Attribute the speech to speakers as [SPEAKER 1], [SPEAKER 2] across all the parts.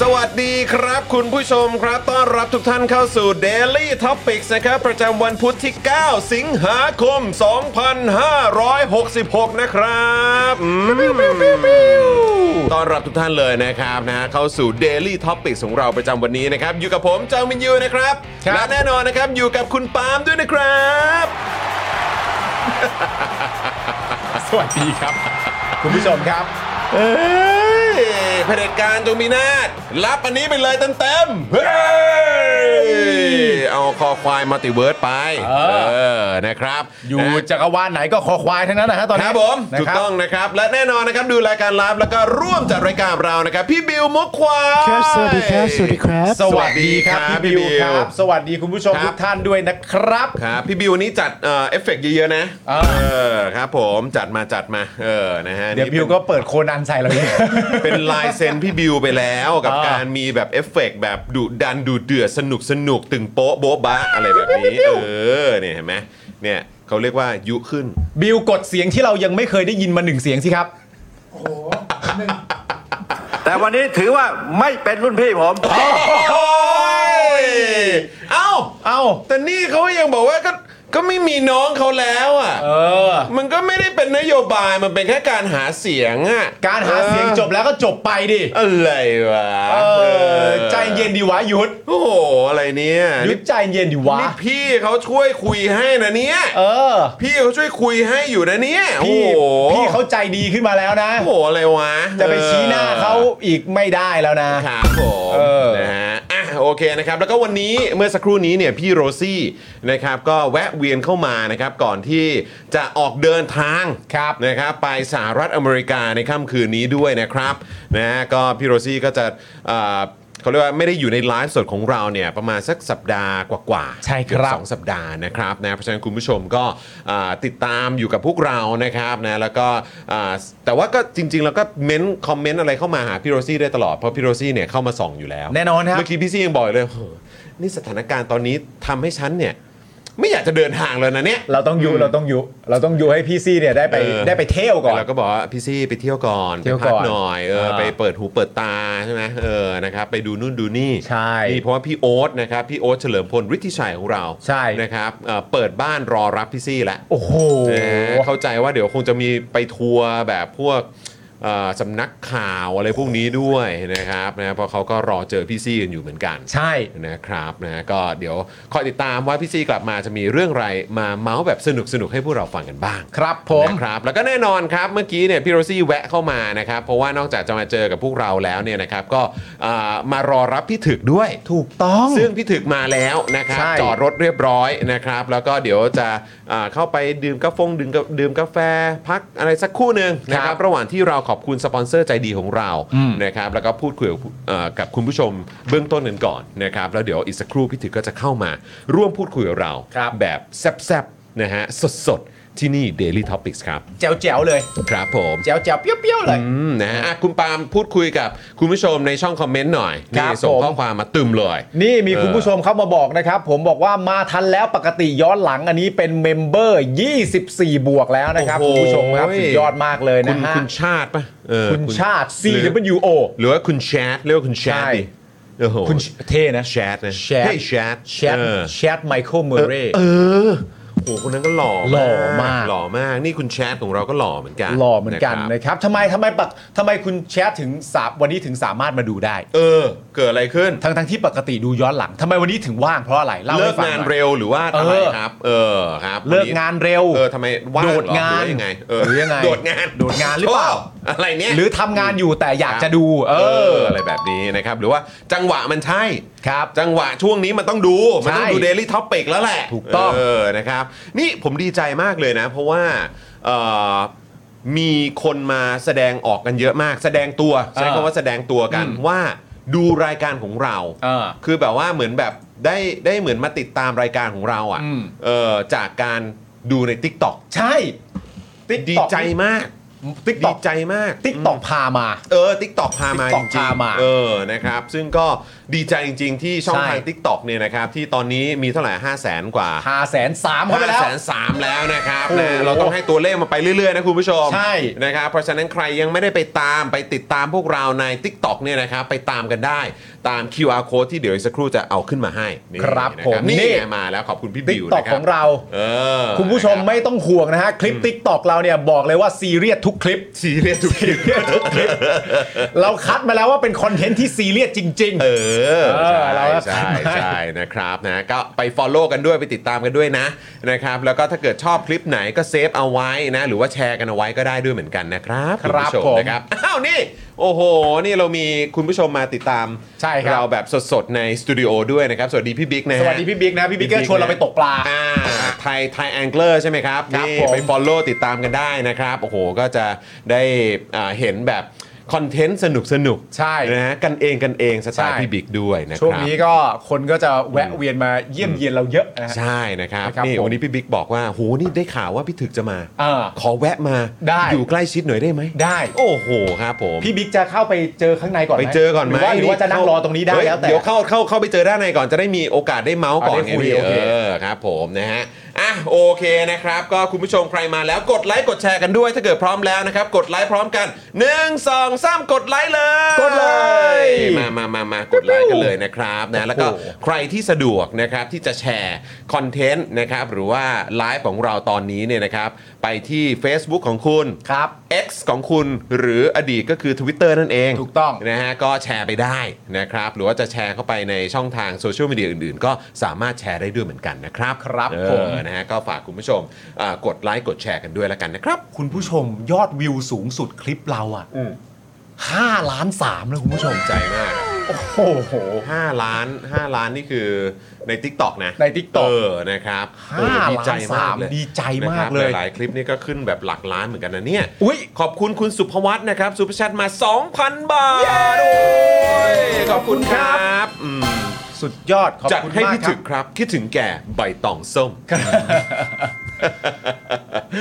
[SPEAKER 1] สวัสดีครับคุณผู้ชมครับ ต้อนรับทุกท่านเข้าสู่ Daily Topics นะครับ ประจำวันพุธที่ 9 สิงหาคม 2566 นะครับอืมต้อนรับทุกท่านเลยนะครับนะเข้าสู่ Daily Topics ของเราประจำวันนี้นะครับ อยู่กับผมจางมินยูนะครับ
[SPEAKER 2] ครับ
[SPEAKER 1] และแน่นอนนะครับ อยู่กับคุณปาล์มด้วยนะครับ
[SPEAKER 3] สวัสดีครับ คุณผู้ชมครับ
[SPEAKER 1] เอ้ยเผด็จการจงมีนาศรับอันนี้ไปเลยเต็มๆเฮ้ยเอาคอควายมัลติเวิร์สไป
[SPEAKER 3] เออ
[SPEAKER 1] เออ นะครับ
[SPEAKER 3] อยู่
[SPEAKER 1] นะ
[SPEAKER 3] จักรวาลไหนก็คอควายทั้งนั้นนะฮะตอน
[SPEAKER 1] ค
[SPEAKER 3] นี้
[SPEAKER 1] รับผม
[SPEAKER 3] นะ
[SPEAKER 1] ถูก
[SPEAKER 3] ครับ
[SPEAKER 1] ต้องนะครับ และแน่นอนนะครับ ดูรายการไลฟ์แล้วก็ร่วมจัดรายการเรานะครับ พี่บิวมุกควาย
[SPEAKER 4] ครับสวัสดีครับสวัสดีครับ
[SPEAKER 3] สวัสดีครับ
[SPEAKER 1] สวัสดีครับ
[SPEAKER 3] พี่บิวครับ สวัสดีคุณผู้ชม
[SPEAKER 1] ครับ
[SPEAKER 3] ทุกท่านด้วยนะครับ
[SPEAKER 1] ครับพี่บิววันนี้จัดเอ่อเอฟเฟกต์เยอะๆนะ
[SPEAKER 3] เอ
[SPEAKER 1] อ
[SPEAKER 3] อ
[SPEAKER 1] ครับผมจัดมาจัดมาเออนะฮะ
[SPEAKER 3] เดี๋ยว
[SPEAKER 1] นี่
[SPEAKER 3] บิวก็เปิดโคนันใส่เราเลย
[SPEAKER 1] เป็นลายเซ็นพี่บิวไปแล้วกับ
[SPEAKER 3] เออ
[SPEAKER 1] การมีแบบเอฟเฟกต์แบบดุดันดุเดือดสนุกสนุกตึงโป๊ะโบ๊ะบะอะไรแบบ นี้เออเนี่ยเห็นไหมเนี่ยเขาเรียกว่ายุขึ้น
[SPEAKER 3] บิวกดเสียงที่เรายังไม่เคยได้ยินมาหนึ่งเสียงสิครับ
[SPEAKER 5] แต่วันนี้ถือว่าไม่เป็นรุ่นพี่ผม
[SPEAKER 1] โอ้ยเอ้า
[SPEAKER 3] เอ้า
[SPEAKER 1] แต่นี่เขายังบอกว่าก็ก็ไม่มีน้องเขาแล้วอ่ะ
[SPEAKER 3] เออ
[SPEAKER 1] มันก็ไม่ได้เป็นนโยบายมันเป็นแค่การหาเสียงอ่ะ
[SPEAKER 3] การหาเสียงจบแล้วก็จบไปดิ
[SPEAKER 1] อะไรวะ
[SPEAKER 3] เออ ใจเย็นดีวะหยุด
[SPEAKER 1] โอ้โห อะไรเนี่ย
[SPEAKER 3] หยุ
[SPEAKER 1] นี่
[SPEAKER 3] ดใจเย็นดีวะ
[SPEAKER 1] นี่พี่เขาช่วยคุยให้นะเนี่ย
[SPEAKER 3] เออ
[SPEAKER 1] พี่เขาช่วยคุยให้อยู่นะเนี่ยโอ้
[SPEAKER 3] พี่
[SPEAKER 1] โห
[SPEAKER 3] พี่เขาใจดีขึ้นมาแล้วนะ
[SPEAKER 1] โอ้โหอะไรวะ
[SPEAKER 3] จะไป
[SPEAKER 1] ออ
[SPEAKER 3] ชี้หน้าเขาอีกไม่ได้แล้วนะ
[SPEAKER 1] ครับผม
[SPEAKER 3] เออ
[SPEAKER 1] นะฮะอ่ะโอเคนะครับ แล้วก็วันนี้เมื่อสักครู่นี้เนี่ยพี่โรซี่นะครับ ก็แวะเวียนเข้ามานะครับ ก่อนที่จะออกเดินทาง
[SPEAKER 3] ครับ
[SPEAKER 1] นะครับไปสหรัฐอเมริกาในค่ำคืนนี้ด้วยนะครับนะฮะก็พี่โรซี่ก็จะเอ่อเขาเรียกว่าไม่ได้อยู่ในไลฟ์สดของเราเนี่ยประมาณสักสัปดาห์กว่าๆ
[SPEAKER 3] ใช่ครับ
[SPEAKER 1] เกือสองสัปดาห์นะครับนะเพราะฉะนั้นคุณผู้ชมก็เอ่อติดตามอยู่กับพวกเรานะครับนะแล้วก็เอ่อแต่ว่าก็จริงๆ แล้วก็เม้นคอมเมนต์อะไรเข้ามาหาพี่โรซี่ได้ตลอด เพราะพี่โรซี่เนี่ยเข้ามาส่องอยู่แล้ว
[SPEAKER 3] แน่นอนครับ
[SPEAKER 1] เมื่อกี้พี่ซี่ยังบอกเลยโอ้โหนี่สถานการณ์ตอนนี้ทำให้ฉันเนี่ยไม่อยากจะเดินทางเลยนะเนี่ย
[SPEAKER 3] เราต้องยุเราต้องยุเราต้องยุให้พี่ซี่เนี่ยได้ไป
[SPEAKER 1] เออ
[SPEAKER 3] ได้ไปเที่ยวก่อน
[SPEAKER 1] เราก็บอกว่าพี่ซี่ไปเที่ยวก่อน
[SPEAKER 3] เที่ยว
[SPEAKER 1] ไปพั
[SPEAKER 3] ก่อน
[SPEAKER 1] หน่อยเออ
[SPEAKER 3] อ่า
[SPEAKER 1] ไปเปิดหูเปิดตาใช่ไหมเออนะครับไปดูนู่นดูนี่
[SPEAKER 3] ใช่
[SPEAKER 1] นี่เพราะว่าพี่โอ๊ตนะครับพี่โอ๊ตเฉลิมพลฤทธิชัยของเรา
[SPEAKER 3] ใช่
[SPEAKER 1] นะครับเอ่อเปิดบ้านรอรับพี่ซี่แล้ว
[SPEAKER 3] โอ้โห
[SPEAKER 1] เออเข้าใจว่าเดี๋ยวคงจะมีไปทัวร์แบบพวกเอ่อสำนักข่าวอะไรพวกนี้ด้วยนะครับนะเพราะเขาก็รอเจอพี่ซี่กันอยู่เหมือนกัน
[SPEAKER 3] ใช่
[SPEAKER 1] นะครับนะก็เดี๋ยวคอยติดตามว่าพี่ซีกลับมาจะมีเรื่องอะไรมาเมาส์แบบสนุกสนุกๆให้พวกเราฟังกันบ้าง
[SPEAKER 3] ครับผม
[SPEAKER 1] นะครับแล้วก็แน่นอนครับเมื่อกี้เนี่ยพี่โรซี่แวะเข้ามานะครับเพราะว่านอกจากจะมาเจอกับพวกเราแล้วเนี่ยนะครับก็อ่ามารอรับพี่ถึกด้วย
[SPEAKER 3] ถูกต้อง
[SPEAKER 1] ซึ่งพี่ถึกมาแล้วนะครับ
[SPEAKER 3] ใช่
[SPEAKER 1] จอดรถเรียบร้อยนะครับ แล้วก็เดี๋ยวจะอ่าเข้าไปดื่มกาแฟงดื่มกาดื่มกาแฟพักอะไรสักครู่หนึ่งนะค
[SPEAKER 3] ครั
[SPEAKER 1] รับบ ระหว่างที่เราขอบคุณสปอนเซอร์ใจดีของเรานะครับแล้วก็พูดคุยกับเอ่อกับคุณผู้ชมเบื้องต้นกันก่อนนะครับแล้วเดี๋ยวอีกสักครู่พี่ถึกก็จะเข้ามา ร่วมพูดคุยกับเรา
[SPEAKER 3] ครับ
[SPEAKER 1] แบบแซบๆนะฮะสดๆ ที่นี่ Daily Topics ครับ
[SPEAKER 3] แจ๋วแจ๋วๆเลย
[SPEAKER 1] ครับผม
[SPEAKER 3] แจ๋วแจ๋วๆเปรี้ยวเปรี้ยวๆเลย
[SPEAKER 1] อืมนะฮะอ่ะคุณปาล์มพูดคุยกับคุณผู้ชมในช่องคอมเมนต์หน่อย
[SPEAKER 3] ครั
[SPEAKER 1] นี่
[SPEAKER 3] บ
[SPEAKER 1] ส่ง
[SPEAKER 3] ผม
[SPEAKER 1] ข้อความมาตึมเลย
[SPEAKER 3] นี่มี
[SPEAKER 1] เออ
[SPEAKER 3] คุณผู้ชมเข้ามาบอกนะครับ ผมบอกว่ามาทันแล้วปกติย้อนหลังอันนี้เป็นเมมเบอร์ 24 บวกแล้วนะครับ
[SPEAKER 1] โอ้
[SPEAKER 3] คุณ
[SPEAKER 1] โห
[SPEAKER 3] ผู้ชมครับสุดยอดมากเลย
[SPEAKER 1] คุ
[SPEAKER 3] นะ
[SPEAKER 1] ณ
[SPEAKER 3] ฮะ
[SPEAKER 1] คุณชาติปะเออ
[SPEAKER 3] คุณชาติ C
[SPEAKER 1] หรือ
[SPEAKER 3] W O
[SPEAKER 1] หรือว่าคุณแชทเรียกว่าคุณแชท
[SPEAKER 3] ใช่
[SPEAKER 1] ดิโอ้โห
[SPEAKER 3] คุณเท่นะ
[SPEAKER 1] แชทนะ
[SPEAKER 3] แชท
[SPEAKER 1] เฮ้ยแชท
[SPEAKER 3] แชท
[SPEAKER 1] เออ
[SPEAKER 3] แชทไมเคิลเมอร์เรย์
[SPEAKER 1] เออโอ้โหคนนั้นก็หล่อ
[SPEAKER 3] หล่อมาก
[SPEAKER 1] หล่อมากนี่คุณแชทของเราก็หล่อเหมือนกัน
[SPEAKER 3] หล่อเหมือนกันะครับ นะครับทำไมทำไมปักทำไมคุณแชทถึงสาวันนี้ถึงสามารถมาดูได้
[SPEAKER 1] เออ เกิดอะไรขึ้น
[SPEAKER 3] ทั้งทั้งที่ปกติดูย้อนหลังทำไมวันนี้ถึงว่างเพราะอะไรเล่า
[SPEAKER 1] เลิ
[SPEAKER 3] ให้
[SPEAKER 1] ก
[SPEAKER 3] ฟัง
[SPEAKER 1] งาน
[SPEAKER 3] หน่อย
[SPEAKER 1] เร็วหรือว่าอะไร
[SPEAKER 3] เออ
[SPEAKER 1] ครับ เออครับ
[SPEAKER 3] เลิ
[SPEAKER 1] วั
[SPEAKER 3] ก
[SPEAKER 1] นนี้
[SPEAKER 3] งานเร็ว
[SPEAKER 1] เออทำไมว่างเหร
[SPEAKER 3] โด
[SPEAKER 1] อ
[SPEAKER 3] ดงาน
[SPEAKER 1] หรือยังไงเออ
[SPEAKER 3] หรือยังไง
[SPEAKER 1] โดดงาน
[SPEAKER 3] โดดงานหรือเปล่า
[SPEAKER 1] ชบอะไรเนี่ย
[SPEAKER 3] หรือทำงานอยู่แต่อยากจะดู เอ
[SPEAKER 1] เออ
[SPEAKER 3] อ
[SPEAKER 1] อะไรแบบนี้นะครับ หรือว่าจังหวะมันใช่
[SPEAKER 3] ครับ
[SPEAKER 1] จังหวะช่วงนี้มันต้องดู มันต้องดู
[SPEAKER 3] ใช่
[SPEAKER 1] Daily Topic แล้วแหละ
[SPEAKER 3] ถูกต้อง
[SPEAKER 1] เออนะครับ นี่ผมดีใจมากเลยนะ เพราะว่าเอ่อมีคนมาแสดงออกกันเยอะมาก แสดงตัวใช้
[SPEAKER 3] เออ
[SPEAKER 1] คำว่าแสดงตัวกัน
[SPEAKER 3] อืม
[SPEAKER 1] ว่าดูรายการของเรา
[SPEAKER 3] เออ
[SPEAKER 1] คือแบบว่าเหมือนแบบได้ได้เหมือนมาติดตามรายการของเราอ่ะ
[SPEAKER 3] อืม
[SPEAKER 1] เออจากการดูใน TikTok
[SPEAKER 3] ใช่ติ๊ก
[SPEAKER 1] ดีใจมาก
[SPEAKER 3] ติ๊กต
[SPEAKER 1] ดี
[SPEAKER 3] อก
[SPEAKER 1] ใจมาก
[SPEAKER 3] ติ๊กตอกพามา
[SPEAKER 1] เออ t ิ k t o k พามาจ
[SPEAKER 3] TikTok
[SPEAKER 1] ริง
[SPEAKER 3] พามา
[SPEAKER 1] ๆเออนะครับ ซึ่งก็ดีใจจริง ๆ ที่ช่องทาง
[SPEAKER 3] ใช่
[SPEAKER 1] t ิ k t o k เนี่ยนะครับ ที่ตอนนี้มีเท่าไหร่5 0 0 0 0 0 กว่า
[SPEAKER 3] พาแสนสามเข้าไปแล้ว
[SPEAKER 1] แสนสามแล้วนะครับ
[SPEAKER 3] โอ้โห
[SPEAKER 1] นะเราต้องให้ตัวเลขมาไปเรื่อยๆ นะคุณผู้ชม
[SPEAKER 3] ใช่
[SPEAKER 1] นะครับ เพราะฉะนั้นใครยังไม่ได้ไปตามไปติดตามพวกเราใน t ิ k t o k เนี่ยนะครับ ไปตามกันได้ตาม QR code ที่เดี๋ยวอีกสักครู่จะเอาขึ้นมาให้นี่
[SPEAKER 3] ครับ
[SPEAKER 1] นะ
[SPEAKER 3] ผม
[SPEAKER 1] นี่
[SPEAKER 3] นี่
[SPEAKER 1] ไงมาแล้วขอบคุณพี่
[SPEAKER 3] ติ๊
[SPEAKER 1] บิ
[SPEAKER 3] ก
[SPEAKER 1] ว
[SPEAKER 3] ตอก
[SPEAKER 1] นะครั
[SPEAKER 3] ของเรา
[SPEAKER 1] เออ
[SPEAKER 3] คุณผู้ชม
[SPEAKER 1] นะครับ
[SPEAKER 3] ไม่ต้องห่วงนะฮะ คลิปติ๊กตอกเราเนี่ยบอกเลยว่าซีเรียสทุกคลิป
[SPEAKER 1] ซีเรียสทุกคลิป
[SPEAKER 3] เราคัดมาแล้วว่าเป็นคอนเทนต์ที่ซีเรียสจริง
[SPEAKER 1] เออ
[SPEAKER 3] เออ
[SPEAKER 1] ใช่
[SPEAKER 3] เราก็
[SPEAKER 1] ใช่
[SPEAKER 3] ทำได้
[SPEAKER 1] ใช่นะครับนะก็ไป Follow กันด้วยไปติดตามกันด้วยนะนะครับแล้วก็ถ้าเกิดชอบคลิปไหนก็เซฟเอาไว้นะหรือว่าแชร์กันเอาไว้ก็ได้ด้วยเหมือนกันนะครับ
[SPEAKER 3] ครับ
[SPEAKER 1] ณผู้ช
[SPEAKER 3] ผม
[SPEAKER 1] นะครับอ้าวนี่โอ้โห นี่เรามีคุณผู้ชมมาติดตาม
[SPEAKER 3] ใช่ครับ
[SPEAKER 1] เราแบบสดๆในสตูดิโอด้วยนะครับ สวัสดีพี่บิ๊กนะ
[SPEAKER 3] ๆ
[SPEAKER 1] ฮะ
[SPEAKER 3] สวัสดีพี่บิ๊กนะ พี่บิ๊กก็ชวนเราไปตกปลา
[SPEAKER 1] อ่าไทยไทยแองเกอร์ใช่ไหมครับ
[SPEAKER 3] ครับ
[SPEAKER 1] นี่
[SPEAKER 3] ผม
[SPEAKER 1] ไป follow ติดตามกันได้นะครับ โอ้โห ก็จะได้อ่าเห็นแบบคอนเทนต์สนุกสนุกๆ
[SPEAKER 3] ใช่
[SPEAKER 1] นะฮะกันเองกันเองสไตล์
[SPEAKER 3] ใช่
[SPEAKER 1] พี่บิ๊กด้วยนะครับ
[SPEAKER 3] ช่วงนี้ก็คนก็จะแวะเวียนมาเยี่ยมเยียนเราเยอะนะฮะ
[SPEAKER 1] ใช่นะครับ
[SPEAKER 3] นะครับ
[SPEAKER 1] นี่
[SPEAKER 3] ผม
[SPEAKER 1] วันนี้พี่บิ๊กบอกว่าโหนี่ได้ข่าวว่าพี่ถึกจะมา
[SPEAKER 3] เออ
[SPEAKER 1] ขอแวะมา
[SPEAKER 3] ได้
[SPEAKER 1] อยู่ใกล้ชิดหน่อยได้ไหม
[SPEAKER 3] ได้
[SPEAKER 1] โอ้โหครับผม
[SPEAKER 3] พี่บิ๊กจะเข้าไปเจอข้างในก่อนหม
[SPEAKER 1] ไปเจอก่อนไหม
[SPEAKER 3] หรือว่าหรือว่าจะนั่งรอตรงนี้ได้
[SPEAKER 1] เฮ้ย
[SPEAKER 3] แล้วแต่
[SPEAKER 1] เดี๋ยวเข้าเข้าเข้าไปเจอด้านในก่อนจะได้มีโอกาสได้เมาส์ก่อน
[SPEAKER 3] อ่ะได้คุย
[SPEAKER 1] พี่
[SPEAKER 3] โอเค
[SPEAKER 1] เออครับผมนะฮะอ่ะโอเคนะครับ ก็คุณผู้ชมใครมาแล้วกดไลค์กดแชร์กันด้วย ถ้าเกิดพร้อมแล้วนะครับ กดไลค์พร้อมกัน 1 2 3 กดไลค์เลย
[SPEAKER 3] กดเลย
[SPEAKER 1] มามามามากดไลค์กันเลยนะครับนะแล้วก็
[SPEAKER 3] โอ้โห
[SPEAKER 1] ใครที่สะดวกนะครับที่จะแชร์คอนเทนต์นะครับหรือว่าไลฟ์ของเราตอนนี้เนี่ยนะครับ ไปที่ Facebook ของคุณ
[SPEAKER 3] ครับ
[SPEAKER 1] X ของคุณหรืออดีตก็คือ Twitter นั่นเอง
[SPEAKER 3] ถูกต้อง
[SPEAKER 1] นะฮะก็แชร์ไปได้นะครับ หรือว่าจะแชร์เข้าไปในช่องทางโซเชียลมีเดียอื่นๆ ก็สามารถแชร์ได้ด้วยเหมือนกันนะครับ
[SPEAKER 3] ครับ
[SPEAKER 1] เอ
[SPEAKER 3] ผม
[SPEAKER 1] อนะฮะก็ฝากคุณผู้ชมอ่ากดไลค์กดแชร์กันด้วยแล้วกันนะครับ
[SPEAKER 3] คุณผู้ชมยอดวิวสูงสุดคลิปเราอ่ะ
[SPEAKER 1] อืม
[SPEAKER 3] ห้าล้านสามแล้วคุณผู้ชม
[SPEAKER 1] ใจมาก
[SPEAKER 3] โอ้โห
[SPEAKER 1] 5 ล้าน 5 ล้านนี่คือใน TikTok นะ
[SPEAKER 3] ใน TikTok
[SPEAKER 1] เออนะครับ
[SPEAKER 3] ห้า
[SPEAKER 1] เออดีใจมากเล
[SPEAKER 3] ล้านสาย มดีใจมากเลย
[SPEAKER 1] นะครับหลายๆคลิปนี่ก็ขึ้นแบบหลักล้านเหมือนกันนะเนี่ย
[SPEAKER 3] อุ้ย
[SPEAKER 1] ขอบคุณคุณสุภวัตนะครับซูเปอร์แชทมา 2,000 บาทโอ้ยขอบคุณครับอืม
[SPEAKER 3] สุดยอด ขอบ
[SPEAKER 1] จัด
[SPEAKER 3] คุณ
[SPEAKER 1] ให้
[SPEAKER 3] มาก
[SPEAKER 1] พี่
[SPEAKER 3] ครั
[SPEAKER 1] ถึ
[SPEAKER 3] บ
[SPEAKER 1] กครับ คิดถึงแก่ใบตองส้ม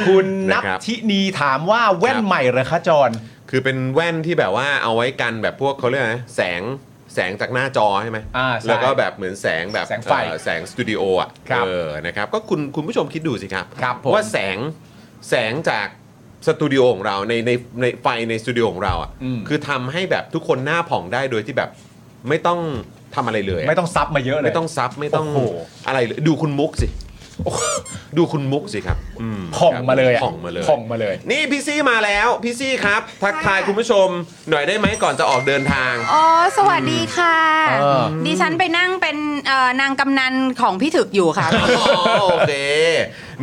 [SPEAKER 3] คุณนัท
[SPEAKER 1] นะครับ
[SPEAKER 3] ธินีถามว่าแว่นใหม่เหรอคะจอน
[SPEAKER 1] คือเป็นแว่นที่แบบว่าเอาไว้กันแบบพวกเขาเรียกอะไรนะแสงแสงจากหน้าจอใช่ไหม
[SPEAKER 3] อ่าใช่
[SPEAKER 1] แล้วก็แบบเหมือนแสงแบบ
[SPEAKER 3] แสงไฟ
[SPEAKER 1] เอ่อแสงสตูดิโออ่ะ
[SPEAKER 3] ครับ
[SPEAKER 1] เออนะครับก็คุณคุณผู้ชมคิดดูสิครับ
[SPEAKER 3] ครับผม
[SPEAKER 1] ว่าแสงแสงจากสตูดิโอของเราในในในไฟในสตูดิโอของเราอ่ะ
[SPEAKER 3] อืม
[SPEAKER 1] คือทำให้แบบทุกคนหน้าผ่องได้โดยที่แบบไม่ต้องทำอะไรเลยอะ
[SPEAKER 3] ไม่ต้องซับมาเยอะเลย
[SPEAKER 1] ไม่ต้องซับไม่ต้อง
[SPEAKER 3] โอ้โห
[SPEAKER 1] อะไรเลยดูคุณมุกสิดูคุณมุกสิครับอืม
[SPEAKER 3] ผ่องมาเลยอะ
[SPEAKER 1] ผ่องมาเลย
[SPEAKER 3] ผ่องมาเลย
[SPEAKER 1] นี่พี่ซี่มาแล้วพี่ซี่ครับ ทักทายคุณผู้ชมหน่อยได้ไหมก่อนจะออกเดินทาง
[SPEAKER 4] อ๋อ สวัสดีค่ะ
[SPEAKER 3] เออ
[SPEAKER 4] ดิฉันไปนั่งเป็นเอ่อนางกำนันของพี่ถึกอยู่ค่ะ
[SPEAKER 1] อ๋อโอเค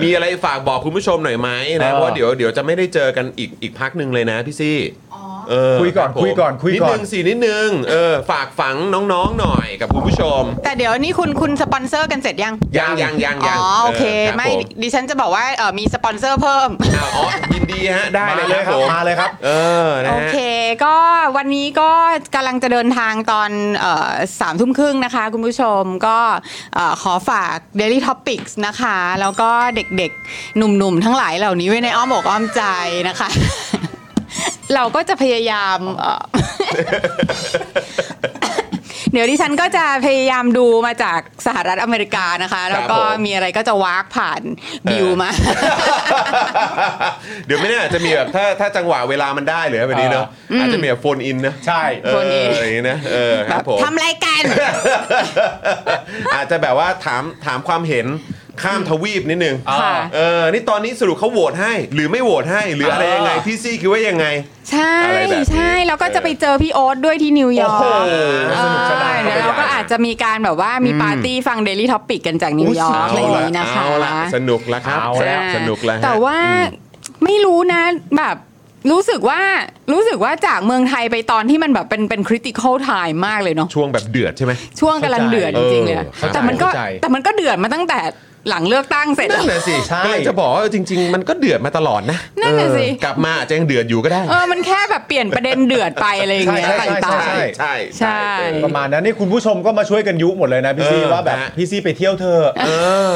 [SPEAKER 1] มีอะไรฝากบอกคุณผู้ชมหน่อยไหมนะ
[SPEAKER 3] เออ
[SPEAKER 1] เพราะเดี๋ยวเดี๋ยวจะไม่ได้เจอกันอีกอีกพักหนึ่งเลยนะพี่ซี่
[SPEAKER 4] อ๋อ
[SPEAKER 1] เออ
[SPEAKER 3] คุยก่อน
[SPEAKER 1] รับผม
[SPEAKER 3] คุยก่อนคุยก่อ
[SPEAKER 1] นิด
[SPEAKER 3] น
[SPEAKER 1] นึงสินิดนึงเออฝากฝังน้องๆหน่อยกับคุณผู้ชม
[SPEAKER 4] แต่เดี๋ยวนี้คุณคุณสปอนเซอร์กันเสร็จยัง
[SPEAKER 1] ยังยังยัง
[SPEAKER 4] อ๋
[SPEAKER 1] ยั
[SPEAKER 4] อง โอเค
[SPEAKER 1] รับ
[SPEAKER 4] ไม่
[SPEAKER 1] ผ
[SPEAKER 4] ดิฉันจะบอกว่าเออมีสปอนเซอร์เพิ่ม
[SPEAKER 1] อ้าวอ๋อยินดีฮะได้
[SPEAKER 3] มา
[SPEAKER 1] เล
[SPEAKER 3] เลย ย
[SPEAKER 1] ค
[SPEAKER 3] ค
[SPEAKER 1] รั
[SPEAKER 3] รั
[SPEAKER 1] บบ ผม
[SPEAKER 3] มาเลยครับ
[SPEAKER 1] เออนะ
[SPEAKER 4] โอ
[SPEAKER 1] ฮะ
[SPEAKER 4] เค ก็วันนี้ก็กำลังจะเดินทางตอนเอ่อสามทุ่มครึ่งนะคะ คุณผู้ชมก็เอ่อขอฝาก Daily Topics นะคะ แล้วก็เด็กๆ หนุ่มๆ ทั้งหลายเหล่านี้ไว้ในอ้อมอกอ้อมใจนะคะ เราก็จะพยายามเอ่อ เดี๋ยวดิฉันก็จะพยายามดูมาจากสหรัฐอเมริกานะคะ แล้วก็
[SPEAKER 1] ครับผม
[SPEAKER 4] มีอะไรก็จะวากผ่านบิวมา
[SPEAKER 1] เดี๋ยวไม่แน่อาจจะมีแบบถ้าถ้าจังหวะเวลามันได้เหรือแบบนี้เนาะอาจจะมีแบบโฟนอินนะ
[SPEAKER 3] ใช่
[SPEAKER 1] เออ
[SPEAKER 4] phone in
[SPEAKER 1] อย่างนี้นะเออค
[SPEAKER 4] แบ
[SPEAKER 1] รั
[SPEAKER 4] บบ
[SPEAKER 1] ผม
[SPEAKER 4] ทำอะไรกัน
[SPEAKER 1] อาจจะแบบว่าถามถามความเห็นข้ามทวีปนิดนึง
[SPEAKER 4] ค่ะ
[SPEAKER 1] เออนี่ตอนนี้สรุปเขาโหวตให้ หรือไม่โหวตให้หรืออะไรยังไงพี่ซี่คิดว่ายังไง
[SPEAKER 4] ใช่
[SPEAKER 1] อะไรแบบนี้
[SPEAKER 4] ใช่แล้วก็
[SPEAKER 1] เออ
[SPEAKER 4] จะไปเจอพี่โอ๊ตด้วยที่นิวยอร์ก
[SPEAKER 1] โอ้โห
[SPEAKER 4] เออ
[SPEAKER 1] สนุกสนานเข้าไป
[SPEAKER 4] แล้วเราก็
[SPEAKER 1] ใหญ่
[SPEAKER 4] อาจจะมีการแบบว่ามีปาร์ตี้ฟัง Daily Topic กันจากนิวยอร์กอะไรอย่างนี้นะคะ
[SPEAKER 1] เอาละสนุกแล้วครับ
[SPEAKER 3] เอาละ
[SPEAKER 1] สนุกแล้วฮะ
[SPEAKER 4] แต่ว่าไม่รู้นะแบบรู้สึกว่ารู้สึกว่าจากเมืองไทยไปตอนที่มันแบบเป็นเป็นคริติคอลไทม์มากเลยเนาะ
[SPEAKER 1] ช่วงแบบเดือดใช่ไหม
[SPEAKER 4] ช่วงกำลังเดือดจ
[SPEAKER 1] เข้าใจ
[SPEAKER 4] ริงๆเลยอะ
[SPEAKER 1] เข้าใจ
[SPEAKER 4] แต่มันก็
[SPEAKER 3] เข้าใจ
[SPEAKER 4] แต่มันก็เดือดมาตั้งแต่หลังเลือกตั้งเสร็จ
[SPEAKER 1] นั่นแหละสิ
[SPEAKER 3] ใช่
[SPEAKER 1] กำลังจะบอกว่าจริง ๆ มันก็เดือดมาตลอดนะ
[SPEAKER 4] นั่นแหละสิ
[SPEAKER 1] เออกลับมาอาจจะยังเดือดอยู่ก็ได้
[SPEAKER 4] เออมันแค่แบบเปลี่ยนประเด็นเดือดไปอะไรอย่างเงี้ย
[SPEAKER 3] ใช่ใช่
[SPEAKER 4] ต่าง
[SPEAKER 3] ใช่
[SPEAKER 1] ใช่
[SPEAKER 4] ใช่
[SPEAKER 1] เออ
[SPEAKER 3] ประมาณนั้นนี่คุณผู้ชมก็มาช่วยกันยุหมดเลยนะพี่ซี่
[SPEAKER 1] เออ
[SPEAKER 3] ว่าแบบ
[SPEAKER 1] นะ
[SPEAKER 3] พี่ซี่ไปเที่ยวเธอะ
[SPEAKER 1] เออ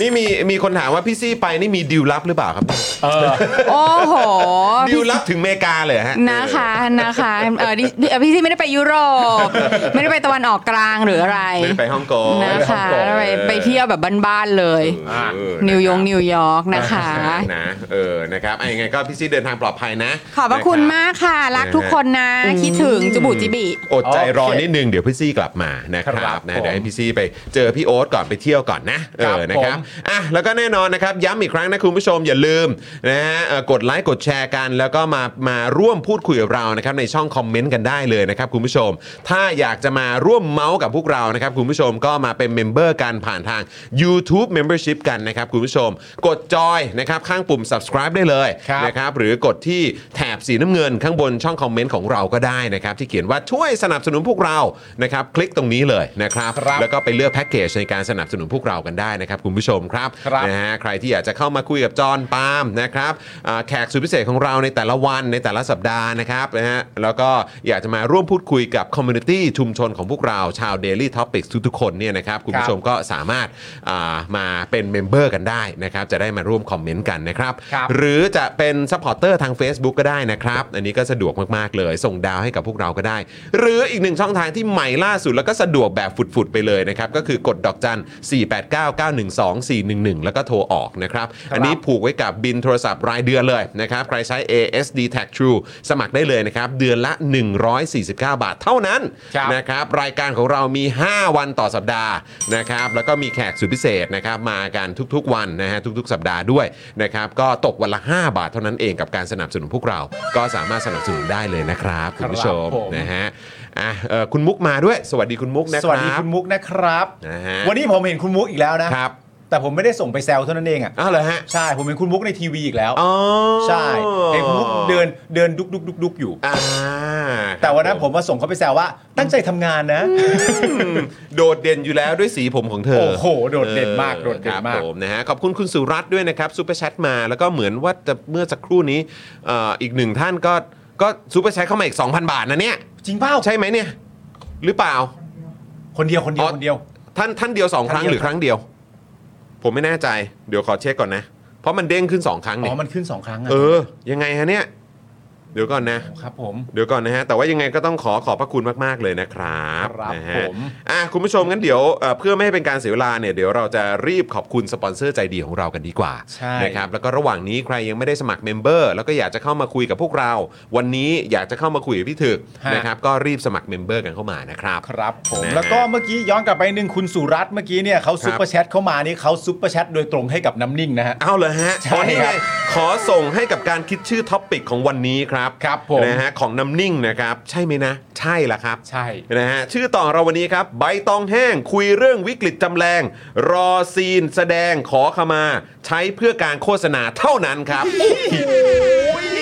[SPEAKER 1] นี่มีมีคนถามว่าพี่ซี่ไปนี่มีดิวลับหรือเปล่าครับ
[SPEAKER 3] เออ
[SPEAKER 4] ๆ โอ้โห
[SPEAKER 1] ดิวลับถึงเมกาเลยเหรอฮะ
[SPEAKER 4] นะคะนะคะเออดิเอ่อพี่ซี่ไม่ได้ไปยุโร ป ไม่ได้ไปตะวันออกกลางหรืออะไร
[SPEAKER 1] ไม่ได้ไปฮ่องกง
[SPEAKER 4] นะ
[SPEAKER 1] ไม่ได้ไปฮ่อ
[SPEAKER 4] คะ
[SPEAKER 1] งกง
[SPEAKER 4] ไป
[SPEAKER 1] ออ
[SPEAKER 4] ไปเที่ยวแบบบ้านๆเลย
[SPEAKER 1] เออเออ
[SPEAKER 4] นิวย
[SPEAKER 1] ะค
[SPEAKER 4] ง
[SPEAKER 1] รับ
[SPEAKER 4] นิวยอร์กนะคะ
[SPEAKER 1] ใช่นะเออนะครับไอ้ยังไงก็พี่ซี่เดินทางปลอดภัยนะ
[SPEAKER 4] ขอบพระคุณมากค่ะ รักทุกคนนะ คิดถึงจุบุจิบิ
[SPEAKER 1] อดใจรอ
[SPEAKER 3] โอเค
[SPEAKER 1] นิดนึงเดี๋ยวพี่ซี่กลับมานะค
[SPEAKER 3] ค
[SPEAKER 1] รั
[SPEAKER 3] รั
[SPEAKER 1] บบนะ
[SPEAKER 3] ผม
[SPEAKER 1] เดี๋ยวให้พี่ซี่ไปเจอพี่โอ๊ตก่อนไปเที่ยวก่อนนะเอ
[SPEAKER 3] ครับ
[SPEAKER 1] อนะครับ
[SPEAKER 3] ผม
[SPEAKER 1] อ่ะแล้วก็แน่นอนนะครับย้ำอีกครั้งนะคุณผู้ชมอย่าลืมนะฮะเอ่อกดไลค์กดแชร์กันแล้วก็มามาร่วมพูดคุยกับเรานะครับในช่องคอมเมนต์กันได้เลยนะครับคุณผู้ชม ถ้าอยากจะมาร่วมเมาส์กับพวกเรานะครับคุณผู้ชมก็มาเป็นเมมเบอร์กันผ่านทาง YouTube Membership กันนะครับคุณผู้ชม กดจอยนะครับข้างปุ่ม subscribe ได้เลย
[SPEAKER 3] ครับ
[SPEAKER 1] นะครับหรือกดที่แถบสีน้ำเงินข้างบนช่องคอมเมนต์ของเราก็ได้นะครับที่เขียนว่าช่วยสนับสนุนพวกเรานะครับคลิกตรงนี้เลยนะครับ
[SPEAKER 3] ครับ
[SPEAKER 1] แล้วก็ไปเลือกแพ็กเกจในการสนับสนุนพวกเรากันได้นะครับคุณผู้ชมครับ
[SPEAKER 3] ครับ
[SPEAKER 1] นะฮะใครที่อยากจะเข้ามาคุยกับจอห์นปาล์มนะครับอ่าแขกสุดพิเศษของเราในแต่ละวันในแต่ละสัปดาห์นะครับนะฮะแล้วก็อยากจะมาร่วมพูดคุยกับคอมมูนิตี้ชุมชนของพวกเราชาว Daily Topics ทุกๆคนเนี่ยนะครับคุณผู้ชมก็สามารถอ่ามาเป็นเมมเบอร์กันได้นะครับจะได้มาร่วมคอมเมนต์กันนะครับ
[SPEAKER 3] ครับ
[SPEAKER 1] หรือจะเป็นซัพพอร์ตเตอร์ทาง Facebook ก็ได้นะครับ อันนี้ก็สะดวกมากๆเลย ส่งดาวให้กับพวกเราก็ได้ หรืออีกหนึ่งช่องทางที่ใหม่ล่าสุดแล้วก็สะดวกแบบฝุดๆ ไปเลยนะครับ ก็คือกดดอกจัน 489912411 แล้วก็โทรออกนะครับ อันนี้ผูกไว้กับบินโทรศัพท์รายเดือนเลยนะครับ ใครใช้ ASD Tag True สมัครได้เลยนะครับ เดือนละ 149 บาทเท่านั้น
[SPEAKER 3] ครับ
[SPEAKER 1] นะครับรายการของเรามี 5 วันต่อสัปดาห์นะครับแล้วก็มีแขกสุดพิเศษนะครับมากันทุกๆวันนะฮะทุกๆ สัปดาห์ด้วยนะครับก็ตกวันละ 5 บาทเท่านั้นเองกับการสนับสนุนพวกเรา ก็สามารถสนับสนุนได้เลยนะครับคุณผู้ชม
[SPEAKER 3] ครับผม
[SPEAKER 1] นะฮะอ่ะเอ่อคุณมุกมาด้วยสวัสดีคุณมุกนะ
[SPEAKER 3] ส
[SPEAKER 1] ค
[SPEAKER 3] วัสดี
[SPEAKER 1] รับ
[SPEAKER 3] คุณมุกนะครับ
[SPEAKER 1] นะฮะ
[SPEAKER 3] วันนี้ผมเห็นคุณมุกอีกแล้วนะครับ แต่ผมไม่ได้ส่งไปแซวเท่านั้นเองอ่ะ
[SPEAKER 1] อ้าวเหรอฮะ
[SPEAKER 3] ใช่ผมเห็นคุณมุกในทีวีอีกแล้ว
[SPEAKER 1] อ๋อ
[SPEAKER 3] ใช่เห็นคุณมุกเดินเดินดุกดุกดุกดุกอยู่
[SPEAKER 1] อ่า
[SPEAKER 3] แต่วันนั้นผมมาส่งเขาไปแซวว่าตั้งใจทำงานนะ
[SPEAKER 1] โดดเด่นอยู่แล้วด้วยสีผมของเธอ
[SPEAKER 3] โอ้โหโดดเด่นมากโดดเด่นมาก
[SPEAKER 1] ครับผมนะฮะขอบคุณคุณสุรัตน์ด้วยนะครับซูเปอร์แชทมาแล้วก็เหมือนว่าจะเมื่อสักครู่นี้เอ่ออีกหนึ่งท่านก็ก็ซูเปอร์แชทเข้ามาอีก 2,000 บาทนะเนี่ย
[SPEAKER 3] จริงเปล่า
[SPEAKER 1] ใช่ไหมเนี่ย หรือเปล่า
[SPEAKER 3] คนเดียวคนเดียวคนเดียว
[SPEAKER 1] ท่านท่านเดียวสองครั้ง
[SPEAKER 3] ท่าน
[SPEAKER 1] ห
[SPEAKER 3] เดียว
[SPEAKER 1] รือครั้งเดียว ผมไม่แน่ใจ เดี๋ยวขอเช็คก่อนนะ เพราะมันเด้งขึ้นสองครั้ง
[SPEAKER 3] อ๋
[SPEAKER 1] เนี่ย
[SPEAKER 3] อมันขึ้นสองครั้งอะ
[SPEAKER 1] เออ ยังไงฮะเนี่ย เดี๋ยวก่อนนะ
[SPEAKER 3] ครับผม
[SPEAKER 1] เดี๋ยวก่อนนะฮะ แต่ว่ายังไงก็ต้องขอขอบพระคุณมาก ๆ เลยนะครับ
[SPEAKER 3] ครับ
[SPEAKER 1] นะฮะ
[SPEAKER 3] ผม
[SPEAKER 1] อ่ะคุณผู้ชมงั้นเดี๋ยวเอ่อเพื่อไม่ให้เป็นการเสียเวลาเนี่ยเดี๋ยวเราจะรีบขอบคุณสปอนเซอร์ใจดีของเรากันดีกว่า
[SPEAKER 3] ใช่
[SPEAKER 1] นะครับแล้วก็ระหว่างนี้ใครยังไม่ได้สมัครเมมเบอร์แล้วก็อยากจะเข้ามาคุยกับพวกเรา วันนี้อยากจะเข้ามาคุยกับพี่ถึก
[SPEAKER 3] ฮะ
[SPEAKER 1] นะครับก็รีบสมัครเมมเบอร์กันเข้ามานะครับ
[SPEAKER 3] ครับผม
[SPEAKER 1] นะฮะ
[SPEAKER 3] แล้วก็เมื่อกี้ย้อนกลับไปหนึ่งคุณสุรัตน์เมื่อกี้เนี่ยเขา
[SPEAKER 1] ครับ
[SPEAKER 3] ซุปเปอร์แชทเข้ามานี่เขาซุปเปอร์แชทโดยตรงให้กับน้ำนิ่งนะฮะ
[SPEAKER 1] เอาเลยฮะ
[SPEAKER 3] ใช่
[SPEAKER 1] ตอนนี้ไง
[SPEAKER 3] ครับ
[SPEAKER 1] ขอส่งให้กับการคิดชื่อท็อปปิกของวันนี้ครับ
[SPEAKER 3] ครับผม
[SPEAKER 1] นะฮะของน้ำนิ่งนะครับ ใช่ไหมนะ ใช่ละครับ
[SPEAKER 3] ใช่
[SPEAKER 1] นะฮะชื่อต่อเราวันนี้ครับ ใบตองแห้งคุยเรื่องวิกฤตจำแรง รอซีนแสดงขอขมา ใช้เพื่อการโฆษณาเท่านั้นครับโอ้โห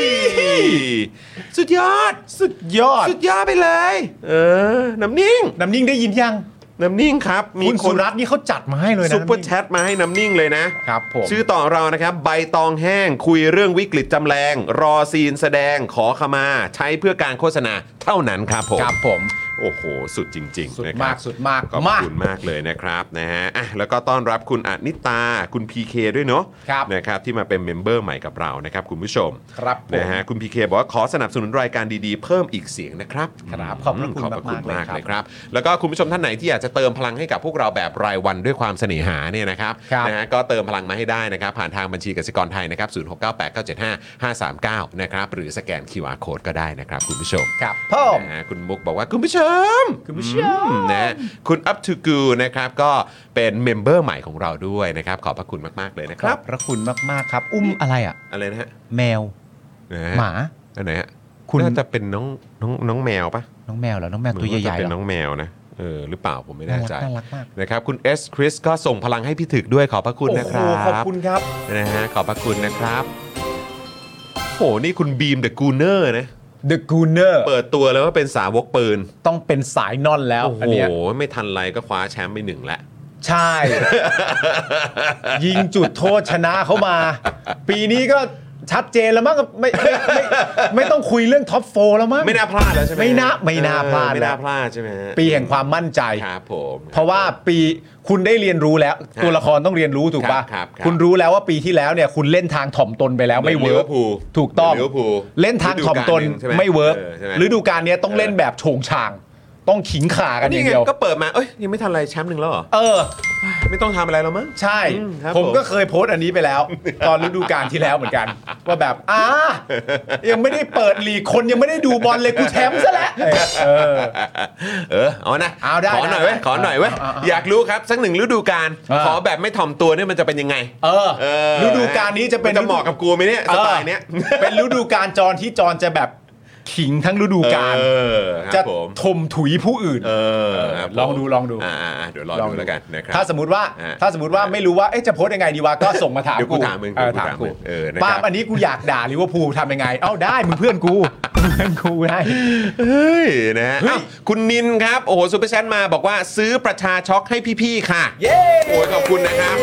[SPEAKER 1] สุดยอด
[SPEAKER 3] สุดยอด
[SPEAKER 1] สุดยอดไปเลย เออ น้ำนิ่ง
[SPEAKER 3] น้ำนิ่งได้ยินยัง
[SPEAKER 1] น้ำนิ่งครับ มี
[SPEAKER 3] คุณ
[SPEAKER 1] ค
[SPEAKER 3] สุ
[SPEAKER 1] น
[SPEAKER 3] รัตน์นี่เขาจัดมาให้เลยนะ
[SPEAKER 1] ซุปเปอร์แชทมาให้น้ำนิ่งเลยนะ
[SPEAKER 3] ครับผม
[SPEAKER 1] ชื่อต่อของเรานะครับ ใบตองแห้งคุยเรื่องวิกฤตจำแรง รอซีนแสดงขอขมา ใช้เพื่อการโฆษณาเท่านั้นครับผม
[SPEAKER 3] ครับผม
[SPEAKER 1] โอ้โห สุดจริงๆ
[SPEAKER 3] สุด
[SPEAKER 1] นะครับ
[SPEAKER 3] มากสุดมาก
[SPEAKER 1] ขอบ
[SPEAKER 3] มา
[SPEAKER 1] คุณมากเลยนะครับนะฮะอ่ะแล้วก็ต้อนรับคุณอนิตาคุณ PK ด้วยเนาะ
[SPEAKER 3] ครับ
[SPEAKER 1] นะครับที่มาเป็นเมมเบอร์ใหม่กับเรานะครับคุณผู้ชม
[SPEAKER 3] ครับผม
[SPEAKER 1] นะฮะคุณ PK บอกว่าขอสนับสนุนรายการดีๆ เพิ่มอีกเสียงนะครับ
[SPEAKER 3] ครับขอบพระคุณ
[SPEAKER 1] ขอบพระคุณมาม
[SPEAKER 3] าก กๆ
[SPEAKER 1] เล
[SPEAKER 3] เลย ย
[SPEAKER 1] ค
[SPEAKER 3] ครั
[SPEAKER 1] รับบ แล้วก็คุณผู้ชมท่านไหนที่อยากจะเติมพลังให้กับพวกเราแบบรายวันด้วยความเสน่หาเนี่ยนะครับ
[SPEAKER 3] ครับ
[SPEAKER 1] นะฮะก็เติมพลังมาให้ได้นะครับผ่านทางบัญชีกสิกรไทยนะครับศูนย์หกเก้าแปดเก้าเจ็ดห้าห้าสามเก้านะครับหรือสแกน QR Code ก็ได้นะครับคุณผู้ชม
[SPEAKER 3] ับเพิ่ม
[SPEAKER 1] นะฮะคุณมุกบอกว่าคุณผู้ชม
[SPEAKER 3] คุณผู้ชม
[SPEAKER 1] อืนะฮะคุณ up to g o นะครับก็เป็นเมมเบอร์ใหม่ของเราด้วยนะครับ ขอบพระคุณมาก ๆ เลยนะค
[SPEAKER 3] ค
[SPEAKER 1] รั
[SPEAKER 3] รั
[SPEAKER 1] บบ
[SPEAKER 3] พระคุณมาก ๆ ครับ อุ้มอะไรอ่ะ
[SPEAKER 1] อะไรนะฮะ
[SPEAKER 3] แมว
[SPEAKER 1] นะฮะ
[SPEAKER 3] หมา
[SPEAKER 1] อันไหนฮะ
[SPEAKER 3] คุณ
[SPEAKER 1] น่าจะเป็นน้องน้องน้องแมวปะ
[SPEAKER 3] น้องแมวเหรอ น้องแมวตัว
[SPEAKER 1] เหมือน
[SPEAKER 3] ใหญ่
[SPEAKER 1] ว่า
[SPEAKER 3] ๆ
[SPEAKER 1] จะเป็น
[SPEAKER 3] เหร
[SPEAKER 1] น้
[SPEAKER 3] อ
[SPEAKER 1] องแมวนะเออหรือเปล่าผมไม่
[SPEAKER 3] น่า
[SPEAKER 1] แน่
[SPEAKER 3] รัก
[SPEAKER 1] ใจ
[SPEAKER 3] น่ารักมาก
[SPEAKER 1] นะครับคุณเอสคริสก็ส่งพลังให้พี่ถึกด้วยขอบพระคุณนะครั
[SPEAKER 3] โอ้
[SPEAKER 1] บ
[SPEAKER 3] โหขอบคุณครับ
[SPEAKER 1] นะฮะขอบพระคุณนะครับโหนี่คุณบีมเดอะกูเนอร์นะ
[SPEAKER 3] The Gooner
[SPEAKER 1] เปิดตัวแล้วว่าเป็นสาวกปืน
[SPEAKER 3] ต้องเป็นสายนอนแล้ว
[SPEAKER 1] โอ้โห
[SPEAKER 3] อันเนี้ย
[SPEAKER 1] ไม่ทันไรก็คว้าแชมป์ไปหนึ่งแล้ว
[SPEAKER 3] ใช่ ยิงจุดโทษชนะเขามา ปีนี้ก็ชัดเจนแล้วมั้งไม่ไม่ไม่ไม่ต้องคุยเรื่องท็อปโฟแล้วมั้ง
[SPEAKER 1] ไม่น่าพลาดแล้วใช่ไหม
[SPEAKER 3] ไม่น่าไม่น่าพลาด
[SPEAKER 1] เออไม่น่าพลาดใช่ไหมฮะ
[SPEAKER 3] ปีแห่งความมั่นใจ
[SPEAKER 1] ครับผม
[SPEAKER 3] เพราะว่าปีคุณได้เรียนรู้แล้ว ตัวละครต้องเรียนรู้ถูกป่ะ
[SPEAKER 1] ครับครับ
[SPEAKER 3] ณรู้แล้วว่าปีที่แล้วเนี่ยคุณเล่นทางถ่อมตนไปแล้วไม่เวิร์ก
[SPEAKER 1] พู
[SPEAKER 3] ถูกต้อง
[SPEAKER 1] ลิเวอร์พูล
[SPEAKER 3] เล่นทางถ่อมตน
[SPEAKER 1] ฤดูกาลหงใช่ห
[SPEAKER 3] ไม่เวิร์ก
[SPEAKER 1] ออใช่ไหม
[SPEAKER 3] ฤดูกาลเนี้ยต้องเล่นแบบโฉงฉาง ต้องขิงขากันอ
[SPEAKER 1] นี่
[SPEAKER 3] ย่าง
[SPEAKER 1] ไง
[SPEAKER 3] เดียว
[SPEAKER 1] ก็เปิดมาเอ้ยยังไม่ทันไรแชมป์หนึ่งแล้วเหรอ
[SPEAKER 3] เออ
[SPEAKER 1] ไม่ต้องทำอะไรแล้วมั้ง
[SPEAKER 3] ใช่
[SPEAKER 1] อืมครับ
[SPEAKER 3] ผม
[SPEAKER 1] ผม
[SPEAKER 3] ก็เคยโพสต์อันนี้ไปแล้ว ตอนฤดูกาลที่แล้วเหมื อนกัน ว่าแบบอ่ายังไม่ได้เปิดลีกคนยังไม่ได้ดูบอลเลยกูแชมป์ซะแล้ว เออ
[SPEAKER 1] เออเอานะ
[SPEAKER 3] เอาได้
[SPEAKER 1] ขอหน่อยเว้ย
[SPEAKER 3] ได้
[SPEAKER 1] ขอหน่อยเว้ย
[SPEAKER 3] เอาเอาเอา
[SPEAKER 1] อยากรู้ครับสักหนึ่งฤดูกาล
[SPEAKER 3] เออ
[SPEAKER 1] ขอแบบไม่ถ่อมตัวเนี่ยมันจะเป็นยังไง
[SPEAKER 3] เออ
[SPEAKER 1] เออ
[SPEAKER 3] ฤดูกาลนี้จะเป็น
[SPEAKER 1] มัจะเหมาะกับกูไหมเนี่ยสไตล์เนี้ย
[SPEAKER 3] ออเป็นฤดูกาลจรที่จรจะแบบขิงทั้งฤดูกาล
[SPEAKER 1] เออค
[SPEAKER 3] จะ
[SPEAKER 1] รับผม
[SPEAKER 3] ถมถุยผู้อื่น
[SPEAKER 1] เออครับผม
[SPEAKER 3] ลองดูลองดู
[SPEAKER 1] าๆๆเดี๋ยวรอดูแล้วกันนะครับ
[SPEAKER 3] ถ้าสมมติว่า
[SPEAKER 1] อ่ะ
[SPEAKER 3] ถ้าสมมติว่าไม่รู้ว่าเอ๊ะจะโพสต์ยังไงดีวะก็ส่งมาถาม
[SPEAKER 1] เดี๋ยวกูถามมึง
[SPEAKER 3] เออ
[SPEAKER 1] กูถาม
[SPEAKER 3] ถามกู
[SPEAKER 1] มึงเออนะครับ
[SPEAKER 3] ป้ามอันนี้กูอยากด่าลิเวอร์พูลทำยังไง เอ้าได้มึงเพื่อนกู เพื่อนกูได้
[SPEAKER 1] เฮ้ยนะฮะ
[SPEAKER 3] เฮ้ย
[SPEAKER 1] อ้าวคุณนินครับ โอ้โหซูเปอร์แชทมาบอกว่าซื้อประชาช็อกให้พี่ๆค่ะ
[SPEAKER 3] เย้
[SPEAKER 1] โอ้ยขอบคุณนะครับ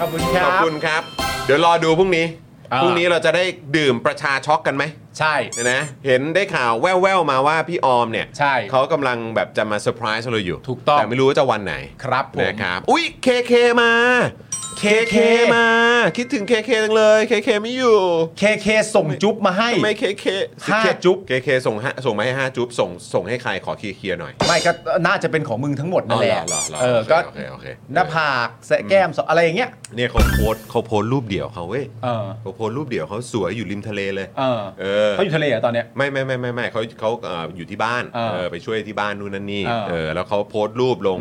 [SPEAKER 3] ขอบคุณครั
[SPEAKER 1] ข
[SPEAKER 3] บ
[SPEAKER 1] อบคุณครับ เดี๋ยวรอดูพรุ่งนี้
[SPEAKER 3] อ่า
[SPEAKER 1] พรุ่งนี้เราจะได้ดื่มประชาช็อกกันไหม
[SPEAKER 3] ใช่
[SPEAKER 1] นะเห็นได้ข่าวแว่วๆมาว่าพี่ออมเนี่ย
[SPEAKER 3] ใช่
[SPEAKER 1] เขากำลังแบบจะมาเซอร์ไพรส์เราอยู่
[SPEAKER 3] ถูกต้อง
[SPEAKER 1] แต่ไม่รู้ว่าจะวันไหน
[SPEAKER 3] ครับผม
[SPEAKER 1] นะครับ อุ้ยเคเคมา เคเค
[SPEAKER 3] KK
[SPEAKER 1] มา คิดถึงเคเคจังเลย เคเคไม่อยู่
[SPEAKER 3] KK ส่งจุ๊บมาให้
[SPEAKER 1] ทำไม่เคเค
[SPEAKER 3] ห้าจุ๊บ
[SPEAKER 1] เคเคส่งห้าส่งมาให้ห้าจุ๊บส่งส่งให้ใครขอเคลียร์ๆหน่อย
[SPEAKER 3] ไม่ก็น่าจะเป็นของมึงทั้งหมดนั่นแหละ
[SPEAKER 1] อ๋อเหรอเหรอเหรอ
[SPEAKER 3] เออ
[SPEAKER 1] โอเค
[SPEAKER 3] ก็
[SPEAKER 1] โอเคโอเค
[SPEAKER 3] หน้าผากแสะแก้มสออะไรอย่างเงี้ย
[SPEAKER 1] เนี่ยเขาโพสต์เขาโพสต์รูปเดี่ยวเขาเว้ย
[SPEAKER 3] เออ
[SPEAKER 1] เขาโพสต์รูปเดี่ยวเขาสวยอยู่ริมทะเลเลย
[SPEAKER 3] เออ
[SPEAKER 1] เออ
[SPEAKER 3] เขาอยู่ทะเลเหรอตอนเนี้ย
[SPEAKER 1] ไม่ไม่ไม่ไม่ไม่เขาเขาเอ่ออยู่ที่บ้าน
[SPEAKER 3] เออ
[SPEAKER 1] เออไปช่วยที่บ้านนู่นนั่นนี่
[SPEAKER 3] เออ
[SPEAKER 1] เออแล้วเขาโพสต์รูปลง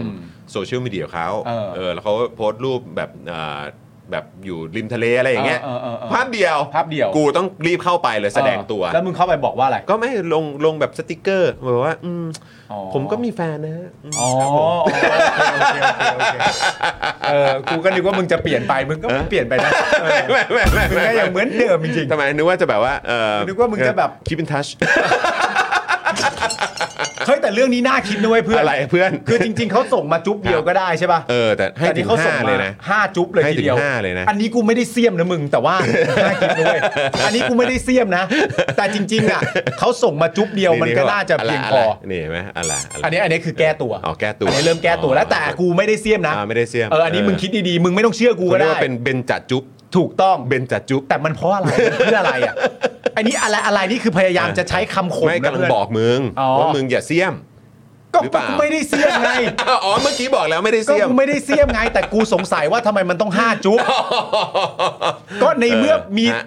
[SPEAKER 1] โซเชียลมีเดียเขา
[SPEAKER 3] เออ
[SPEAKER 1] เออแล้วเขาโพสต์รูปแบบเอ่อแบบอยู่ริมทะเลอะไรอย่างเงี้ย
[SPEAKER 3] เออเออเออเออ
[SPEAKER 1] ภาพเดียว
[SPEAKER 3] ภาพเดียว
[SPEAKER 1] กูต้องรีบเข้าไปเลยแสดงตัว
[SPEAKER 3] เออแล้วมึงเข้าไปบอกว่าอะไร
[SPEAKER 1] ก็ไม่ลงลงแบบสติกเกอร์แบบว่าอืม
[SPEAKER 3] อ๋อ
[SPEAKER 1] ผมก็มีแฟนนะฮะม
[SPEAKER 3] อ๋อ
[SPEAKER 1] ครับผม
[SPEAKER 3] โอเคโอเคโอเคโอเคเออกูก็นึกว่ามึงจะเปลี่ยนไปมึงก็ไม่เปลี่ยนไปนะเออ
[SPEAKER 1] ไม่ไม่ไม่
[SPEAKER 3] มึง
[SPEAKER 1] ไม่
[SPEAKER 3] ก็ยังเหมือนเดิมจริง
[SPEAKER 1] ทำไมนึกว่าจะแบบว่าเออ
[SPEAKER 3] นึกว่ามึงจะแบบ
[SPEAKER 1] คิปเป็นทัช
[SPEAKER 3] ๆเฮ้ยแต่เรื่องนี้น่าคิดนะเว้ยเพื่อน
[SPEAKER 1] อะไรเพื่อน
[SPEAKER 3] คือจริง ๆเขาส่งมาจุ๊บเดียวก็ได้ใช่ป่ะ
[SPEAKER 1] เออ แต่ให้
[SPEAKER 3] แต่
[SPEAKER 1] ถึ
[SPEAKER 3] นี่
[SPEAKER 1] ง
[SPEAKER 3] เขาส่
[SPEAKER 1] ห้าง เล
[SPEAKER 3] มาย
[SPEAKER 1] นะ
[SPEAKER 3] ห้าจุ๊บเลย
[SPEAKER 1] ให้
[SPEAKER 3] ที
[SPEAKER 1] ถึง
[SPEAKER 3] เดียว
[SPEAKER 1] ห้าเลยนะ
[SPEAKER 3] อันนี้กูไม่ได้เสียมนะมึงแต่ว่าน่าคิดนะเว้ย อันนี้กูไม่ได้เสียมนะ แต่จริงๆอ่ะเขาส่งมาจุ๊บเดียวมันก็น่าจะเพียงพอ
[SPEAKER 1] ไรนี่เห็นไหมอะไรอะไร
[SPEAKER 3] อันนี้อันนี้คือแก้ตัว
[SPEAKER 1] อ๋อแก้ตัว
[SPEAKER 3] อันนี้เริ่มแก้ตัวแล้วแต่กูไม่ได้เสียมนะ
[SPEAKER 1] อ่าไม่ได้เสียม
[SPEAKER 3] เอออันนี้
[SPEAKER 1] เออ
[SPEAKER 3] มึงคิดดีๆ มึงไม่ต้องเชื่อกู
[SPEAKER 1] เขา
[SPEAKER 3] ก็
[SPEAKER 1] เรียก
[SPEAKER 3] ได้
[SPEAKER 1] ว่าเป็นเบนจัดจุ๊บ
[SPEAKER 3] ถูกต้อง
[SPEAKER 1] เบนจัดจุ๊บ
[SPEAKER 3] แต่มันเพราะอะไรมันเพื่ออะไรอ่ะ อันนี้อะไรอะไรนี่คือพยายามจะใช้คำข่ม
[SPEAKER 1] ไม่
[SPEAKER 3] นะ
[SPEAKER 1] กำลัง
[SPEAKER 3] เพื่อน
[SPEAKER 1] บอกมึง
[SPEAKER 3] อ๋อ
[SPEAKER 1] ว่ามึงอย่าเสียม
[SPEAKER 3] ก็
[SPEAKER 1] หรือเป
[SPEAKER 3] ก็
[SPEAKER 1] ล่า
[SPEAKER 3] กูไม่ได้เสียมไง
[SPEAKER 1] อ้าวอ๋อเมื่อกี้บอกแล้วไม่ได้
[SPEAKER 3] ก็
[SPEAKER 1] เสียม
[SPEAKER 3] กูไม่ได้เสียมไง แต่กูสงสัยว่าทำไมมันต้องห้าจุ๊บก็ในเมื่อมี
[SPEAKER 1] ฮะ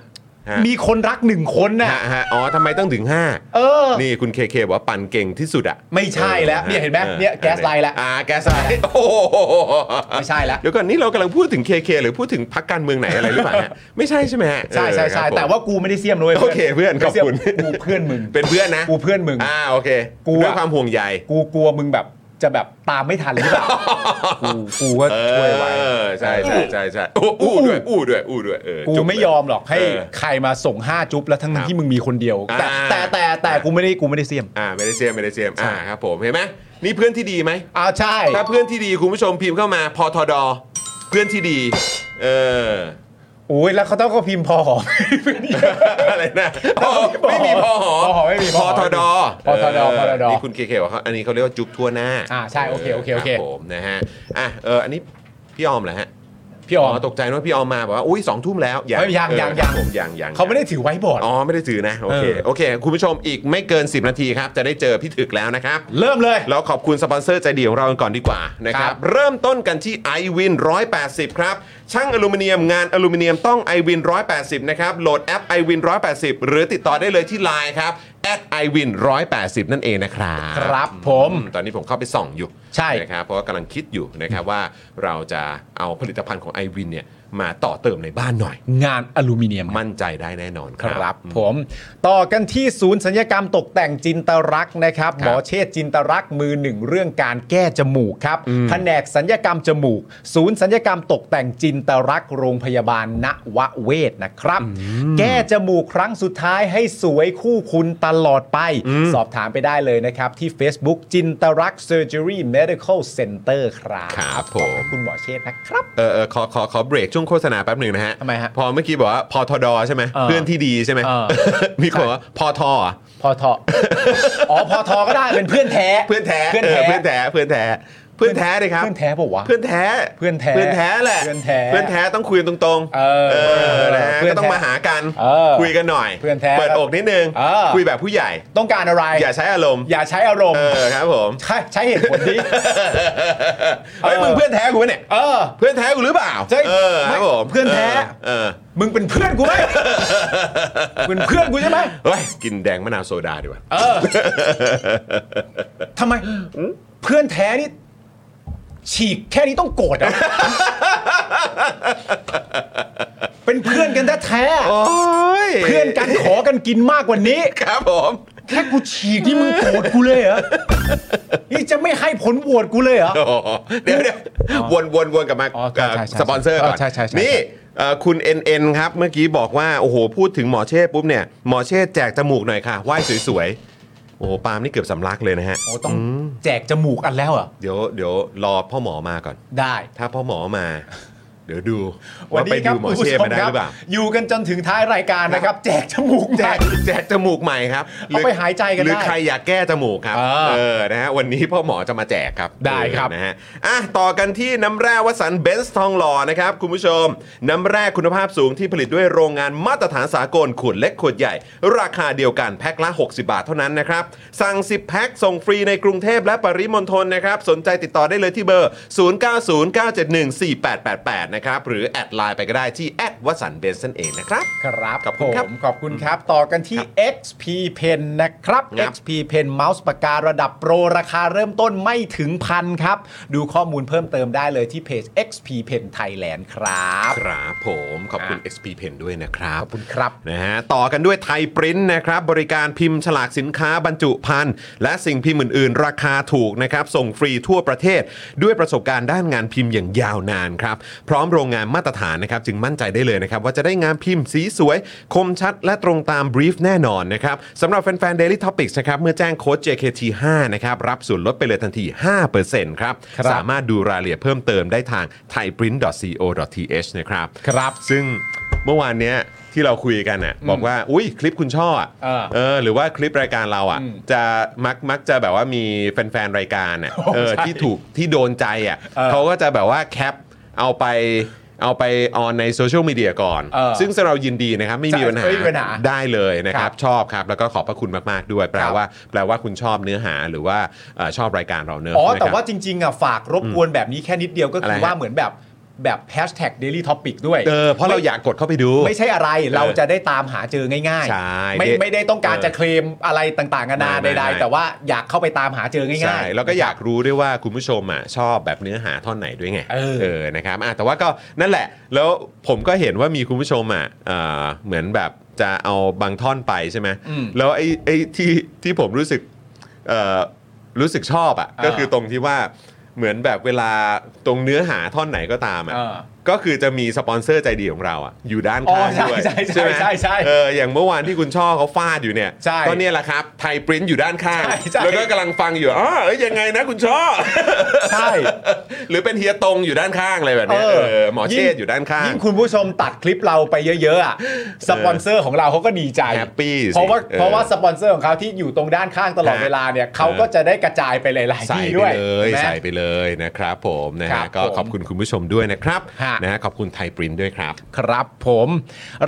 [SPEAKER 1] ฮะ
[SPEAKER 3] มีคนรักหนึ่งคนน่ะ
[SPEAKER 1] ฮะฮะอ๋อทำไมต้องถึงห้า
[SPEAKER 3] เออ
[SPEAKER 1] นี่คุณเคเคบอกว่าปั่นเก่งที่สุดอะ
[SPEAKER 3] ไม่ใช่แล้วเนี่ยเห็นไหม
[SPEAKER 1] ออ
[SPEAKER 3] เนี่ยแก๊สไลน์ละ
[SPEAKER 1] อ่าแก๊สไลน์โอ้ โห
[SPEAKER 3] ไม่ใช่แล้ว
[SPEAKER 1] เดี๋ยวก่อนนี่เรากำลังพูดถึง KK หรือพูดถึงพักการเมืองไหนอะไรหรือเปล่าฮะ ไม่ใช่ใช่ไหมฮะ
[SPEAKER 3] ใช่ใช่ใช่
[SPEAKER 1] เออครับผม
[SPEAKER 3] แต่ว่ากูไม่ได้เสียมนะเลย
[SPEAKER 1] โอเคเพื่อนขอบคุณ
[SPEAKER 3] กูเพื่อนมึง
[SPEAKER 1] เป็นเพื่อนนะ
[SPEAKER 3] กูเพื่อนมึง
[SPEAKER 1] อ่าโอเค
[SPEAKER 3] กู
[SPEAKER 1] ด้วย
[SPEAKER 3] อะ
[SPEAKER 1] ความห่วงใย
[SPEAKER 3] กูกลัวมึงแบบ จะแบบตามไม่ทันหรือเปล่า กูกูก็
[SPEAKER 1] เอ
[SPEAKER 3] ช่วยไว้
[SPEAKER 1] อใช่ใช่ใช่ใช่อู้อู้ด้วยอู้ด้วยอู้ด้วยเออ
[SPEAKER 3] กู
[SPEAKER 1] จุ๊บ
[SPEAKER 3] ไม่
[SPEAKER 1] เลย
[SPEAKER 3] ยอมหรอกให้
[SPEAKER 1] เ
[SPEAKER 3] ใครมาส่ง 5 จุ๊บแล้วทั้ง
[SPEAKER 1] ครับ
[SPEAKER 3] ที่มึงมีคนเดียว แต่
[SPEAKER 1] อ่า
[SPEAKER 3] แต่แต่แต่กูไม่ได้กูไม่ได้เสียม
[SPEAKER 1] อ่าไม่ได้เจมไม่ได้เจม
[SPEAKER 3] ใช่
[SPEAKER 1] อ่าครับผมเห็นไหมนี่เพื่อนที่ดีไหม
[SPEAKER 3] อ้าวใช่
[SPEAKER 1] ถ้าเพื่อนที่ดีคุณผู้ชมพิมพ์เข้ามาพอทอดอเพื่อนที่ดี เออ
[SPEAKER 3] โอ้ยแล้วเขาต้องก็พิมพ์พอหอม
[SPEAKER 1] อะไรนะอ๋อไม่มีพอหอ
[SPEAKER 3] พอหอไม่มี
[SPEAKER 1] พ
[SPEAKER 3] พ
[SPEAKER 1] อ
[SPEAKER 3] อ
[SPEAKER 1] ท
[SPEAKER 3] ห
[SPEAKER 1] อ
[SPEAKER 3] อ
[SPEAKER 1] ดอ
[SPEAKER 3] พอทอดอพอทอดอ
[SPEAKER 1] นี่คุณเคเคบอกเขาอันนี้เขาเรียกว่าจุ๊บทั่วหน้า
[SPEAKER 3] อ่าใช่โอเคโอเคโอเค
[SPEAKER 1] รับผมนะฮะอ่ะเอออันนี้พี่ออมเหรอฮะ
[SPEAKER 3] พี่อ๋อม
[SPEAKER 1] ตกใจนึกว่าพี่ออมมาบอกว่าอุ้ยสองทุ่มแล้ว
[SPEAKER 3] เฮ้ยยัง
[SPEAKER 1] เออ
[SPEAKER 3] ยังยัง
[SPEAKER 1] ผมยังยัง
[SPEAKER 3] เขาไม่ได้ถือไว้บอร์ด
[SPEAKER 1] อ๋อ ไม่ได้ถือนะ โอเค
[SPEAKER 3] เออ
[SPEAKER 1] โอเค คุณผู้ชมอีกไม่เกิน 10 นาทีครับ จะได้เจอพี่ถึกแล้วนะครับ
[SPEAKER 3] เริ่มเลย
[SPEAKER 1] เราขอบคุณสปอนเซอร์ใจดีของเรากันก่อนดีกว่านะครับ
[SPEAKER 3] ครับ
[SPEAKER 1] เริ่มต้นกันที่ i w วิน180 ครับ ช่างอลูมิเนียมงานอลูมิเนียมต้อง i w วิน180 นะครับ โหลดแอป i w วิน180 หรือติดต่อได้เลยที่ Line ครับ i w วิน180 นั่นเองนะครับ
[SPEAKER 3] ครับผม
[SPEAKER 1] ตอนนี้ผมเข้าไปส่องอยู่
[SPEAKER 3] ใช่
[SPEAKER 1] นะครับเพราะว่ากำลังคิดอยู่นะครับว่าเราจะเอาผลิตภัณฑ์ของ i w วินเนี่ยมาต่อเติมในบ้านหน่อย
[SPEAKER 3] งานอลูมิเนียม
[SPEAKER 1] มั่นใจได้แน่นอนค
[SPEAKER 3] ค
[SPEAKER 1] รั
[SPEAKER 3] รับผมต่อกันที่ศูนย์สัญญกรรมตกแต่งจินตรักษณ์นะครับ
[SPEAKER 1] ครับ
[SPEAKER 3] หมอเชษฐ์จินตรักษณ์มือหนึ่งเรื่องการแก้จมูกครับแผนกสัญญกรรมจมูก ศูนย์สัญญกรรมตกแต่งจินตรักษณ์โรงพยาบาลณวเวศนะครับ แก้จมูกครั้งสุดท้ายให้สวยคู่คุณตลอดไป สอบถามไปได้เลยนะครับ ที่ Facebook จินตรักเซอร์เจอรี่เมดิคอลเซ็นเตอร์ครับ
[SPEAKER 1] ครับผม
[SPEAKER 3] ขอบพะคุณหมอเชษฐ์นะครับ
[SPEAKER 1] เออเออขอขอขอเบรกช่วงโฆษณาแป๊บหนึ่งนะฮะ
[SPEAKER 3] ทำไมฮะ
[SPEAKER 1] พอเมื่อกี้บอกว่าพอทอดอใช่ไหม
[SPEAKER 3] เออ
[SPEAKER 1] เพื่อนที่ดีใช่ไหม
[SPEAKER 3] เออ
[SPEAKER 1] มีคนบอกว่าพอทออ่ะ
[SPEAKER 3] พอทอ อ๋อพอทอก็ได้เป็นเพื่อนแท้
[SPEAKER 1] เพื่อนแท้
[SPEAKER 3] เพื่อน
[SPEAKER 1] เอ
[SPEAKER 3] แท้
[SPEAKER 1] อเพื่อนแท้เพื่อนแท้เพื่อนแท้เลยครับ
[SPEAKER 3] เพื่อนแท้ปะวะ
[SPEAKER 1] เพื่อนแท้
[SPEAKER 3] เพื่อนแท้
[SPEAKER 1] เพื่อนแท้แหละ
[SPEAKER 3] เพื่อนแท้
[SPEAKER 1] เพื่อนแท้ต้องคุยกันตรงๆ
[SPEAKER 3] เออ
[SPEAKER 1] อนะฮะ
[SPEAKER 3] เพื่อน
[SPEAKER 1] ก็
[SPEAKER 3] แท้
[SPEAKER 1] ต้องมาหากัน
[SPEAKER 3] เออ
[SPEAKER 1] คุยกันหน่อย
[SPEAKER 3] เพื่อนแท้
[SPEAKER 1] เปิดอกนิดนึง
[SPEAKER 3] เออ
[SPEAKER 1] คุยแบบผู้ใหญ่
[SPEAKER 3] ต้องการอะไร
[SPEAKER 1] อย่าใช้อารมณ์
[SPEAKER 3] อย่าใช้อารม
[SPEAKER 1] เออ
[SPEAKER 3] ณ์
[SPEAKER 1] ครับผม
[SPEAKER 3] ใช้ใช้เหตุผลดิ
[SPEAKER 1] เฮ้ย
[SPEAKER 3] เออ
[SPEAKER 1] มึงเพื่อนแท้กูปะเนี่ย
[SPEAKER 3] เออ
[SPEAKER 1] เพื่อนแท้กูหรือเปล่า
[SPEAKER 3] ใช่
[SPEAKER 1] เออครับผม
[SPEAKER 3] เพื่อนแท้
[SPEAKER 1] เออ
[SPEAKER 3] มึงเป็นเพื่อนกูไหม เป็นเพื่อนกูใช่ไหม
[SPEAKER 1] เฮ้ยกินแดงมะนาวโซดาดีกว่า
[SPEAKER 3] เออทำไมเพื่อนแท้นี่ฉีกแค่นี้ต้องโกรธเหรอ่ะ เป็นเพื่อนกันแท้
[SPEAKER 1] โอ้ย
[SPEAKER 3] ๆเพื่อนกันขอกันกินมากกว่านี้
[SPEAKER 1] ครับผม
[SPEAKER 3] แค่กูฉีกนี่มึงโกรธกูเลยเหรอ นี่จะไม่ให้ผลโหวตกูเลยเหรอ
[SPEAKER 1] โอ้โหเดี๋ยวเดี๋ยววนวนวนกลับมา
[SPEAKER 3] อ๋อใช่ใช่ใช่
[SPEAKER 1] สปอนเซอร์ก่อน
[SPEAKER 3] เออใช่ใช่ใช่
[SPEAKER 1] นี่เอ่อคุณ NN ครับเมื่อกี้บอกว่า โอ้โห พูดถึงหมอเช่ปุ๊บเนี่ย หมอเช่แจกจมูกหน่อยค่ะไหว้สวยๆ โอ้โหปาล์มนี่เกือบสำลักเลยนะฮะ
[SPEAKER 3] โอ้ต้องแจกจมูกอันแล้วเหรอ่ะ
[SPEAKER 1] เดี๋ยวเดี๋ยวรอพ่อหมอมาก่อน
[SPEAKER 3] ได้
[SPEAKER 1] ถ้าพ่อหมอมา เดี๋ยวดู ว่าไปดูหมอเช่มาได้หรือเปล่า
[SPEAKER 3] อยู่กันจนถึงท้ายรายการนะครับ แจกจมูก
[SPEAKER 1] แจ
[SPEAKER 3] แจ
[SPEAKER 1] ก
[SPEAKER 3] ก
[SPEAKER 1] แจกจมูกใหม่ครับ
[SPEAKER 3] เอาไป
[SPEAKER 1] รือ
[SPEAKER 3] หายใจกัน
[SPEAKER 1] หรือ
[SPEAKER 3] ได้
[SPEAKER 1] ใครอยากแก้จมูกครับ
[SPEAKER 3] เออ
[SPEAKER 1] เออนะฮะวันนี้พ่อหมอจะมาแจกครับ
[SPEAKER 3] ได้ครับ
[SPEAKER 1] เออนะฮะอ่ะต่อกันที่น้ำแร่วสันเบนซ์ทองหล่อนะครับคุณผู้ชม น้ำแร่คุณภาพสูงที่ผลิตด้วยโรงงานมาตรฐานสากลขวดเล็กขวดใหญ่ ราคาเดียวกันแพ็คละ 60 บาทเท่านั้นนะครับ สั่ง 10 แพ็คส่งฟรีในกรุงเทพและปริมณฑลนะครับ สนใจติดต่อได้เลยที่เบอร์ 0909714888 นะครับหรือแอดไลน์ไปก็ได้ที่แอดวสันเบนซ์นั่นเองนะครับ
[SPEAKER 3] ครับ
[SPEAKER 1] ขอบคุณครับ
[SPEAKER 3] ผมขอบคุณครับ ต่อกันที่ XP Pen นะครับ
[SPEAKER 1] ครับ
[SPEAKER 3] XP Pen เมาส์ปากการะดับโปร ราคาเริ่มต้นไม่ถึงพันครับ ดูข้อมูลเพิ่มเติมได้เลยที่เพจ XP Pen Thailand ครับ
[SPEAKER 1] ครับผมขอบคุณ
[SPEAKER 3] อ่ะ
[SPEAKER 1] XP Pen ด้วยนะครับ
[SPEAKER 3] ขอบคุณครับ
[SPEAKER 1] นะฮะต่อกันด้วยไทยปริ้นนะครับ บริการพิมพ์ฉลากสินค้าบรรจุภัณฑ์และสิ่งพิมพ์อื่น ๆ ราคาถูกนะครับ ส่งฟรีทั่วประเทศ ด้วยประสบการณ์ด้านงานพิมพ์อย่างยาวนานครับ พร้อมโรงงานมาตรฐานนะครับ จึงมั่นใจได้เลยนะครับ ว่าจะได้งานพิมพ์สีสวย คมชัด และตรงตามบรีฟแน่นอนนะครับสำหรับแฟน ๆ Daily Topics นะครับ เมื่อแจ้งโค้ด JKT5 นะครับ รับส่วนลดไปเลยทันที 5%ครับ
[SPEAKER 3] ครับ
[SPEAKER 1] สามารถดูรายละเอียดเพิ่มเติมได้ทาง thaiprint.co.th นะครับ
[SPEAKER 3] ครับ
[SPEAKER 1] ซึ่งเมื่อวานเนี้ยที่เราคุยกันน่ะบอกว่าอุ้ยคลิปคุณช่ออ่ะ
[SPEAKER 3] เออ
[SPEAKER 1] เออหรือว่าคลิปรายการเราอ่ะจะมักมักจะแบบว่ามีแฟนๆรายการอ่ะเออ
[SPEAKER 3] ใช่
[SPEAKER 1] ที่ถูกที่โดนใจอ่ะ
[SPEAKER 3] เออ
[SPEAKER 1] เขาก็จะแบบว่าแคปเอาไปเอาไปออนในโซเชียลมีเดียก่อน
[SPEAKER 3] เออ
[SPEAKER 1] ซึ่งเรายินดีนะครับไม่มี
[SPEAKER 3] ใช่
[SPEAKER 1] ปัญหา
[SPEAKER 3] ไม่มีปัญหา
[SPEAKER 1] ได้เลยนะค
[SPEAKER 3] ครั
[SPEAKER 1] รับบชอบครับ แล้วก็ขอบพระคุณมากๆด้วย แปล
[SPEAKER 3] ครับ
[SPEAKER 1] ว่า แปลว่าคุณชอบเนื้อหาหรือว่าเอ่อชอบรายการเราเนื้
[SPEAKER 3] อ๋อ
[SPEAKER 1] นะครับ
[SPEAKER 3] แต่ว่าจริง ๆ อ่ะ ฝากรบกวนแบบนี้แค่นิดเดียวก็
[SPEAKER 1] อะ
[SPEAKER 3] คื
[SPEAKER 1] ไร
[SPEAKER 3] อ
[SPEAKER 1] ฮะ
[SPEAKER 3] ว่าเหมือนแบบแบบแฮชแท็ก daily topic ด้วย
[SPEAKER 1] เออเพราะเราอยากกดเข้าไปดู
[SPEAKER 3] ไม่ใช่อะไรเราจะได้ตามหาเจอง่าย
[SPEAKER 1] ใช่
[SPEAKER 3] ๆ ไม่ไม่ได้ต้องการจะเคลมอะไรต่างๆนานา
[SPEAKER 1] ไม่ไม่
[SPEAKER 3] ใด
[SPEAKER 1] ไม่
[SPEAKER 3] ๆ แต่ว่าอยากเข้าไปตามหาเจอง่า
[SPEAKER 1] ใช่
[SPEAKER 3] ยๆ
[SPEAKER 1] แล้วก็อยากรู้ด้วยว่าคุณผู้ชมอ่ะชอบแบบเนื้อหาท่อนไหนด้วยไง
[SPEAKER 3] เออ
[SPEAKER 1] นะครับอ่ะแต่ว่าก็นั่นแหละ แล้วผมก็เห็นว่ามีคุณผู้ชมอ่ะเอ่อเหมือนแบบจะเอาบางท่อนไปใช่ไหม
[SPEAKER 3] อืม
[SPEAKER 1] แล้วไอ้ไอ้ที่ที่ผมรู้สึกเอ่อ รู้สึกชอบอ่ะ
[SPEAKER 3] เออ
[SPEAKER 1] ก็คือตรงที่ว่าเหมือนแบบเวลาตรงเนื้อหาท่อนไหนก็ตามอ่ะ
[SPEAKER 3] เออ
[SPEAKER 1] ก็คือจะมีสปอนเซอร์ใจดีของเราอ่ะอยู่ด้านข้าง
[SPEAKER 3] อ๋อใช่
[SPEAKER 1] ด้วย
[SPEAKER 3] ใช่ใช่
[SPEAKER 1] ไหม
[SPEAKER 3] ใช่ใช่
[SPEAKER 1] เอออย่างเมื่อวานที่คุณช่อเขาฟาดอยู่เนี่ย
[SPEAKER 3] ใช่
[SPEAKER 1] ก็เนี่ยแหละครับไทยปริ้นอยู่ด้านข้าง
[SPEAKER 3] ใช่ใช่
[SPEAKER 1] แล้วก็กำลังฟังอยู่อ๋อเอ้ยยังไงนะคุณช่อ
[SPEAKER 3] ใช่
[SPEAKER 1] หรือเป็นเฮียตรงอยู่ด้านข้างอะไรแบบเนี้ย
[SPEAKER 3] เออ
[SPEAKER 1] เออหมอเชษฐ์อยู่ด้านข้าง
[SPEAKER 3] ยิ่งคุณผู้ชมตัดคลิปเราไปเยอะๆอะสปอนเซอร์ของเราเขาก็ดีใจ
[SPEAKER 1] แฮปปี้สิ
[SPEAKER 3] เพราะว่า
[SPEAKER 1] เออ
[SPEAKER 3] เพราะว่าสปอนเซอร์ของเขาที่อยู่ตรงด้านข้างตลอด
[SPEAKER 1] ฮะ
[SPEAKER 3] เวลาเนี่ย
[SPEAKER 1] เออ
[SPEAKER 3] เขาก็จะได้กระจายไปหลายๆ
[SPEAKER 1] ใส่
[SPEAKER 3] ที่
[SPEAKER 1] ไป
[SPEAKER 3] ด้วย
[SPEAKER 1] เลย
[SPEAKER 3] นะ
[SPEAKER 1] ใส่ไปเลยนะครับผมนะ
[SPEAKER 3] ครั
[SPEAKER 1] ฮะ
[SPEAKER 3] บ
[SPEAKER 1] ก็
[SPEAKER 3] ผม
[SPEAKER 1] ขอบคุณคุณผู้ชมด้วยนะครับ
[SPEAKER 3] ฮะ
[SPEAKER 1] นะฮะขอบคุณไทยปริ้นด้วยครับ
[SPEAKER 3] ครับผม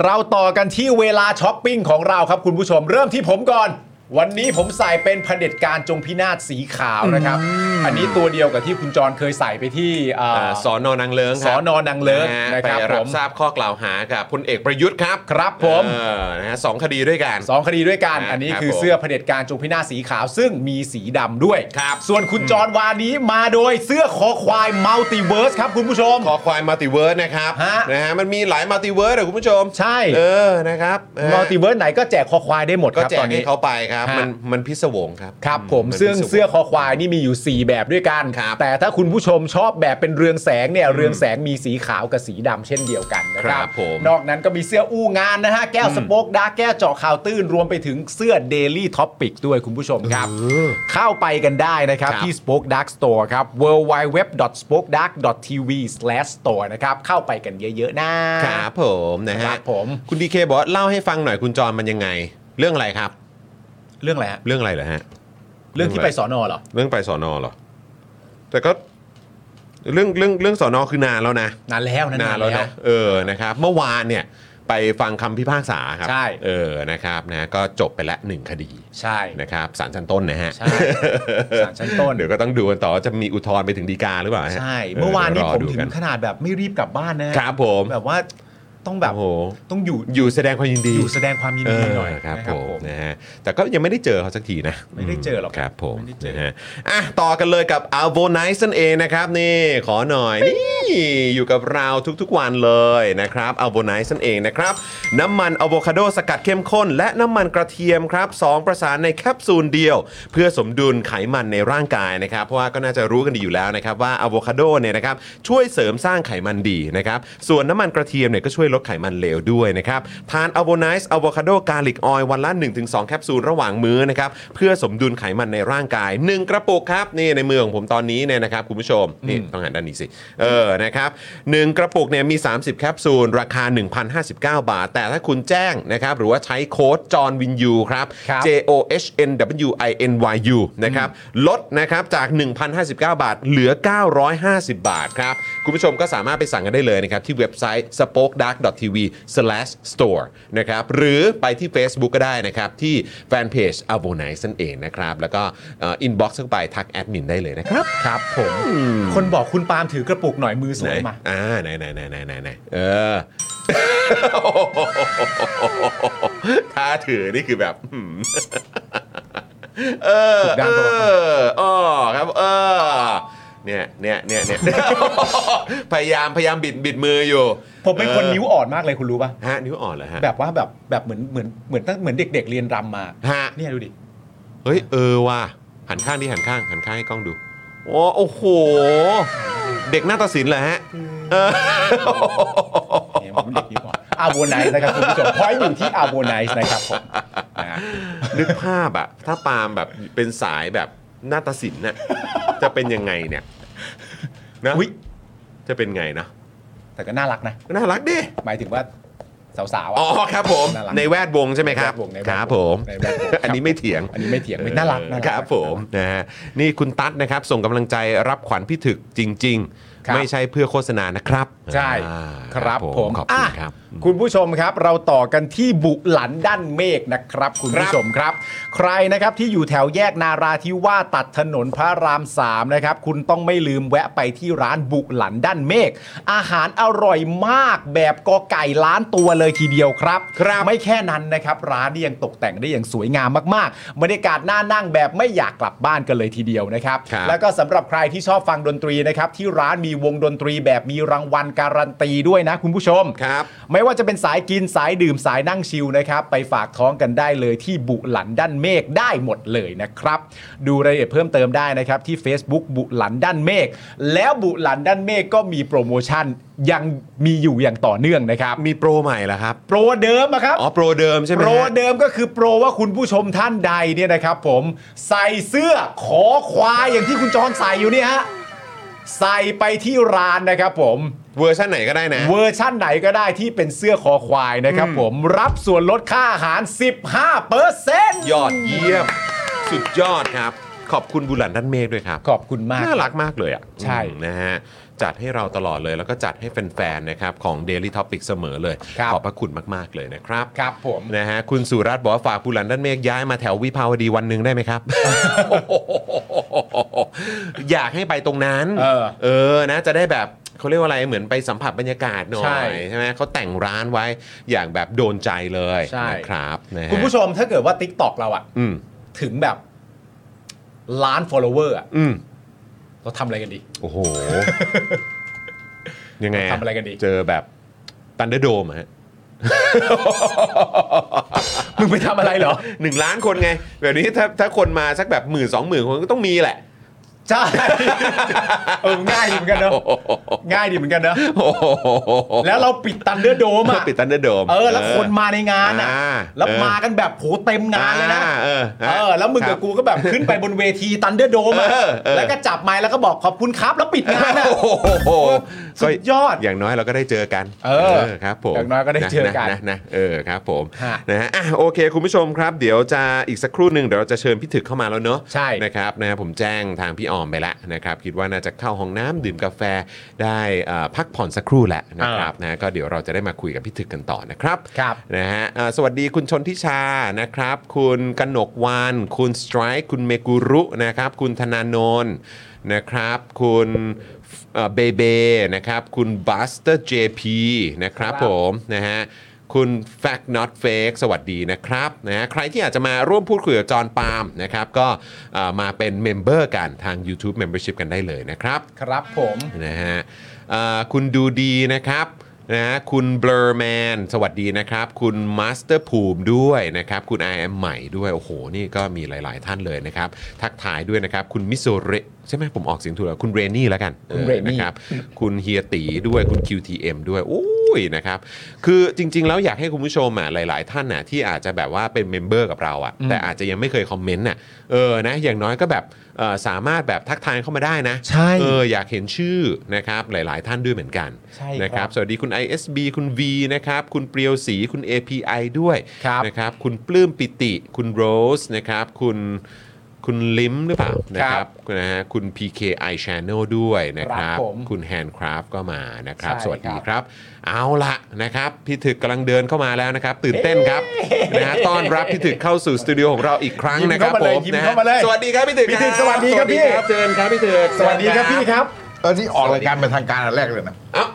[SPEAKER 3] เราต่อกันที่เวลาช้อปปิ้งของเราครับคุณผู้ชมเริ่มที่ผมก่อน วันนี้ผมใส่เป็นเผด็จการจงพินาศสีขาวนะครับ อันนี้ตัวเดียวกับที่คุณจรเคยใส่ไปที่อ่า
[SPEAKER 1] อ่าสอนอนางเลิงครับ
[SPEAKER 3] สอนอนางเลิ้ง
[SPEAKER 1] ฮ
[SPEAKER 3] นะครับ
[SPEAKER 1] ไป
[SPEAKER 3] ผ
[SPEAKER 1] รับ
[SPEAKER 3] ม
[SPEAKER 1] ทราบข้อกล่าวหากับพลเอกประยุทธ์ครับ
[SPEAKER 3] ครับผม
[SPEAKER 1] เออนะฮะสองคดีด้วยกัน
[SPEAKER 3] สองคดีด้วยกัน
[SPEAKER 1] อ่า
[SPEAKER 3] อันนี้
[SPEAKER 1] ครับ
[SPEAKER 3] คือเสื้อเผด็จการจงพินาศสีขาว ซึ่งมีสีดำด้วย
[SPEAKER 1] ครับ
[SPEAKER 3] ส่วนคุณจรวานี้มาโดยเสื้อคอควายมัลติเวิร์สครับคุณผู้ชม
[SPEAKER 1] ขอควายมัลติเวิร์สนะครับ
[SPEAKER 3] ฮะ
[SPEAKER 1] นะฮะมันมีหลายมัลติเวิร์สอะคุณผู้ชม
[SPEAKER 3] ใช่
[SPEAKER 1] เออนะครับนะฮะ
[SPEAKER 3] มัลติเวิร์สไหนก็แจกคอควายได้หมดค
[SPEAKER 1] ก็
[SPEAKER 3] รับ
[SPEAKER 1] แจ
[SPEAKER 3] ต
[SPEAKER 1] ก
[SPEAKER 3] อน
[SPEAKER 1] ให้
[SPEAKER 3] นี้
[SPEAKER 1] เขาไปครับ
[SPEAKER 3] ฮะ
[SPEAKER 1] มันมันพิศวงครับ
[SPEAKER 3] ครับผม
[SPEAKER 1] น
[SPEAKER 3] ซึ่ง
[SPEAKER 1] พิศว
[SPEAKER 3] เสื้อคอควายนี่มีอยู่ 4 แบบด้วยกัน
[SPEAKER 1] ครับ
[SPEAKER 3] แต่ถ้าคุณผู้ชมชอบแบบเป็นเรืองแสงเนี่ยเรืองแสงมีสีขาวกับสีดำเช่นเดียวกันนะค
[SPEAKER 1] ค
[SPEAKER 3] รั
[SPEAKER 1] รั
[SPEAKER 3] บบ
[SPEAKER 1] ผม
[SPEAKER 3] นอกนั้นก็มีเสื้ออู้งานนะฮะ แก้วสโปกดาร์กแก้วเจาะข่าวตื้นรวมไปถึงเสื้อ Daily Topic ด้วยคุณผู้ชมครับ เข้าไปกันได้นะครับ
[SPEAKER 1] ครับ
[SPEAKER 3] ที่ Spoke Dark Store ครับ www.spokedark.tv/store นะครับเข้าไปกันเยอะ ๆ นะ
[SPEAKER 1] ครับผมนะฮะ
[SPEAKER 3] ครับผม
[SPEAKER 1] คุณดีเคบอกว่าเล่าให้ฟังหน่อยคุณจอนมันยังไง เรื่องอะไรครับ
[SPEAKER 3] เรื่องอะไรฮะ
[SPEAKER 1] เรื่องอะไรเหรอฮะ
[SPEAKER 3] เรื่องที่ไปสอนอเหรอ
[SPEAKER 1] เรื่องไปสอนอเหรอ แต่ก็เรื่องเรื่องเรื่องสอนอคือนานแล้วนะ
[SPEAKER 3] นานแล้วนะ
[SPEAKER 1] นานแล้วนะเออนะครับ เมื่อวานเนี่ยไปฟังคำพิพากษาครับ
[SPEAKER 3] ใช่
[SPEAKER 1] เออนะครับนะก็จบไปละหนึ่งคดี
[SPEAKER 3] ใช่
[SPEAKER 1] นะครับศาลชั้นต้นนะฮะ
[SPEAKER 3] ใช่ศาลชั้นต้น
[SPEAKER 1] เดี๋ยวก็ต้องดูกันต่อว่าจะมีอุทธรณ์ไปถึงฎีกาหรือเปล่าฮะ
[SPEAKER 3] ใช่ เมื่อวานนี้
[SPEAKER 1] ดี๋ย
[SPEAKER 3] ผม
[SPEAKER 1] รดู
[SPEAKER 3] ถึ
[SPEAKER 1] กั
[SPEAKER 3] งขนาดแบบไม่รีบกลับบ้านนะครับ
[SPEAKER 1] ผม
[SPEAKER 3] แบบว่าต้องแบบ
[SPEAKER 1] โอ้โห
[SPEAKER 3] ต้องอยู่
[SPEAKER 1] อยู่แสดงความยินดี
[SPEAKER 3] อยู่แสดงความยิน
[SPEAKER 1] เอ
[SPEAKER 3] ดี
[SPEAKER 1] อ
[SPEAKER 3] หน่อย
[SPEAKER 1] ครับ
[SPEAKER 3] นะ
[SPEAKER 1] ผมนะฮะแต่ก็ยังไม่ได้เจอเขาสักทีนะ
[SPEAKER 3] ไม่ได้เจอหรอก
[SPEAKER 1] ครับผม
[SPEAKER 3] ไม่ได้เจอ
[SPEAKER 1] นะฮะอ่ะต่อกันเลยกับ a l v o n i c e นั่นเองนะครับนี่ขอหน่อยนี่อยู่กับเราทุกๆวันเลยนะครับ a l v o n i c e นั่นเองนะครับ น้ำมันอะโวคาโดสกัดเข้มข้น และน้ำมันกระเทียมครับสองประสานในแคปซูลเดียว เพื่อสมดุลไขมันในร่างกายนะครับเพราะว่าก็น่าจะรู้กันดีอยู่แล้วนะครับว่าอะโวคาโดเนี่ยนะครับช่วยเสริมสร้างไขมันดีนะครับส่วนน้ำมันกระเทียมเนี่ยก็ช่วยลดไขมันเลวด้วยนะครับทานอะโวไนซ์อะโวคาโดกาลิกออยวันละ 1-2 แคปซูลระหว่างมื้อนะครับเพื่อสมดุลไขมันในร่างกาย 1 กระปุกครับนี่ในมือของผมตอนนี้เนี่ยนะครับคุณผู้ชมนี่ต้องหันด้านนี้สิเออนะครับหนึ่งกระปุกเนี่ยมี 30 แคปซูล ราคา 1,059 บาท แต่ถ้าคุณแจ้งนะครับหรือว่าใช้โค้ดจอห์นวินยูครับ
[SPEAKER 3] ครับ
[SPEAKER 1] J O H N W I N Y U นะครับลดนะครับจาก 1,059 บาท เหลือ 950 บาทครับ คุณผู้ชมก็สามารถไปสั่งกันได้เลยนะครับ ที่เว็บไซต์ spokedark.tv/store นะครับหรือไปที่ Facebook ก็ได้นะครับ ที่แฟนเพจ a v o n i c e นั่นเองนะครับ แล้วก็เอินบ็อกซ์เข้าไปทักแอดมินได้เลยนะครับ
[SPEAKER 3] ครับผมคนบอกคุณปาล์มถือกระปุกหน่อยมือส
[SPEAKER 1] ไหน
[SPEAKER 3] วยมา
[SPEAKER 1] อ่าไหนไหนไหนไหนไหนไหนเออ ถ้าถือนี่คือแบบ เออ
[SPEAKER 3] ถูกด้าน
[SPEAKER 1] เอ
[SPEAKER 3] ปะวะ
[SPEAKER 1] ออ๋อครับ เออ เนี่ยเนี่ยเนี่ยเนี่ย พยายามพยายามบิดบิดมืออยู่
[SPEAKER 3] ผมเป็นคนนิ้ว
[SPEAKER 1] ออ
[SPEAKER 3] อ่อนมากเลยคุณรู้ป่ะ
[SPEAKER 1] ฮะนิ้วอ่อนเหรอฮะ
[SPEAKER 3] แบบว่าแบบแบบเหมือนเหมือนเหมือนตั้งเหมือนเด็ก ๆ เรียนรำมา
[SPEAKER 1] ฮะ
[SPEAKER 3] เนี่ยดูดิ
[SPEAKER 1] เฮ้ยเออว่ะหันข้างดิหันข้างหันข้างให้กล้องดูโอ้โอ้โห เด็กหน้าตาศิลป์เหรอฮะเออ
[SPEAKER 3] เนี่ยผมเด็กนิ้วอ่อนอาโวไนซ์นะครับคุณผู้ชมพอยอยู่ที่อาโวไนซ์นะครับผมนะฮะ
[SPEAKER 1] นึกภาพอะถ้าปาล์มแบบเป็นสายแบบนาฏศิลป์น่ะจะเป็นยังไงเนี่ยนะ
[SPEAKER 3] อุ๊ย
[SPEAKER 1] จะเป็นไงนะ
[SPEAKER 3] แต่ก็น่ารักนะ
[SPEAKER 1] น่ารักดิ
[SPEAKER 3] หมายถึงว่าสาวๆะ
[SPEAKER 1] อ๋อครับผม
[SPEAKER 3] น่ารัก
[SPEAKER 1] ในแวดวงใช่ไหมครับ
[SPEAKER 3] ในแวดวงในแวดวง
[SPEAKER 1] ครับผม
[SPEAKER 3] ในแวดวง
[SPEAKER 1] อันนี้ไม่เถียง
[SPEAKER 3] อันนี้ไม่เถียงไม่น่ารักน่า
[SPEAKER 1] เออก ค
[SPEAKER 3] รั
[SPEAKER 1] รับผมนะฮะนี่คุณตั๊ดนะครับ ส่งกำลังใจรับขวัญพี่ถึกจริง
[SPEAKER 3] ครั
[SPEAKER 1] ๆ
[SPEAKER 3] บ
[SPEAKER 1] ไม่ใช่เพื่อโฆษณานะครับ
[SPEAKER 3] ใช่
[SPEAKER 1] อ่า
[SPEAKER 3] ครับผม
[SPEAKER 1] ขอบคุณ
[SPEAKER 3] ะ
[SPEAKER 1] ครับ
[SPEAKER 3] คุณผู้ชมครับ เราต่อกันที่บุหลันด้านเมฆนะครับ คุณผู้ชมครับ ใครนะครับที่อยู่แถวแยกนาราธิวาสตัดถนนพระรามสามนะครับ คุณต้องไม่ลืมแวะไปที่ร้านบุหลันด้านเมฆอาหารอร่อยมากแบบกอไก่ล้านตัวเลยทีเดียวครับ
[SPEAKER 1] ครับ
[SPEAKER 3] ไม่แค่นั้นนะครับ ร้านนี่ยังตกแต่งได้อย่างสวยงามมากๆบรรยากาศน่านั่งแบบไม่อยากกลับบ้านกันเลยทีเดียวนะครับ
[SPEAKER 1] ครับ
[SPEAKER 3] แล้วก็สำหรับใครที่ชอบฟังดนตรีนะครับที่ร้านมีวงดนตรีแบบมีรางวัล การันตีด้วยนะคุณผู้ชม
[SPEAKER 1] ครับ
[SPEAKER 3] ไม่ว่าจะเป็นสายกินสายดื่มสายนั่งชิลนะครับ ไปฝากท้องกันได้เลยที่บุหลันด้านเมฆได้หมดเลยนะครับ ดูรายละเอียดเพิ่มเติมได้นะครับ ที่ Facebook บุหลันด้านเมฆแล้วบุหลันด้านเมฆก็มีโปรโมชั่นยังมีอยู่อย่างต่อเนื่องนะครับ
[SPEAKER 1] มีโปรใหม่แล้วครับ
[SPEAKER 3] โปรเดิมอะครับ
[SPEAKER 1] อ๋อโปรเดิมใช่ไหม
[SPEAKER 3] โปร
[SPEAKER 1] ฮะ
[SPEAKER 3] เดิมก็คือโปรว่าคุณผู้ชมท่านใดเนี่ยนะครับผมใส่เสื้อขอควายอย่างที่คุณจรใส่อยู่เนี่ยฮะใส่ไปที่ร้านนะครับผม
[SPEAKER 1] เวอร์ชันไหนก็ได้นะ
[SPEAKER 3] เวอร์ชั่นไหนก็ได้ที่เป็นเสื้อคอควายนะครับผม รับส่วนลดค่าอาหาร 15เปอร์เซ็นต์
[SPEAKER 1] ยอดเยี่ยม สุดยอดครับ ขอบคุณบุหลันด้านเมฆด้วยครับ
[SPEAKER 3] ขอบคุณมาก
[SPEAKER 1] น่ารักมากเลยอ่ะ
[SPEAKER 3] ใช่
[SPEAKER 1] อืมนะฮะ จัดให้เราตลอดเลยแล้วก็จัดให้แฟนๆนะครับของ Daily Topic เสมอเลย
[SPEAKER 3] ครับ
[SPEAKER 1] ขอบพระคุณมากๆเลยนะครับ
[SPEAKER 3] ครับผม
[SPEAKER 1] นะฮะคุณสุรัตน์บอกว่าฝากบุหลันด้านเมฆย้ายมาแถววิภาวดีวันหนึ่งได้ไหมครับ อยากให้ไปตรงนั้น
[SPEAKER 3] เออ
[SPEAKER 1] นะจะได้แบบเขาเรียกว่าอะไรเหมือนไปสัมผัสบรรยากาศหน่อ
[SPEAKER 3] ใช่
[SPEAKER 1] ยใช่ไหมเขาแต่งร้านไว้อย่างแบบโดนใจเลย
[SPEAKER 3] ใช่
[SPEAKER 1] นะครับนะฮะ
[SPEAKER 3] คุณผู้ชมถ้าเกิดว่า TikTok เราอะ
[SPEAKER 1] อืม
[SPEAKER 3] ถึงแบบล้าน follower อะ
[SPEAKER 1] อืม
[SPEAKER 3] เราทำอะไรกันดี
[SPEAKER 1] โอ้โห ยังไง
[SPEAKER 3] ทำอะไรกันดี
[SPEAKER 1] เจอแบบตันเดอร์โดมฮะ
[SPEAKER 3] มึง ไปทำอะไรเหรอ
[SPEAKER 1] หนึ่งล้านคนไง แบบนี้ถ้าถ้าคนมาสักแบบหมื่นสองหมื่นคนก็ต้องมีแหละ
[SPEAKER 3] ใช่ เออง่ายดีเหมือ นกันเนอะง่ายดีเหมือนกันเนอะแล้วเราปิดตันเดอร์โดม
[SPEAKER 1] มา
[SPEAKER 3] อะ
[SPEAKER 1] ปิดตันเดอร์โดม
[SPEAKER 3] เออ แล้วคนมาในงานอะ
[SPEAKER 1] อ่า
[SPEAKER 3] แล้ว
[SPEAKER 1] เออ
[SPEAKER 3] มากันแบบโหเต็มงานเลยนะ
[SPEAKER 1] เออ
[SPEAKER 3] เออแล้วมึงกับกูก็แบบขึ้นไปบนเวทีตันเดอร์โดม
[SPEAKER 1] เออเออ
[SPEAKER 3] แล้วก็จับไม้แล้วก็บอกขอบคุณครับแล้วปิดงานอะ
[SPEAKER 1] โอ้โห
[SPEAKER 3] สุดยอด
[SPEAKER 1] อย่างน้อยเราก็ได้เจอกัน
[SPEAKER 3] เออ
[SPEAKER 1] ครับผม
[SPEAKER 3] อย่างน้อยก็ได้เจอกันะ
[SPEAKER 1] ะะเออครับผม
[SPEAKER 3] ฮะ
[SPEAKER 1] นะฮะอ่ะโอเค คุณผู้ชมครับ เดี๋ยวจะอีกสักครู่หนึ่งเดี๋ยวเราจะเชิญพี่ถึกเข้ามาแล้วเนอะ
[SPEAKER 3] ใช่
[SPEAKER 1] นะครับนะฮะผมแจ้งทางพี่ออมไปแล้วนะครับคิดว่าน่าจะเข้าห้องน้ำดื่มกาแฟได้เอ่อพักผ่อนสักครู่แหละนะครับนะก็เดี๋ยวเราจะได้มาคุยกับพี่ถึกกันต่อนะครับ
[SPEAKER 3] ครับ
[SPEAKER 1] นะฮะเอ่อสวัสดีคุณชนทิชานะครับ คุณกนกวานคุณสไตร์คุณเมกุรุนะครับ คุณธนาโนนนะครับ คุณเบเบนะครับ คุณบัสเตอร์เจพีนะครับผม นะฮะ คุณ Fact Not Fake สวัสดีนะครับนะฮะใครที่อยากจะมาร่วมพูดคุยกับจอห์นปาล์มนะครับ ก็เอ่อมาเป็นเมมเบอร์กันทาง YouTube Membership กันได้เลยนะครับ
[SPEAKER 3] ครับผม
[SPEAKER 1] นะฮะเอ่อคุณดูดีนะครับนะฮะคุณ Blur Man สวัสดีนะครับ คุณ Master ภูมิด้วยนะครับ คุณ I am ใหม่ด้วย โอ้โห นี่ก็มีหลาย ๆ ท่านเลยนะครับ ทักทายด้วยนะครับ คุณมิโซเรใช่ไหมผมออกเสียงถูกแล้วคุณเรนนี่แล้วกัน
[SPEAKER 3] คุณเรนนี่
[SPEAKER 1] ออนะครับคุณเฮียตีด้วยคุณ QTM ด้วยโอ้ยนะครับ คือจริง ๆ แล้วอยากให้คุณผู้ชมอ่ะหลาย ๆ ท่านน่ะที่อาจจะแบบว่าเป็นเมมเบอร์กับเราอ่ะแต่อาจจะยังไม่เคยคอมเมนต์น่ะเออนะอย่างน้อยก็แบบเอ่อสามารถแบบทักทายเข้ามาได้นะ
[SPEAKER 3] ใช่
[SPEAKER 1] เอออยากเห็นชื่อนะครับหลาย ๆ ท่านด้วยเหมือนกัน
[SPEAKER 3] ใช่ครับ
[SPEAKER 1] นะครับ สวัสดีคุณ ISB คุณ V นะครับ คุณเปรียวศรีคุณ API ด้วย
[SPEAKER 3] ครับ
[SPEAKER 1] นะครับ คุณปลื้มปิติ คุณโรสนะครับ คุณคุณลิมหรือเปล่านะค
[SPEAKER 3] ครั
[SPEAKER 1] รับบ นะฮะคุณ PKI Channel ด้วยนะครับ
[SPEAKER 3] ครับผม
[SPEAKER 1] คุณ Handcraft ก็มานะครับ
[SPEAKER 3] ใช่
[SPEAKER 1] สวัสดี
[SPEAKER 3] ครับ
[SPEAKER 1] ครับ เอาละนะครับ พี่ถึกกำลังเดินเข้ามาแล้วนะครับ ตื่นเต้นครับนะฮะต้อนรับพี่ถึกเข้าสู่สตูดิโอของเราอีกครั้งนะครับ
[SPEAKER 3] ยิ้ม
[SPEAKER 1] ผ
[SPEAKER 3] เข้ามาเลย
[SPEAKER 1] ม
[SPEAKER 3] ยิ้ม
[SPEAKER 1] นะฮะ
[SPEAKER 3] เข้ามาเลย
[SPEAKER 1] สวัสดีครับพี่ถึก
[SPEAKER 3] พี่ถึกสวัสดีครับพี่
[SPEAKER 1] เชิญครับพี่ถึก
[SPEAKER 3] สวัสดีครับพี่ครับ
[SPEAKER 6] เออนี่ออกรายการเป็นทางการอันแรกเลยนะ
[SPEAKER 1] เอ้า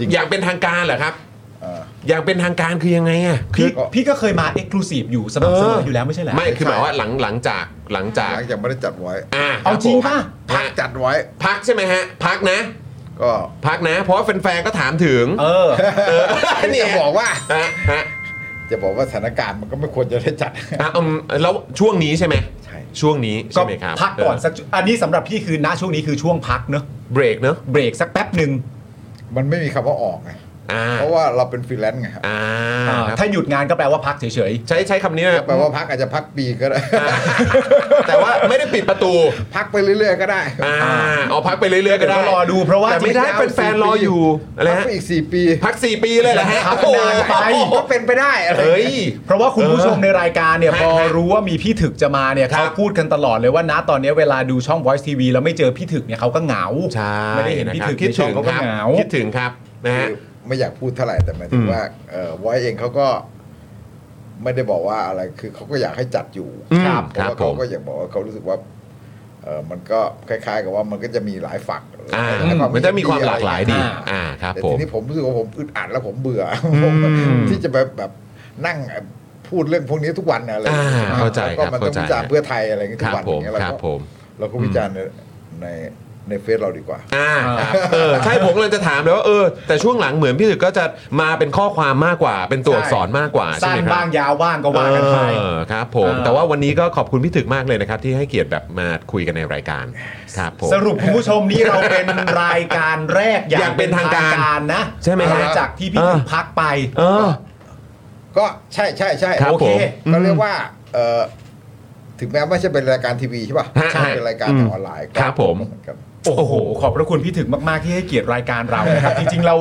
[SPEAKER 6] จริง
[SPEAKER 1] อยากเป็นทางการเหรอครับ
[SPEAKER 6] เออ
[SPEAKER 1] อยากเป็นทางการคือยังไงอ่ะ
[SPEAKER 3] พี่
[SPEAKER 6] ก็
[SPEAKER 3] พี่ก็เคยมาเอ็กซ์คลูซีฟอยู่สม่ำเสมออยู่แล้วไม่ใช่เหรอ
[SPEAKER 1] ไม่คือหมายว่าหลังหลังจากหลังจาก
[SPEAKER 6] หลังจากไม่ได้จัดไว้
[SPEAKER 1] อ่า
[SPEAKER 3] เอาจริงป่ะ
[SPEAKER 1] พัก
[SPEAKER 6] จัดไว้
[SPEAKER 1] พักใช่ไหมฮะ พักนะ
[SPEAKER 6] ก็
[SPEAKER 1] พักนะ เพราะว่าแฟนๆก็ถามถึง
[SPEAKER 3] เออ
[SPEAKER 6] จะบอกว่า
[SPEAKER 1] ฮะฮะ
[SPEAKER 6] จะบอกว่าสถานการณ์มันก็ไม่ควรจะได้ จัด
[SPEAKER 1] อ่ะอืมแล้วช่วงนี้ใช่ไหม
[SPEAKER 6] ใช่
[SPEAKER 1] ช่วงนี้
[SPEAKER 3] ก็
[SPEAKER 1] ใช่ไหมครับ
[SPEAKER 3] พักก่อนสักอันนี้สำหรับพี่คือณช่วงนี้คือช่วงพักเนอะ
[SPEAKER 1] เบรกเนอะ
[SPEAKER 3] เบรกสักแป๊บหนึ่ง
[SPEAKER 6] มันไม่มีคำว่าออกไง
[SPEAKER 1] อ่า
[SPEAKER 6] เพราะว่าเราเป็นฟรีแลนซ์ไงครับ
[SPEAKER 1] อ่า
[SPEAKER 3] อ่า
[SPEAKER 1] ครับ
[SPEAKER 3] ถ้าหยุดงานก็แปลว่าพักเฉย
[SPEAKER 1] ใช้ใช้คำนี้นะ
[SPEAKER 6] แปลว่าพักอาจจะพักปีก็ได้
[SPEAKER 1] อ่าแต่ว่าไม่ได้ปิดประตู
[SPEAKER 6] พักไปเรื่อยๆก็ได้
[SPEAKER 1] อ่าเอาพักไปเรื่อยๆก็ได้
[SPEAKER 3] รอดูเพราะว่า
[SPEAKER 1] แต่ไม่ได้เป็นแฟนๆรออยู่อะไร
[SPEAKER 6] พัก
[SPEAKER 1] ฮะ
[SPEAKER 6] ไปอีกสี่ปี
[SPEAKER 1] พัก 4 ปีเลยเหรอฮะ
[SPEAKER 3] พักนานไป
[SPEAKER 6] ก็เป็นไปได้อะไร
[SPEAKER 1] เฮ้ย
[SPEAKER 3] เพราะว่าคุณผู้ชมในรายการเนี่ย
[SPEAKER 1] ฮะ
[SPEAKER 3] พอรู้ว่ามีพี่ถึกจะมาเนี่ย
[SPEAKER 1] ครับ
[SPEAKER 3] เขาพูดกันตลอดเลยว่านะตอนนี้เวลาดูช่อง Voice TV แล้วไม่เจอพี่ถึกเนี่ยเขาก็เหงา
[SPEAKER 1] ใช่
[SPEAKER 3] ไม่ได้เห็นพี่ถึก
[SPEAKER 1] คิด
[SPEAKER 3] ในช่
[SPEAKER 1] ถึ
[SPEAKER 3] อง
[SPEAKER 1] ง
[SPEAKER 3] เขา
[SPEAKER 1] ค
[SPEAKER 3] ก็
[SPEAKER 1] รับ
[SPEAKER 3] เหงา
[SPEAKER 1] คิดถึงครับนะฮะ
[SPEAKER 6] คือไม่อยากพูดเท่าไหร่แต่หมายถึ
[SPEAKER 1] อื
[SPEAKER 6] ง
[SPEAKER 1] ม
[SPEAKER 6] ว่าเอ่อวอยเองเขาก็ไม่ได้บอกว่าอะไรคือเขาก็อยากให้จัดอยู่
[SPEAKER 1] อืม
[SPEAKER 6] เพ
[SPEAKER 1] ครั
[SPEAKER 6] ราะ
[SPEAKER 1] บผ
[SPEAKER 6] ว่าเขา
[SPEAKER 1] ม
[SPEAKER 6] ก็อยากบอกว่าเขารู้สึกว่าเออมันก็คล้าย ๆ กับว่ามันก็จะมีหลายฝัก
[SPEAKER 1] อ่า
[SPEAKER 6] แล้วก็
[SPEAKER 1] มันจะมีความหลากหลายดี
[SPEAKER 6] อะไร
[SPEAKER 1] อ่าครับ
[SPEAKER 6] แต่
[SPEAKER 1] ผ
[SPEAKER 6] ที
[SPEAKER 1] ม
[SPEAKER 6] นี้ผมรู้สึกว่าผมอึดอัดแล้วผมเบื่ออ
[SPEAKER 1] ม
[SPEAKER 6] ผมที่จะแบบแบบนั่งพูดเรื่องพวกนี้ทุกวันอะไร
[SPEAKER 1] อ่าเข้าใจ
[SPEAKER 6] แล้วก็มัน
[SPEAKER 1] ครับ
[SPEAKER 6] ต้อง
[SPEAKER 1] เข้าใจ
[SPEAKER 6] วิจารณ์เพื่อไทยอะไรอย่างเงี้ย
[SPEAKER 1] ค
[SPEAKER 6] ทุ
[SPEAKER 1] รั
[SPEAKER 6] ก
[SPEAKER 1] บ
[SPEAKER 6] วัน
[SPEAKER 1] ผ
[SPEAKER 6] อ
[SPEAKER 1] ม
[SPEAKER 6] ย่างเงี้ยเรา
[SPEAKER 1] ครับ
[SPEAKER 6] ก็
[SPEAKER 1] ผม
[SPEAKER 6] เราก็วิจารณ์ในใน ในเฟซเราดีกว่า
[SPEAKER 1] อ่าเออใช่ผมกำลังจะถามเลยว่าเออแต่ช่วงหลังเหมือนพี่ถึกก็จะมาเป็นข้อความมากกว่า เป็นตัวอักษรมากกว่าใช่
[SPEAKER 3] สั้
[SPEAKER 1] ไหมครับ
[SPEAKER 3] น้างยาวบ้างก็ว่ากันไป
[SPEAKER 1] เออครับผม
[SPEAKER 3] เออ
[SPEAKER 1] แต่ว่าวันนี้ก็ขอบคุณพี่ถึกมากเลยนะครับ ที่ให้เกียรติแบบมาคุยกันในรายการครับผม
[SPEAKER 3] สรุปคุณผู้ชมนี่เราเป็นรายการแรกอ
[SPEAKER 1] อย่า
[SPEAKER 3] ย่าง ง
[SPEAKER 1] เป็นทางการ
[SPEAKER 3] นะ
[SPEAKER 1] ใช่ไหมฮะ
[SPEAKER 3] ลังจากที่พี่
[SPEAKER 1] เออ
[SPEAKER 3] ถึงพักไป
[SPEAKER 1] เออ
[SPEAKER 6] ก็ใช่ใช่ใช่
[SPEAKER 1] ครับ
[SPEAKER 6] โอเค
[SPEAKER 1] ผม
[SPEAKER 6] ก็เรียกว่าเอ่อถึงแม้ไม่ใช่เป็นรายการทีวีใช่ป่ะ
[SPEAKER 1] ฮะ
[SPEAKER 6] ใช่เป็นรายการ
[SPEAKER 1] อืม
[SPEAKER 6] ทางออนไลน์ก็
[SPEAKER 1] ครับผม
[SPEAKER 6] เหอนกัน
[SPEAKER 3] โอ้โห ขอบพระคุณพี่ถึกมาก ๆ ที่ให้เกียรติรายการเรานะครับ จริง ๆ เรา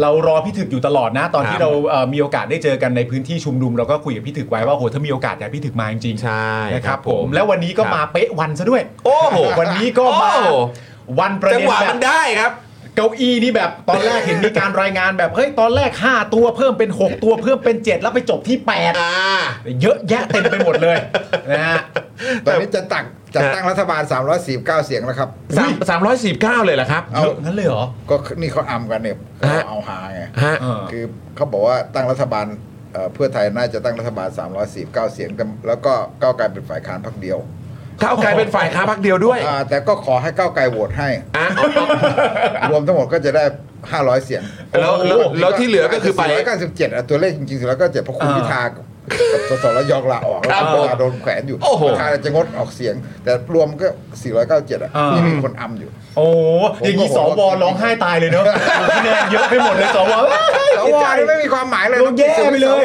[SPEAKER 3] เรารอพี่ถึกอยู่ตลอดนะ ตอน
[SPEAKER 1] ครับ
[SPEAKER 3] ที่เราเอ่อมีโอกาสได้เจอกันในพื้นที่ชุมนุมเราก็คุยกับพี่ถึกไว้ว่าโอ้โหถ้ามีโอกาสอยากให้พี่ถึกมาจริงๆ
[SPEAKER 1] ใช่
[SPEAKER 3] นะ
[SPEAKER 1] ค
[SPEAKER 3] ค
[SPEAKER 1] รั
[SPEAKER 3] รั
[SPEAKER 1] บบ ผ
[SPEAKER 3] ผม มแล้ววันนี้ก็
[SPEAKER 1] ครับ
[SPEAKER 3] มาเป๊ะวันซะด้วย
[SPEAKER 1] โอ้โห
[SPEAKER 3] วันนี้ก็มา
[SPEAKER 1] โอ้โห
[SPEAKER 3] วันประ
[SPEAKER 1] จัง
[SPEAKER 3] เด็น
[SPEAKER 1] หวะ
[SPEAKER 3] แบ
[SPEAKER 1] มั
[SPEAKER 3] บ
[SPEAKER 1] นได้ครับ
[SPEAKER 3] เก้าอี้นี่แบบตอนแรกเห็นมีการรายงานแบบเฮ้ยตอนแรก 5 ตัวเพิ่มเป็น 6 ตัวเพิ่มเป็น 7 แล้วไปจบที่
[SPEAKER 1] อ่า
[SPEAKER 3] 8 เยอะแยะเต็มไปหมดเลยนะฮะ
[SPEAKER 6] ตอนนี้จะตั้งจะตั้งรัฐบาล 349 เสียงแล้วครับ
[SPEAKER 1] สามสามร้อยสิบเก้าเลยเหรอครับ
[SPEAKER 6] เอา
[SPEAKER 3] เยอะงั้นเลยเหรอ
[SPEAKER 6] ก็นี่เขาอำกันเนี่ย
[SPEAKER 1] ฮะ
[SPEAKER 6] เอาหาไง
[SPEAKER 1] ฮะ
[SPEAKER 3] เออ
[SPEAKER 6] คือเขาบอกว่าตั้งรัฐบาลเอ่อเพื่อไทยน่าจะตั้งรัฐบาล 349 เสียงแต่แล้วก็ก้าวไกลเป็นฝ่ายค้านพักเดียว
[SPEAKER 1] ก้าวไกลเป็นฝ่ายค้าพักเดียวด้วย
[SPEAKER 6] อ่าแต่ก็ขอให้ก้าวไกลโหวตให้
[SPEAKER 1] อ่ะ
[SPEAKER 6] รวมทั้งหมดก็จะได้ 500 เสียง
[SPEAKER 1] แล้วแล้วแล้วที่เหลือก็คือไป
[SPEAKER 6] 497อ่ะตัวเลขจริงๆแล้วก็เจ็ดเพราะคุณ
[SPEAKER 3] อ่า
[SPEAKER 6] พิธากับกับสสระยองลาออก
[SPEAKER 1] ค
[SPEAKER 6] แล้
[SPEAKER 1] รับ
[SPEAKER 6] ว
[SPEAKER 1] ผม
[SPEAKER 6] เวลาโดนแขวนอยู่
[SPEAKER 1] โอ้โห
[SPEAKER 6] ประธานจะงดออกเสียง แต่รวมก็ 497 อ่ะ
[SPEAKER 3] อ่ายั
[SPEAKER 6] ยังมีคนอำอยู่
[SPEAKER 3] โอ้อย่างนี้สวร้องไห้ตายเลยเนอะคะแนนเยอะไปหมดเลยสว
[SPEAKER 6] สวนี่ไม่มีความหมายเลย
[SPEAKER 3] ลงแย่ไปเลย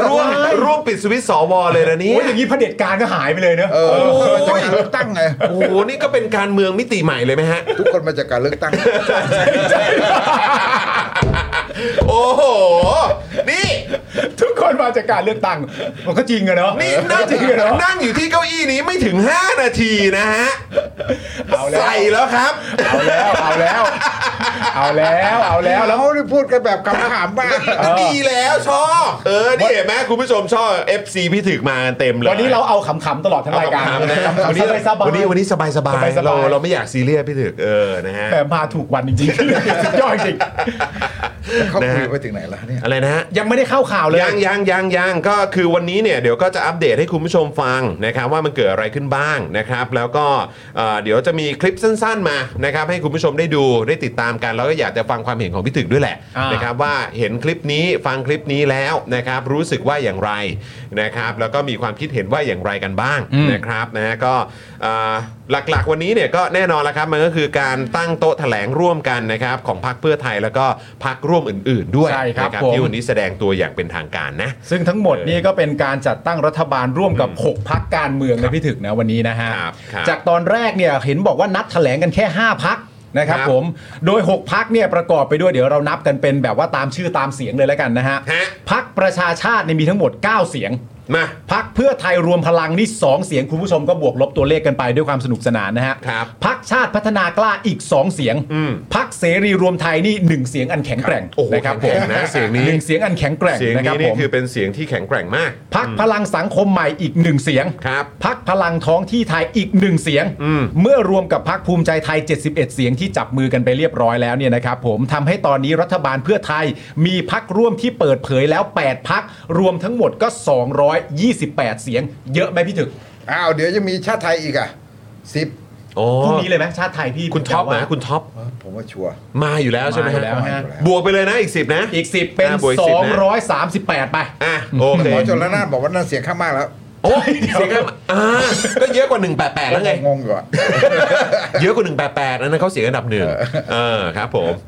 [SPEAKER 1] ร่วมร่วมปิดสวิตช์สวเลยนะเนี่
[SPEAKER 3] โอ้ย
[SPEAKER 1] ย
[SPEAKER 3] อย่างนี้เผด็จการก็หายไปเลยเนอะ
[SPEAKER 6] เออมาจากการเลือกตั้งไง
[SPEAKER 1] โอ้โห นี่ก็เป็นการเมืองมิติใหม่เลยไหมฮะ
[SPEAKER 6] ทุกคนมาจากการเลือกตั้ง
[SPEAKER 1] โอ้โห นี่
[SPEAKER 3] ทุกคนมาจากการเลือกตั้งมันก็จริงอะเนาะ
[SPEAKER 1] นี่นั่ง
[SPEAKER 3] จริงอะเนาะ
[SPEAKER 1] นั่งอยู่ที่เก้าอี้นี้ไม่ถึง 5 นาทีนะฮะ
[SPEAKER 3] เอาแล้ว
[SPEAKER 1] ใส่แล้วครับ
[SPEAKER 3] เอาแล้วเอาแล้ว เอาแล้วเอาแล้ว
[SPEAKER 6] แล้
[SPEAKER 3] แล้ว ว
[SPEAKER 6] นี่พูดกันแบบคำถามบ้าง
[SPEAKER 1] ดีแล้วชอบ เออ นี่เห็นไหมคุณผู้ชมชอบ FC พี่ถึกมากันเต็มเลย
[SPEAKER 3] วันนี้เราเอาขำๆตลอดทั้งรายการ
[SPEAKER 1] เอคบ
[SPEAKER 3] วันนี้สบายๆ
[SPEAKER 1] วันนี้วันนี้สบายสบาย
[SPEAKER 3] สบายๆ
[SPEAKER 1] เราเราไม่อยากซีเรียสพี่ถึกเออนะฮะ
[SPEAKER 3] แต่มาถูกวันจริงๆสุดยอดจริง
[SPEAKER 6] เขา
[SPEAKER 1] นะ
[SPEAKER 6] คุย
[SPEAKER 1] ฮะ
[SPEAKER 6] ไปถึงไหนแล้วเนี่ย
[SPEAKER 1] อะไรนะฮะ
[SPEAKER 3] ยังไม่ได้เข้าข่าวเลย
[SPEAKER 1] ยังยังยังยังก็คือวันนี้เนี่ยเดี๋ยวก็จะอัปเดตให้คุณผู้ชมฟังนะครับว่ามันเกิดอะไรขึ้นบ้างนะครับ แล้วก็เอ่อเดี๋ยวจะมีคลิปสั้นๆมานะครับให้คุณผู้ชมได้ดูได้ติดตามกัน แล้วก็อยากจะฟังความเห็นของพี่ถึกด้วยแหละ
[SPEAKER 3] อ่าน
[SPEAKER 1] นะครับว่าเห็นคลิปนี้ฟังคลิปนี้แล้วนะครับรู้สึกว่าอย่างไรนะครับแล้วก็มีความคิดเห็นว่าอย่างไรกันบ้างนะครับนะฮะก็เอ่อหลักๆ วันนี้เนี่ยก็แน่นอนแล้วครับมันก็คือการตั้งโต๊ะแถลงร่วมกันนะครับของพรรคเพื่อไทยแล้วก็พรรคร่วมอื่น ๆ ด้วย
[SPEAKER 3] ใช่ครับ
[SPEAKER 1] นะ
[SPEAKER 3] ผม
[SPEAKER 1] ที่วันนี้ แสดงตัวอย่างเป็นทางการนะ
[SPEAKER 3] ซึ่งทั้งหมดนี่ก็เป็นการจัดตั้งรัฐบาลร่วมกับ 6 พักการเมืองนะพี่ถึกนะวันนี้นะฮะ
[SPEAKER 1] ครับครับ
[SPEAKER 3] จากตอนแรกเนี่ยเห็นบอกว่านัดแถลงกันแค่ 5 พักนะครับ
[SPEAKER 1] ครับ
[SPEAKER 3] ผม โดย 6 พักเนี่ยประกอบไปด้วยเดี๋ยวเรานับกันเป็นแบบว่าตามชื่อตามเสียงเลยแล้วกันนะฮะ
[SPEAKER 1] ฮะ
[SPEAKER 3] พักประชาชาติเนี่ยมีทั้งหมด 9 เสียง
[SPEAKER 1] มา
[SPEAKER 3] พักเพื่อไทยรวมพลังนี่2เสียงคุณผู้ชมก็บวกลบตัวเลขกันไปด้วยความสนุกสนานนะฮะ
[SPEAKER 1] ครับ
[SPEAKER 3] พักชาติพัฒนากล้าอีก 2 เสียง
[SPEAKER 1] อืม
[SPEAKER 3] พักเสรีรวมไทยนี่ 1 เสียงอันแข็งแกร่ง
[SPEAKER 1] ครับโอ้โห
[SPEAKER 3] นะครับผ
[SPEAKER 1] แข็ง
[SPEAKER 3] ม
[SPEAKER 1] แกร่งนะเสียงนี้
[SPEAKER 3] หนึ่งเสียงอันแข็งแกร่ง
[SPEAKER 1] เสียง
[SPEAKER 3] นะครั
[SPEAKER 1] นี้
[SPEAKER 3] บ
[SPEAKER 1] นี่
[SPEAKER 3] ผม
[SPEAKER 1] คือเป็นเสียงที่แข็งแกร่งมาก
[SPEAKER 3] พักพลังสังคมใหม่อีกหนึ่งเสียง
[SPEAKER 1] ครับ
[SPEAKER 3] พักพลังท้องที่ไทยอีกหนึ่งเสียง
[SPEAKER 1] อืม
[SPEAKER 3] เมื่อรวมกับพักภูมิใจไทย 71 เสียงที่จับมือกันไปเรียบร้อยแล้วเนี่ยนะครับผมทำให้ตอนนี้รัฐบาลเพื่อไทยมีพักร่วมที่เปิดเผยแล้ว 8 พักรวมทั้งหมดก็ 228 เสียง เยอะไหมพี่ถึก
[SPEAKER 6] อ้าวเดี๋ยวจะมีชาติไทยอีกอ่ะสิบ
[SPEAKER 3] พรุ่งนี้เลยไหมชาติไทยพี่
[SPEAKER 1] คุณท็อป
[SPEAKER 3] ว่า
[SPEAKER 1] นะคุณท็อป
[SPEAKER 6] ผมว่าชัวร์
[SPEAKER 1] มาอยู่แล้วใช่ไหม
[SPEAKER 3] มาอยู่แล้วฮะ
[SPEAKER 1] บวกไปเลยนะอีก 10 นะ
[SPEAKER 3] อีก 10 เป็น
[SPEAKER 1] ะบวกก10นะ
[SPEAKER 3] 238 ไป
[SPEAKER 1] อ่ะโอเค
[SPEAKER 6] หมอชนละนานบอกว่านั่นเสียงข้างมากแล้ว
[SPEAKER 1] โอ้ยเสียงก็อ่าก็เยอะกว่า 188 แล้วไง
[SPEAKER 6] งงอยู่อะ
[SPEAKER 1] เยอะกว่า 188 นั่นนะเขาเสียงอันดับหนึ่งเออครับผม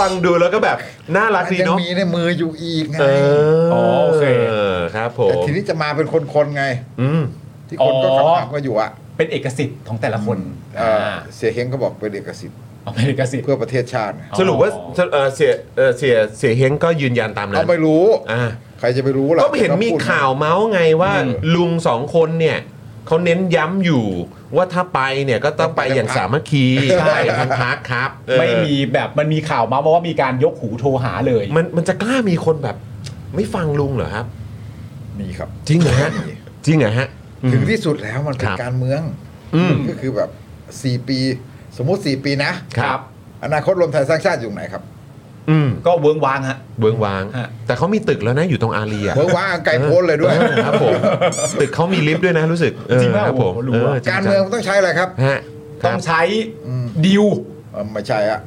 [SPEAKER 1] ฟังดูแล้วก็แบบน่ารักดี
[SPEAKER 6] ยั
[SPEAKER 1] เนาะ
[SPEAKER 6] มีในมืออยู่อีกไง
[SPEAKER 1] เออ
[SPEAKER 3] อโอเค
[SPEAKER 1] ครับผ
[SPEAKER 6] แต่
[SPEAKER 1] ม
[SPEAKER 6] ทีนี้จะมาเป็นคนๆไง
[SPEAKER 1] อืม
[SPEAKER 6] ที่คนก็
[SPEAKER 3] อ๋อ
[SPEAKER 6] คำถามกันอยู่อะ
[SPEAKER 3] เป็นเอกสิทธิ์ของแต่ละคน
[SPEAKER 6] เอ่อ
[SPEAKER 3] อ่า
[SPEAKER 6] เสียเฮงก็บอกเป็นเอกสิทธิ์
[SPEAKER 3] เอาเป็นเอกสิทธิ์
[SPEAKER 6] เพื่อประเทศชาติไง
[SPEAKER 3] อ๋อ
[SPEAKER 1] สรุปว่าเอ่อเสียเอ่อเสียเสียเฮงก็ยืนยันตามนั้
[SPEAKER 6] เอา
[SPEAKER 1] น
[SPEAKER 6] ไม่รู้
[SPEAKER 1] อ่า
[SPEAKER 6] ใครจะไปรู้ล่ะ
[SPEAKER 1] ก็เห็นมี
[SPEAKER 6] พูด
[SPEAKER 1] ข่าวเมาส์ไงว่า ลุงสองคนเนี่ยเขาเน้นย้ำอยู่ว่าถ้าไปเนี่ยก็ต้องไปอย่างสามัคคีใช่ทางพักครับเออ
[SPEAKER 3] ไม่มีแบบมันมีข่าวมาบอกว่ามีการยกหูโทรหาเลย
[SPEAKER 1] มันมันจะกล้ามีคนแบบ ไม่ฟังลุงเหรอครับ
[SPEAKER 6] มีครับ
[SPEAKER 1] จริงเหรอฮะจริงเหรอฮะ
[SPEAKER 6] ถึงที่สุดแล้วมันเป็
[SPEAKER 1] คน รับ
[SPEAKER 6] การเมือง
[SPEAKER 1] อืม
[SPEAKER 6] ก็คือแบบ 4 ปี สมมุติ 4 ปีนะ
[SPEAKER 1] ครับ
[SPEAKER 6] อนาคตรวมไทยสร้างชาติอยู่ไหนครับ
[SPEAKER 1] อืม
[SPEAKER 3] ก็เวิ้งว้างฮะ
[SPEAKER 1] เวิ้งว้าง
[SPEAKER 3] ฮะ
[SPEAKER 1] แต่เขามีตึกแล้วนะอยู่ตรงอารีอะ
[SPEAKER 6] เวิร์กว่างไกลโพ้นเลยด้วย
[SPEAKER 1] ออครับผมตึกเขามีลิฟต์ด้วยนะรู้สึก
[SPEAKER 3] จริงป่ะ
[SPEAKER 1] เออครับผม
[SPEAKER 3] โอ้โหรู้
[SPEAKER 1] เอ
[SPEAKER 3] อะ
[SPEAKER 1] อจ
[SPEAKER 6] การ
[SPEAKER 1] จั
[SPEAKER 6] เมืองต้องใช้อะไรครับ
[SPEAKER 1] ฮะครั
[SPEAKER 3] ต้อบ งใช้ดิว
[SPEAKER 6] เอ่อไม่ใช่อะ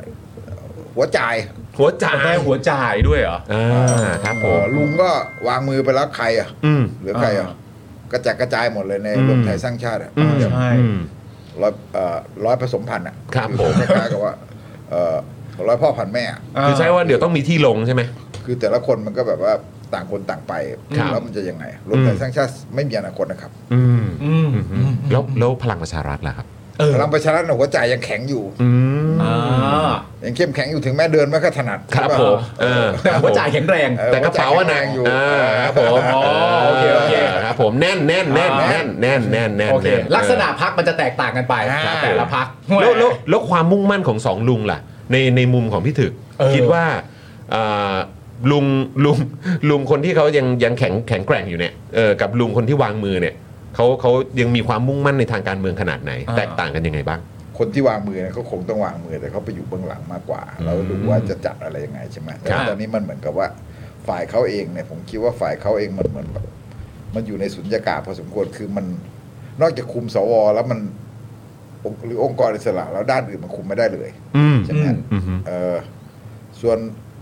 [SPEAKER 6] หัวใจาย
[SPEAKER 1] หัวใจ
[SPEAKER 3] แต่หัวจ่ายด้วยเหรอ
[SPEAKER 1] อ่าครับผ
[SPEAKER 6] เอ่
[SPEAKER 1] ม
[SPEAKER 6] อลุงก็วางมือไปแล้วใครอ่ะ
[SPEAKER 1] อืม
[SPEAKER 6] เหรือใครอ่ะ
[SPEAKER 3] อ่า
[SPEAKER 6] กระจายกระจายหมดเลยใน
[SPEAKER 1] อืม
[SPEAKER 6] รวมไทยสร้างชาติอ่ะ
[SPEAKER 1] อืม
[SPEAKER 6] เดี๋ยว
[SPEAKER 3] ใช่
[SPEAKER 1] อืม
[SPEAKER 6] ร้อยเอ่อร้อยผสมพันธุ์อ่ะ
[SPEAKER 1] ครับผม
[SPEAKER 6] คล้ายๆกับว่าเอ่อร้อยพ่อพันธุ์แม่อะ
[SPEAKER 3] อ่า
[SPEAKER 1] คือใช่ว่าเดี๋ยวต้องมีที่ลงใช่ไหม
[SPEAKER 6] คือแต่ละคนมันก็แบบว่าต่างคนต่างไป
[SPEAKER 1] ครับ
[SPEAKER 6] แล้วมันจะยังไงรวมไทยสร้างชาติไม่มีอนาคตนะครับ
[SPEAKER 1] อืม
[SPEAKER 3] อืม
[SPEAKER 1] อืมแล้วแล้วพลังประชารัฐล่ะครับ
[SPEAKER 3] เออ
[SPEAKER 6] พลังประชารัฐน่ะหัวใจยังแข็งอยู่
[SPEAKER 1] อืม
[SPEAKER 3] อ่า
[SPEAKER 6] ยังเข้มแข็งอยู่ถึงแม้เดินไม่ค่อยถนัด
[SPEAKER 1] ครับ
[SPEAKER 6] ใช่
[SPEAKER 1] ผ
[SPEAKER 6] ปะ
[SPEAKER 1] มเออ
[SPEAKER 3] แต่หัวจ่ายแข็งแรง
[SPEAKER 6] เออ
[SPEAKER 1] แต่กระเป๋าอะหนัก
[SPEAKER 6] หัวใจแข็งแรงอยู่
[SPEAKER 1] อ่าครับผม
[SPEAKER 3] อ๋อโอเคโอเค
[SPEAKER 1] ครับผมแน่นแน่นแน่นแน่นแน่นแน่นแน่น
[SPEAKER 3] โอเค
[SPEAKER 1] แน่น
[SPEAKER 3] ลักษณะพักมันจะแตกต่างกันไป
[SPEAKER 1] ครับผม
[SPEAKER 3] แต่ละพัก
[SPEAKER 1] แล้วแล้วแล้วความมุ่งมั่นของสองลุงล่ะ ในในมุมของพี่ถึก
[SPEAKER 3] เออ
[SPEAKER 1] คิดว่าอ่าลุงลุงลุงคนที่เขายังยังแข็งแข็งแกร่งอยู่เนี่ยเออกับลุงคนที่วางมือเนี่ยเขาเขายังมีความมุ่งมั่นในทางการเมืองขนาดไหน แตกต่างกันยังไงบ้าง
[SPEAKER 6] คนที่วางมือเนี่ยเขาคงต้องวางมือแต่เขาไปอยู่เบื้องหลังมากกว่า เราดูว่าจะจัดอะไรยังไงใช่ไหมแต่
[SPEAKER 1] ครับ
[SPEAKER 6] ตอนนี้มันเหมือนกับว่าฝ่ายเขาเองเนี่ยผมคิดว่าฝ่ายเขาเองมันเหมือนแบบมันอยู่ในสุญญากาศพอสมควรคือมันนอกจากคุมสวแล้วมันองค์หรือองค์กรอิสระแล้วด้านอื่นมันคุมไม่ได้เลย
[SPEAKER 1] อืม
[SPEAKER 6] ใช่ไหม
[SPEAKER 1] อืม
[SPEAKER 6] เออส่วน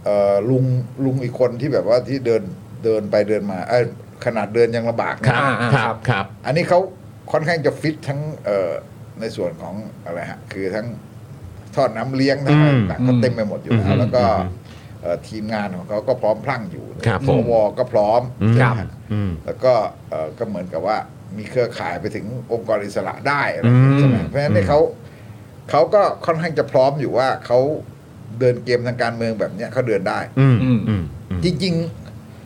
[SPEAKER 6] เอ่อลุงลุงอีกคนที่แบบว่าที่เดินเดินไปเดินมาเอยขนาดเดินยังลำบาก
[SPEAKER 1] ค
[SPEAKER 6] นะ
[SPEAKER 1] รับครับครับ
[SPEAKER 6] อันนี้เขาค่อนข้างจะฟิตทั้งเอ่อในส่วนของอะไรฮะคือทั้งทอดน้ำเลี้ยงทั้งอะไรต่างๆก็เต็มไปหมดอยู่แล้วแล้วก็เอ่อทีมงานของเขาก็พร้อมพลั่งอยู่
[SPEAKER 1] ครับผ
[SPEAKER 6] ส
[SPEAKER 1] ม
[SPEAKER 6] วก็พร้อมใช่ไหมฮะ
[SPEAKER 1] อืม
[SPEAKER 6] แล้วก็เอ่อก็เหมือนกับว่ามีเครือข่ายไปถึงองค์กรอิสระได้อะไรอย่างเงี้ย
[SPEAKER 1] อืม
[SPEAKER 6] ใช่ไหมเพราะฉะนั้นเนี่ย
[SPEAKER 1] อืม
[SPEAKER 6] เขาเขาก็ค่อนข้างจะพร้อมอยู่ว่าเขาเดินเกมทางการเมืองแบบเนี้ยเขาเดินได้
[SPEAKER 1] อืมอืมอืมอืม
[SPEAKER 6] จริง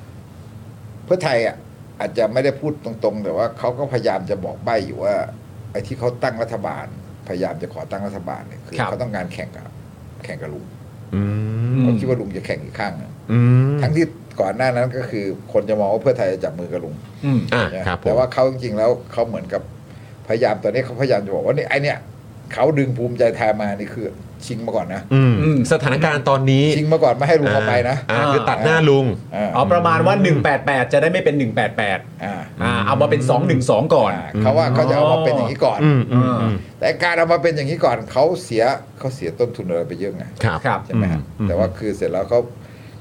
[SPEAKER 6] ๆ เพื่อไทยอ่ะอาจจะไม่ได้พูดตรงๆ แต่ว่าเขาก็พยายามจะบอกใบ้อยู่ว่า ไอ้ที่เขาตั้งรัฐบาล พยายามจะขอตั้งรัฐบาลเนี่ยคือ
[SPEAKER 3] ครับ
[SPEAKER 6] เขาต้องการแข่งกับ แข่งกับลุง
[SPEAKER 1] อืม
[SPEAKER 6] เขาคิดว่าลุงจะแข่งอีกข้างหนึ่ง
[SPEAKER 1] อืม
[SPEAKER 6] ทั้งที่ก่อนหน้านั้นก็คือ คนจะมองว่าเพื่อไทยจะจับมือกับลุง
[SPEAKER 3] อืม
[SPEAKER 1] อ่ะ
[SPEAKER 6] นะครับ
[SPEAKER 1] ผม
[SPEAKER 6] แต่ว่าเขาจริงๆแล้วเขาเหมือนกับพยายามตอนนี้เขาพยายามจะบอกว่านี่ไอเนี่ยเขาดึงภูมิใจไทยมานี่คือชิงมาก่อนนะ
[SPEAKER 1] อืม
[SPEAKER 3] อืม
[SPEAKER 1] สถานการณ์ตอนนี้
[SPEAKER 6] ชิงมาก่อนไม่ให้ลุงเอาไปนะ
[SPEAKER 1] อ่าคือตัดหน้าลุง
[SPEAKER 6] อ่า
[SPEAKER 3] เอาประมาณว่า 188 จะได้ไม่เป็น 188
[SPEAKER 6] อ่า
[SPEAKER 3] อ่าเอามาเป็น 212 ก่อน
[SPEAKER 6] อ่าเขาว่าเขาจะเอามาเป็นอย่างนี้ก่อน
[SPEAKER 1] อืมอืมอืม
[SPEAKER 6] แต่การเอามาเป็นอย่างนี้ก่อนเขาเสียเขาเสียต้นทุนอะไรไปเยอะไง
[SPEAKER 1] ครับ
[SPEAKER 3] ครับ
[SPEAKER 6] ใช่ไหมฮะ
[SPEAKER 1] อืม
[SPEAKER 6] แต่ว่าคือเสร็จแล้วเขา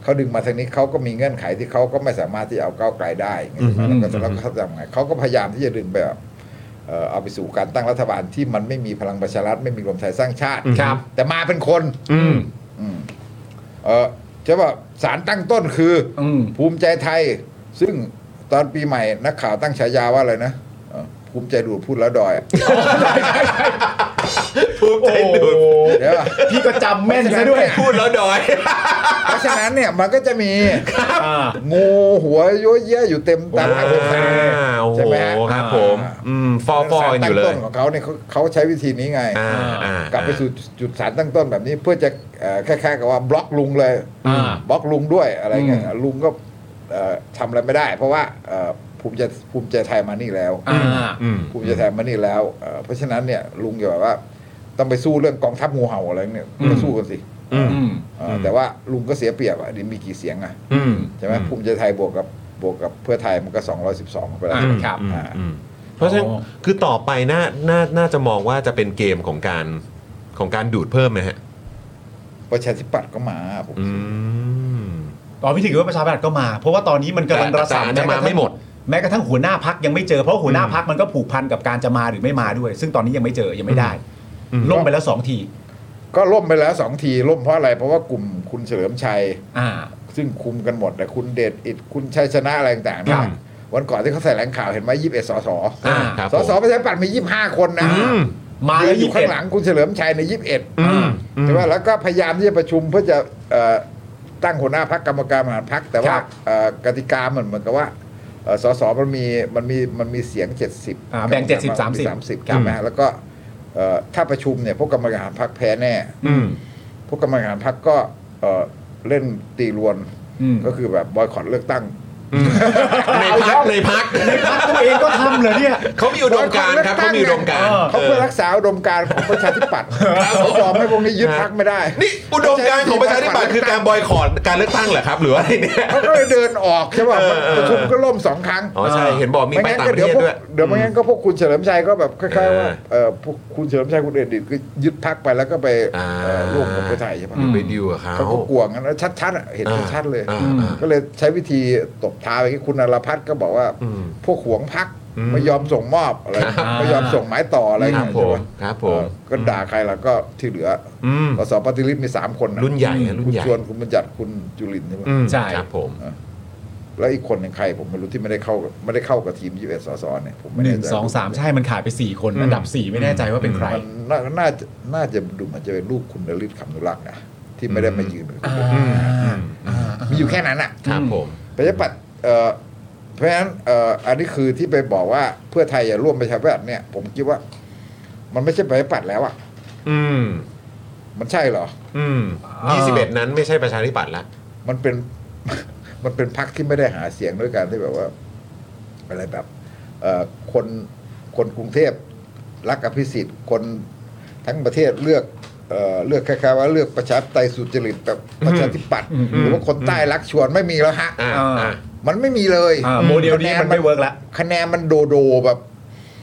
[SPEAKER 6] เขาดึงมาทางนี้เขาก็มีเงื่อนไขที่เขาก็ไม่สามารถที่จะเอาก้าวไกลได้ไงใช่ไหมแล้วก็แล้วก็เขาทำไงเขาก็พยายามที่จะดึงแบบเอ่อเอาไปสู่การตั้งรัฐบาลที่มันไม่มีพลังประชารัฐไม่มีรวมไทยสร้างชาติ
[SPEAKER 3] ครับ
[SPEAKER 6] แต่มาเป็นคน
[SPEAKER 1] อืม
[SPEAKER 6] อืมเออใช่ป่ะสารตั้งต้นคืออ
[SPEAKER 3] อืม
[SPEAKER 6] ภูมิใจไทย ซึ่งตอนปีใหม่นักข่าวตั้งฉายาว่าอะไรนะเอ่อภูมิใจดูดพูดแล้วดอยอะ
[SPEAKER 1] ภูมิใจดูด
[SPEAKER 6] เดี๋ยวอะ
[SPEAKER 3] พี่ก็จำแม่นซะด้วย
[SPEAKER 1] พูดแล้วดอย
[SPEAKER 6] เพราะฉะนั้นเนี่ยมันก็จะ มี
[SPEAKER 3] อ่า
[SPEAKER 6] งูหัวเยอะแยะอยู่เต็มตามทางรถไฟ
[SPEAKER 1] โอ้โห
[SPEAKER 6] ใช่ไหมฮะ
[SPEAKER 1] ครับผมอืมฟอฟอกันอยู่เล
[SPEAKER 6] สารตั้ง
[SPEAKER 1] ย
[SPEAKER 6] ต้นของเขาเนี่ยเขาเขาใช้วิธีนี้ไง
[SPEAKER 1] อ่าอ่าก
[SPEAKER 6] ลับไปสู่จุดสารตั้งต้นแบบนี้เพื่อจะเอ่อคล้ายๆกับว่าบล็อกลุงเลย
[SPEAKER 3] อ่า
[SPEAKER 6] บล็อกลุงด้วยอะไรเงี้ยลุงก็เอ่อทำอะไรไม่ได้ เพราะว่าเอ่อภูมิใจภูมิใจไทยมานี่แล้ว
[SPEAKER 3] อ่า
[SPEAKER 1] อืม
[SPEAKER 6] ภูมิใจไทยมานี่แล้วเอ่อเพราะฉะนั้นเนี่ยลุงจะแบบว่าต้องไปสู้เรื่องกองทัพงูเห่าอะไรเนี่ยก็สู้กันสิ
[SPEAKER 1] อืม
[SPEAKER 3] อืม
[SPEAKER 6] เอ่อแต่ว่าลุงก็เสียเปรียบอ่ะนี่มีกี่เสียงอ่ะ
[SPEAKER 1] อืม
[SPEAKER 6] ใช่ไหมภูมิใจไทยบวกกับบวกกับเพื่อไทยมันก็ 212ไปแล้ว
[SPEAKER 3] อ่าครับ
[SPEAKER 6] อ่า
[SPEAKER 1] อืมเพราะฉะนั้นคือต่อไปน่าน่าน่าจะมองว่าจะเป็นเกมของการของการดูดเพิ่มไหมฮะ
[SPEAKER 6] ประชาธิปัตย์ก็มาผม
[SPEAKER 1] อืม
[SPEAKER 3] ตอนพิธีกว่าประชาธิปัตย์ก็มา เพราะว่าตอนนี้มันกำลัง
[SPEAKER 1] แต่
[SPEAKER 3] ระสำ
[SPEAKER 1] แต่มาไม่หมด
[SPEAKER 3] แม้กระทั่งหัวหน้าพักยังไม่เจอเพราะหัวหน้าพักมันก็ผูกพันกับการจะมาหรือไม่มาด้วย ซึ่งตอนนี้ยังไม่เจอยังไม่ได้ล่มไปแล้วสองที
[SPEAKER 6] ก็ล่มไปแล้ว 2 ทีล่มเพราะอะไร เพราะว่ากลุ่มคุณเฉลิมชัย
[SPEAKER 3] อ่า
[SPEAKER 6] ซึ่งคุมกันหมดแต่คุณเดชอิดคุณชัยชนะอะไรต่างๆเนี่
[SPEAKER 3] ครั
[SPEAKER 6] ย
[SPEAKER 3] บ
[SPEAKER 6] วันก่อนที่เขาแถลงข่าวเห็นไหมยี่สิบเอ็ดสส
[SPEAKER 3] อ่า
[SPEAKER 1] ครับ
[SPEAKER 6] ส
[SPEAKER 1] ผม
[SPEAKER 6] สประชาธิปัตย์มี 25 คนนะ
[SPEAKER 1] อืม
[SPEAKER 3] มา
[SPEAKER 6] ยื
[SPEAKER 3] แล้ว
[SPEAKER 6] นอ
[SPEAKER 3] ยี่
[SPEAKER 6] ยู่
[SPEAKER 3] สิบ
[SPEAKER 6] ข้า
[SPEAKER 3] เอ็ด
[SPEAKER 6] งหลังคุณเฉลิมชัยใน 21
[SPEAKER 1] อืม
[SPEAKER 6] ใช่ไหมแล้วก็พยายามที่จะประชุมเพื่อจะเอ่อตั้งหัวหน้าพักกรรมการบริหารพักแต่
[SPEAKER 3] ค
[SPEAKER 6] ว่า
[SPEAKER 3] รับ
[SPEAKER 6] เอ่อกติกามันเหมือนกับว่าเอ่อสสมันมีมันมีมันมีเสียง 70
[SPEAKER 3] อ่าแบ่ง70 30
[SPEAKER 6] 30ครับนะฮะแล้วก็เอ่อถ้าประชุมเนี่ยพวกกรรมการพักแพ้แน่
[SPEAKER 1] อืม
[SPEAKER 6] พวกกรรมการพักก็เอ่อเล่นตีรวน
[SPEAKER 3] อืม
[SPEAKER 6] ก็คือแบบบอยคอตเลือกตั้ง
[SPEAKER 1] ในพักในพัก
[SPEAKER 3] ในพักตัวเองก็ทำเหรอเนี่ย
[SPEAKER 1] เขามีอุดมการณ์ครับเขามีอุดมการณ์
[SPEAKER 6] เขาเพื่อรักษาอุดมการณ์ของประชาธิปัตย์เขายอมให้พวกนี้ยึดพักไม่ได้
[SPEAKER 1] นี่อุดมการณ์ของประชาธิปัตย์คือการบอยคอรการเลือกตั้งเหรอครับ หรือว่าอะไรเนี่ย
[SPEAKER 6] เขาก็เลยเดินออกใช่ป่ะ
[SPEAKER 1] เออเออ
[SPEAKER 6] ประชุมก็ล่มสองครั้ง
[SPEAKER 1] อ๋อใช่เห็นบอกมีไป
[SPEAKER 6] ไม่งั้น
[SPEAKER 1] ต่างประ
[SPEAKER 6] ก็เดี๋ยว
[SPEAKER 1] เทศ
[SPEAKER 6] พวก
[SPEAKER 1] ด้วย
[SPEAKER 6] เดี๋ยวไม่งั้นก็พวกคุณเฉลิมชัยก็แบบคล้ายๆว่า
[SPEAKER 1] เออ
[SPEAKER 6] เอ่อพวกคุณเฉลิมชัยคุณเดชดิตก็ยึดพักไปแล้วก็ไป
[SPEAKER 1] อ่า
[SPEAKER 6] เอ่อร่วมกับเพื่อไทยใช่ปะ
[SPEAKER 1] ไปดิวกับเขา
[SPEAKER 6] เขาก็กลัวงั้นแล้วชัดๆอะเห็น
[SPEAKER 1] อ่า
[SPEAKER 6] ชัดๆเลย
[SPEAKER 1] อ่าอ่า
[SPEAKER 6] ก็เลยใช้วิธีตบท้าไปที่คุณนรพัฒน์ก็บอกว่า
[SPEAKER 1] อืม
[SPEAKER 6] พวกหวงพักไม่ยอมส่งมอบอะไร
[SPEAKER 1] ครับ
[SPEAKER 6] ไม่ยอมส่งหมายต่ออะไรอย่าง
[SPEAKER 1] ค
[SPEAKER 6] เงี้ย
[SPEAKER 1] รับผม
[SPEAKER 6] ใช่ปะ
[SPEAKER 1] ครับผม
[SPEAKER 6] เอ่อก็ด่าใครแล้วก็ที่เหลืออ
[SPEAKER 1] อืม
[SPEAKER 6] สสปฏิริษีมีสามคนนะ
[SPEAKER 1] รุ่นใหญ่ฮะรุ่น
[SPEAKER 6] คุณ
[SPEAKER 1] ใหญ่
[SPEAKER 6] ชวนคุณบัญญัติคุณจุลินทร์ใช่ปะ
[SPEAKER 1] อืม
[SPEAKER 3] ใช่
[SPEAKER 1] ครับผม
[SPEAKER 6] แล้วอีกคนหนึ่งใครผมไม่รู้ที่ไม่ได้เข้าไม่ได้เข้ากับทีมยูเอสสสเนี่ยผมไม่
[SPEAKER 3] ห
[SPEAKER 6] แน่
[SPEAKER 3] นึ่ง
[SPEAKER 6] ใจ
[SPEAKER 3] สองสามใช่มันขายไป 4 คนอันดับ 4 ไม่แน่ใจว่าเป็นใคร
[SPEAKER 6] มันนาน่าจะน่าจะดูเหมือนจะเป็นลูกคุณนฤทธิ์คำนุรักษ์นะที่ไม่ได้มายืนเป็นคุณมีอยู่แค่นั้นอ่ะ
[SPEAKER 1] ครับผม
[SPEAKER 6] ประชาธิปัตย์เอ่อเพราะฉะนั้นเอ่ออันนี้คือที่ไปบอกว่าเพื่อไทยจะร่วมประชาธิปัตย์เนี่ย ผมคิดว่า มันไม่ใช่ประชาธิปัตย์แล้วอ่ะ
[SPEAKER 1] อืม
[SPEAKER 6] มันใช่เหรอ
[SPEAKER 1] อืมยี่สิบเอ็ดนั้นไม่ใช่ประชาธิปัตย์ละ
[SPEAKER 6] มัน เป็น มันเป็นพักที่ไม่ได้หาเสียงด้วยการที่แบบว่า อะไรแบบเอ่อคนคนกรุงเทพรักอภิสิทธิ์คนทั้งประเทศเลือกเอ่อเลือกคล้ายๆว่าเลือกประชาธิปไตยสุจริตแบบประชาธิปัตย์หรือว่าคนใต้รักชวนไม่มีแล้วฮะ
[SPEAKER 1] อ่า
[SPEAKER 3] อ่า
[SPEAKER 1] อ่า
[SPEAKER 6] มันไม่มีเลย
[SPEAKER 3] อ่าโมเดลนี้มันไม่เวิร์กแล้ว
[SPEAKER 6] คะแนนมันโดโดแบบ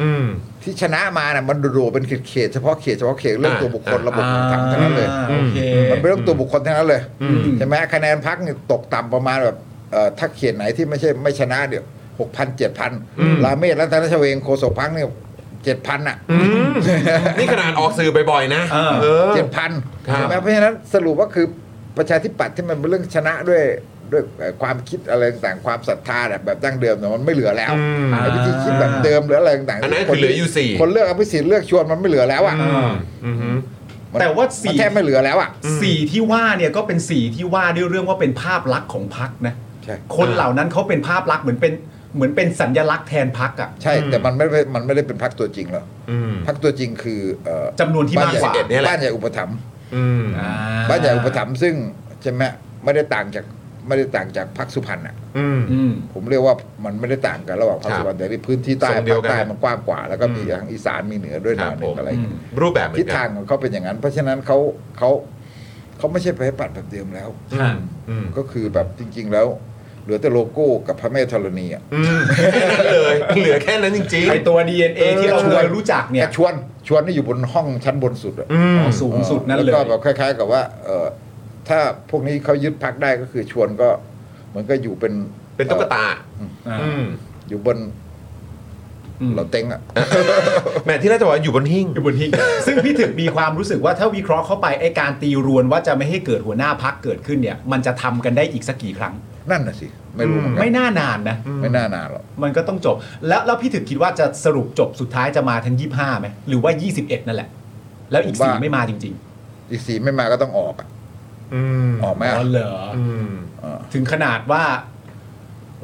[SPEAKER 1] อืม
[SPEAKER 6] ที่ชนะมาน่ะมันโดโดเป็นเขตๆเฉพาะเขตเฉพาะเขตเรื่องตัวบุคคลระบบการทำทั้งนั้นเลย
[SPEAKER 3] อ่าโอเค
[SPEAKER 6] มันเป็นเรื่องตัวบุคคลทั้งนั้นเลยใช่ไหมคะแนนพักเนี่ยตกต่ำประมาณแบบเอ่อถ้าเขตไหนที่ไม่ใช่ไม่ชนะเดี๋ยวหกพันเจ็ดพันลาเมศรัตนชเวงโคศกพักเนี่ยเจ็ดพันอ่ะ
[SPEAKER 1] อืม นี่ขนาดออกสื่อบ่อยๆนะ
[SPEAKER 3] เออ
[SPEAKER 1] เออ
[SPEAKER 6] เจ็ดพัน
[SPEAKER 1] ครับ
[SPEAKER 6] ใช่ไหมเพราะฉะนั้นสรุปว่าคือประชาธิปัตย์ที่มันเป็นเรื่องชนะด้วยด้วยเอ่อความคิดอะไรต่างๆความศรัทธาแบบแบบดั้งเดิมเนี่ยมันไม่เหลือแล้ว
[SPEAKER 1] อืม
[SPEAKER 6] ไอ้วิธีคิดแบบเดิมหรืออะไรต่างๆ
[SPEAKER 1] อันนั้นคือ
[SPEAKER 6] ที่
[SPEAKER 1] เหลืออยู่สี่
[SPEAKER 6] คนเลือกอภิสิทธิ์เลือกชวนมันไม่เหลือแล้วอ่ะ
[SPEAKER 1] อืมอืม
[SPEAKER 6] มัน
[SPEAKER 3] แต่ว่า
[SPEAKER 6] มัน
[SPEAKER 3] สี่
[SPEAKER 6] แทบไม่เหลือแล้วอ่ะ
[SPEAKER 3] สี่ที่ว่าเนี่ยก็เป็นสี่ที่ว่าด้วยเรื่องว่าเป็นภาพลักษณ์ของพักนะ
[SPEAKER 6] ใช่
[SPEAKER 3] คนเหล่านั้นเขาเป็นภาพลักษณ์เหมือนเป็นเหมือนเป็นสัญลักษณ์แทนพักอ่ะ
[SPEAKER 6] ใช่แต่มันไม่ได้มันไม่ได้เป็นพักตัวจริงหรอก
[SPEAKER 1] อืม
[SPEAKER 6] พักตัวจริงคือเอ่อ
[SPEAKER 3] จำนวนที่มากกว่า
[SPEAKER 6] บ้นใหญ่
[SPEAKER 1] เนี่ยแหละ
[SPEAKER 6] บ้านใหญ่อุปถัมภ์
[SPEAKER 1] อืม
[SPEAKER 3] อ่
[SPEAKER 6] บ้านใหญ่อุปถัมภ์ซึ่งใช่ไหมไม่ได้ต่างจากไม่ได้ต่างจากพักสุพรรณอ่ะ
[SPEAKER 1] อืม
[SPEAKER 3] อืม
[SPEAKER 6] ผมเรียกว่ามันไม่ได้ต่างกันระหว่างพัก
[SPEAKER 1] ครับ
[SPEAKER 6] สุพรรณแต่ที่พื้นที่ใต้
[SPEAKER 1] ทรงเดียว
[SPEAKER 6] ภาค
[SPEAKER 1] กัน
[SPEAKER 6] ใต้มันกว้างกว่า แล้วก็มี
[SPEAKER 1] อืม
[SPEAKER 6] ทางอีสานมีเหนือด้วยห
[SPEAKER 1] ค
[SPEAKER 6] น่
[SPEAKER 1] รั
[SPEAKER 6] อบ ยห
[SPEAKER 1] ผม
[SPEAKER 6] นึ่งอะไร
[SPEAKER 3] อืม
[SPEAKER 1] รูปแบบเหมือ
[SPEAKER 6] ทิศ
[SPEAKER 1] นกั
[SPEAKER 6] ทาง
[SPEAKER 1] น
[SPEAKER 6] ของเขาเป็นอย่างนั้น เพราะฉะนั้นเขาเขาเขาไม่ใช่ประชาธิปัตย์แบบเดิมแล้ว
[SPEAKER 1] อืมอืม
[SPEAKER 6] ก็คือแบบจริง ๆ แล้วเหลือแต่โลโก้กับพระแม่ธรณีอ่ะ
[SPEAKER 1] อืมแค่นั้นเลยเหลือแค่นั้นจริง
[SPEAKER 3] ไอตัว DNA ที่เราเคยรู้จักเนี่ย
[SPEAKER 6] แต่ชวนชวนนี่อยู่บนห้องชั้นบนสุดอ่ะ
[SPEAKER 1] ๆอืม
[SPEAKER 3] ของสูงสุดนั่นเลย
[SPEAKER 6] แล้วก็แบบคล้าย ๆ กับว่าเอ่อถ้าพวกนี้เขายึดพักได้ก็คือชวนก็เหมือนก็อยู่เป็น
[SPEAKER 1] เป็นตุ๊กตา
[SPEAKER 3] อ่า
[SPEAKER 1] อืม
[SPEAKER 6] อยู่บน
[SPEAKER 3] อืม
[SPEAKER 6] เราเต็งอะ
[SPEAKER 1] แหม่ที่น่าจะบอกว่าอยู่บนหิ้ง
[SPEAKER 3] อยู่บนหิ้งซึ่งพี่ถึกมีความรู้สึกว่าถ้าวิเคราะห์เข้าไปไอการตีรวนว่าจะไม่ให้เกิดหัวหน้าพักเกิดขึ้นเนี่ย มันจะทำกันได้อีกสักกี่ครั้ง
[SPEAKER 6] นั่นน่ะสิไม่รู้เหมือนกั
[SPEAKER 3] ไม่
[SPEAKER 6] น
[SPEAKER 3] น่านานนะ
[SPEAKER 6] ไม่น่านานหรอก
[SPEAKER 3] มันก็ต้องจบ แล้วแล้วพี่ถึกคิดว่าจะสรุปจบสุดท้ายจะมาทั้ง 25ไหมหรือว่า 21 นั่นแหละ แล้วอีกสี่ไม่มาจริง
[SPEAKER 6] อีกสีไม่มาก็ต้องออกอะ
[SPEAKER 1] อืม
[SPEAKER 6] ออก
[SPEAKER 3] ๆ
[SPEAKER 6] ไหมอะ
[SPEAKER 3] อ๋อเหรอ
[SPEAKER 1] อืม
[SPEAKER 6] เออ
[SPEAKER 3] ถึงขนาดว่า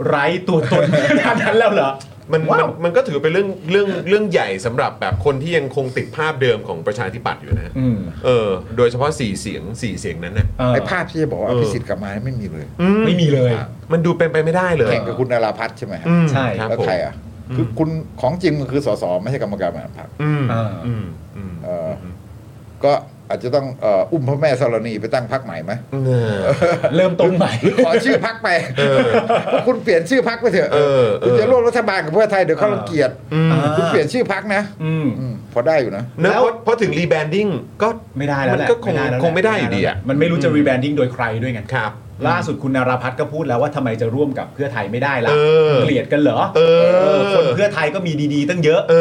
[SPEAKER 3] ไร้ตัวตนขนาดนั้นแล้วเหรอ
[SPEAKER 1] มัน
[SPEAKER 3] ว้าว
[SPEAKER 1] มันมันก็ถือเป็นเรื่องเรื่องเรื่องใหญ่สำหรับแบบคนที่ยังคงติดภาพเดิมของประชาธิปัตย์อยู่นะ
[SPEAKER 3] อืม
[SPEAKER 1] เออ โดยเฉพาะสี่เสียงสี่เสียงนั้นน่ะ
[SPEAKER 3] เออ
[SPEAKER 6] ไอ้ภาพที่จะบอกว่า
[SPEAKER 1] เออ
[SPEAKER 6] พิสิทธิ์กลับมาไม่มีเลย
[SPEAKER 3] ไม่มีเลย
[SPEAKER 1] มันดูเป็นไปไม่ได้เลย
[SPEAKER 6] แข่งกับคุณนราพัฒน์ใช่ไหมฮะ
[SPEAKER 1] อืม
[SPEAKER 3] ใช่
[SPEAKER 1] ครับ
[SPEAKER 6] แล้ว
[SPEAKER 1] ผม
[SPEAKER 6] ใครอ่ะคือคุณของจริงมันคือสสไม่ใช่กรรมการบริหารพรรค
[SPEAKER 1] อืม
[SPEAKER 3] เอออื
[SPEAKER 1] อืมอืม
[SPEAKER 6] เออ ก็อาจจะต้องเอ่ออุ้มพระแม่ธรณีไปตั้งพรรคใหม่ไหม
[SPEAKER 1] เออ
[SPEAKER 3] เริ่มต้นใหม่
[SPEAKER 6] หรือขอชื่อพรรคไปพวกคุณเปลี่ยนชื่อพรรคไปเถอะ
[SPEAKER 1] เออเออ
[SPEAKER 6] คุณจะร่วมรัฐบาลกับเพื่อไทยเดี๋ยวเขารังเกียจ
[SPEAKER 1] อืม
[SPEAKER 3] อ่า
[SPEAKER 6] คุณเปลี่ยนชื่อพักนะ
[SPEAKER 3] อืม
[SPEAKER 6] อืมพอได้อยู่นะ
[SPEAKER 1] เนอะ
[SPEAKER 3] แล้
[SPEAKER 1] เพ
[SPEAKER 3] ว
[SPEAKER 1] ราะเพราะถึงรีแบรนดิ้งก็
[SPEAKER 3] ไม่ได้แล้วแหละ
[SPEAKER 1] มันก็คง
[SPEAKER 3] แล้วแหละ
[SPEAKER 1] คงไม่ได้อยู่ดีอะ
[SPEAKER 3] มันไม่รู้จะรีแบรนดิ้งโดยใครด้วยไง
[SPEAKER 1] ครับ
[SPEAKER 3] ล่าสุดคุณนาราพัฒน์ก็พูดแล้วว่าทำไมจะร่วมกับเพื่อไทยไม่ได้ล่ะ
[SPEAKER 1] เออ
[SPEAKER 3] เกลียดกันเหรอ
[SPEAKER 1] เออ
[SPEAKER 3] เออคนเพื่อไทยก็มีดีๆตั้งเยอะ
[SPEAKER 1] เอ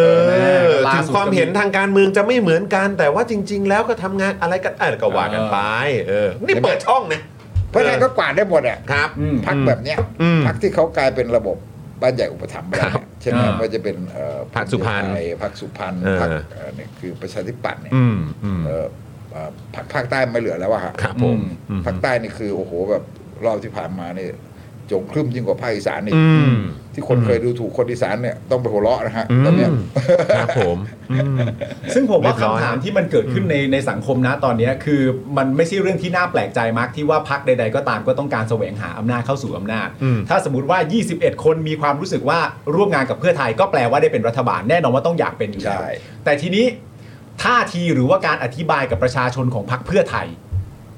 [SPEAKER 1] อ
[SPEAKER 3] ล่
[SPEAKER 1] ถึง
[SPEAKER 3] สุด
[SPEAKER 1] ความเห็นทางการเมืองจะไม่เหมือนกัน แต่ว่าจริง ๆ แล้วก็ทำงานอะไรกันเออก็ว่ากันไปเออ นี่เปิดช่องนะ
[SPEAKER 6] เพื่อไทยก็กวาดได้หมดอ่ะ
[SPEAKER 1] ครับ
[SPEAKER 3] อืม
[SPEAKER 6] พักแบบเนี้ย
[SPEAKER 1] อืม
[SPEAKER 6] พักที่เขากลายเป็นระบบบ้านใหญ่อุปถัมภ์ไปแล้วเนี่ยเช่น
[SPEAKER 3] อ่า
[SPEAKER 6] ว่าจะเป็นเอ่อ
[SPEAKER 1] พรรคสุพรรณ
[SPEAKER 6] ไทยพักสุพรรณ
[SPEAKER 1] เออ
[SPEAKER 6] พักเนี่ยคือประชาธิปัตย์เนี่ย
[SPEAKER 1] อืมอืม
[SPEAKER 6] เอ่อเอ่อพักภาคใต้ไม่เหลือแล้วอะฮะ
[SPEAKER 1] ครับผม
[SPEAKER 6] ภาคใต้นี่คือโอ้โหแบบรอบที่ผ่านมานี่ จงครึ่มยิ่งกว่าภาคอีสานอีก
[SPEAKER 1] อืม
[SPEAKER 6] ที่คนเคยดูถูกคนอีสานเนี่ยต้องไปหัวเราะนะฮะตอนเนี้ย
[SPEAKER 1] ครับผม
[SPEAKER 3] ซึ่งผมว่า
[SPEAKER 1] เรียบร้อย
[SPEAKER 3] คำถามที่มันเกิดขึ้นในในสังคมนะตอนเนี้ยคือมันไม่ใช่เรื่องที่น่าแปลกใจมากที่ว่าพักใด ๆ ก็ตามก็ต้องการแสวงหาอำนาจเข้าสู่อำนาจ ถ้าสมมติว่า 21 คนมีความรู้สึกว่าร่วมงานกับเพื่อไทยก็แปลว่าได้เป็นรัฐบาลแน่นอนว่าต้องอยากเป็นอยู่แล้ว
[SPEAKER 6] ใช่
[SPEAKER 3] แต่ทีนี้ท่าทีหรือว่าการอธิบายกับประชาชนของพักเพื่อไทย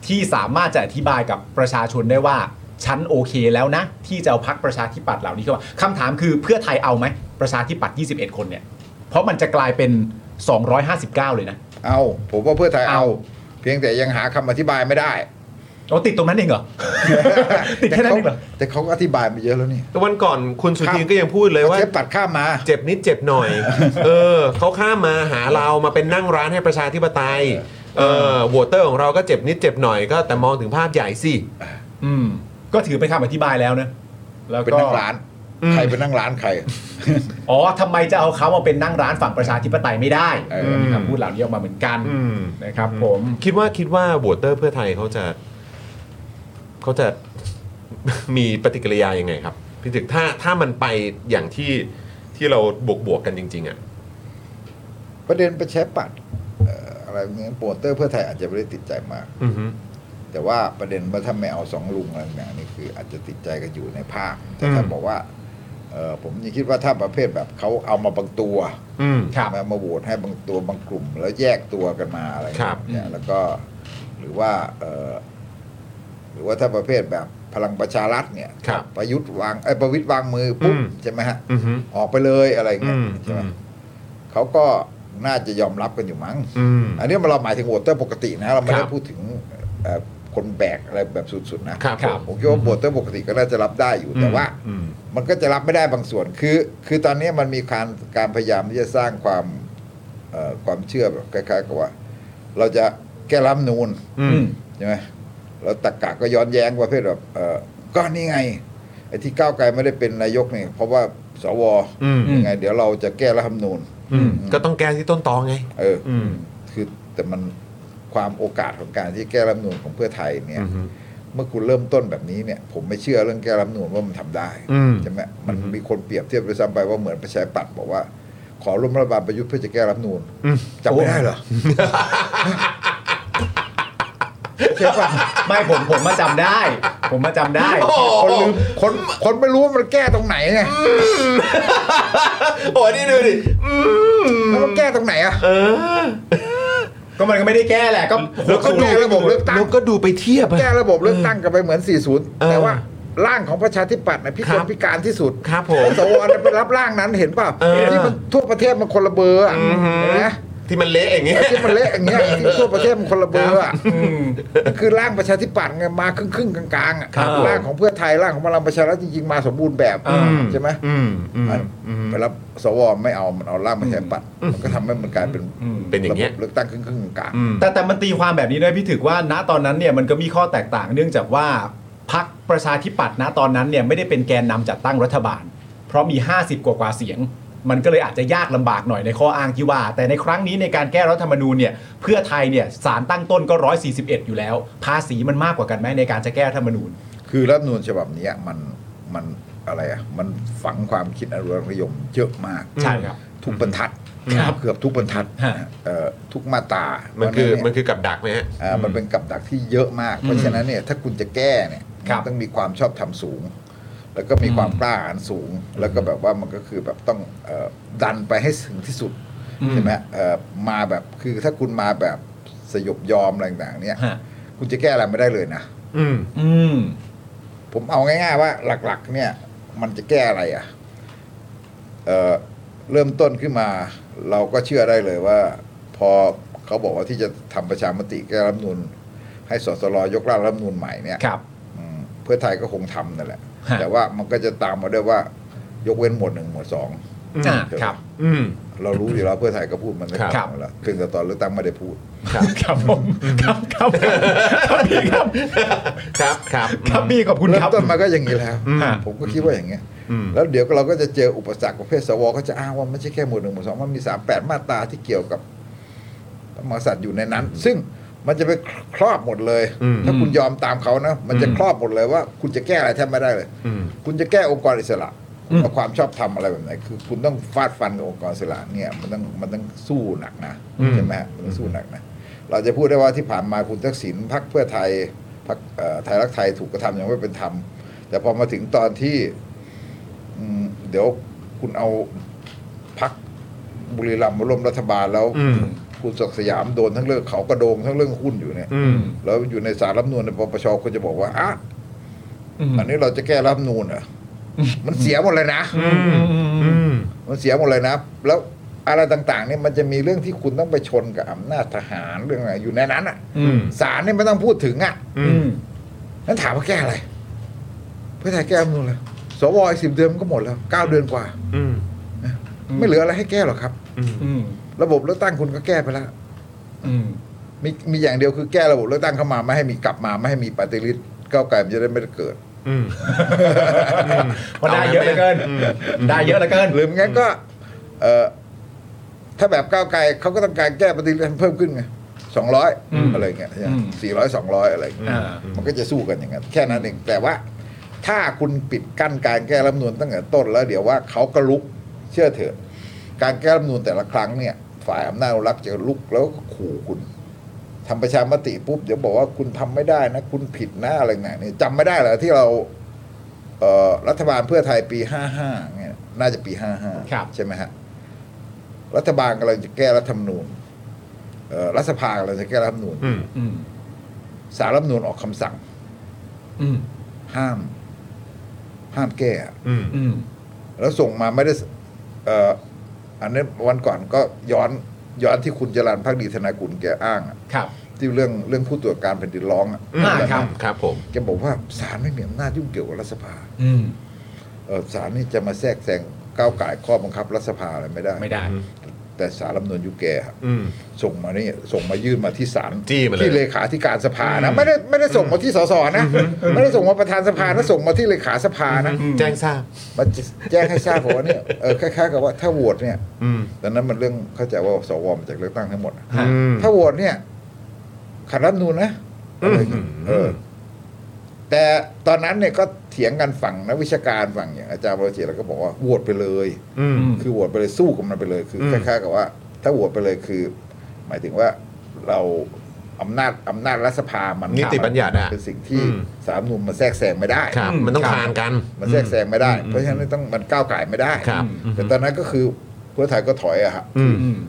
[SPEAKER 3] ที่สามารถจะอธิบายกับประชาชนได้ว่าฉันโอเคแล้วนะ ที่จะเอาพักประชาธิปัตย์เหล่านี้เข้ามาคำถามคือเพื่อไทยเอาไหมประชาธิปัตย์21 คนเนี่ย เพราะมันจะกลายเป็น 259 เลยนะ
[SPEAKER 6] เอา ผมว่าเพื่อไทยเอา
[SPEAKER 3] เอา
[SPEAKER 6] เพียงแต่ยังหาคำอธิบายไม่ได้
[SPEAKER 3] เราติดตรงนั้นเองเหรอ ติดแค่นั้นเองเหรอ
[SPEAKER 6] แต่เขาก็อธิบายไปเยอะแล้วนี่
[SPEAKER 1] แต่วันก่อนคุณสุธีนก็ยังพูดเลยว่า
[SPEAKER 6] เชฟปัดข้ามมา
[SPEAKER 1] เจ็บนิดเจ็บห น่อย เออเขาข้ามมาหาเรามาเป็นนั่งร้านให้ประชาธิปไตย เออโหวตเตอร์ของเราก็เจ็บนิดเจ็บหน่อยก็แต่มองถึงภาพใหญ่สิ
[SPEAKER 3] อืม ก็ถือเป็นคำอธิบายแล้วนะ แล้ว
[SPEAKER 6] เป็น
[SPEAKER 3] ก็
[SPEAKER 6] นั่งร้าน ใครเป็นนั่งร้านใคร
[SPEAKER 3] อ๋อทำไมจะเอาเขามาเป็นนั่งร้านฝั่งประชาธิปไตยไม่ได้
[SPEAKER 6] เออ
[SPEAKER 3] เออมีคำพูดเหล่านี้ออกมาเหมือนกัน
[SPEAKER 1] อืม
[SPEAKER 3] นะครับผม
[SPEAKER 1] คิดว่าคิดว่าโหวตเตอร์เพื่อไทยเขาจะเขาจะ มีปฏิกิริยายังไงครับ พี่ถึกถ้าถ้ามันไปอย่างที่ที่เราบวกบวกๆกันจริง ๆ อ่ะ
[SPEAKER 6] ประเด็นไปเชฟปัดเอ่ออะไรเงี้ยโปรโมเตอร์เพื่อไทยอาจจะไม่ได้ติดใจมาก
[SPEAKER 1] อือฮึ
[SPEAKER 6] แต่ว่าประเด็นว่าถ้าไม่เอาสองลุงอะไรอย่างเงี้ยนี่คืออาจจะติดใจกันอยู่ในภาค แต่ถ้า
[SPEAKER 1] อืม
[SPEAKER 6] บอกว่าเอ่อผมยังคิดว่าถ้าประเภทแบบเขาเอามาบางตัว
[SPEAKER 1] อืม
[SPEAKER 3] ครับ
[SPEAKER 6] มามาโหวตให้บางตัวบางกลุ่ม แล้วแยกตัวกันมาอะไร
[SPEAKER 1] ครับ
[SPEAKER 6] เนี่ยแล้วก็หรือว่าเอ่อหรือว่าถ้าประเภทแบบพลังประชารัฐเนี่ย
[SPEAKER 1] ครับ
[SPEAKER 6] ประยุทธ์วางไอ้ยประวิตยวางมือปุ๊บ
[SPEAKER 1] อืม
[SPEAKER 6] ใช่ไหมฮะ
[SPEAKER 1] อือฮึ
[SPEAKER 6] ออกไปเลยอะไร
[SPEAKER 1] อื
[SPEAKER 6] เงี้ย
[SPEAKER 1] ม
[SPEAKER 6] ใช่ไหมเขาก็น่าจะยอมรับกันอยู่มั้ง
[SPEAKER 1] อืม
[SPEAKER 6] อันนี้เราหมายถึงโหวตเตอร์ปกตินะเราไม่
[SPEAKER 1] ครั
[SPEAKER 6] ได้
[SPEAKER 1] บ
[SPEAKER 6] พูดถึงเอ่อคนแบกอะไรแบบสุดๆนะครับ
[SPEAKER 1] ครับ
[SPEAKER 6] ผมคิดว่าโหวตเตอร์ปกติก็น่าจะรับได้อยู่แต่ว่า
[SPEAKER 1] อืม
[SPEAKER 6] มันก็จะรับไม่ได้บางส่วน คือ คือตอนนี้มันมีการการพยายามที่จะสร้างความเอ่อความเชื่อแบบคล้ายๆกับว่า เราจะแก้รัฐธรรมนูน
[SPEAKER 1] อืม
[SPEAKER 6] ใช่ไหมแล้วตะกะก็ย้อนแย้งประเภทแบบเอ่อก็นี่ไงไอ้ที่ก้าวไกลไม่ได้เป็นนายกเนี่ยเพราะว่าสว
[SPEAKER 1] อืม
[SPEAKER 6] ยังไง เดี๋ยวเราจะแก้รัฐธรรมนูน
[SPEAKER 1] อืมก็ต้องแก้ที่ต้นตอไง
[SPEAKER 6] เอออ
[SPEAKER 1] ม
[SPEAKER 6] คือแต่มันความโอกาสของการที่แก้รัฐธรรมนูนของเพื่อไทยเนี่ย
[SPEAKER 1] อือฮึ
[SPEAKER 6] เมื่อคุณเริ่มต้นแบบนี้เนี่ยผมไม่เชื่อเรื่องแก้รัฐธรรมนูนว่ามันทำได้
[SPEAKER 1] อืม
[SPEAKER 6] ใช่ไหมมันมีคนเปรียบเทียบด้วยซ้ำไปว่าเหมือนประชาธิปัตย์บอกว่า ขอร่วมรัฐบาลประยุทธ์เพื่อจะแก้รัฐธรรมนูน
[SPEAKER 1] อืม
[SPEAKER 6] จำไม่ได้เหรอ ใช่ปะ
[SPEAKER 3] ไม่ผมผมมาจำได้ ผมมาจำได้
[SPEAKER 6] คนลืมคนคนไม่รู้ว่ามันแก้ตรงไหนไง
[SPEAKER 1] โอ้นี่ดูดิ
[SPEAKER 6] แล้วมันแก้ตรงไหนอ่ะ
[SPEAKER 3] ก็มันก็ไม่ได้แก้แหละก็
[SPEAKER 6] แล้วก็ดูระบบเลือกตั้ง
[SPEAKER 1] แล้วก็ดูไปเทียบอะ
[SPEAKER 6] แก้ระบบเลือกตั้งกันไปเหมือน 40 แต่ว่าร่างของประชาธิปัตย์นะพี่
[SPEAKER 1] ค
[SPEAKER 6] ครับ นพิการที่สุด
[SPEAKER 1] ครับผม
[SPEAKER 6] สวเนี่ยไปรับร่างนั้นเห็นป่ะ
[SPEAKER 1] เออ
[SPEAKER 6] ที่มันทั่วประเทศมันคนละเบอร์อะเห็นไหม
[SPEAKER 1] ที่มันเละอย่างเงี้ย
[SPEAKER 6] ไอ้ที่มันเละอย่างเงี้ยที่ทั่วประเทศมันคนละเบอร์อ่ะมันคือร่างประชาธิปัตย์ไงมาครึ่งครึ่งๆกลางๆอ่ะ
[SPEAKER 1] ครับ
[SPEAKER 6] ร่างของเพื่อไทยร่างของพลังประชารัฐจริงๆมาสมบูรณ์แบบใช่ไหม
[SPEAKER 1] อืมอืม
[SPEAKER 6] มันไปรับสวไม่เอามันเอาร่างประชาธิปัตย์มันก็ทำให้มันกลายเป็น
[SPEAKER 1] เป็นอย่างเงี้ย
[SPEAKER 6] ระบบเลือกตั้งครึ่งครึ่งๆกลางๆ
[SPEAKER 3] แต่แต่มันตีความแบบนี้ด้วยพี่ถึกว่าณตอนนั้นเนี่ยมันก็มีข้อแตกต่าง เนื่องจากว่าพักประชาธิปัตย์ณตอนนั้นเนี่ยไม่ได้เป็นแกนนำจัดตั้งรัฐบาล เพราะมี 50 กว่ากว่าเสียง มันก็เลยอาจจะยากลำบากหน่อยในข้ออ้างที่ว่า แต่ในครั้งนี้ในการแก้รัฐธรรมนูญเนี่ยเพื่อไทยเนี่ยสารตั้งต้นก็ 141 อยู่แล้ว ภาษีมันมากกว่ากันไหมในการจะแก้รัฐธรรมนูญ
[SPEAKER 6] คือรัฐธรรมนูญฉบับเนี้ยมันมันอะไรอ่ะมันฝังความคิดอนุรักษ์นิยมเยอะมาก
[SPEAKER 3] ใช่ครับ
[SPEAKER 6] ทุกบรรทัด
[SPEAKER 3] ครับ
[SPEAKER 6] เกือบทุกบรรทัด
[SPEAKER 3] ฮะ
[SPEAKER 6] เอ่อทุกมาตรา
[SPEAKER 1] มั
[SPEAKER 6] มัน
[SPEAKER 1] คือ
[SPEAKER 6] เย
[SPEAKER 1] มันคือกับดักไหมฮะ
[SPEAKER 6] เอ่อมันเป็นกับดักที่เยอะมาก เพราะฉะนั้นเนี่ยถ้าคุณจะแก้เนี่ย
[SPEAKER 3] ครับ
[SPEAKER 6] มันต้องมีความชอบธรรมสูง แล้วก็มีความกล้าหาญสูง แล้วก็แบบว่ามันก็คือแบบต้องเอ่อดันไปให้ถึงที่สุดใช่ไหมเอ่อมาแบบคือถ้าคุณมาแบบสยบยอมอะไรต่างๆเนี่ย
[SPEAKER 3] ฮะ
[SPEAKER 6] คุณจะแก้อะไรไม่ได้เลยนะ
[SPEAKER 1] อืม
[SPEAKER 3] อืม
[SPEAKER 6] ผมเอาง่ายๆว่าหลักๆ เนี่ย มันจะแก้อะไรอ่ะเอ่อเริ่มต้นขึ้นมา เราก็เชื่อได้เลยว่า พอเขาบอกว่าที่จะทำประชามติแก้รัฐธรรมนูญให้สสรยกร่างรัฐธรรมนูญใหม่เนี่ย
[SPEAKER 3] ครับ
[SPEAKER 6] อืมเพื่อไทยก็คงทำนั่นแหละ
[SPEAKER 3] ฮะ
[SPEAKER 6] แต่ว่ามันก็จะตามมาด้วยว่ายกเว้นหมวดหนึ่งหมวดสอง
[SPEAKER 3] อ่าครับ
[SPEAKER 1] อืม
[SPEAKER 6] เรารู้อยู่แล้วเพื่อไทยก็พูดมันไม่
[SPEAKER 1] ครับ
[SPEAKER 6] ทำแล้วเพียงแต่ตอนเลือกตั้งไม่ได้พูด
[SPEAKER 3] ครับผมครับครับครับพี่ครับ
[SPEAKER 1] ครับครับ
[SPEAKER 3] ครับพี่ขอบคุณ
[SPEAKER 6] เริ่
[SPEAKER 3] ครั
[SPEAKER 6] ม
[SPEAKER 3] บ
[SPEAKER 6] ต้นมาก็อย่างนี้แล้ว
[SPEAKER 3] อืม
[SPEAKER 6] ผมก็คิดว่าอย่างเงี้ย
[SPEAKER 1] อืม
[SPEAKER 6] แล้วเดี๋ยวเราก็จะเจออุปสรรคประเภทสวก็จะอ้างว่าไม่ใช่แค่หมวดหนึ่งหมวดสองมันมีสามแปดมาตราที่เกี่ยวกับพระมหากษัตริย์อยู่ในนั้น ซึ่ง มันจะไปครอบหมดเลย
[SPEAKER 1] อืม
[SPEAKER 6] ถ้าคุณยอมตามเขานะ มันจะครอบหมดเลยว่า คุณจะแก้อะไรแทบไม่ได้เลย
[SPEAKER 1] อืม
[SPEAKER 6] คุณจะแก้องค์กรอิสระเอาความชอบธรรมอะไรแบบไหนคือ คุณต้องฟาดฟันกับองค์กรอิสระเนี่ยมันต้องมันต้องสู้หนักนะใช่ไหมฮะมันต้องสู้หนักนะเราจะพูดได้ว่าที่ผ่านมาคุณทักษิณพักเพื่อไทยพักไทยรักไทยถูกกระทำอย่างไม่เป็นธรรม แต่พอมาถึงตอนที่อืมเดี๋ยวคุณเอาพักบุรีรัมย์มาร่วมรัฐบาลแล้ว
[SPEAKER 1] อืม
[SPEAKER 6] คุณศักดิ์สยามโดนทั้งเรื่องเขากระโดงทั้งเรื่องหุ้นอยู่เนี่ย
[SPEAKER 1] อืม
[SPEAKER 6] แล้วอยู่ในสารรัฐธรรมนูลในปปชคุณจะบอกว่าอ่ะอันนี้เราจะแก้รัฐธรรมนูลเหรออมันเสียหมดเลยนะ
[SPEAKER 1] อืมอืม
[SPEAKER 6] มันเสียหมดเลยนะ แล้วอะไรต่างๆเนี่ยมันจะมีเรื่องที่คุณต้องไปชนกับอำนาจทหารเรื่องอะไรอยู่ในนั้นอ่ะ
[SPEAKER 1] อืม
[SPEAKER 6] ศาลเนี่ยไม่ต้องพูดถึงอ่ะ
[SPEAKER 1] อืม
[SPEAKER 6] นั้นถามว่าแก้อะไร เพื่อไทยแก้รัฐธรรมนูลเลยสวอีกสิบเดือนมันก็หมดแล้วเก้าเดือนกว่า
[SPEAKER 1] อืม
[SPEAKER 6] ไม่เหลืออะไรให้แก้หรอกครับ ระบบเลือกตั้งคุณก็แก้ไปแล้วมีมีอย่างเดียวคือแก้ระบบเลือกตั้งเข้ามาไม่ให้มีกลับมาไม่ให้มีปฏิริษก้าวไกลมันจะได้ไม่เกิด
[SPEAKER 1] อืม
[SPEAKER 3] มันได้เยอะเหลือเกิน ได้เยอะเหลือเกิน
[SPEAKER 6] หรือไม่งั้นก็เอ่อถ้าแบบก้าวไกลเขาก็ต้องการแก้ปฏิริษีเพิ่มขึ้นไงสองร้อยอะไรเงี้ยสี่ร้อยสองร้อยอะไรเงี้ย
[SPEAKER 3] อ่า
[SPEAKER 6] มันก็จะสู้กันอย่างนั้นแค่นั้นเองแต่ว่า ถ้าคุณปิดกั้นการแก้รัฐธรรมนูนตั้งแต่ต้นแล้ว เดี๋ยวว่าเขาก็ลุกเชื่อเถอะ การแก้รัฐธรรมนูนแต่ละครั้งเนี่ย ฝ่ายอำนาจอนุรักษ์จะลุกแล้วก็ขู่คุณทำประชามติปุ๊บเดี๋ยวบอกว่าคุณทำไม่ได้นะ คุณผิดนะอะไรเงี้ยเนี่ยจำไม่ได้เหรอที่เรา เอ่อรัฐบาลเพื่อไทยปี 55เนี่ยน่าจะปี
[SPEAKER 3] ครับ
[SPEAKER 6] 55 ใช่ไหมฮะ รัฐบาลกำลังจะแก้รัฐธรรมนูญเอ่อรัฐสภากำลังจะแก้รัฐธรรมนูญ
[SPEAKER 1] อืม
[SPEAKER 3] อืม
[SPEAKER 6] สารรัฐธรรมนูญออกคำสั่ง
[SPEAKER 3] อืม
[SPEAKER 6] ห้าม ห้ามแก้อะ
[SPEAKER 1] อืม
[SPEAKER 3] อืม
[SPEAKER 6] แล้วส่งมาไม่ได้สเอ่ออันนี้วันก่อนก็ย้อนย้อนที่คุณจรันพักดีธนากุลแกอ้างอะ
[SPEAKER 3] ครับ
[SPEAKER 6] ที่เรื่องเรื่องผู้ตรวจการแผ่นดินร้องอะ
[SPEAKER 3] อ่าครับ
[SPEAKER 1] ครับผม
[SPEAKER 6] แกบอกว่าศาลไม่มีอำนาจยุ่งเกี่ยวกับรัฐสภา
[SPEAKER 3] อืม
[SPEAKER 6] เอ่อศาลนี่จะมาแทรกแซงก้าวไก่ายข้อบังคับรัฐสภาอะไรไม่ได้
[SPEAKER 3] ไม่ได้
[SPEAKER 6] แต่สารรัฐธรรมนูญยุคแกครับ
[SPEAKER 1] อืม
[SPEAKER 6] ส่งมานี่ส่งมายื่นมาที่ศาล
[SPEAKER 1] จี้มาเลย
[SPEAKER 6] ที่เลขาธิการสภา
[SPEAKER 1] อื
[SPEAKER 6] นะ
[SPEAKER 1] ม
[SPEAKER 6] ไม่ได้ไม่ได้ส่งมาที่สสนะไม่ได้ส่งมาประธานสภานะส่งมาที่เลขาสภานะ
[SPEAKER 1] แจ้งทราบ
[SPEAKER 6] มาแจ้งให้ทราบผมว่าเนี่ยเออคล้ายๆกับว่าถ้าโหวตเนี่ย
[SPEAKER 1] อืม
[SPEAKER 6] ตอนนั้นมันเรื่องเข้าใจว่าสวมาจากเลือกตั้งทั้งหมดนะ
[SPEAKER 3] อื
[SPEAKER 1] ม
[SPEAKER 6] ถ้าโหวตเนี่ยขัดรัฐธรรมนูญนะอะไรอย่างเงี้ยเออ แต่ตอนนั้นเนี่ยก็เถียงกันฝั่งนักวิชาการฝั่งอย่างอาจารย์บรเจตแล้วก็บอกว่าโหวตไปเลย
[SPEAKER 1] อืม
[SPEAKER 6] คือโหวตไปเลยสู้กับมันไปเลยคือ
[SPEAKER 1] อืม
[SPEAKER 6] คล้ายๆกับว่า ถ้าโหวตไปเลยคือ หมายถึงว่าเราอำนาจอำนาจรัฐสภามัน
[SPEAKER 1] นิติบัญญัติอะ
[SPEAKER 6] เป็นสิ่งที่
[SPEAKER 1] อืม
[SPEAKER 6] สามนุมมันแทรกแซงไม่ได้
[SPEAKER 1] ครับ มันต้อง
[SPEAKER 3] ครับ
[SPEAKER 1] ทานกัน
[SPEAKER 6] มันแทรกแซงไม่ได้ เพราะฉะนั้นต้องมันก้าวไก่ายไม่ได้
[SPEAKER 1] ครับ
[SPEAKER 6] แต่ตอนนั้นก็คือเพื่อไทยก็ถอยอะครับ
[SPEAKER 1] อืม
[SPEAKER 3] อืม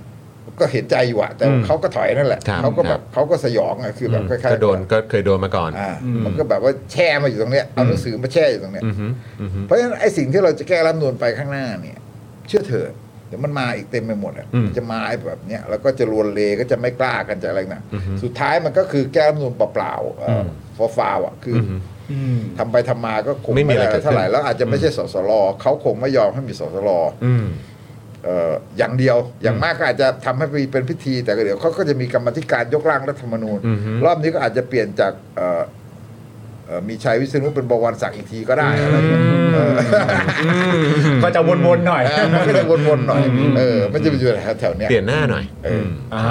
[SPEAKER 6] ก็เห็นใจอยู่อะแต่
[SPEAKER 1] อืม
[SPEAKER 6] เขาก็ถอยนั่นแหละ
[SPEAKER 1] ครับ
[SPEAKER 6] เขาก็
[SPEAKER 1] ค
[SPEAKER 6] แบ
[SPEAKER 1] รับ บ
[SPEAKER 6] เขาก็สยองอะคือแบบคล้ายๆ
[SPEAKER 1] ก็โดนก็เคยโดนมาก่อน
[SPEAKER 6] อ่า
[SPEAKER 3] อืม
[SPEAKER 6] มันก็แบบว่าแช่มาอยู่ตรงเนี้ยเอาหนังสือมาแช่อยู่ตรงเนี้ย
[SPEAKER 1] อืมอืม
[SPEAKER 6] เพราะฉะนั้นไอ้สิ่งที่เราจะแก้รัฐธรรมนูนไปข้างหน้าเนี่ย เชื่อเถอะเดี๋ยวมันมาอีกเต็มไปหมดอ่ะมันจะมาไอ้แบบเนี้ยแล้วก็จะรวนเลก็จะไม่กล้ากันจะอะไรนะสุดท้ายมันก็คือแก้รัฐธรรมนูนเปล่าๆเอ่ออฟาวๆอ่ะคือ
[SPEAKER 1] อื
[SPEAKER 6] อ
[SPEAKER 1] ม
[SPEAKER 3] อืม
[SPEAKER 6] ทำไปทำมาก็คง
[SPEAKER 1] ไม่มีอะไร
[SPEAKER 6] ด้
[SPEAKER 1] เกิดขึ้น
[SPEAKER 6] เท่าไหร่แล้วอาจจะไม่ใช่สสลเขาคงไม่ยอมให้มีสสล
[SPEAKER 1] อืม
[SPEAKER 6] เอ่ออย่างเดียวอย่างมากก็อาจจะทำให้เป็นพิธี แต่ก็เดี๋ยวเขาก็จะมีกรรมาธิการยกร่างรัฐธรรมนูญ
[SPEAKER 1] อือฮึ
[SPEAKER 6] รอบนี้ก็อาจจะเปลี่ยนจากเอ่อเอ่อมีชัยวิษณุเป็นบวรศักดิ์อีกทีก็ได้อะไรเงี้ยเออ
[SPEAKER 3] ก็จะวนๆหน่อย
[SPEAKER 6] เออมันก็จะวนๆหน่อย เออ มันจะไปอยู่แถวๆเนี้ย
[SPEAKER 1] เปลี่ยนหน้าหน่อย อืม
[SPEAKER 3] อ่า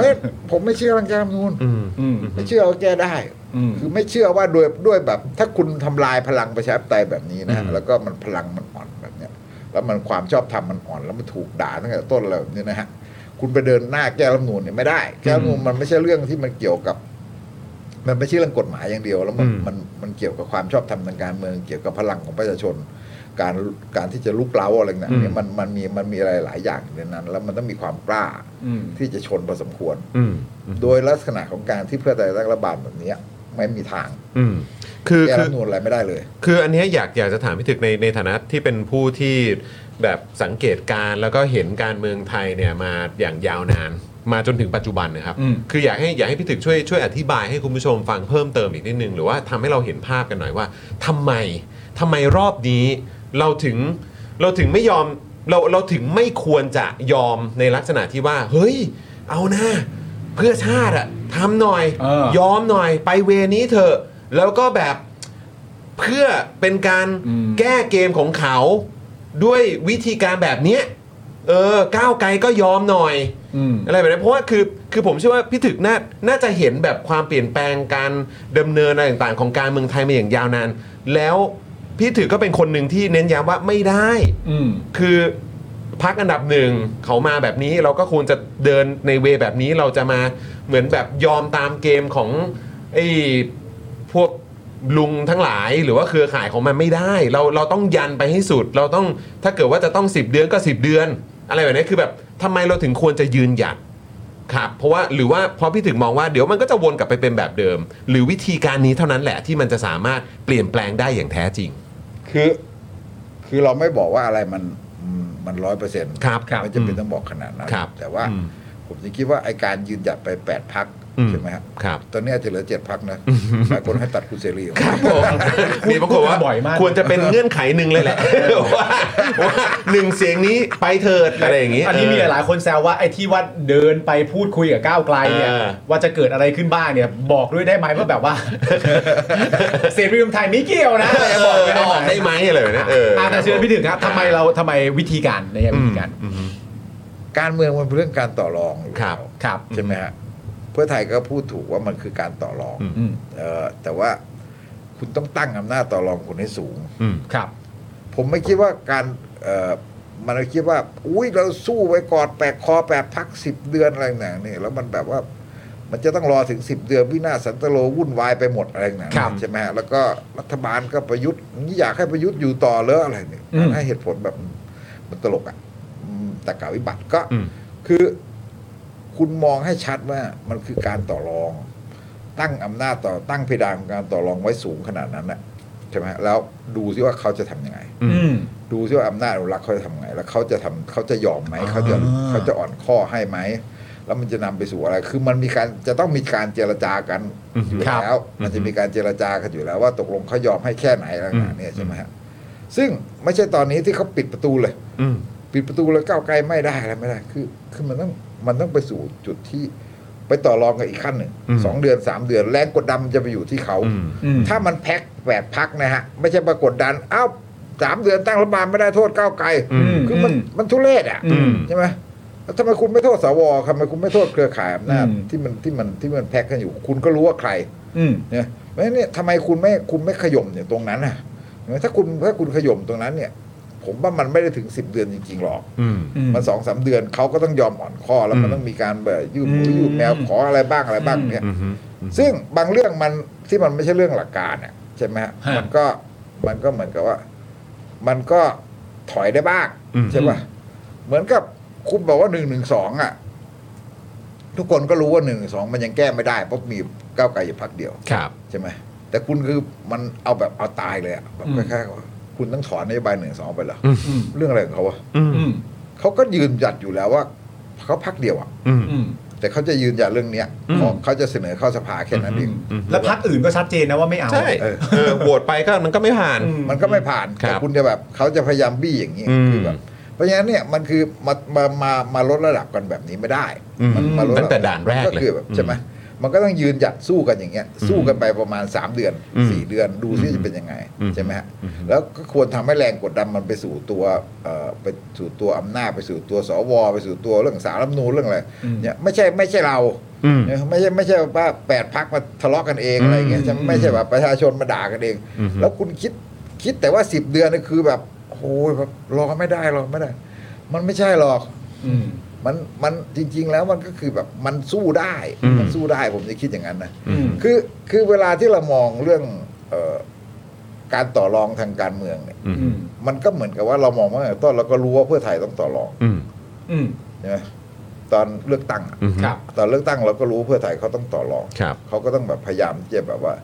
[SPEAKER 6] เฮ้ยผมไม่เชื่อรังแกรัฐธรรมนูน
[SPEAKER 1] อืม
[SPEAKER 3] อืม
[SPEAKER 6] ไม่เชื่อว่าแก้ได้
[SPEAKER 3] อืม
[SPEAKER 6] คือไม่เชื่อว่าด้วยด้วยแบบ ถ้าคุณทำลายพลังประชาธิปไตยแบบนี้นะ แล้วก็มันพลังมันอ่อนแบบเนี้ย แล้วมันความชอบธรรมมันอ่อน แล้วมันถูกด่าตั้งแต่ต้นเลยแบบนี้นะฮะ คุณไปเดินหน้าแก้รัฐธรรมนูนเนี่ยไม่ได้ แก้รัฐธรรมนูนมันไม่ใช่เรื่องที่มันเกี่ยวกับ มันไม่ใช่เรื่องกฎหมายอย่างเดียว แล้วมัน
[SPEAKER 1] อืม
[SPEAKER 6] มันมันเกี่ยวกับความชอบธรรมทางการเมืองเกี่ยวกับพลังของประชาชน การการที่จะลุกเล้าอะไรต่างๆเนี่ยมันมันมีมันมีอะไรหลายอย่างอยู่ในนั้น แล้วมันต้องมีความกล้า
[SPEAKER 3] อืม
[SPEAKER 6] ที่จะชนพอสมควร
[SPEAKER 1] อืม
[SPEAKER 6] โดยลักษณะของการที่เพื่อไทยรัฐบาลแบบเนี้ยไม่มีทาง
[SPEAKER 1] อืม คือ
[SPEAKER 6] แก้
[SPEAKER 1] คื
[SPEAKER 6] รั
[SPEAKER 1] อ
[SPEAKER 6] ฐธรรมนูนอะไรไม่ได้เลย
[SPEAKER 1] คืออันเนี้ยอยากอยากจะถามพี่ถึกในในฐานะที่เป็นผู้ที่แบบสังเกตการณ์แล้วก็เห็นการเมืองไทยเนี่ยมาอย่างยาวนาน มาจนถึงปัจจุบันนะครับ
[SPEAKER 3] อืม
[SPEAKER 1] คืออยากให้อยากให้พี่ถึกช่วยช่วยอธิบายให้คุณผู้ชมฟังเพิ่มเติมอีกนิดนึง หรือว่าทำให้เราเห็นภาพกันหน่อยว่าทำไมทำไมรอบนี้เราถึงเราถึงไม่ยอมเราเราถึงไม่ควรจะยอมในลักษณะที่ว่า เฮ้ย เอานะเพื่อชาติอะทำหน่อย
[SPEAKER 3] เออ
[SPEAKER 1] ยอมหน่อยไปเวนี้เถอะแล้วก็แบบ เพื่อเป็นการ
[SPEAKER 3] อืม
[SPEAKER 1] แก้เกมของเขาด้วยวิธีการแบบเนี้ยเออก้าวไกลก็ยอมหน่อย
[SPEAKER 3] อืม
[SPEAKER 1] อะไรแบบนี้เพราะว่าคือคือผมเชื่อว่าพี่ถึกน่าน่าจะเห็นแบบความเปลี่ยนแปลงการดำเนินอะไรต่างๆ ของการเมืองไทยมาอย่างยาวนาน แล้วพี่ถึกก็เป็นคนหนึ่งที่เน้นย้ำว่าไม่ได้
[SPEAKER 3] อืม
[SPEAKER 1] คือพักอันดับหนึ่งเขามาแบบนี้เราก็ควรจะเดินในเวแบบนี้เราจะมาเหมือนแบบยอมตามเกมของไอ้พวกลุงทั้งหลายหรือว่าเครือข่ายของมันไม่ได้ เราเราต้องยันไปให้สุด เราต้องถ้าเกิดว่าจะต้อง 10 เดือนก็ 10 เดือน อะไรแบบนี้คือแบบทำไมเราถึงควรจะยืนหยัดครับเพราะว่าหรือว่าเพอพี่ถึงมองว่าเดี๋ยวมันก็จะวนกลับไปเป็นแบบเดิม หรือวิธีการนี้เท่านั้นแหละที่มันจะสามารถเปลี่ยนแปลงได้อย่างแท้จริง
[SPEAKER 6] คือคือเราไม่บอกว่าอะไรมันมันร้อยเปอร์เซ็นต์
[SPEAKER 1] ครับครับ
[SPEAKER 6] ไม่จำเป็นต้องบอกขนาดนั้น
[SPEAKER 1] ครับ
[SPEAKER 6] แต่ว่า
[SPEAKER 1] อืม
[SPEAKER 6] ผมจะคิดว่าไอการยืนหยัดไปแปดพัก
[SPEAKER 1] อืม
[SPEAKER 6] ใช่ไหมครับ
[SPEAKER 1] ครับ
[SPEAKER 6] ตอนนี้อาจจะเหลือเจ็ดพักนะหลายคนให้ตัดคุณเสรีออก
[SPEAKER 1] ครับผมมีปรากฏว่า
[SPEAKER 3] พูดกันบ่อยมาก
[SPEAKER 1] ควรจะเป็นเงื่อนไขหนึ่งเลยแหละ ว่าว่าหนึ่งเสียงนี้ไปเถิดอะไรอย่างนี้
[SPEAKER 3] อันนี้มีหลายๆคนแซวว่าไอ้ที่ว่าเดินไปพูดคุยกับก้าวไกลเนี่ย
[SPEAKER 1] เออ
[SPEAKER 3] ว่าจะเกิดอะไรขึ้นบ้างเนี่ย บอกด้วยได้ไหมว่าแบบว่า เสรีรวมไทยไม่เกี่ยวนะอะไร
[SPEAKER 1] เอ
[SPEAKER 3] บอก
[SPEAKER 1] อ
[SPEAKER 3] ด้วย
[SPEAKER 1] เอาออก
[SPEAKER 3] ได้
[SPEAKER 1] ได้
[SPEAKER 3] ไหม
[SPEAKER 1] ไหมอะไรแบบนะเออ
[SPEAKER 3] อ่ะแต่เชิญพี่ถึงครับทำไมเราทำไมวิธีการในวิธีการ
[SPEAKER 1] อืม
[SPEAKER 6] การเมืองมันเป็นเรื่องการต่อรองอยู่
[SPEAKER 1] ครับ
[SPEAKER 6] แล้ว
[SPEAKER 3] ครับ
[SPEAKER 6] ใช่ไหมฮะเพื่อไทยก็พูดถูกว่ามันคือการต่อรอง
[SPEAKER 1] อืม
[SPEAKER 3] อืม
[SPEAKER 6] เออแต่ว่าคุณต้องตั้งอำนาจต่อรองคุณให้สูง
[SPEAKER 1] อืม
[SPEAKER 3] ครับ
[SPEAKER 6] ผมไม่คิดว่าการเอ่อมันคิดว่า อุ้ยเราสู้ไว้กอดแปกคอแปดพักสิบเดือนอะไรหนังเนี่ยแล้วมันแบบว่า มันจะต้องรอถึงสิบเดือนวินาศสันตโลวุ่นวายไปหมดอะไรหนัง
[SPEAKER 3] ครับ
[SPEAKER 6] ใช่ไหมฮะแล้วก็รัฐบาลก็ประยุทธ์นี่อยากให้ประยุทธ์อยู่ต่อเลออะไรเนี่ย
[SPEAKER 3] อืม
[SPEAKER 6] ให้เหตุผลแบบมันตลกอ่ะอืมแต่กาวิบัติก็
[SPEAKER 1] อืม
[SPEAKER 6] คือคุณมองให้ชัดว่ามันคือการต่อรอง ตั้งอำนาจต่อตั้งเพดานของการต่อรองไว้สูงขนาดนั้นน่ะใช่ไหมฮะแล้วดูซิว่าเขาจะทำยังไง
[SPEAKER 3] อืม
[SPEAKER 6] ดูซิว่าอำนาจอนุรักษ์เขาจะทำไง แล้วเขาจะทำเขาจะยอมไหมเขาจะ
[SPEAKER 3] อ่า
[SPEAKER 6] เขาจะอ่อนข้อให้ไหม แล้วมันจะนำไปสู่อะไร คือมันมีการจะต้องมีการเจรจากันอยู่แล้ว มันจะมีการเจรจากันอยู่แล้ว ว่าตกลงเขายอมให้แค่ไหนอะไรต่างๆเนี่ยใช่ไหมฮะซึ่งไม่ใช่ตอนนี้ที่เขาปิดประตูเลย
[SPEAKER 1] อืม
[SPEAKER 6] ปิดประตูแล้วก้าวไกลไม่ได้อะไรไม่ได้ คือคือมันต้องมันต้องไปสู่จุดที่ไปต่อรองกันอีกขั้นหนึ่ง
[SPEAKER 1] อืม
[SPEAKER 6] สองเดือนสามเดือนแรงกดดันมันจะไปอยู่ที่เขา
[SPEAKER 1] อืม
[SPEAKER 3] อืม
[SPEAKER 6] ถ้ามันแพ็คแปดพักนะฮะ ไม่ใช่ปรากฏดันอ้าวสามเดือนตั้งรัฐบาลไม่ได้โทษก้าวไกล
[SPEAKER 1] อืม
[SPEAKER 6] คือมัน
[SPEAKER 3] อืม
[SPEAKER 6] มันทุเรศอ่ะ
[SPEAKER 3] อืม
[SPEAKER 6] ใช่ไหมแล้วทำไมคุณไม่โทษสวทำไมคุณไม่โทษเครือข่ายอำนาจ
[SPEAKER 3] อืม
[SPEAKER 6] ที่มันที่มันที่มันแพ็คกันอยู่ คุณก็รู้ว่าใคร
[SPEAKER 3] อืม
[SPEAKER 6] เนี่ยเพราะฉะนั้นเนี่ยทำไมคุณไม่คุณไม่ขย่มเนี่ยตรงนั้นอ่ะเห็นไหมถ้าคุณถ้าคุณขย่มตรงนั้นเนี่ย ผมว่ามันไม่ได้ถึงสิบเดือนจริงๆหรอก
[SPEAKER 1] อืม
[SPEAKER 3] อืม
[SPEAKER 6] มันสองสามเดือนเขาก็ต้องยอมอ่อนข้อแล้วมั
[SPEAKER 1] อื
[SPEAKER 6] น
[SPEAKER 1] ม
[SPEAKER 6] ต้องมีการแบบยืดหมู
[SPEAKER 3] อืม
[SPEAKER 6] ยืดแมวขออะไรบ้างอะไรบ้างเนี่ย
[SPEAKER 1] อืม
[SPEAKER 6] ซึ่งบางเรื่องมันที่มันไม่ใช่เรื่องหลักการน่ะใช่ไหมฮะ
[SPEAKER 3] ฮะ
[SPEAKER 6] มันก็มันก็เหมือนกับว่า มันก็ถอยได้บ้าง
[SPEAKER 1] อืม
[SPEAKER 6] ใช่ป่ะเหมือนกับคุณบอกว่าหนึ่งหนึ่งสองอ่ะ ทุกคนก็รู้ว่าหนึ่งสองมันยังแก้ไม่ได้เพราะมีก้าวไกลอยู่พักเดียว
[SPEAKER 1] ครับ
[SPEAKER 6] ใช่ไหมแต่คุณคือมันเอาแบบเอาตายเลยอ่ะแบบ
[SPEAKER 3] อืม
[SPEAKER 6] คล้ายๆว่าคุณต้องถอนนโยบายหนึ่งสองไปเหรอ
[SPEAKER 3] อืม
[SPEAKER 6] เรื่องอะไรของเขาวะ
[SPEAKER 1] อืม
[SPEAKER 3] อืม
[SPEAKER 6] เขาก็ยืนหยัดอยู่แล้วว่าเขาพักเดียวอ่ะ
[SPEAKER 1] อืม
[SPEAKER 3] อืม
[SPEAKER 6] แต่เขาจะยืนหยัดเรื่องเนี้ย
[SPEAKER 3] อืม
[SPEAKER 6] ของเขาจะเสนอเข้าสภาแค่นั้นเอง
[SPEAKER 1] อืม
[SPEAKER 3] แล้วพักอื่นก็ชัดเจนนะว่าไม่เอา
[SPEAKER 1] ใช่
[SPEAKER 6] เออ
[SPEAKER 1] เออโหวตไปก็มันก็ไม่ผ่าน
[SPEAKER 3] อืม
[SPEAKER 6] มันก็ไม่ผ่าน
[SPEAKER 1] ครับ
[SPEAKER 6] แต่คุณจะแบบเขาจะพยายามบี้อย่างนี้
[SPEAKER 1] อืม
[SPEAKER 6] คือแบบเพราะฉะนั้นเนี่ยมันคือมามามามาลดระดับกันแบบนี้ไม่ได้
[SPEAKER 1] อืม
[SPEAKER 6] มาลด
[SPEAKER 1] ตั้งแต่ด่านแรกเลย
[SPEAKER 6] ก็คือแบบใช่ไหมมันก็ต้องยืนหยัดสู้กันอย่างเงี้ย สู้กันไปประมาณ 3 เดือน
[SPEAKER 1] อืม
[SPEAKER 6] 4 เดือนดูซิ
[SPEAKER 1] อืม
[SPEAKER 6] จะเป็นยังไง
[SPEAKER 1] อืม
[SPEAKER 6] ใช่ไหมฮะ
[SPEAKER 1] อืม
[SPEAKER 6] แล้วก็ควรทำให้แรงกดดันมันไปสู่ตัวเอ่อไปสู่ตัวอำนาจไปสู่ตัวสวไปสู่ตัวเรื่องสารรัฐธรรมนูญเรื่องอะไร
[SPEAKER 3] อืม
[SPEAKER 6] เนี่ยไม่ใช่ไม่ใช่เรา
[SPEAKER 1] อืม
[SPEAKER 6] ไม่ใช่ไม่ใช่ว่าแปดพักมาทะเลาะกันเองอะไรอย่างเงี้ยจะไม่ใช่แบบประชาชนมาด่ากันเอง
[SPEAKER 1] อือฮึ
[SPEAKER 6] แล้วคุณคิดคิดแต่ว่าสิบเดือนนี่คือแบบโอ้โหแบบรอไม่ได้รอไม่ได้ มันไม่ใช่หรอก
[SPEAKER 3] อืม
[SPEAKER 6] มันมันจริง ๆ แล้วมันก็คือแบบมันสู้ได้
[SPEAKER 1] อืม
[SPEAKER 6] มันสู้ได้ผมจะคิดอย่างนั้นนะ
[SPEAKER 3] อืม
[SPEAKER 6] คือคือเวลาที่เรามองเรื่องเออการต่อรองทางการเมืองเนี่ย
[SPEAKER 1] อืม
[SPEAKER 3] อืม
[SPEAKER 6] มันก็เหมือนกับว่าเรามองว่าตั้งแต่ต้นเราก็รู้ว่าเพื่อไทยต้องต่อรอง
[SPEAKER 1] อืม
[SPEAKER 3] อืม
[SPEAKER 6] ใช่ไหมตอนเลือกตั้งอะ
[SPEAKER 1] อืม
[SPEAKER 3] ครับ
[SPEAKER 6] ตอนเลือกตั้งเราก็รู้เพื่อไทยเขาต้องต่อรอง
[SPEAKER 1] ครับ
[SPEAKER 6] เขาก็ต้องแบบพยายามที่จะแบบว่า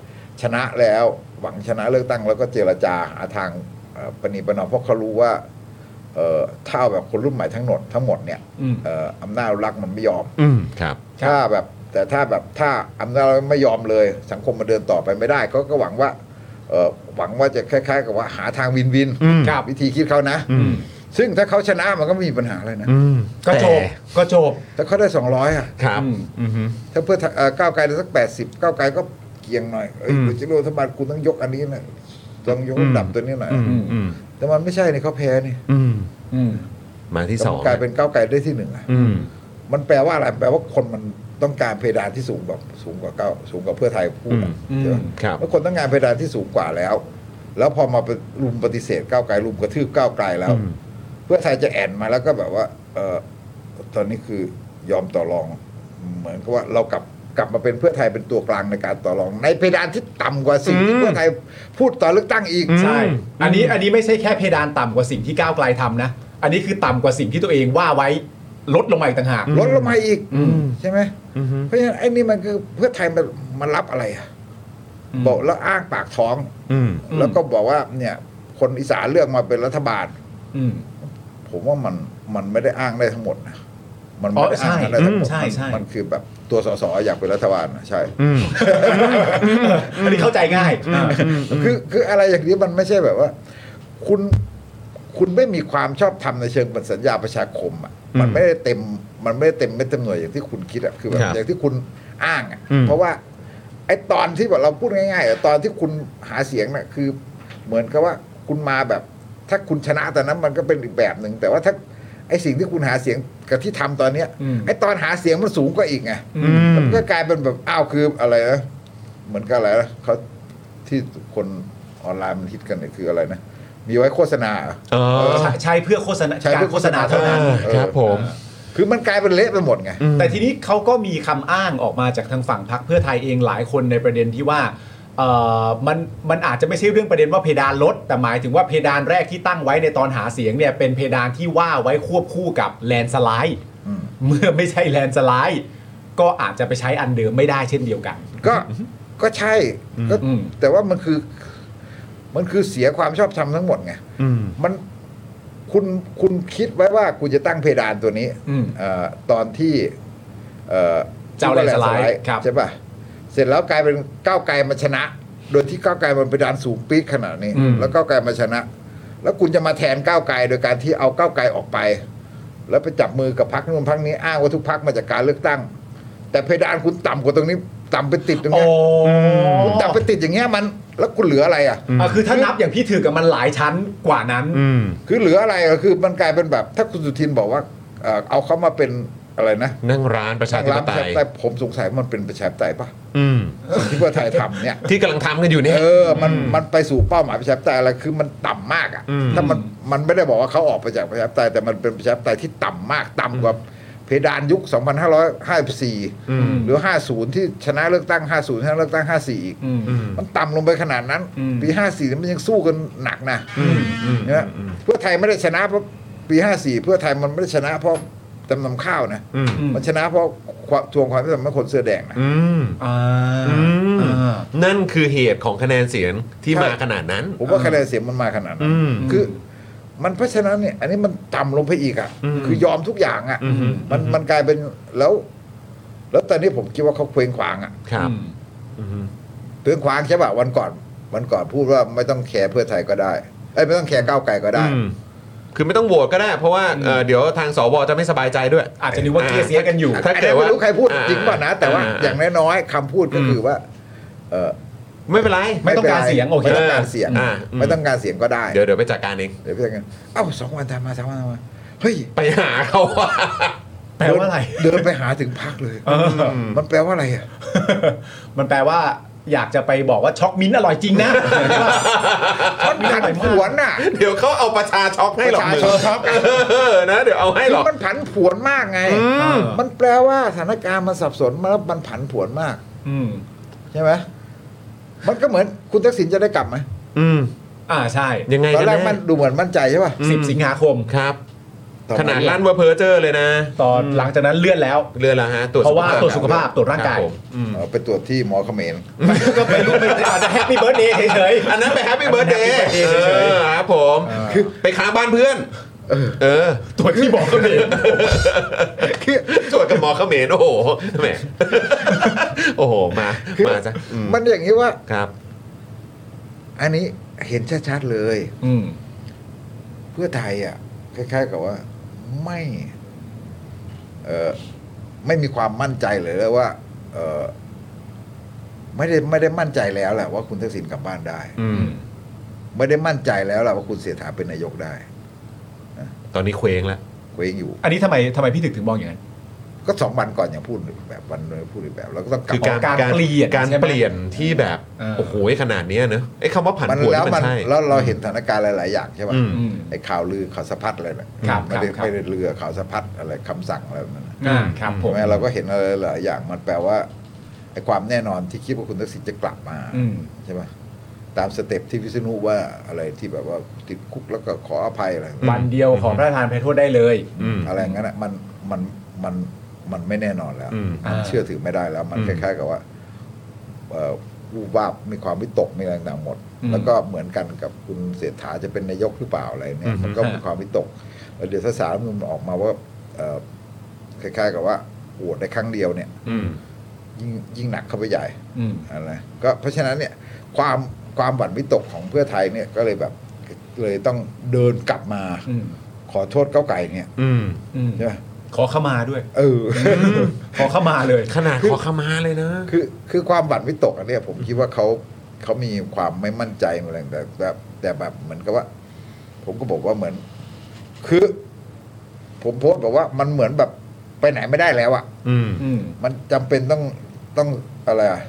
[SPEAKER 6] ชนะแล้วหวังชนะเลือกตั้งแล้วก็เจรจาหาทางเอ่อประนีประนอมเพราะเขารู้ว่าเอ่อถ้าเอาแบบคนรุ่นใหม่ทั้งหมดทั้งหมดเนี่ย
[SPEAKER 3] อืม
[SPEAKER 6] เอ่ออำนาจรักษ์มันไม่ยอม
[SPEAKER 1] อืมครับ
[SPEAKER 3] ครับ
[SPEAKER 6] ถ้าแบบแต่ถ้าแบบถ้าอำนาจรัฐไม่ยอมเลย สังคมมันเดินต่อไปไม่ได้เขาก็หวังว่าเอ่อหวังว่าจะคล้าย ๆ กับว่าหาทางวินวิน
[SPEAKER 1] อืม
[SPEAKER 3] ครับ
[SPEAKER 6] วิธีคิดเขานะ
[SPEAKER 1] อืม
[SPEAKER 6] ซึ่งถ้าเขาชนะมันก็ไม่มีปัญหาเลยนะ
[SPEAKER 1] อืม
[SPEAKER 3] ก็จบ ก็จบ
[SPEAKER 6] แต่เขาได้สองร้อยอ่ะ
[SPEAKER 1] ครับ
[SPEAKER 3] อืม
[SPEAKER 1] อืม
[SPEAKER 6] ถ้าเพื่อไทยเอ่อก้าวไกลได้สักแปดสิบก้าวไกลก็เกียงหน่อยเอ้ย
[SPEAKER 1] อืม
[SPEAKER 6] คุณจะรู้รัฐบาลคุณต้องยกอันนี้นะต้องยกระดับตัวนี้หน่อย
[SPEAKER 1] อืมอืม
[SPEAKER 6] แต่มันไม่ใช่นี่เขาแพ้นี่
[SPEAKER 1] อืม
[SPEAKER 3] อืม
[SPEAKER 1] มาที่สอง
[SPEAKER 6] กลายเป็นก้าวไกลได้ที่หนึ่งอะ
[SPEAKER 1] อืม
[SPEAKER 6] มันแปลว่าอะไรแปลว่าคนมันต้องการเพดานที่สูงกว่าสูงกว่าเก้าสูงกว่าเพื่อไทยพูดอะ
[SPEAKER 3] อืม
[SPEAKER 6] ใช่ไหม
[SPEAKER 1] ครับ
[SPEAKER 6] แล้วคนต้องการเพดานที่สูงกว่าแล้ว แล้วพอมารุมปฏิเสธก้าวไกลรุมกระทืบก้าวไกลแล้ว เพื่อไทยจะแอนมาแล้วก็แบบว่า เออตอนนี้คือยอมต่อรอง เหมือนกับว่าเรากลับกลับมาเป็นเพื่อไทยเป็นตัวกลางในการต่อรอง ในเพดานที่ต่ำกว่าสิ่งที่เพื่อไทยพูดตอนเลือกตั้งอีก
[SPEAKER 3] ใช่ อันนี้อันนี้ไม่ใช่แค่เพดานต่ำกว่าสิ่งที่ก้าวไกลทำนะ อันนี้คือต่ำกว่าสิ่งที่ตัวเองว่าไว้ลดลงมาอีกต่างหาก
[SPEAKER 6] ลดลงมาอีก
[SPEAKER 3] อืม
[SPEAKER 6] ใช่ไหมเพราะฉะนั้นไอ้นี่มันคือเพื่อไทยมันมันรับอะไรอะ
[SPEAKER 3] อืม
[SPEAKER 6] บอกแล้วอ้างปากท้อง
[SPEAKER 1] อืม
[SPEAKER 6] แล้วก็บอกว่าเนี่ย คนอีสานเลือกมาเป็นรัฐบาล
[SPEAKER 3] อืม
[SPEAKER 6] ผมว่ามันมันไม่ได้อ้างได้ทั้งหมดนะมันไม่ได้
[SPEAKER 3] อ๋อใช่
[SPEAKER 6] อ้างได้ทั้งหมด
[SPEAKER 3] ใช่
[SPEAKER 6] มัน
[SPEAKER 3] ใช่
[SPEAKER 6] มันคือแบบตัวสสอยากเป็นรัฐบาลนะใช่
[SPEAKER 3] อันนี้เข้าใจง่ายอ่า
[SPEAKER 6] คือคืออะไรอย่างนี้มันไม่ใช่แบบว่า คุณคุณไม่มีความชอบธรรมในเชิงสัญญาประชาคมอ่ะมันไม่ได้เต็มมันไม่ได้เต็มไม่เต็มหน่วยอย่างที่คุณคิดอ่ะคือแบบ
[SPEAKER 1] ครับ
[SPEAKER 6] อย่างที่คุณอ้างอะ
[SPEAKER 1] อืม
[SPEAKER 6] เพราะว่าไอ้ตอนที่แบบเราพูดง่ายๆอะตอนที่คุณหาเสียงน่ะคือ เหมือนกับว่าคุณมาแบบ ถ้าคุณชนะตอนนั้นมันก็เป็นอีกแบบหนึ่งแต่ว่าถ้าไอ้สิ่งที่คุณหาเสียงกับที่ทำตอนเนี้ย
[SPEAKER 3] อืม
[SPEAKER 6] ไอ้ตอนหาเสียงมันสูงกว่าอีกไง
[SPEAKER 3] อืม
[SPEAKER 6] มันก็กลายเป็นแบบอ้าวคืออะไรนะเหมือนกับอะไรนะเขาที่คนออนไลน์มันฮิตกันเนี่ยคืออะไรนะ มีไว้โฆษณาเหรอ
[SPEAKER 1] เออ
[SPEAKER 3] ใช้ใช้เพื่อโฆษณา
[SPEAKER 6] ใช้เพื่อโฆษณา
[SPEAKER 3] กรเท่านั้น
[SPEAKER 1] เออครับผม
[SPEAKER 6] คือมันกลายเป็นเละไปหมดไง
[SPEAKER 3] แต่ทีนี้เขาก็มีคำอ้างออกมาจากทางฝั่งพรรคเพื่อไทยเองหลายคนในประเด็นที่ว่าเอ่อมันมันอาจจะไม่ใช่เรื่องประเด็นว่าเพดานลด แต่หมายถึงว่าเพดานแรกที่ตั้งไว้ในตอนหาเสียงเนี่ยเป็นเพดานที่ว่าไว้ควบคู่กับแลนสไลด์
[SPEAKER 6] อืม
[SPEAKER 3] เมื่อไม่ใช่แลนสไลด์ก็อาจจะไปใช้อันเดิมไม่ได้เช่นเดียวกัน
[SPEAKER 6] ก็ก็ใช่ก็
[SPEAKER 3] อืม
[SPEAKER 6] แต่ว่ามันคือ มันคือเสียความชอบธรรมทั้งหมดไงมันคุณคุณคิดไว้ว่าคุณจะตั้งเพดานตัวนี้
[SPEAKER 3] อืม
[SPEAKER 6] เอ่อตอนที่เอ่อ
[SPEAKER 3] เจ้าแลนด์สไลด์ครับ
[SPEAKER 6] ใช่ป่ะเสร็จแล้วกลายเป็นก้าวไกลมาชนะ โดยที่ก้าวไกลมันเพดานสูงปี๊ดขนาดนี้ แล้วก้าวไกลมาชนะ แล้วคุณจะมาแทนก้าวไกลโดยการที่เอาก้าวไกลออกไป แล้วไปจับมือกับพักนู้นพักนี้อ้างว่าทุกพักมาจากการเลือกตั้ง แต่เพดานคุณต่ำกว่าตรงนี้ ต่ำไปติดตรง
[SPEAKER 3] โอ้
[SPEAKER 6] เนี้ย คุณจับไปติดอย่างเงี้ยมันแล้วคุณเหลืออะไรอ่ะ
[SPEAKER 3] อ่ะคือถ้านับอย่างพี่ถือกับมันหลายชั้นกว่านั้น
[SPEAKER 6] คือเหลืออะไรอ่ะคือมันกลายเป็นแบบ ถ้าคุณสุทินบอกว่าเอ่อเอาเขามาเป็นอะไรนะ
[SPEAKER 1] นั่งร้านประชาธิปไต
[SPEAKER 6] ทางร้านประชาย ธิปไตยผมสงสัยมันเป็นประชาธิปไตยปะ
[SPEAKER 1] อืม
[SPEAKER 6] สิ่งที่เพื่อไทยทำเนี่ย
[SPEAKER 1] ที่กำลังทำกันอยู่เนี่ย
[SPEAKER 6] เออ มันมันไปสู่เป้าหมายประชาธิปไตยอะไรคือมันต่ำมากอ่ะ
[SPEAKER 1] อืม
[SPEAKER 6] ถ้ามันมันไม่ได้บอกว่าเขาออกไปจากประชาธิปไตยแต่มันเป็นประชาธิปไตยที่ต่ำมากต่ำกว่าเพดานยุค 2554 หรือ 50 ที่ชนะเลือกตั้ง 50ชนะเลือกตั้ง 54 อีก
[SPEAKER 3] อืม
[SPEAKER 6] มันต่ำลงไปขนาดนั้น
[SPEAKER 3] อืม
[SPEAKER 6] ปี 54นี่มันยังสู้กันหนักนะนะเพื่อไทยไม่ได้ชนะเพราะปี 54 เพื่อไทยมันไม่ได้ชนะเพราะจำนำข้าวนะมันชนะเพราะความทวงความยุติธรรมให้คนเสื้อแดงนะ
[SPEAKER 1] อืม
[SPEAKER 3] อ่า
[SPEAKER 1] อืม
[SPEAKER 3] อ่า
[SPEAKER 1] นั่นคือเหตุของคะแนนเสียงที่
[SPEAKER 6] ใช่
[SPEAKER 1] มาขนาดนั้น
[SPEAKER 6] ผมว่าคะแนนเสียงมันมาขนาดนั้น
[SPEAKER 1] อืม
[SPEAKER 6] คือ มันเพราะฉะนั้นเนี่ย อันนี้มันต่ำลงไปอีกอ่ะ คือยอมทุกอย่างอ่ะ
[SPEAKER 1] อืม
[SPEAKER 6] มันมันกลายเป็นแล้ว แล้วตอนนี้ผมคิดว่าเขาเคว้งขวางอ่ะ
[SPEAKER 1] ครับ
[SPEAKER 6] เคว้งขวางใช่ป่ะวันก่อนวันก่อนพูดว่าไม่ต้องแคร์เพื่อไทยก็ได้เอ้ยไม่ต้องแคร์ก้าวไกลก็ได้
[SPEAKER 1] อืมคือไม่ต้องโหวตก็ได้ เพราะว่าเอ่อเดี๋ยวทางสวจะไม่สบายใจด้วย
[SPEAKER 3] อาจจะนึกว่าเกลียเสียกันอยู่
[SPEAKER 1] ถ้า
[SPEAKER 6] อัน
[SPEAKER 1] เกิ
[SPEAKER 6] นี้
[SPEAKER 1] ดว่า
[SPEAKER 6] ไม่รู้ใครพูด
[SPEAKER 1] อ่า
[SPEAKER 6] จริงป่ะนะ แต่ว่า
[SPEAKER 1] อ่า
[SPEAKER 6] อย่างน้อยๆคำพูดก็คือว่า เออ
[SPEAKER 1] ไม่เป็นไร
[SPEAKER 3] ไม่ต้องการเสียงโอเค
[SPEAKER 6] ไม่ต้องการเสียง
[SPEAKER 1] อ่า
[SPEAKER 6] ไม่ต้องการเสียงก็ได้
[SPEAKER 1] เดี๋ยวเดี๋ยวไปจัดการเอง
[SPEAKER 6] เดี๋ยวพี่จะกันเอ้าสองวันทำมาสามวันทำมาเฮ้ย
[SPEAKER 1] ไปหาเขา ว่า
[SPEAKER 3] แปลว่าอะไร
[SPEAKER 6] เดินไปหาถึงพักเลย
[SPEAKER 3] เออ
[SPEAKER 6] มันแปลว่าอะไรอ่ะ
[SPEAKER 3] มันแปลว่าอยากจะไปบอกว่าช็อกมิ้นท์อร่อยจริงนะ ช็อก
[SPEAKER 6] มัน
[SPEAKER 3] มิ้นท์อน ร่
[SPEAKER 6] ผั
[SPEAKER 3] อยมา
[SPEAKER 6] ผ
[SPEAKER 3] ก
[SPEAKER 6] วนน่ะ
[SPEAKER 1] เดี๋ยวเขาเอาประชาช็อกให้หรอก
[SPEAKER 6] ประ
[SPEAKER 1] มึ
[SPEAKER 6] ชาง ช็อก
[SPEAKER 1] เออนะเดี๋ยวเอาให้หรอก
[SPEAKER 6] มันผันผวนมากไง
[SPEAKER 3] อืม
[SPEAKER 6] มันแปลว่าสถานการณ์มันสับสนมาแล้วมันผันผวนมาก
[SPEAKER 3] อืม
[SPEAKER 6] ใช่ไหมมันก็เหมือนคุณทักษิณจะได้กลับไหม
[SPEAKER 1] อืม
[SPEAKER 3] อ่าใช่
[SPEAKER 1] ยังไง
[SPEAKER 6] ตอ
[SPEAKER 1] กัน น
[SPEAKER 6] แร
[SPEAKER 1] แน่
[SPEAKER 6] กมันดูเหมือนมั่นใจใช่ป่ะ
[SPEAKER 3] สิบสิงหาคม
[SPEAKER 1] ครับ
[SPEAKER 6] ต่อ
[SPEAKER 1] ข
[SPEAKER 6] ม
[SPEAKER 1] นาดลั่นว่าเพอเจอร์เลยนะ
[SPEAKER 3] ตอนหลังจากนั้นเลื่อนแล้ว
[SPEAKER 1] เรือแล้วฮะตรวจ
[SPEAKER 3] เพราะว่าตรวจสุขภาพตรวจร่างกาย
[SPEAKER 1] คบผมอืม
[SPEAKER 6] เออไปตรวจที่หมอเขมร
[SPEAKER 3] ก็ไปรู้ไปอาจจะแฮปปี้เบิร์ดเดย์เฉย
[SPEAKER 1] อันนั้นไปแฮปปี้เบิร์ดเดย์
[SPEAKER 3] Happy Birthday เฉยๆ
[SPEAKER 1] ครับผมคือไปค้างบ้านเพื่อน เออ
[SPEAKER 3] ๆ ตัวจที่บอกก็เลย
[SPEAKER 1] ตรวจกับหมอเขมรโอ้โหแหมโอ้โห มา มาจ้ะอืม
[SPEAKER 6] มันอย่างนี้ว่า
[SPEAKER 1] ครับ
[SPEAKER 6] อันนี้เห็นชัดๆเลย
[SPEAKER 3] อืม
[SPEAKER 6] เพื่อไทยอ่ะคล้ายๆกับว่าไม่เออไม่มีความมั่นใจเลยแล้วว่า เออไม่ได้ไม่ได้มั่นใจแล้วแหละว่าคุณทักษิณกลับบ้านได้
[SPEAKER 1] อืม
[SPEAKER 6] ไม่ได้มั่นใจแล้วแหละว่าคุณเสถาเป็นนายกได้
[SPEAKER 1] ตอนนี้เคว้งแล้ว
[SPEAKER 6] เคว้งอยู่
[SPEAKER 3] อันนี้ทำไมทำไมพี่ถึกถึงมองอย่างนั้น
[SPEAKER 6] ก็สองวันก่อนยังพูดอีกแบบวันเลยพูดอีกแบบเราก็ต้องกลับ
[SPEAKER 1] คือการ
[SPEAKER 3] การเปลี่ยน
[SPEAKER 1] การ
[SPEAKER 3] ใช่ไหม
[SPEAKER 1] เปลี่ยนที่แบบ
[SPEAKER 3] เออ
[SPEAKER 1] โอ้โหขนาดเนี้ยเนอะไอ้คำว่าผัน
[SPEAKER 6] มัน
[SPEAKER 1] ผวน
[SPEAKER 6] แล้ว
[SPEAKER 1] นี่
[SPEAKER 6] มั
[SPEAKER 1] มัน นใช่
[SPEAKER 6] แล้วเราเห็นสถานการณ์หลาย ๆ อย่างใช่ไหม
[SPEAKER 1] อืม
[SPEAKER 3] อืม
[SPEAKER 6] ไอ้ข่าวลือข่าวสะพัดอะไรเนี่ย
[SPEAKER 3] ครับ
[SPEAKER 6] ไม่ได้
[SPEAKER 3] ครับ
[SPEAKER 6] ไม่ได้เรือข่าวสะพัดอะไรคำสั่งอะไรนั่นนะ
[SPEAKER 3] อ่าครับผม
[SPEAKER 6] ใช่ไหมเราก็เห็นอะไรหลายอย่างมันแปลว่าไอ้ความแน่นอนที่คิดว่าคุณทักษิณจะกลับมา
[SPEAKER 3] อืม
[SPEAKER 6] ใช่ไหมตามสเต็ปที่วิษณุว่าอะไรที่แบบว่าติดคุกแล้วก็ขออภัยอะไร
[SPEAKER 3] วันเดียวขอพระราชทานไพโทษได้เลย
[SPEAKER 1] อืม
[SPEAKER 6] อะไรอย่างนั้นอะมันมันมันมันไม่แน่นอนแล้ว
[SPEAKER 1] อืม
[SPEAKER 6] มันเชื่อถือไม่ได้แล้ว มัน
[SPEAKER 1] อืม
[SPEAKER 6] คล้ายๆกับว่าเอ่อวูบวาบมีความวิตกมีอะไรต่างๆหมด
[SPEAKER 3] อืม
[SPEAKER 6] แล้วก็เหมือนกันกับคุณเศรษฐาจะเป็นนายกหรือเปล่าอะไรเนี่ยมันก็
[SPEAKER 3] อืม
[SPEAKER 6] มีความวิตกแล้วเดี๋ยวถ้าสารรัฐธรรมนูญมันออกมาว่าเอ่อคล้ายๆกับว่าโหวตได้ครั้งเดียวเนี่ย
[SPEAKER 1] อืม
[SPEAKER 6] ยิ่งยิ่งหนักเข้าไปใหญ่
[SPEAKER 3] อืม
[SPEAKER 6] อะไรก็เพราะฉะนั้นเนี่ยความความหวั่นวิตกของเพื่อไทยเนี่ยก็เลยแบบเลยต้องเดินกลับมา
[SPEAKER 3] อืม
[SPEAKER 6] ขอโทษก้าวไก่เนี่ย
[SPEAKER 1] อืม
[SPEAKER 3] อืม
[SPEAKER 6] ใช่ไหม
[SPEAKER 3] ขอขมาด้วย
[SPEAKER 6] เออ
[SPEAKER 3] ขอขมาเลย
[SPEAKER 1] ขนาดขอขมาเลยนะ
[SPEAKER 6] คือคือความหวั่นวิตกอันเนี้ยผมคิดว่าเขาเขามีความไม่มั่นใจอะไรแต่แต่แต่แบบเหมือนกับว่า ผมก็บอกว่าเหมือน คือ ผมโพสต์บอกว่ามันเหมือนแบบไปไหนไม่ได้แล้วอะ
[SPEAKER 1] อืม
[SPEAKER 3] อืม
[SPEAKER 6] มันจำเป็นต้องต้องอะไรอะ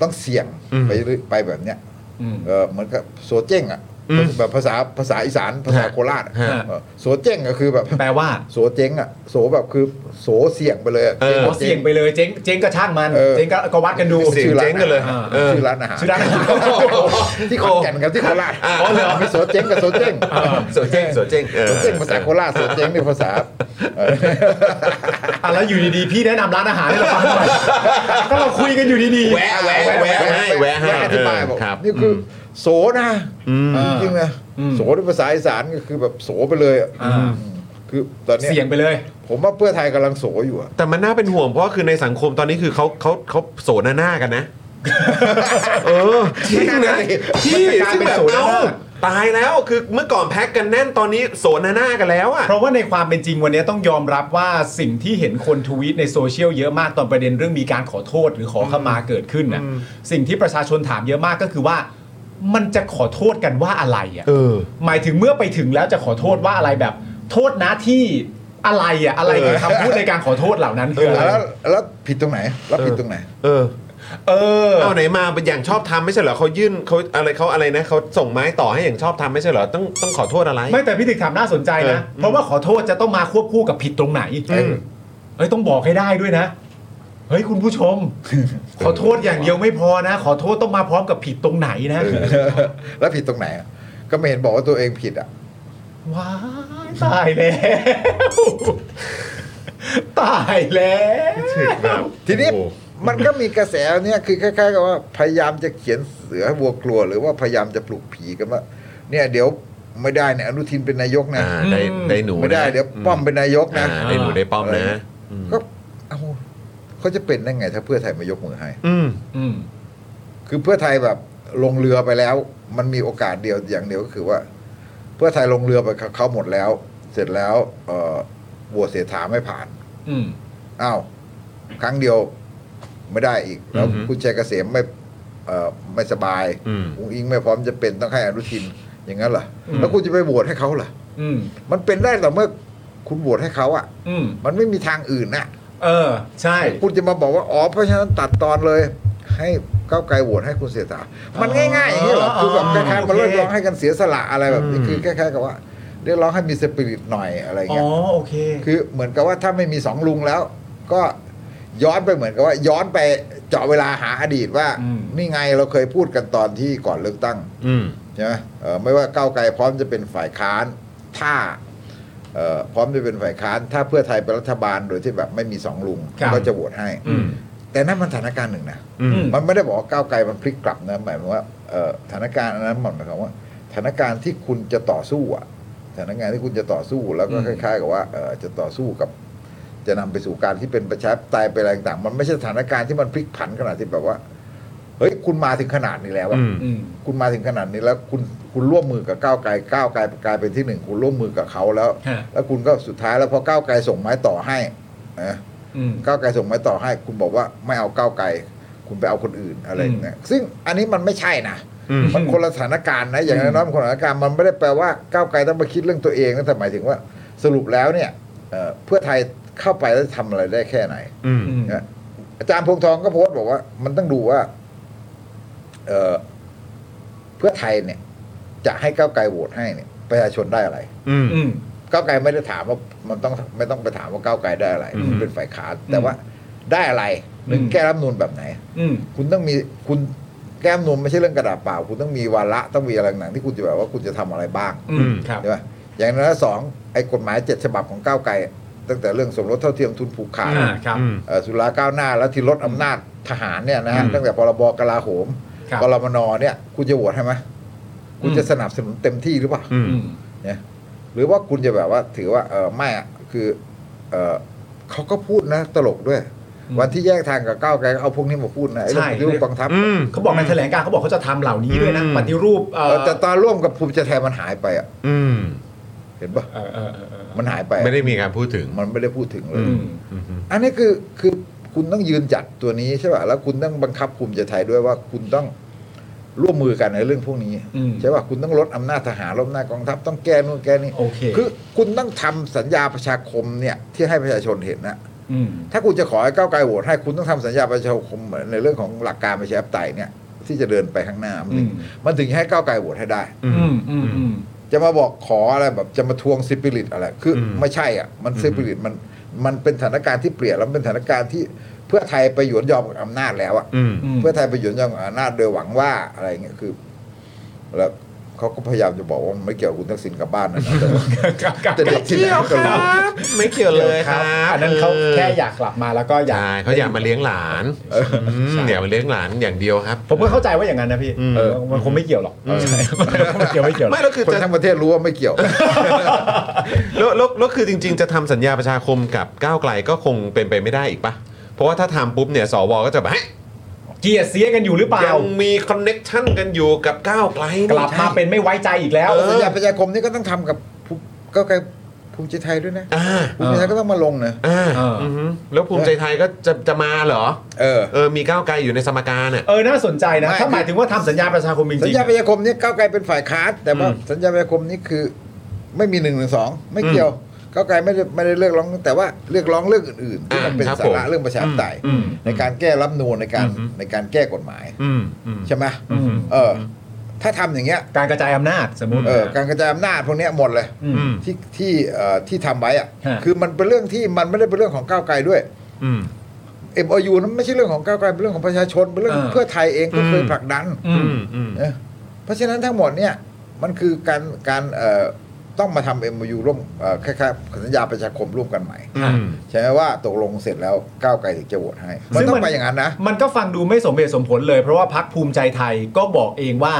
[SPEAKER 6] ต้องเสี่ยง
[SPEAKER 1] อืม
[SPEAKER 6] ไปเรื่อยไปแบบเนี้ย
[SPEAKER 3] อืม
[SPEAKER 6] เออเหมือนกับโสเจ้งอะ
[SPEAKER 1] อืม
[SPEAKER 6] แบบภาษาภาษาอีสานภาษา
[SPEAKER 1] ฮะ
[SPEAKER 6] โคราชอะ
[SPEAKER 1] ฮะ
[SPEAKER 6] เออโสเจ้งก็คือแบบ
[SPEAKER 3] แปลว่า
[SPEAKER 6] โสเจ้งอะโสแบบคือโสเสี่ยงไปเลยอะ
[SPEAKER 1] เออ
[SPEAKER 3] ขอเสี่ยงไปเลยเจ๊งเจ๊งก็ช่างมัน
[SPEAKER 6] ออ
[SPEAKER 3] เจ๊งก็ก็วัดกันดู
[SPEAKER 1] เสี่ยง
[SPEAKER 6] ชื่อร้า
[SPEAKER 1] จ๊
[SPEAKER 6] น
[SPEAKER 1] กันเลย
[SPEAKER 6] อาหาร
[SPEAKER 1] เออ
[SPEAKER 6] ชื่อร้านอาหาร
[SPEAKER 3] ชื่อร้านอาหาร
[SPEAKER 6] ที่ขอนแก่นกับที่โคราชอ๋อเหรอมีโสเจ้งกับโสเจ้ง
[SPEAKER 1] สวนเจ้งสวนเจ้งเออ
[SPEAKER 6] โสเจ้งภาษาโคราชโสเจ้งนี่ภาษาเออ
[SPEAKER 3] อ่ะแล้วอยู่ดีๆ พี่แนะนำร้านอาหารให้เราฟังหน่อยก็เราคุยกันอยู่ดีๆ
[SPEAKER 1] แวะแวะแวะให้แวะให้
[SPEAKER 6] อธิบายบอก
[SPEAKER 1] เครับ
[SPEAKER 6] นี่คืออโสนะ
[SPEAKER 1] อืม
[SPEAKER 6] จริงๆนะ
[SPEAKER 3] อืม
[SPEAKER 6] โสในภาษาอีสานก็คือแบบโสไปเลยอะ
[SPEAKER 3] อ่า
[SPEAKER 6] คือตอนเนี้ย
[SPEAKER 3] เสี่ยงไปเลย
[SPEAKER 6] ผมว่าเพื่อไทยกำลังโสอยู่อะ
[SPEAKER 1] แต่มันน่าเป็นห่วงเพราะว่าคือในสังคมตอนนี้คือเขาเขาเขาโสนหน้ากันนะ เออจริงนะที่
[SPEAKER 3] มันจะกลาย
[SPEAKER 1] ซึ่ง
[SPEAKER 3] เป็น
[SPEAKER 1] แบบ
[SPEAKER 3] โสนหน้า
[SPEAKER 1] เอ้าตายแล้วคือเมื่อก่อนแพ็กกันแน่นตอนนี้โสนหน้ากันแล้วอ่ะ
[SPEAKER 3] เพราะว่าในความเป็นจริงวันนี้ต้องยอมรับว่าสิ่งที่เห็นคนทวีตในโซเชียลเยอะมากตอนประเด็นเรื่องมีการขอโทษหรือขอขมาเกิดขึ้นนะสิ่งที่ประชาชนถามเยอะมากก็คือว่า มันจะขอโทษกันว่าอะไรอ่ะ
[SPEAKER 1] เออ
[SPEAKER 3] หมายถึงเมื่อไปถึงแล้วจะขอโทษว่าอะไรแบบ โทษนะที่อะไรอ่ะอะไรคือคำพูดในการขอโทษเหล่านั้นคืออะไร
[SPEAKER 6] แล้วแล้วผิดตรงไหน แล้วผิดตรงไหน
[SPEAKER 1] เออ
[SPEAKER 3] เออ
[SPEAKER 1] เอาไหนมาอย่างชอบทำไม่ใช่เหรอเขายื่นเขาอะไรเขาอะไรนะเขาส่งไม้ต่อให้อย่างชอบทำไม่ใช่เหรอต้องต้องขอโทษอะไร
[SPEAKER 3] ไม่แต่พี่ถึกถามน่าสนใจนะ
[SPEAKER 1] เออ
[SPEAKER 3] เพราะว่าขอโทษจะต้องมาควบคู่กับผิดตรงไหน
[SPEAKER 1] อืม
[SPEAKER 3] เฮ้ยต้องบอกให้ได้ด้วยนะ เฮ้ยคุณผู้ชม ขอโทษอย่างเดียวไม่พอนะ ขอโทษต้องมาพร้อมกับผิดตรงไหนนะ
[SPEAKER 6] แล้วผิดตรงไหนอะก็ไม่เห็นบอกว่าตัวเองผิดอ่ะ
[SPEAKER 3] ว้ายตายแล้ว ตายแล้ว
[SPEAKER 6] ทีนี้
[SPEAKER 1] โอ้โห
[SPEAKER 6] มันก็มีกระแสเนี่ยคือคล้ายๆกับว่าพยายามจะเขียนเสือให้วัวกลัว หรือว่าพยายามจะปลุกผีกันว่าเนี่ยเดี๋ยวไม่ได้เนี่ยอนุทินเป็นนายกนะ
[SPEAKER 1] อ่าได้ได้หนูนะ
[SPEAKER 6] ไม่ได้เดี๋ยวป้อมเป็นนายกนะ
[SPEAKER 1] อ่าได้หนูได้ป้อมนะ
[SPEAKER 6] ก็เอาเขาจะเป็นได้ไงถ้าเพื่อไทยมายกมือให้
[SPEAKER 1] อืม
[SPEAKER 3] อืม
[SPEAKER 6] คือเพื่อไทยแบบลงเรือไปแล้ว มันมีโอกาสเดียวอย่างเดียวก็คือว่า เพื่อไทยลงเรือไปกับเขาหมดแล้ว เสร็จแล้วเอ่อโหวตเสถาไม่ผ่าน
[SPEAKER 3] อืม
[SPEAKER 6] อ้าวครั้งเดียวไม่ได้อีก แล้ว
[SPEAKER 1] อือหือ
[SPEAKER 6] คุณชัยเกษมไม่เอ่อไม่สบาย
[SPEAKER 1] อืม
[SPEAKER 6] อุ้งอิงไม่พร้อมจะเป็นต้องให้อนุทินอย่างนั้นเหรอ
[SPEAKER 3] อืม
[SPEAKER 6] แล้วคุณจะไปโหวตให้เขาเหรอ
[SPEAKER 3] อืม
[SPEAKER 6] มันเป็นได้แต่อเมื่อคุณโหวตให้เขาอะ
[SPEAKER 3] อืม
[SPEAKER 6] มันไม่มีทางอื่นน่ะ
[SPEAKER 3] เออ ใช่
[SPEAKER 6] คุณจะมาบอกว่า อ๋อ เพราะฉะนั้นตัดตอนเลย ให้ก้าวไกลโหวตให้คุณเสียสามันง่ายๆอย่างนี้เหรอ คือแบบคล้ายๆมันเรียกร้องให้กันเสียสละอะไรแบบนี้
[SPEAKER 1] อืม
[SPEAKER 6] คือคล้ายๆกับว่าเรียกร้องให้มีสปิริตหน่อยอะไร
[SPEAKER 3] อ๋อ
[SPEAKER 6] เงี้ย
[SPEAKER 3] โอเค
[SPEAKER 6] คือเหมือนกับว่าถ้าไม่มีสองลุงแล้ว ก็ย้อนไปเหมือนกับว่า ย้อนไปเจาะเวลาหาอดีตว่า
[SPEAKER 3] อืม
[SPEAKER 6] นี่ไงเราเคยพูดกันตอนที่ก่อนเลือกตั้ง
[SPEAKER 1] อืม
[SPEAKER 6] ใช่ไหมเอ่อไม่ว่าก้าวไกลพร้อมจะเป็นฝ่ายค้าน ถ้าเอ่อพร้อมจะเป็นฝ่ายค้าน ถ้าเพื่อไทยเป็นรัฐบาลโดยที่แบบไม่มีสองลุง
[SPEAKER 3] ครับ
[SPEAKER 6] ก็จะโหวตให้
[SPEAKER 1] อืม
[SPEAKER 6] แต่นั่นมันสถานการณ์หนึ่งนะ
[SPEAKER 1] อืม
[SPEAKER 6] มันไม่ได้บอกว่าก้าวไกลมันพลิกกลับนะหมายความว่าเอ่อสถานการณ์อันนั้นมันหมายความว่าสถานการณ์ที่คุณจะต่อสู้อะสถานการณ์ที่คุณจะต่อสู้แล้วก็
[SPEAKER 3] อืม
[SPEAKER 6] คล้ายๆกับว่าเอ่อจะต่อสู้กับ จะนำไปสู่การที่เป็นประชาธิปไตยไปอะไรต่างๆมันไม่ใช่สถานการณ์ที่มันพลิกผันขนาดที่แบบว่าเฮ้ยคุณมาถึงขนาดนี้แล้วอะ
[SPEAKER 1] อืม
[SPEAKER 3] อืม
[SPEAKER 6] คุณมาถึงขนาดนี้แล้วคุณคุณร่วมมือกับก้าวไกลก้าวไกลกลายเป็นที่หนึ่งคุณร่วมมือกับเขาแล้ว
[SPEAKER 3] ฮะ
[SPEAKER 6] แล้วคุณก็สุดท้ายแล้วพอก้าวไกลส่งไม้ต่อให้นะ
[SPEAKER 3] อืม
[SPEAKER 6] ก้าวไกลส่งไม้ต่อให้ คุณบอกว่าไม่เอาก้าวไกล คุณไปเอาคนอื่นอะไรอย่างเงี้ยซึ่งอันนี้มันไม่ใช่นะ
[SPEAKER 1] อืม
[SPEAKER 6] มันคนละสถานการณ์นะอย่างน้อยๆมันคนละสถานการณ์มันไม่ได้แปลว่าก้าวไกลต้องมาคิดเรื่องตัวเองนะแต่หมายถึงว่าสรุปแล้วเนี่ยเอ่อเพื่อไทย เข้าไปแล้วทำอะไรได้แค่ไหน
[SPEAKER 1] อืม
[SPEAKER 6] นะอาจารย์พงษ์ทองก็โพสต์บอกว่า มันต้องดูว่าเอ่อเพื่อไทยเนี่ย จะให้ก้าวไกลโหวตให้เนี่ยประชาชนได้อะไร
[SPEAKER 1] อืม
[SPEAKER 3] อืม
[SPEAKER 6] ก้าวไกลไม่ได้ถามว่ามันต้องไม่ต้องไปถามว่าก้าวไกลได้อะไร
[SPEAKER 1] อืม
[SPEAKER 6] มันเป็นฝ่ายค้านแต่ว่าได้อะไรหนึ่ง
[SPEAKER 3] อืม
[SPEAKER 6] แก้รัฐธรรมนูนแบบไหน
[SPEAKER 3] อืม
[SPEAKER 6] คุณต้องมีคุณแก้รัฐธรรมนูนไม่ใช่เรื่องกระดาษเปล่า คุณต้องมีวาระต้องมีอะไรหนังที่คุณจะแบบว่าคุณจะทำอะไรบ้าง
[SPEAKER 3] อืม ครับ
[SPEAKER 6] ใช่ไหมอย่างนั้นแล้วสองไอ้กฎหมายเจ็ดฉบับของก้าวไกลตั้งแต่เรื่องสมรสเท่าเทียมทุนผูกขาด
[SPEAKER 3] อ่า ครับ
[SPEAKER 1] อืม
[SPEAKER 6] เอ่อสุราก้าวหน้าแล้วที่ลดอำนาจทหารเนี่ยนะฮะ
[SPEAKER 1] อืม
[SPEAKER 6] ตั้งแต่พรบกลาโหม
[SPEAKER 3] ครับ
[SPEAKER 6] กรมนเนี่ย คุณจะโหวตให้ไหมคุณจะ
[SPEAKER 3] อืม
[SPEAKER 6] สนับสนุนเต็มที่หรือเปล่า
[SPEAKER 1] อืม
[SPEAKER 3] อืม
[SPEAKER 6] เนี่ยหรือว่าคุณจะแบบว่าถือว่าเออไม่อะคือเออเขาก็พูดนะตลกด้วย
[SPEAKER 3] อืม
[SPEAKER 6] วันที่แยกทางกับก้าวไกลก็เอาพวกนี้มาพูดนะไอ้เรื่อง
[SPEAKER 3] ใช่
[SPEAKER 6] ปฏิรูปกองทัพ
[SPEAKER 1] อืม
[SPEAKER 3] เขาบอกในแถลงการณ์เขาบอกเขาจะทำเหล่านี้ด้วยนะ
[SPEAKER 1] อืม
[SPEAKER 3] ปฏิรูปเอ่
[SPEAKER 6] เอ
[SPEAKER 3] อ
[SPEAKER 6] อแต่ตอนร่วมกับภูมิใจไทยมันหายไปอ่ะ
[SPEAKER 1] อืม
[SPEAKER 6] เห็นปะ
[SPEAKER 3] เออเออเออเออ
[SPEAKER 6] มันหายไป
[SPEAKER 1] ไม่ได้มีการพูดถึง
[SPEAKER 6] มันไม่ได้พูดถึงเล
[SPEAKER 3] อื
[SPEAKER 6] ย
[SPEAKER 3] ม
[SPEAKER 1] อืม
[SPEAKER 6] อันนี้คือคือคุณต้องยืนจัดตัวนี้ใช่ป่ะแล้วคุณต้องบังคับภูมิใจไทยด้วยว่าคุณต้องร่วมมือกันในเรื่องพวกนี้
[SPEAKER 3] อืม
[SPEAKER 6] ใช่ป่ะคุณต้องลดอำนาจทหารลดอำนาจกองทัพต้องแก้นู่นแก้นี่
[SPEAKER 3] โอเค
[SPEAKER 6] คือคุณต้องทำสัญญาประชาคมเนี่ยที่ให้ประชาชนเห็นนะ
[SPEAKER 3] อืม
[SPEAKER 6] ถ้าคุณจะขอให้ก้าวไกลโหวตให้คุณต้องทำสัญญาประชาคมเหมือนในเรื่องของหลักการประชาธิปไตยเนี่ยที่จะเดินไปข้างหน้ามันถึง
[SPEAKER 3] อืม
[SPEAKER 6] มันถึงให้ก้าวไกลโหวตให้ได้
[SPEAKER 1] อื
[SPEAKER 3] อื
[SPEAKER 1] ม
[SPEAKER 3] มอืมอืม
[SPEAKER 6] จะมาบอกขออะไรแบบจะมาทวงซิปิลิตอะไร คืออ
[SPEAKER 1] ม
[SPEAKER 6] ไม่ใช่อ่ะ มัน
[SPEAKER 1] อืม
[SPEAKER 6] ซิปิลิตมันมันเป็นสถานการณ์ที่เปลี่ยนแล้วมันเป็นสถานการณ์ที่เพื่อไทยไปหยวนยอมกับอำนาจแล้วอ่ะ
[SPEAKER 1] อืม
[SPEAKER 3] อืม
[SPEAKER 6] เพื่อไทยไปหยวนยอมกับอำนาจโดยหวังว่าอะไรเงี้ยคือแล้วเขาก็พยายามจะบอกว่ามันไม่เกี่ยวกับคุณทักษิณกลับบ้านนะแต่ว่า
[SPEAKER 3] ครับครับ
[SPEAKER 6] แต่เด็กที่ไหนก็รู้
[SPEAKER 1] บไม่เกี่ยวเลยครับ
[SPEAKER 3] อันนั้นเขาแค่อยากกลับมาแล้วก็อยาก
[SPEAKER 1] ใช่เขาอยากมาเลี้ยงหลาน
[SPEAKER 3] ใช่
[SPEAKER 1] อยากมาเลี้ยงหลานอย่างเดียวครับ
[SPEAKER 3] ผมก็เข้าใจว่าอย่างนั้นนะพี่
[SPEAKER 1] อืม
[SPEAKER 3] เออมันคงไม่เกี่ยวหรอกใช่มันเกี่ยวไม่เกี่ยวหร
[SPEAKER 1] ไม่
[SPEAKER 3] อก
[SPEAKER 1] แล้วคือ
[SPEAKER 6] คน
[SPEAKER 1] จะ
[SPEAKER 6] ทั้งประเทศรู้ว่าไม่เกี่ยว
[SPEAKER 1] แล้วแล้วแล้วคือจริง ๆ จะทำสัญญาประชาคมกับก้าวไกลก็คงเป็นไปไม่ได้อีกปะเพราะว่าถ้าทำปุ๊บเนี่ยสวก็จะแบบเฮ้ย
[SPEAKER 3] เกลียดเสียกันอยู่หรือเปล่า
[SPEAKER 1] ยังมีคอนเน็กชันกันอยู่กับก้าวไกลนี่
[SPEAKER 3] กลับมาเป็นไม่ไว้ใจอีกแล้ว
[SPEAKER 6] สัญญาประชาคมนี่ก็ต้องทำกับภูก็ไกลภูมิใจไทยด้วยนะ
[SPEAKER 1] อ่า
[SPEAKER 6] ภูมิใจไทยก็ต้องมาลงนะ
[SPEAKER 1] อ่า
[SPEAKER 3] เอออื
[SPEAKER 1] อหือแล้วภูมิใจไทยก็จะจะมาเหรอ
[SPEAKER 6] เออ
[SPEAKER 1] เออมีก้าวไกลอยู่ในสมการอ่ะ
[SPEAKER 3] เออน่าสนใจนะ
[SPEAKER 6] ไม่
[SPEAKER 3] ถ้าหมายถึงว่าทำสัญญาประชาคมจ
[SPEAKER 6] สัญ
[SPEAKER 3] ริง
[SPEAKER 6] ญาประชาคมนี่ก้าวไกลเป็นฝ่ายค้านแต่ว่า
[SPEAKER 1] อืม
[SPEAKER 6] สัญญาประชาคมนี่คือไม่มีหนึ่งหนึ่งสองไม่เกี่ยวก้าวไกลไม่ได้ไม่ได้เรียกร้อง แต่ว่าเรียกร้องเรื่องอื่นๆที่มัน
[SPEAKER 1] อ่า
[SPEAKER 6] เป็น
[SPEAKER 1] ครับ
[SPEAKER 6] สา
[SPEAKER 1] ผ
[SPEAKER 6] ระ
[SPEAKER 1] ม
[SPEAKER 6] เรื่องประชาธิปไตย
[SPEAKER 3] ๆอืม
[SPEAKER 6] ในการแก้รัฐธรรมนูนในการ
[SPEAKER 1] อืม
[SPEAKER 6] ในการแก้กฎหมาย
[SPEAKER 1] อืมอืม
[SPEAKER 6] ใช่ไหม
[SPEAKER 3] อืม
[SPEAKER 6] เออ ถ้าทำอย่างเงี้ย
[SPEAKER 3] การกระจายอำนาจสมมติ
[SPEAKER 6] เออการกระจายอำนาจพวกเนี้ยหมดเลย
[SPEAKER 3] อืม
[SPEAKER 1] อืม
[SPEAKER 6] ที่ที่เอ่อที่ทำไว้อะ
[SPEAKER 3] ฮะ
[SPEAKER 6] คือมันเป็นเรื่องที่มันไม่ได้เป็นเรื่องของก้าวไกลด้วย
[SPEAKER 1] อืม
[SPEAKER 6] MOU นั้นไม่ใช่เรื่องของก้าวไกลเป็นเรื่องของประชาชนเป็นเรื่องของเพื่อไทยเองก็เคยผลักดัน
[SPEAKER 3] อืม
[SPEAKER 1] อืมอืม
[SPEAKER 6] เออเพราะฉะนั้นทั้งหมดเนี่ยมันคือการการเอ่อต้องมาทำ MOU ร่วมเอ่อคล้ายๆสัญญาประชาคมร่วมกันใหม่
[SPEAKER 1] อืม
[SPEAKER 6] ใช่ไหมว่าตกลงเสร็จแล้วก้าวไกลถึงจะโหวตให้ มัน
[SPEAKER 3] ซึ่ง
[SPEAKER 6] ต้อ
[SPEAKER 3] มั
[SPEAKER 6] ง
[SPEAKER 3] น
[SPEAKER 6] ไปอย่างนั้นนะ
[SPEAKER 3] มันก็ฟังดูไม่สมเหตุสมผลเลย เพราะว่าพักภูมิใจไทยก็บอกเองว่า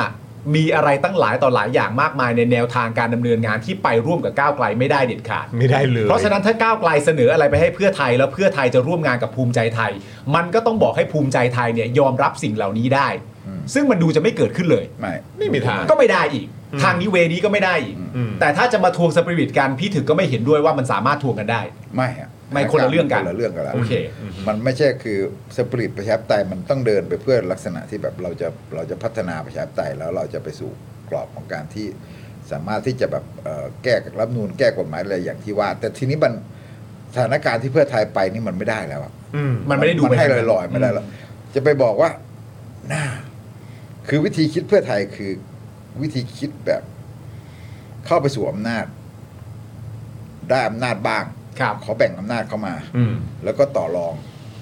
[SPEAKER 3] มีอะไรตั้งหลายต่อหลายอย่างมากมายในแนวทางการดำเนินงานที่ไปร่วมกับก้าวไกลไม่ได้เด็ดขาด
[SPEAKER 1] ไม่ได้เลย
[SPEAKER 3] เพราะฉะนั้นถ้าก้าวไกลเสนออะไรไปให้เพื่อไทยแล้วเพื่อไทยจะร่วมงานกับภูมิใจไทย มันก็ต้องบอกให้ภูมิใจไทยเนี่ยยอมรับสิ่งเหล่านี้ได้
[SPEAKER 6] อืม
[SPEAKER 3] ซึ่งมันดูจะไม่เกิดขึ้นเลย
[SPEAKER 6] ไม่
[SPEAKER 1] ไม่มีทาง
[SPEAKER 3] ก็ไม่ได้อีก ทางนี้เวนี้ก็ไม่ได้อีก
[SPEAKER 1] อืม
[SPEAKER 3] แต่ถ้าจะมาทวงสปิริตกันพี่ถึกก็ไม่เห็นด้วยว่ามันสามารถทวงกันได้
[SPEAKER 6] ไม่อะ
[SPEAKER 3] ไม่คนละเรื่องกัน
[SPEAKER 6] คละเรื่องกันแล้ว
[SPEAKER 3] โอเค
[SPEAKER 6] มันไม่ใช่คือสปริตประชาธิปไตยมันต้องเดินไปเพื่อลักษณะที่แบบเราจะเราจะพัฒนาประชาธิปไตยแล้วเราจะไปสู่กรอบของการที่สามารถที่จะแบบเอ่อแก้กับรัฐธรรมนูนแก้กฎหมายอะไรอย่างที่ว่า แต่ทีนี้มันสถานการณ์ที่เพื่อไทยไปนี่มันไม่ได้แล้วอะ
[SPEAKER 1] อืม
[SPEAKER 3] มันไม่ได้ดู
[SPEAKER 6] มันให้
[SPEAKER 3] ปทาง
[SPEAKER 6] ลอยๆไม่ได้หรอกจะไปบอกว่าน่าคือวิธีคิดเพื่อไทยคือวิธีคิดแบบ เข้าไปสู่อำนาจ ได้อำนาจบ้าง
[SPEAKER 3] ครับ
[SPEAKER 6] ขอแบ่งอำนาจเข้ามา
[SPEAKER 1] อืม
[SPEAKER 6] แล้วก็ต่อรอง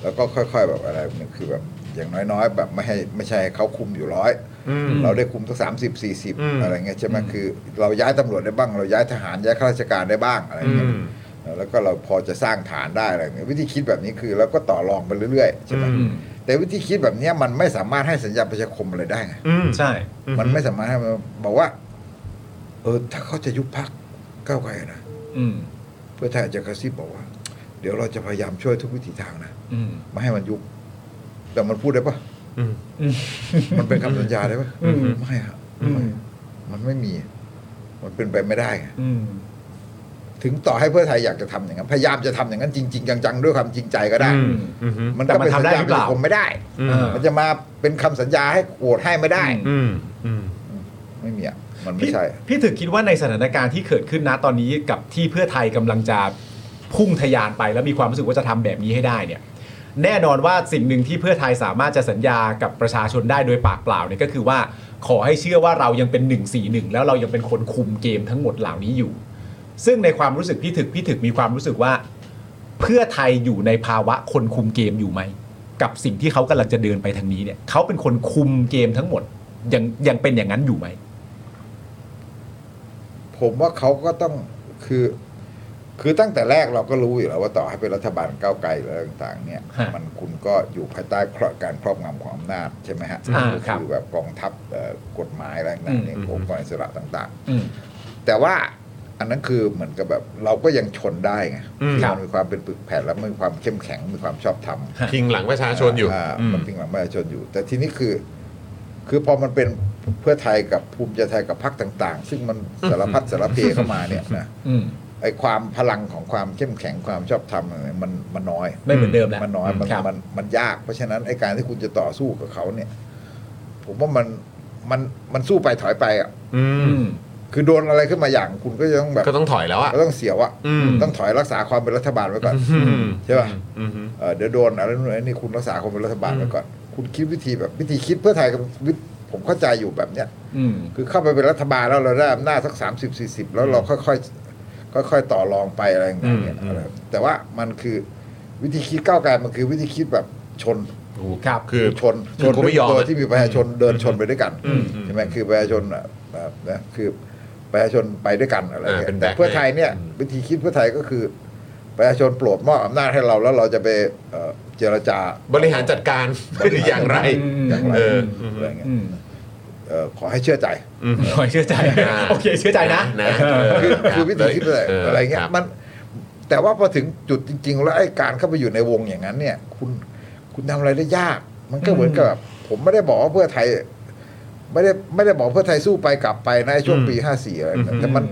[SPEAKER 6] แล้วก็ค่อย ๆ แบบอะไรเนี่ยคือแบบ อย่างน้อยๆ แบบไม่ให้ไม่ใช่ให้เขาคุมอยู่ร้อย
[SPEAKER 1] อืม
[SPEAKER 6] เราได้คุมสักสามสิบสี่สิบ
[SPEAKER 1] อืม
[SPEAKER 6] อะไรเงี้ยใช่ไหม
[SPEAKER 3] อืม
[SPEAKER 6] คือ เราย้ายตำรวจได้บ้าง เราย้ายทหารย้ายข้าราชการได้บ้างอะไร
[SPEAKER 1] อื
[SPEAKER 6] เงี้ย
[SPEAKER 1] ม
[SPEAKER 6] แล้วก็เราพอจะสร้างฐานได้อะไรเนี่ยวิธีคิดแบบนี้คือเราก็ต่อรองไปเรื่อยๆใช่ไหม
[SPEAKER 1] อื
[SPEAKER 3] อืม
[SPEAKER 6] แต่วิธีคิดแบบเนี้ยมันไม่สามารถให้สัญญาประชาคมอะไรได้ไง
[SPEAKER 1] อืม
[SPEAKER 3] ใช่
[SPEAKER 6] มันไม่สามารถให้มันบอกว่า เออถ้าเขาจะยุบพักก้าวไกลนะ
[SPEAKER 3] อืม
[SPEAKER 6] เพื่อไทยอาจจะกระซิบบอกว่า เดี๋ยวเราจะพยายามช่วยทุกวิถีทางนะ
[SPEAKER 3] อืม
[SPEAKER 6] ไม่ให้มันยุบแต่มันพูดได้ปะ
[SPEAKER 1] อืม
[SPEAKER 6] มันเป็นคำสัญญาได้ปะ
[SPEAKER 3] อืม
[SPEAKER 6] ไม่ฮะ
[SPEAKER 3] อืม
[SPEAKER 6] มันไม่มี มันเป็นไปไม่ได้ไง
[SPEAKER 3] อืม
[SPEAKER 6] ถึงต่อให้เพื่อไทยอยากจะทำอย่างนั้นพยายามจะทำอย่างนั้นจริงๆจังๆด้วยความจริงใจก็ได้
[SPEAKER 1] อืมอืม
[SPEAKER 6] มันก็เป็นสัญญาประชาคมไม่ได้
[SPEAKER 1] อืม
[SPEAKER 3] เออ
[SPEAKER 6] มันจะมาเป็นคำสัญญาให้โหวตให้ไม่ได้
[SPEAKER 3] อื
[SPEAKER 1] อืมอืม
[SPEAKER 6] ไม่มีอ่ะ มันไม่
[SPEAKER 3] พี่
[SPEAKER 6] ใช่
[SPEAKER 3] พี่ถึกคิดว่าในสถานการณ์ที่เกิดขึ้นนะตอนนี้กับที่เพื่อไทยกำลังจะ พุ่งทะยานไปแล้วมีความรู้สึกว่าจะทำแบบนี้ให้ได้เนี่ย แน่นอนว่าสิ่งหนึ่งที่เพื่อไทยสามารถจะสัญญากับประชาชนได้โดยปากเปล่าเนี่ยก็คือว่าขอให้เชื่อว่าเรายังเป็น 141 แล้วเรายังเป็นคนคุมเกมทั้งหมดเหล่านี้อยู่ ซึ่งในความรู้สึกพี่ถึกพี่ถึกมีความรู้สึกว่า เพื่อไทยอยู่ในภาวะคนคุมเกมอยู่ไหม กับสิ่งที่เขากำลังจะเดินไปทางนี้เนี่ยเขาเป็นคนคุมเกมทั้งหมดยังยังเป็นอย่างนั้นอยู่ไหม
[SPEAKER 6] ผมว่าเขาก็ต้องคือ คือตั้งแต่แรกเราก็รู้อยู่แล้วว่าต่อให้เป็นรัฐบาลก้าวไกลหรืออะไรต่างๆ เนี่ย
[SPEAKER 3] ฮะ
[SPEAKER 6] มันคุณก็อยู่ภายใต้ครอบการครอบงำของอำนาจใช่ไหมฮะ
[SPEAKER 3] อ่า
[SPEAKER 6] ก็
[SPEAKER 3] ครับ
[SPEAKER 6] คือแบบกองทัพเอ่อกฎหมายอะไรต่างๆเนี่ย
[SPEAKER 3] อืม
[SPEAKER 6] องค์กรอิสระต่าง
[SPEAKER 3] อืม
[SPEAKER 6] ๆ แต่ว่าอันนั้นคือเหมือนกับแบบเราก็ยังชนได้ไง
[SPEAKER 1] อืม
[SPEAKER 3] ครับ
[SPEAKER 6] มันมีความเป็นปึกแผ่นแล้วมีความเข้มแข็งมีความชอบธรรม
[SPEAKER 1] พิงหลังประชาชนอยู่
[SPEAKER 6] า
[SPEAKER 3] อืม
[SPEAKER 6] มันพิงหลังประชาชนอยู่ แต่ทีนี้คือ คือพอมันเป็นเพื่อไทยกับภูมิใจไทยกับพรรคต่าง ๆ ซึ่งมันสารพัดสารเพเข้ามาเนี่ยนะ
[SPEAKER 3] อืม
[SPEAKER 6] ไอความพลังของความเข้มแข็งความชอบธรรมอะไรเนี่ยมันมันน้อย
[SPEAKER 3] ไม่เหมือนเดิมแล้ว
[SPEAKER 6] มันน้อยมัน
[SPEAKER 3] ครับ
[SPEAKER 6] มันมันยาก เพราะฉะนั้นไอการที่คุณจะต่อสู้กับเขาเนี่ย ผมว่ามันมันมันสู้ไปถอยไปอ่ะ
[SPEAKER 1] อืม
[SPEAKER 3] อืม
[SPEAKER 6] คือโดนอะไรขึ้นมาอย่างคุณก็จะต้องแบบ
[SPEAKER 1] ก็ต้องถอยแล้วอ่ะ
[SPEAKER 6] ก็ต้องเสียวอ่ะ
[SPEAKER 1] อืม
[SPEAKER 6] ต้องถอยรักษาความเป็นรัฐบาลไว้ก่อน
[SPEAKER 1] อืม
[SPEAKER 6] ใช่ป่ะ
[SPEAKER 1] อืมอืม
[SPEAKER 6] เอ่อเดี๋ยวโดนอะไรนู่นอะไรนี่คุณรักษาความเป็นรัฐบาล
[SPEAKER 1] อืม
[SPEAKER 6] ไว้ก่อน คุณคิดวิธีแบบวิธีคิดเพื่อไทยกับวิธีผมเข้าใจอยู่แบบเนี้ย
[SPEAKER 3] อืม
[SPEAKER 6] คือเข้าไปเป็นรัฐบาลแล้วเราได้อำนาจสักสามสิบสี่สิบแล้วเราค่อยๆค่อยๆต่อรองไปอะไรอย่างเงี้ย
[SPEAKER 1] อืม
[SPEAKER 6] อะไรแต่ว่ามันคือวิธีคิดก้าวไกลมันคือวิธีคิดแบบชน
[SPEAKER 3] โอ้ครับ
[SPEAKER 1] คือ
[SPEAKER 6] ชน
[SPEAKER 1] คือ
[SPEAKER 6] ชน
[SPEAKER 1] กูไม่ยอม
[SPEAKER 6] ด้วยตัว
[SPEAKER 1] อะ
[SPEAKER 6] ที่มีประชาชนเดินชนไปด้วยกัน
[SPEAKER 1] อืมอืม
[SPEAKER 6] ใช่ไหมคือประชาชนอ่ะแบบนะคือประชาชนไปด้วยกันอะไรอย่างเงี้
[SPEAKER 1] อ่าเป็น
[SPEAKER 6] ย
[SPEAKER 1] แบ็ค
[SPEAKER 6] แต่เพื่อไทยเนี่ย
[SPEAKER 1] อืม
[SPEAKER 6] วิธีคิดเพื่อไทยก็คือ ประชาชนโปรดมอบอำนาจให้เราแล้วเราจะไปเอ่อเจรจา
[SPEAKER 1] บริหารจัดการ อย่างไร
[SPEAKER 6] อย่างไร
[SPEAKER 1] เออ
[SPEAKER 6] อะไรเงี้ย
[SPEAKER 3] อืม
[SPEAKER 6] เอ่อขอให้เชื่อใจ
[SPEAKER 1] อืม
[SPEAKER 3] ขอให้เชื่อใจ
[SPEAKER 1] อ่า
[SPEAKER 3] โอเค เชื่อใจนะ
[SPEAKER 1] นะเ
[SPEAKER 6] คือคือวิธีคิดอะไร
[SPEAKER 1] เ
[SPEAKER 6] อะไรเงี้
[SPEAKER 1] ค
[SPEAKER 6] ย
[SPEAKER 1] บ
[SPEAKER 6] มันแต่ว่าพอถึงจุดจริง ๆ แล้วไอ้การเข้าไปอยู่ในวงอย่างนั้นเนี่ย คุณคุณทำอะไรได้ยาก มันก็เหมือนกับแบบผมไม่ได้บอกว่าเพื่อไทย ไม่ได้ไม่ได้บอกเพื่อไทยสู้ไปกลับไปนะไอ้ช่วง
[SPEAKER 1] อืม
[SPEAKER 6] ปีห้าสี่อะไร
[SPEAKER 1] อืม
[SPEAKER 6] แต่มัน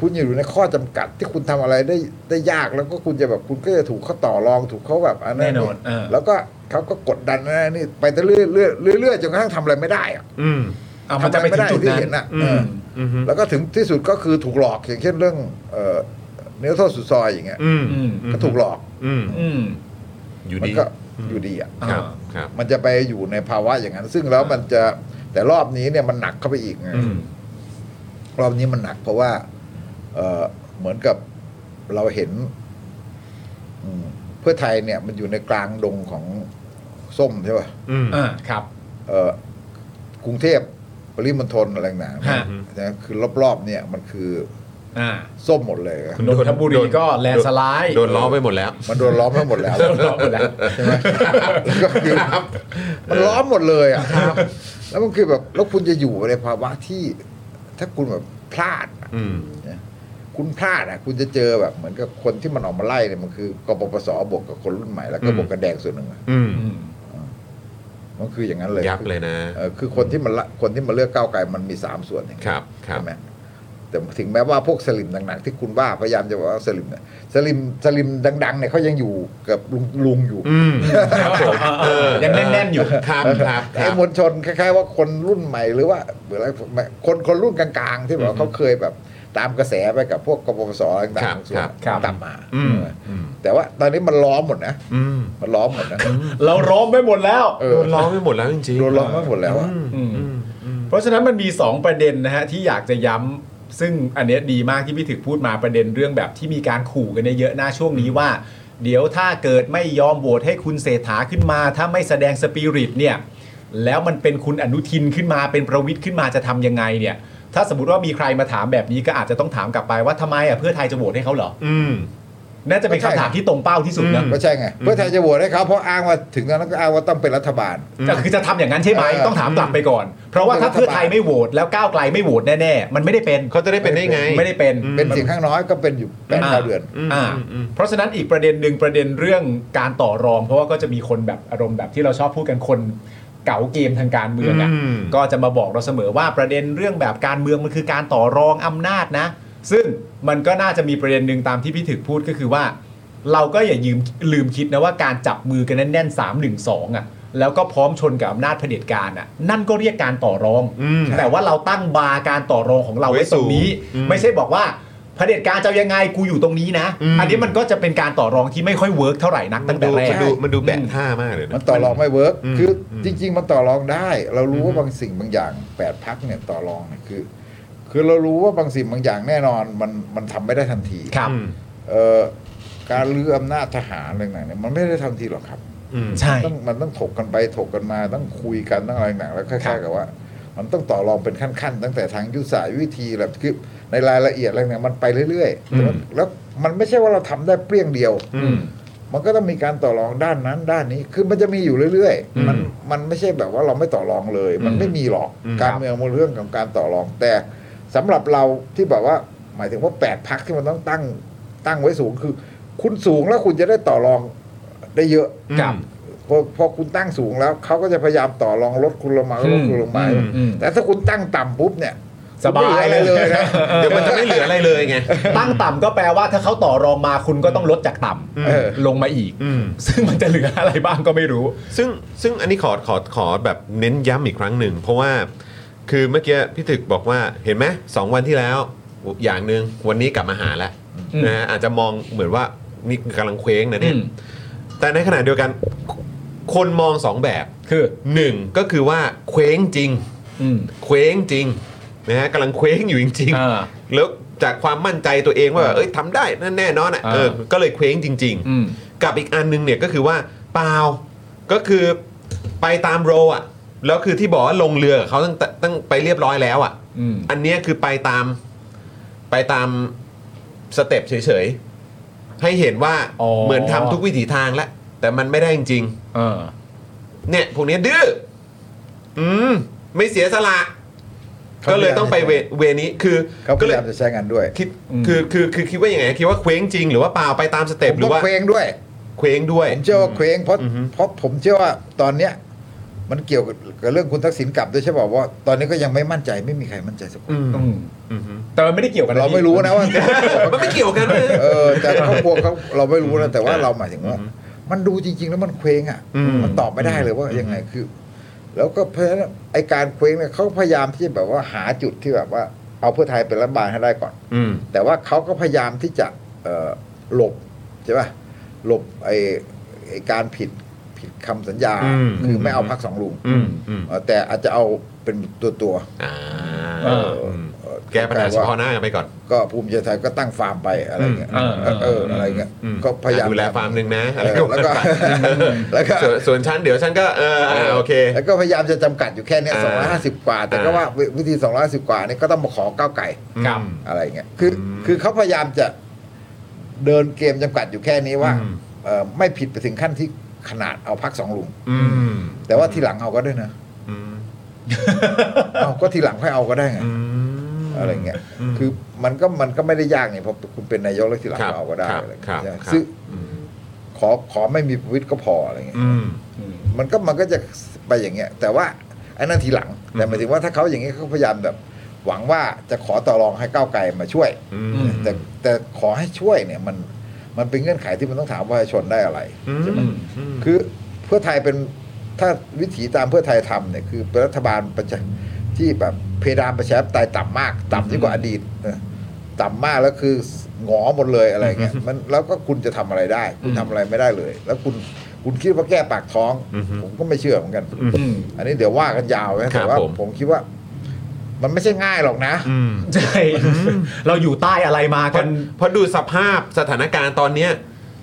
[SPEAKER 6] คุณอยู่ในข้อจำกัดที่คุณทำอะไรได้ได้ยากแล้วก็คุณจะแบบคุณก็จะถูกเขาต่อรองถูกเขาแบบอันนั้น
[SPEAKER 3] แน่นอนเออ
[SPEAKER 6] แล้วก็เขาก็กดดันนะนี่ไปเรื่อยเรื่อยๆเรื่อยๆจนกระทั่งทำอะไรไม่ได้อะ
[SPEAKER 1] อืม
[SPEAKER 3] เอามันจะไปถึงจุด
[SPEAKER 6] ที่
[SPEAKER 3] นั้น
[SPEAKER 6] เห็นอ่ะ
[SPEAKER 1] อื
[SPEAKER 6] เอ
[SPEAKER 1] ม
[SPEAKER 6] อ
[SPEAKER 1] อืม
[SPEAKER 6] อแล้วก็ถึงที่สุดก็คือถูกหลอกอย่างเช่นเรื่องเอ่อเนื้อโทษสุดซอยอย่างเงี้ย
[SPEAKER 1] อืม
[SPEAKER 3] อืม
[SPEAKER 6] ก็ถูกหลอก
[SPEAKER 1] อืม
[SPEAKER 3] อืม
[SPEAKER 1] อยู่
[SPEAKER 6] มั
[SPEAKER 1] ดี
[SPEAKER 6] นก็อยู่ดีอ่ะ
[SPEAKER 1] ค
[SPEAKER 3] อ่า
[SPEAKER 1] รับครับ
[SPEAKER 6] มันจะไปอยู่ในภาวะอย่างนั้น ซึ่งแล้วมันจะแต่รอบนี้เนี่ยมันหนักเข้าไปอีกไง
[SPEAKER 3] อืม
[SPEAKER 6] รอบนี้มันหนักเพราะว่าเอ่อเหมือนกับเราเห็นอืมเพื่อไทยเนี่ย มันอยู่ในกลางดงของส้มใช่ป่ะ
[SPEAKER 1] อืม
[SPEAKER 3] อ่าครับ
[SPEAKER 6] เอ่อกรุงเทพปริมณฑลอะไรหนา
[SPEAKER 3] ฮะ
[SPEAKER 6] ๆนะคือรอบๆเนี่ยมันคือ
[SPEAKER 3] อ่า
[SPEAKER 6] ส้มหมดเลยอะ
[SPEAKER 3] นนทบุรีก็แลนด์สไลด์
[SPEAKER 1] โดนล้อมไปหมดแล้ว
[SPEAKER 6] มันโดนล้อมไปหมดแล้ว
[SPEAKER 3] โดนล้อมหมดแล้ว
[SPEAKER 6] ใช่ไหมแล้วก็คือมันล้อมหมดเลยอ่ะแล้วมันคือแบบแล้วคุณจะอยู่ในภาวะที่ ถ้าคุณแบบพลาดอะ
[SPEAKER 1] อืม
[SPEAKER 6] คุณพลาดอ่ะ คุณจะเจอแบบเหมือนกับคนที่มันออกมาไล่เนี่ยมันคือกปปสบวกกับคนรุ่นใหม่แล้วก็
[SPEAKER 1] อืม
[SPEAKER 6] บวกกับแดงส่วนหนึ่งอะ
[SPEAKER 1] อืม
[SPEAKER 3] อืม
[SPEAKER 6] มันคืออย่างนั้นเลย
[SPEAKER 1] ยับเลยนะ
[SPEAKER 6] เออคือคนที่มันละคนที่มาเลือกก้าวไกลมันมีสามส่วนอย่างเงี้ย
[SPEAKER 1] ครับครับ
[SPEAKER 6] ใช่ไหมแต่ถึงแม้ว่าพวกสลิมหนักๆที่คุณว่าพยายามจะบอกว่าสลิมเนี่ยสลิมสลิมดังๆเนี่ยเขายังอยู่กับลุงลุงอยู่
[SPEAKER 1] อืมครับผมเออ
[SPEAKER 3] ยังแน่นๆอยู่
[SPEAKER 1] ครับครับค
[SPEAKER 6] ไอ้
[SPEAKER 1] รับ
[SPEAKER 6] มวลชนคล้ายๆว่าคนรุ่นใหม่หรือว่าอะไรคนคนรุ่นกลางๆ ที่แบบว่าเขาเคยแบบตามกระแสไปกับพวกกปปสต่างๆส่วน
[SPEAKER 1] ครับ
[SPEAKER 3] ครับ
[SPEAKER 6] ต่ำมา
[SPEAKER 1] อืม
[SPEAKER 6] เออ
[SPEAKER 1] อืม
[SPEAKER 6] แต่ว่าตอนนี้มันล้อมหมดนะ
[SPEAKER 1] อืม
[SPEAKER 6] มันล้อมหมดนะ
[SPEAKER 3] เราล้อมไปหมดแล้ว
[SPEAKER 6] เออ
[SPEAKER 1] โดนล้อมไปหมดแล้วจริงๆ
[SPEAKER 6] โดนล้อมมาหมดแล้วอะ
[SPEAKER 1] อืม
[SPEAKER 3] อืม
[SPEAKER 1] อืมอืม
[SPEAKER 3] เพราะฉะนั้นมันมี 2 ประเด็นนะฮะที่อยากจะย้ำซึ่งอันเนี้ยดีมากที่พี่ถึกพูดมาประเด็นเรื่องแบบที่มีการขู่กันเยอะๆหน้าช่วงนี้ว่า เดี๋ยวถ้าเกิดไม่ยอมโหวตให้คุณเศรษฐาขึ้นมา ถ้าไม่แสดงสปิริตเนี่ยแล้วมันเป็นคุณอนุทินขึ้นมาเป็นประวิทย์ขึ้นมาจะทำยังไงเนี่ย ถ้าสมมติว่ามีใครมาถามแบบนี้ก็อาจจะต้องถามกลับไปว่าทำไมอ่ะเพื่อไทยจะโหวตให้เขาเหรอ
[SPEAKER 1] อืม
[SPEAKER 3] น่าจะเป็นคำถามที่ตรงเป้าที่สุดนะ
[SPEAKER 1] อื
[SPEAKER 6] ก็ใช่ไงเพื่อไทยจะโหวตให้เขาเพราะอ้างว่าถึงตอนนั้นก็อ้างว่าต้องเป็นรัฐบาล
[SPEAKER 3] ก็คือจะทำอย่างนั้นใช่ไหม
[SPEAKER 6] เออ
[SPEAKER 3] ต้องถามกลับไปก่อน เพราะว่าถ้าเพื่อไทยไม่โหวตแล้วก้าวไกลไม่โหวตแน่ๆมันไม่ได้เป็น
[SPEAKER 1] เขาจะได้เป็นได้ไง
[SPEAKER 3] ไม่ได้เป็น
[SPEAKER 6] เป็นเสียงข้างน้อยก็เป็นอยู่แปดเก้าเดือน
[SPEAKER 1] อืม
[SPEAKER 3] อ่า
[SPEAKER 1] อืมอืม
[SPEAKER 3] เพราะฉะนั้นอีกประเด็นหนึ่งประเด็นเรื่องการต่อรอง เพราะว่าก็จะมีคนแบบอารมณ์แบบที่เราชอบพูดกันคนเก่าเกมทางการเมืองอ่ะ
[SPEAKER 1] อืม
[SPEAKER 3] ก็จะมาบอกเราเสมอว่าประเด็นเรื่องแบบการเมืองมันคือการต่อรองอำนาจนะ ซึ่งมันก็น่าจะมีประเด็นหนึ่งตามที่พี่ถึกพูดก็คือว่า เราก็อย่ายืมลืมคิดนะว่าการจับมือกันแน่นๆสามหนึ่งสองอ่ะแล้วก็พร้อมชนกับอำนาจเผด็จการอ่ะนั่นก็เรียกการต่อรอง
[SPEAKER 1] อืม
[SPEAKER 3] แต่ว่าเราตั้งบาร์การต่อรองของเราไว้
[SPEAKER 1] ไว้สูง
[SPEAKER 3] ตรงนี้
[SPEAKER 1] อืม
[SPEAKER 3] ไม่ใช่บอกว่า เผด็จการจะเอายังไงกูอยู่ตรงนี้นะ อันนี้มันก็จะเป็นการต่อรองที่ไม่ค่อยเวิร์กเท่าไหร่นักตั้งแต่แรก
[SPEAKER 1] มันดูมันดูแบะท่ามากเลย
[SPEAKER 6] มั
[SPEAKER 1] นะ
[SPEAKER 6] นต่อรองไม่เวิร์ก
[SPEAKER 1] อืม
[SPEAKER 6] คืออ
[SPEAKER 1] ม
[SPEAKER 6] จริง ๆ มันต่อรองได้ เรารู้ว่าบางสิ่งบางอย่างแปดพักเนี่ยต่อรองเนี่ยคือ คือเรารู้ว่าบางสิ่งบางอย่างแน่นอนมันมันทำไม่ได้ทันที
[SPEAKER 3] ครับ
[SPEAKER 1] อืม
[SPEAKER 6] เอ่อการลื้ออำนาจทหารอะไรต่างๆเนี่ยมันไม่ได้ทันทีหรอกครับ
[SPEAKER 1] อืม
[SPEAKER 3] ใช่
[SPEAKER 6] ต้องมันต้องถกกันไปถกกันมาต้องคุยกันต้องอะไรหนังแล้ว
[SPEAKER 3] ค
[SPEAKER 6] ค
[SPEAKER 3] รั
[SPEAKER 6] ล้าย
[SPEAKER 3] บ
[SPEAKER 6] ๆกับว่า มันต้องต่อรองเป็นขั้นๆ ตั้งแต่ทางยุทธศาสตร์วิธีแบบคือในรายละเอียดอะไรเนี่ยมันไปเรื่อยๆแล้วแล้วมันไม่ใช่ว่าเราทำได้เปรี้ยงเดียว
[SPEAKER 1] อืม
[SPEAKER 6] มันก็ต้องมีการต่อรองด้านนั้นด้านนี้คือมันจะมีอยู่เรื่อย
[SPEAKER 1] อืม
[SPEAKER 6] ๆ มันมันไม่ใช่แบบว่าเราไม่ต่อรองเลย มันไม่มีหรอก
[SPEAKER 1] อืม
[SPEAKER 6] การเมืองมันเรื่องของการต่อรอง แต่สำหรับเราที่แบบว่า หมายถึงว่าแปดพักที่มันต้องตั้งตั้งไว้สูงคือ คุณสูงแล้วคุณจะได้ต่อรองได้เยอะ
[SPEAKER 3] ครับ
[SPEAKER 6] พอพอคุณตั้งสูงแล้วเขาก็จะพยายามต่อรองลดคุณลงมาลดคุณลงมา
[SPEAKER 1] อืมอืม
[SPEAKER 6] แต่ถ้าคุณตั้งต่ำปุ๊บเนี่ย
[SPEAKER 3] สบาย
[SPEAKER 6] คุณไม่เหลืออะไรเลยนะ
[SPEAKER 1] เดี๋ยวมันจะไม่เหลืออะไรเลยไง
[SPEAKER 3] ตั้งต่ำก็แปลว่าถ้าเขาต่อรองมาคุณก็ต้องลดจากต่ำ
[SPEAKER 6] เออ
[SPEAKER 3] ลงมาอีก
[SPEAKER 1] อืม
[SPEAKER 3] ซึ่งมันจะเหลืออะไรบ้างก็ไม่รู้
[SPEAKER 1] ซึ่งซึ่งอันนี้ขอขอขอแบบเน้นย้ำอีกครั้งหนึ่ง เพราะว่าคือเมื่อกี้พี่ถึกบอกว่าเห็นไหมสองวันที่แล้วอย่างหนึ่งวันนี้กลับมาหาแล้ว
[SPEAKER 3] อืม
[SPEAKER 1] นะฮะอาจจะมองเหมือนว่านี่กำลังเคว้งนะเนี่ย
[SPEAKER 3] อืม
[SPEAKER 1] แต่ในขณะเดียวกันคนมองสองแบบ
[SPEAKER 3] คือ
[SPEAKER 1] หนึ่งก็คือว่าเคว้งจริง
[SPEAKER 3] อืม
[SPEAKER 1] เคว้งจริงนะฮะกำลังเคว้งอยู่จริง
[SPEAKER 3] อ่า
[SPEAKER 1] ๆแล้วจากความมั่นใจตัวเองว่าแบบเอ้ยทำได้แน่นอนอ่ะ
[SPEAKER 3] อ่า
[SPEAKER 1] เออก็เลยเคว้งจริง ๆ
[SPEAKER 3] อืม
[SPEAKER 1] กับอีกอันนึงเนี่ยก็คือว่าเปล่าก็คือไปตามโรอ่ะแล้วคือที่บอกว่าลงเรือกับเขาตั้งแต่ตั้งไปเรียบร้อยแล้วอ่ะ
[SPEAKER 3] อืม
[SPEAKER 1] อันเนี้ยคือไปตามไปตามสเต็ปเฉยๆ ให้เห็นว่า
[SPEAKER 3] อ๋อ
[SPEAKER 1] เหมือนทำทุกวิถีทางแล้ว แต่มันไม่ได้จริง
[SPEAKER 3] เออ
[SPEAKER 1] ๆเนี่ยพวกเนี้ยดื้ออืมไม่เสียสละ
[SPEAKER 6] เขา
[SPEAKER 1] ก็เลย
[SPEAKER 6] พาาม
[SPEAKER 1] ต้องไปเวเวนี้คือ
[SPEAKER 6] เขา
[SPEAKER 1] ก็เลย
[SPEAKER 6] พาย ยามจะใช้งานด้วย
[SPEAKER 1] คิด
[SPEAKER 3] อืม
[SPEAKER 1] คือคือคือคิดว่าอย่างไงคิดว่าเคว้งจริง หรือว่าเปล่าไปตามส
[SPEAKER 6] ผ
[SPEAKER 1] เต็ป
[SPEAKER 6] ม
[SPEAKER 1] หรื
[SPEAKER 6] ก็
[SPEAKER 1] อว่า
[SPEAKER 6] เคว้งด้วย
[SPEAKER 1] เคว้งด้วย
[SPEAKER 6] ผมเชื่อว่าเคว้งเพราะ
[SPEAKER 1] อือฮึ
[SPEAKER 6] เพราะผมเชื่อว่าตอนเนี้ยมันเกี่ยวกับเรื่องคุณทักษิณกลับด้วยใช่ป่าวว่าตอนนี้ก็ยังไม่มั่นใจไม่มีใครมั่นใจสักคน
[SPEAKER 1] อืม
[SPEAKER 3] อืม
[SPEAKER 1] อืม
[SPEAKER 3] แต่มันไม่ได้เกี่ยวกันนะ
[SPEAKER 6] เราไม่รู้นะว่า
[SPEAKER 1] มันไม่เกี่ยวกันเลย
[SPEAKER 6] เออแต่ครอบครัวเขาเราไม่รู้นะแต่ว่าเราหมายถึงว่า มันดูจริง ๆ แล้วมันเคว้งอ่ะ
[SPEAKER 1] อืม
[SPEAKER 6] มันตอบไม่ได้เลยว่ายังไงคือ แล้วก็เพราะฉะนั้นไอการเคว้งเนี่ยเขาพยายามที่จะแบบว่าหาจุดที่แบบว่า เอาเพื่อไทยเป็นรัฐบาลให้ได้ก่อน
[SPEAKER 1] อืม
[SPEAKER 6] แต่ว่าเขาก็พยายามที่จะเอ่อหลบใช่ป่ะหลบไอ้ไอ้การผิดผิดคำสัญญา
[SPEAKER 1] อืม
[SPEAKER 6] คือไม่เอาพักสองลุง
[SPEAKER 1] อืมอืม
[SPEAKER 6] เอ่อแต่อาจจะเอาเป็นตัวตัว
[SPEAKER 1] อ่า
[SPEAKER 3] เออ
[SPEAKER 6] เอ่อเอ่อ
[SPEAKER 1] แก้ปัญหาเฉพาะหน้ากันไปก่อน
[SPEAKER 6] ก็ภูมิใจไทยก็ตั้งฟาร์มไปอะไรเงี้ย
[SPEAKER 3] อืมเออ
[SPEAKER 6] เอออะไรเงี้ย
[SPEAKER 1] อืม
[SPEAKER 6] ก็พยายาม
[SPEAKER 1] ดูแลฟาร์มหนึ่งนะอะไร
[SPEAKER 6] เออแล้วก็แล้วก็
[SPEAKER 1] ส่นส่วนฉันเดี๋ยวฉันก็เอออ่าโอเค
[SPEAKER 6] แล้วก็พยายามจะจำกัดอยู่แค่เนี้ย
[SPEAKER 1] อ่า
[SPEAKER 6] 250 กว่า แต่ก็ว่าวิธี250กว่าเนี่ยก็ต้องมาขอก้าวไก่
[SPEAKER 3] กรรม
[SPEAKER 6] อะไรเงี้ย คือ
[SPEAKER 1] อืม
[SPEAKER 6] คือเขาพยายามจะเดินเกมจำกัดอยู่แค่นี้ว่า
[SPEAKER 1] อืม
[SPEAKER 6] เอ่อไม่ผิดไปถึงขั้นที่ขนาดเอาพักสองลุง
[SPEAKER 1] อืม
[SPEAKER 6] แต่ว่าทีหลังเอาก็ได้นะ
[SPEAKER 1] อืม
[SPEAKER 6] เอาก็ทีหลังค่อยเอาก็ได้ไง
[SPEAKER 1] อืม
[SPEAKER 6] อะไรเงี้ย
[SPEAKER 1] ม
[SPEAKER 6] คือมันก็มันก็ไม่ได้ยากเนี่ยเพราะคุณเป็นนายกแล้วทีหลัง
[SPEAKER 1] ครับ
[SPEAKER 6] เอาก็ได้
[SPEAKER 1] ครับ
[SPEAKER 6] อะไร
[SPEAKER 1] ครับ
[SPEAKER 6] เงี้ย
[SPEAKER 1] ครับ
[SPEAKER 6] ซึ่ง
[SPEAKER 1] อืม
[SPEAKER 6] ขอขอไม่มีประวิตยก็พออะไรเงี้ย
[SPEAKER 1] อืม
[SPEAKER 6] มันก็มันก็จะไปอย่างเงี้ย แต่ว่าไอ้นั่นทีหลัง แต่หมายถึงว่าถ้าเขาอย่างเงี้ยเขาพยายามแบบ หวังว่าจะขอต่อรองให้ก้าวไกลมาช่วย
[SPEAKER 1] อืม
[SPEAKER 6] แต่แต่ขอให้ช่วยเนี่ยมันมันเป็นเงื่อนไขที่มันต้องถามว่าประชาชนได้อะไรใช่ไหมคือเพื่อไทยเป็นถ้าวิถีตามเพื่อไทยทำเนี่ยคือเป็นรัฐบาลประชาที่แบบเพดานประชาธิปไตยต่ำมากต่ำยิ่งกว่าอดีตนะต่ำมากแล้วคือหงอหมดเลยอะไรเงี้ยมันแล้วก็คุณจะทำอะไรได้ คุณทำอะไรไม่ได้เลย แล้วคุณคุณคิดว่าแก้ปากท้อง ผมก็ไม่เชื่อเหมือนกัน
[SPEAKER 3] อืม
[SPEAKER 6] อันนี้เดี๋ยวว่ากันยาวนะแต่ว่า
[SPEAKER 1] ครับผม
[SPEAKER 6] ผมคิดว่า มันไม่ใช่ง่ายหรอกนะ
[SPEAKER 1] อืม
[SPEAKER 3] ใช่เราอยู่ใต้อะไรมา
[SPEAKER 1] เพ
[SPEAKER 3] กั
[SPEAKER 1] ราะ
[SPEAKER 3] น
[SPEAKER 1] เพราะดูสภาพสถานการณ์ตอนเนี้ย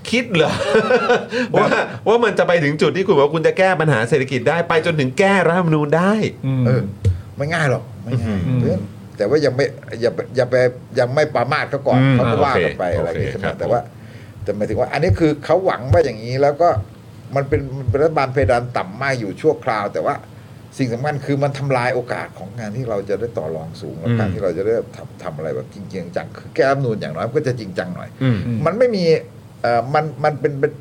[SPEAKER 1] คิดเหรอ ว่าว่ามันจะไปถึงจุดที่คุณบอกว่าคุณจะแก้ปัญหาเศรษฐกิจได้ไปจนถึงแก้รัฐธรรมนูญได้
[SPEAKER 6] เออไม่ง่ายหรอกไม่ง่าย
[SPEAKER 3] อืม
[SPEAKER 6] เพราะฉะนั้นแต่ว่ายังไม่อย่าไปอย่าไปยังไม่ประมาทเขาก่อน
[SPEAKER 1] อืม
[SPEAKER 6] เขาก็ว่า
[SPEAKER 1] โอเค
[SPEAKER 6] กันไปอะไรอย่างเงี้ย
[SPEAKER 1] โอเค
[SPEAKER 6] ใช่
[SPEAKER 1] ค
[SPEAKER 6] ไหม
[SPEAKER 1] รับ
[SPEAKER 6] แต่ว่า แต่หมายถึงว่า อันนี้คือเขาหวังว่าอย่างนี้แล้วก็มันเป็นมันเป็นรัฐบาลเพดานต่ำมากอยู่ชั่วคราว แต่ว่าสิ่งสำคัญคือมันทำลายโอกาสของงานที่เราจะได้ต่อรองสูงและ
[SPEAKER 1] อืม
[SPEAKER 6] การที่เราจะได้ทำทำอะไรแบบจริงจจังคือแก้รัฐธรรมนูนอย่างน้อยก็จะจริงจังหน่อย
[SPEAKER 1] อืม
[SPEAKER 6] มันไม่มีเอ่อมันมันเป็นเป็น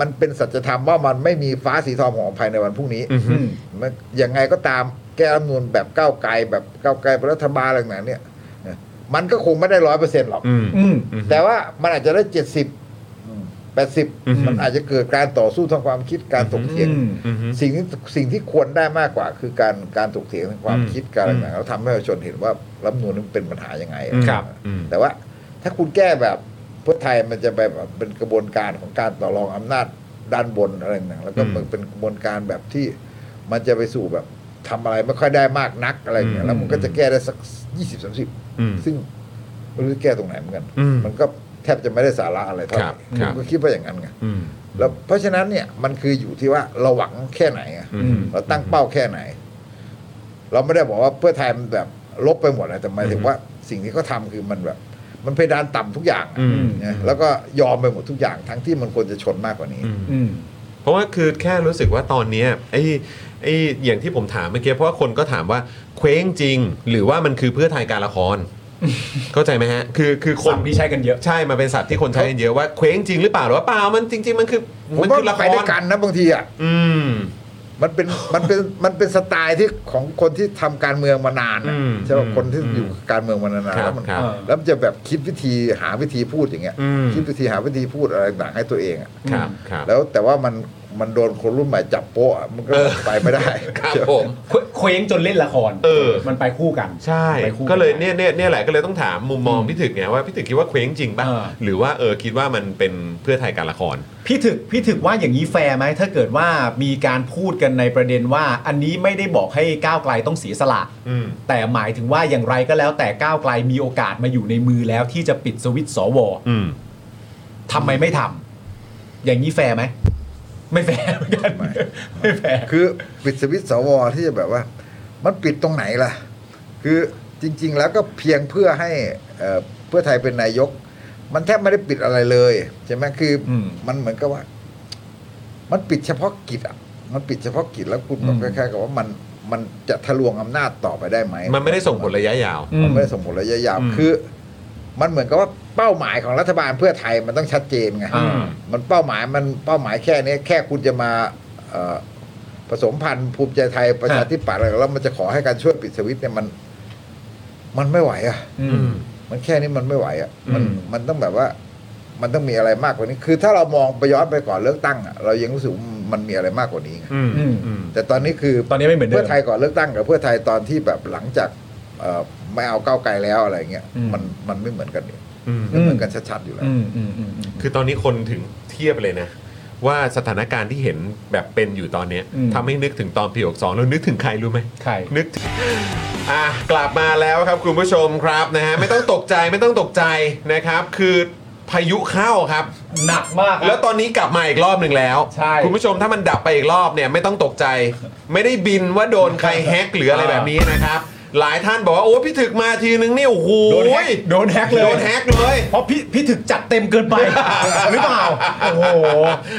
[SPEAKER 6] มันเป็นสัจธรรมว่ามันไม่มีฟ้าสีทองของอภัยในวันพรุ่งนี้
[SPEAKER 1] อือฮึ
[SPEAKER 6] มันยังไงก็ตามแก้รัฐธรรมนูนแบบก้าวไกลแบบก้าวไกลเป็นรัฐบาลอะไรต่างๆเนี่ยนะมันก็คงไม่ได้ร้อยเปอร์เซ็นต์หรอก
[SPEAKER 1] อืม
[SPEAKER 3] อืม
[SPEAKER 6] แต่ว่ามันอาจจะได้เจ็ดสิบแปดสิบ
[SPEAKER 1] อืม
[SPEAKER 6] มันอาจจะเกิดการต่อสู้ทางความคิดการถกเถียง
[SPEAKER 1] อืม
[SPEAKER 6] สิ่งที่สิ่งที่ควรได้มากกว่า คือการการถกเถียงทางความ
[SPEAKER 1] อืม
[SPEAKER 6] คิดการอะไร
[SPEAKER 1] อืม
[SPEAKER 6] ต่างๆแล้วทำให้ประชาชนเห็นว่ารัฐธรรมนูนมันเป็นปัญหายังไง
[SPEAKER 1] ครับ
[SPEAKER 6] นะ
[SPEAKER 1] อืม
[SPEAKER 6] แต่ว่า ถ้าคุณแก้แบบเพื่อไทยมันจะไปแบบเป็นกระบวนการของการต่อรองอำนาจด้านบนอะไรต่างๆแล้วก็
[SPEAKER 3] อืม
[SPEAKER 6] มันเป็นกระบวนการแบบที่มันจะไปสู่แบบทำอะไรไม่ค่อยได้มากนักอะไรอย่างเงี้ยแล้วมันก็จะแก้ได้สักยี่สิบสามสิบ
[SPEAKER 3] อืม
[SPEAKER 6] ซึ่งไม่รู้จะแก้ตรงไหนเหมือนกัน
[SPEAKER 3] อืม
[SPEAKER 6] มันก็แทบจะไม่ได้สาระอะไรเท่า
[SPEAKER 1] ค
[SPEAKER 6] ไห
[SPEAKER 1] รั
[SPEAKER 6] ร่
[SPEAKER 1] บ
[SPEAKER 6] ผ
[SPEAKER 1] ครับ
[SPEAKER 6] มก็คิดว่าอย่างนั้นไง
[SPEAKER 3] อืม
[SPEAKER 6] แล้วเพราะฉะนั้นเนี่ยมันคืออยู่ที่ว่าเราหวังแค่ไหนอะ
[SPEAKER 3] อืม
[SPEAKER 6] เราตั้งเป้าแค่ไหน เราไม่ได้บอกว่าเพื่อไทยมันแบบลบไปหมดนะแต่หมายถึงว่าสิ่งที่เขาทำคือมันแบบ มันเพดานต่ำทุกอย่างอะ
[SPEAKER 1] อืม
[SPEAKER 6] นะแล้วก็ยอมไปหมดทุกอย่างทั้งที่มันควรจะชนมากกว่านี้
[SPEAKER 3] อืม
[SPEAKER 1] เพราะว่าคือแค่รู้สึกว่าตอนเนี้ยไอ้ไอ้อย่างที่ผมถามเมื่อกี้เพราะว่าคนก็ถามว่าเคว้งจริง หรือว่ามันคือเพื่อไทยการละค ร เข้าใจไหมฮะ คือคือค
[SPEAKER 3] คน
[SPEAKER 1] น
[SPEAKER 3] ที่ใช้กันเยอะ
[SPEAKER 1] ใช่มันเป็นศัพท์ที่คนใช้กันเยอะว่าเคว้งจริงหรือเปล่าหรือว่าเปล่ามันจริง ๆ มันคือ
[SPEAKER 6] ผม
[SPEAKER 1] มัน
[SPEAKER 6] ว่า
[SPEAKER 1] คือ
[SPEAKER 6] มั
[SPEAKER 1] ละ
[SPEAKER 6] น
[SPEAKER 1] ค
[SPEAKER 6] ไป
[SPEAKER 1] ร
[SPEAKER 6] ด้วยกันนะบางทีอ่ะ
[SPEAKER 1] อืม
[SPEAKER 6] มันเป็นมันเป็นมันเป็นสไตล์ที่ของคนที่ทำการเมืองมานานอะ
[SPEAKER 1] อืม
[SPEAKER 6] ใช่ไหม
[SPEAKER 1] อืม
[SPEAKER 6] คนที่อยู่กับการเมืองมานาน
[SPEAKER 1] ค
[SPEAKER 6] ๆ
[SPEAKER 1] รับ
[SPEAKER 6] แล้วมัน
[SPEAKER 1] ครับ
[SPEAKER 6] แล้วมันจะแบบคิดวิธีหาวิธีพูดอย่างเงี้ย
[SPEAKER 1] อืม
[SPEAKER 6] คิดวิธีหาวิธีพูดอะไรต่างๆให้ตัวเองอะ
[SPEAKER 1] ครับครับ
[SPEAKER 6] แล้วแต่ว่ามันมันโดนคนรุ่นใหม่จับโป๊ะอะมันก็
[SPEAKER 1] เออ
[SPEAKER 6] ไปไม่ได้
[SPEAKER 1] ครับ
[SPEAKER 6] เดี๋ยว
[SPEAKER 1] ผม
[SPEAKER 3] เคเคว้งจนเล่นละคร
[SPEAKER 1] เออ
[SPEAKER 3] มันไปคู่กัน
[SPEAKER 1] ใช่
[SPEAKER 3] ไปคู่น
[SPEAKER 1] ก็เลยเนี่ยเนี่ยเนี่ยแหละก็เลยต้องถามมุมมองพี่ถึกไงว่าพี่ถึกคิดว่าเคว้งจริงป่ะ
[SPEAKER 3] เออ
[SPEAKER 1] หรือว่าเออคิดว่ามันเป็นเพื่อไทยการละคร
[SPEAKER 3] พี่ถึกพี่ถึกว่าอย่างนี้แฟร์ไหมถ้าเกิดว่ามีการพูดกันในประเด็นว่า อันนี้ไม่ได้บอกให้ก้าวไกลต้องเสียสละ
[SPEAKER 1] อืม
[SPEAKER 3] แต่หมายถึงว่าอย่างไรก็แล้วแต่ก้าวไกลมีโอกาสมาอยู่ในมือแล้วที่จะปิดสวิตช์สว
[SPEAKER 1] อืม
[SPEAKER 3] ทำไมไม่ทำอย่างนี้แฟร์ไหมไม่แฟร์เหมือนกันไม่แฟร์
[SPEAKER 6] คือปิดสวิตช์สวที่จะแบบว่า มันปิดตรงไหนล่ะ คือจริง ๆ แล้วก็เพียงเพื่อให้เอ่อเพื่อไทยเป็นนายก มันแทบไม่ได้ปิดอะไรเลยใช่ไหมคืออ
[SPEAKER 3] ม
[SPEAKER 6] มันเหมือนกับว่า มันปิดเฉพาะกิจอ่ะมันปิดเฉพาะกิจแล้วคุณบอก
[SPEAKER 3] อื
[SPEAKER 6] ค
[SPEAKER 3] ม
[SPEAKER 6] ล้ายๆกับว่ามันมันจะทะลวงอำนาจต่อไปได้ไหม
[SPEAKER 1] มันไม่ได้ส่งผลระยะยาว
[SPEAKER 3] อืม
[SPEAKER 6] มันไม่ได้ส่งผลระยะยาว
[SPEAKER 1] อืม
[SPEAKER 6] คือ มันเหมือนกับว่าเป้าหมายของรัฐบาลเพื่อไทยมันต้องชัดเจนไง
[SPEAKER 3] อืม
[SPEAKER 6] มันเป้าหมายมันเป้าหมายแค่นี้แค่คุณจะมาเอ่อผสมพันธุ์ภูมิใจไทยประชาธิปัตย์อะไรแล้วมันจะขอให้การช่วยปิดสวิตช์เนี่ยมัน มันไม่ไหวอ่ะ
[SPEAKER 3] อืม
[SPEAKER 6] มันแค่นี้มันไม่ไหวอ่ะมัน
[SPEAKER 3] อืม
[SPEAKER 6] มันต้องแบบว่า มันต้องมีอะไรมากกว่านี้ คือถ้าเรามองไปย้อนไปก่อนเลือกตั้งอะเรายังรู้สึกว่ามันมีอะไรมากกว่านี้ไง
[SPEAKER 1] อืม
[SPEAKER 3] อืม
[SPEAKER 1] อืม
[SPEAKER 6] แต่ตอนนี้คือ
[SPEAKER 3] ตอนนี้ไม่เหมือนเดิม
[SPEAKER 6] พื่อไทยก่อนเลือกตั้งกับเพื่อไทยตอนที่แบบหลังจากเอ่อไม่เอาก้าวไกลแล้วอะไรเงี้ย
[SPEAKER 3] อืม
[SPEAKER 6] มันมันไม่เหมือนกันเนี่ย
[SPEAKER 1] อืม
[SPEAKER 6] มันเหมือนกันชัดๆอยู่แล้ว
[SPEAKER 3] อืมอืมอืมอืม
[SPEAKER 1] คือตอนนี้คนถึงเทียบเลยนะ ว่าสถานการณ์ที่เห็นแบบเป็นอยู่ตอนเนี้ย
[SPEAKER 3] อืม
[SPEAKER 1] ทำให้นึกถึงตอนปีหกสองแล้วนึกถึงใครรู้ไหม
[SPEAKER 3] ใคร
[SPEAKER 1] นึกถึงอ่ะกลับมาแล้วครับคุณผู้ชมครับนะฮะไม่ต้องตกใจไม่ต้องตกใจนะครับ คือพายุเข้าครับ
[SPEAKER 3] หนักมาก
[SPEAKER 1] แล้วตอนนี้กลับมาอีกรอบหนึ่งแล้ว
[SPEAKER 3] ใช่
[SPEAKER 1] คุณผู้ชมถ้ามันดับไปอีกรอบเนี่ยไม่ต้องตกใจ ไม่ได้บินว่าโดนใครแฮกหรืออะไร
[SPEAKER 3] อ่า
[SPEAKER 1] แบบนี้นะครับ หลายท่านบอกว่าโอ้พี่ถึกมาทีนึงเนี่ยโอ้โห
[SPEAKER 3] โดนแฮกโดนแฮกเลย
[SPEAKER 1] โดนแฮกเลย
[SPEAKER 3] เพราะพี่พี่ถึกจัดเต็มเกิน ไป หรือเปล่าโอ้โห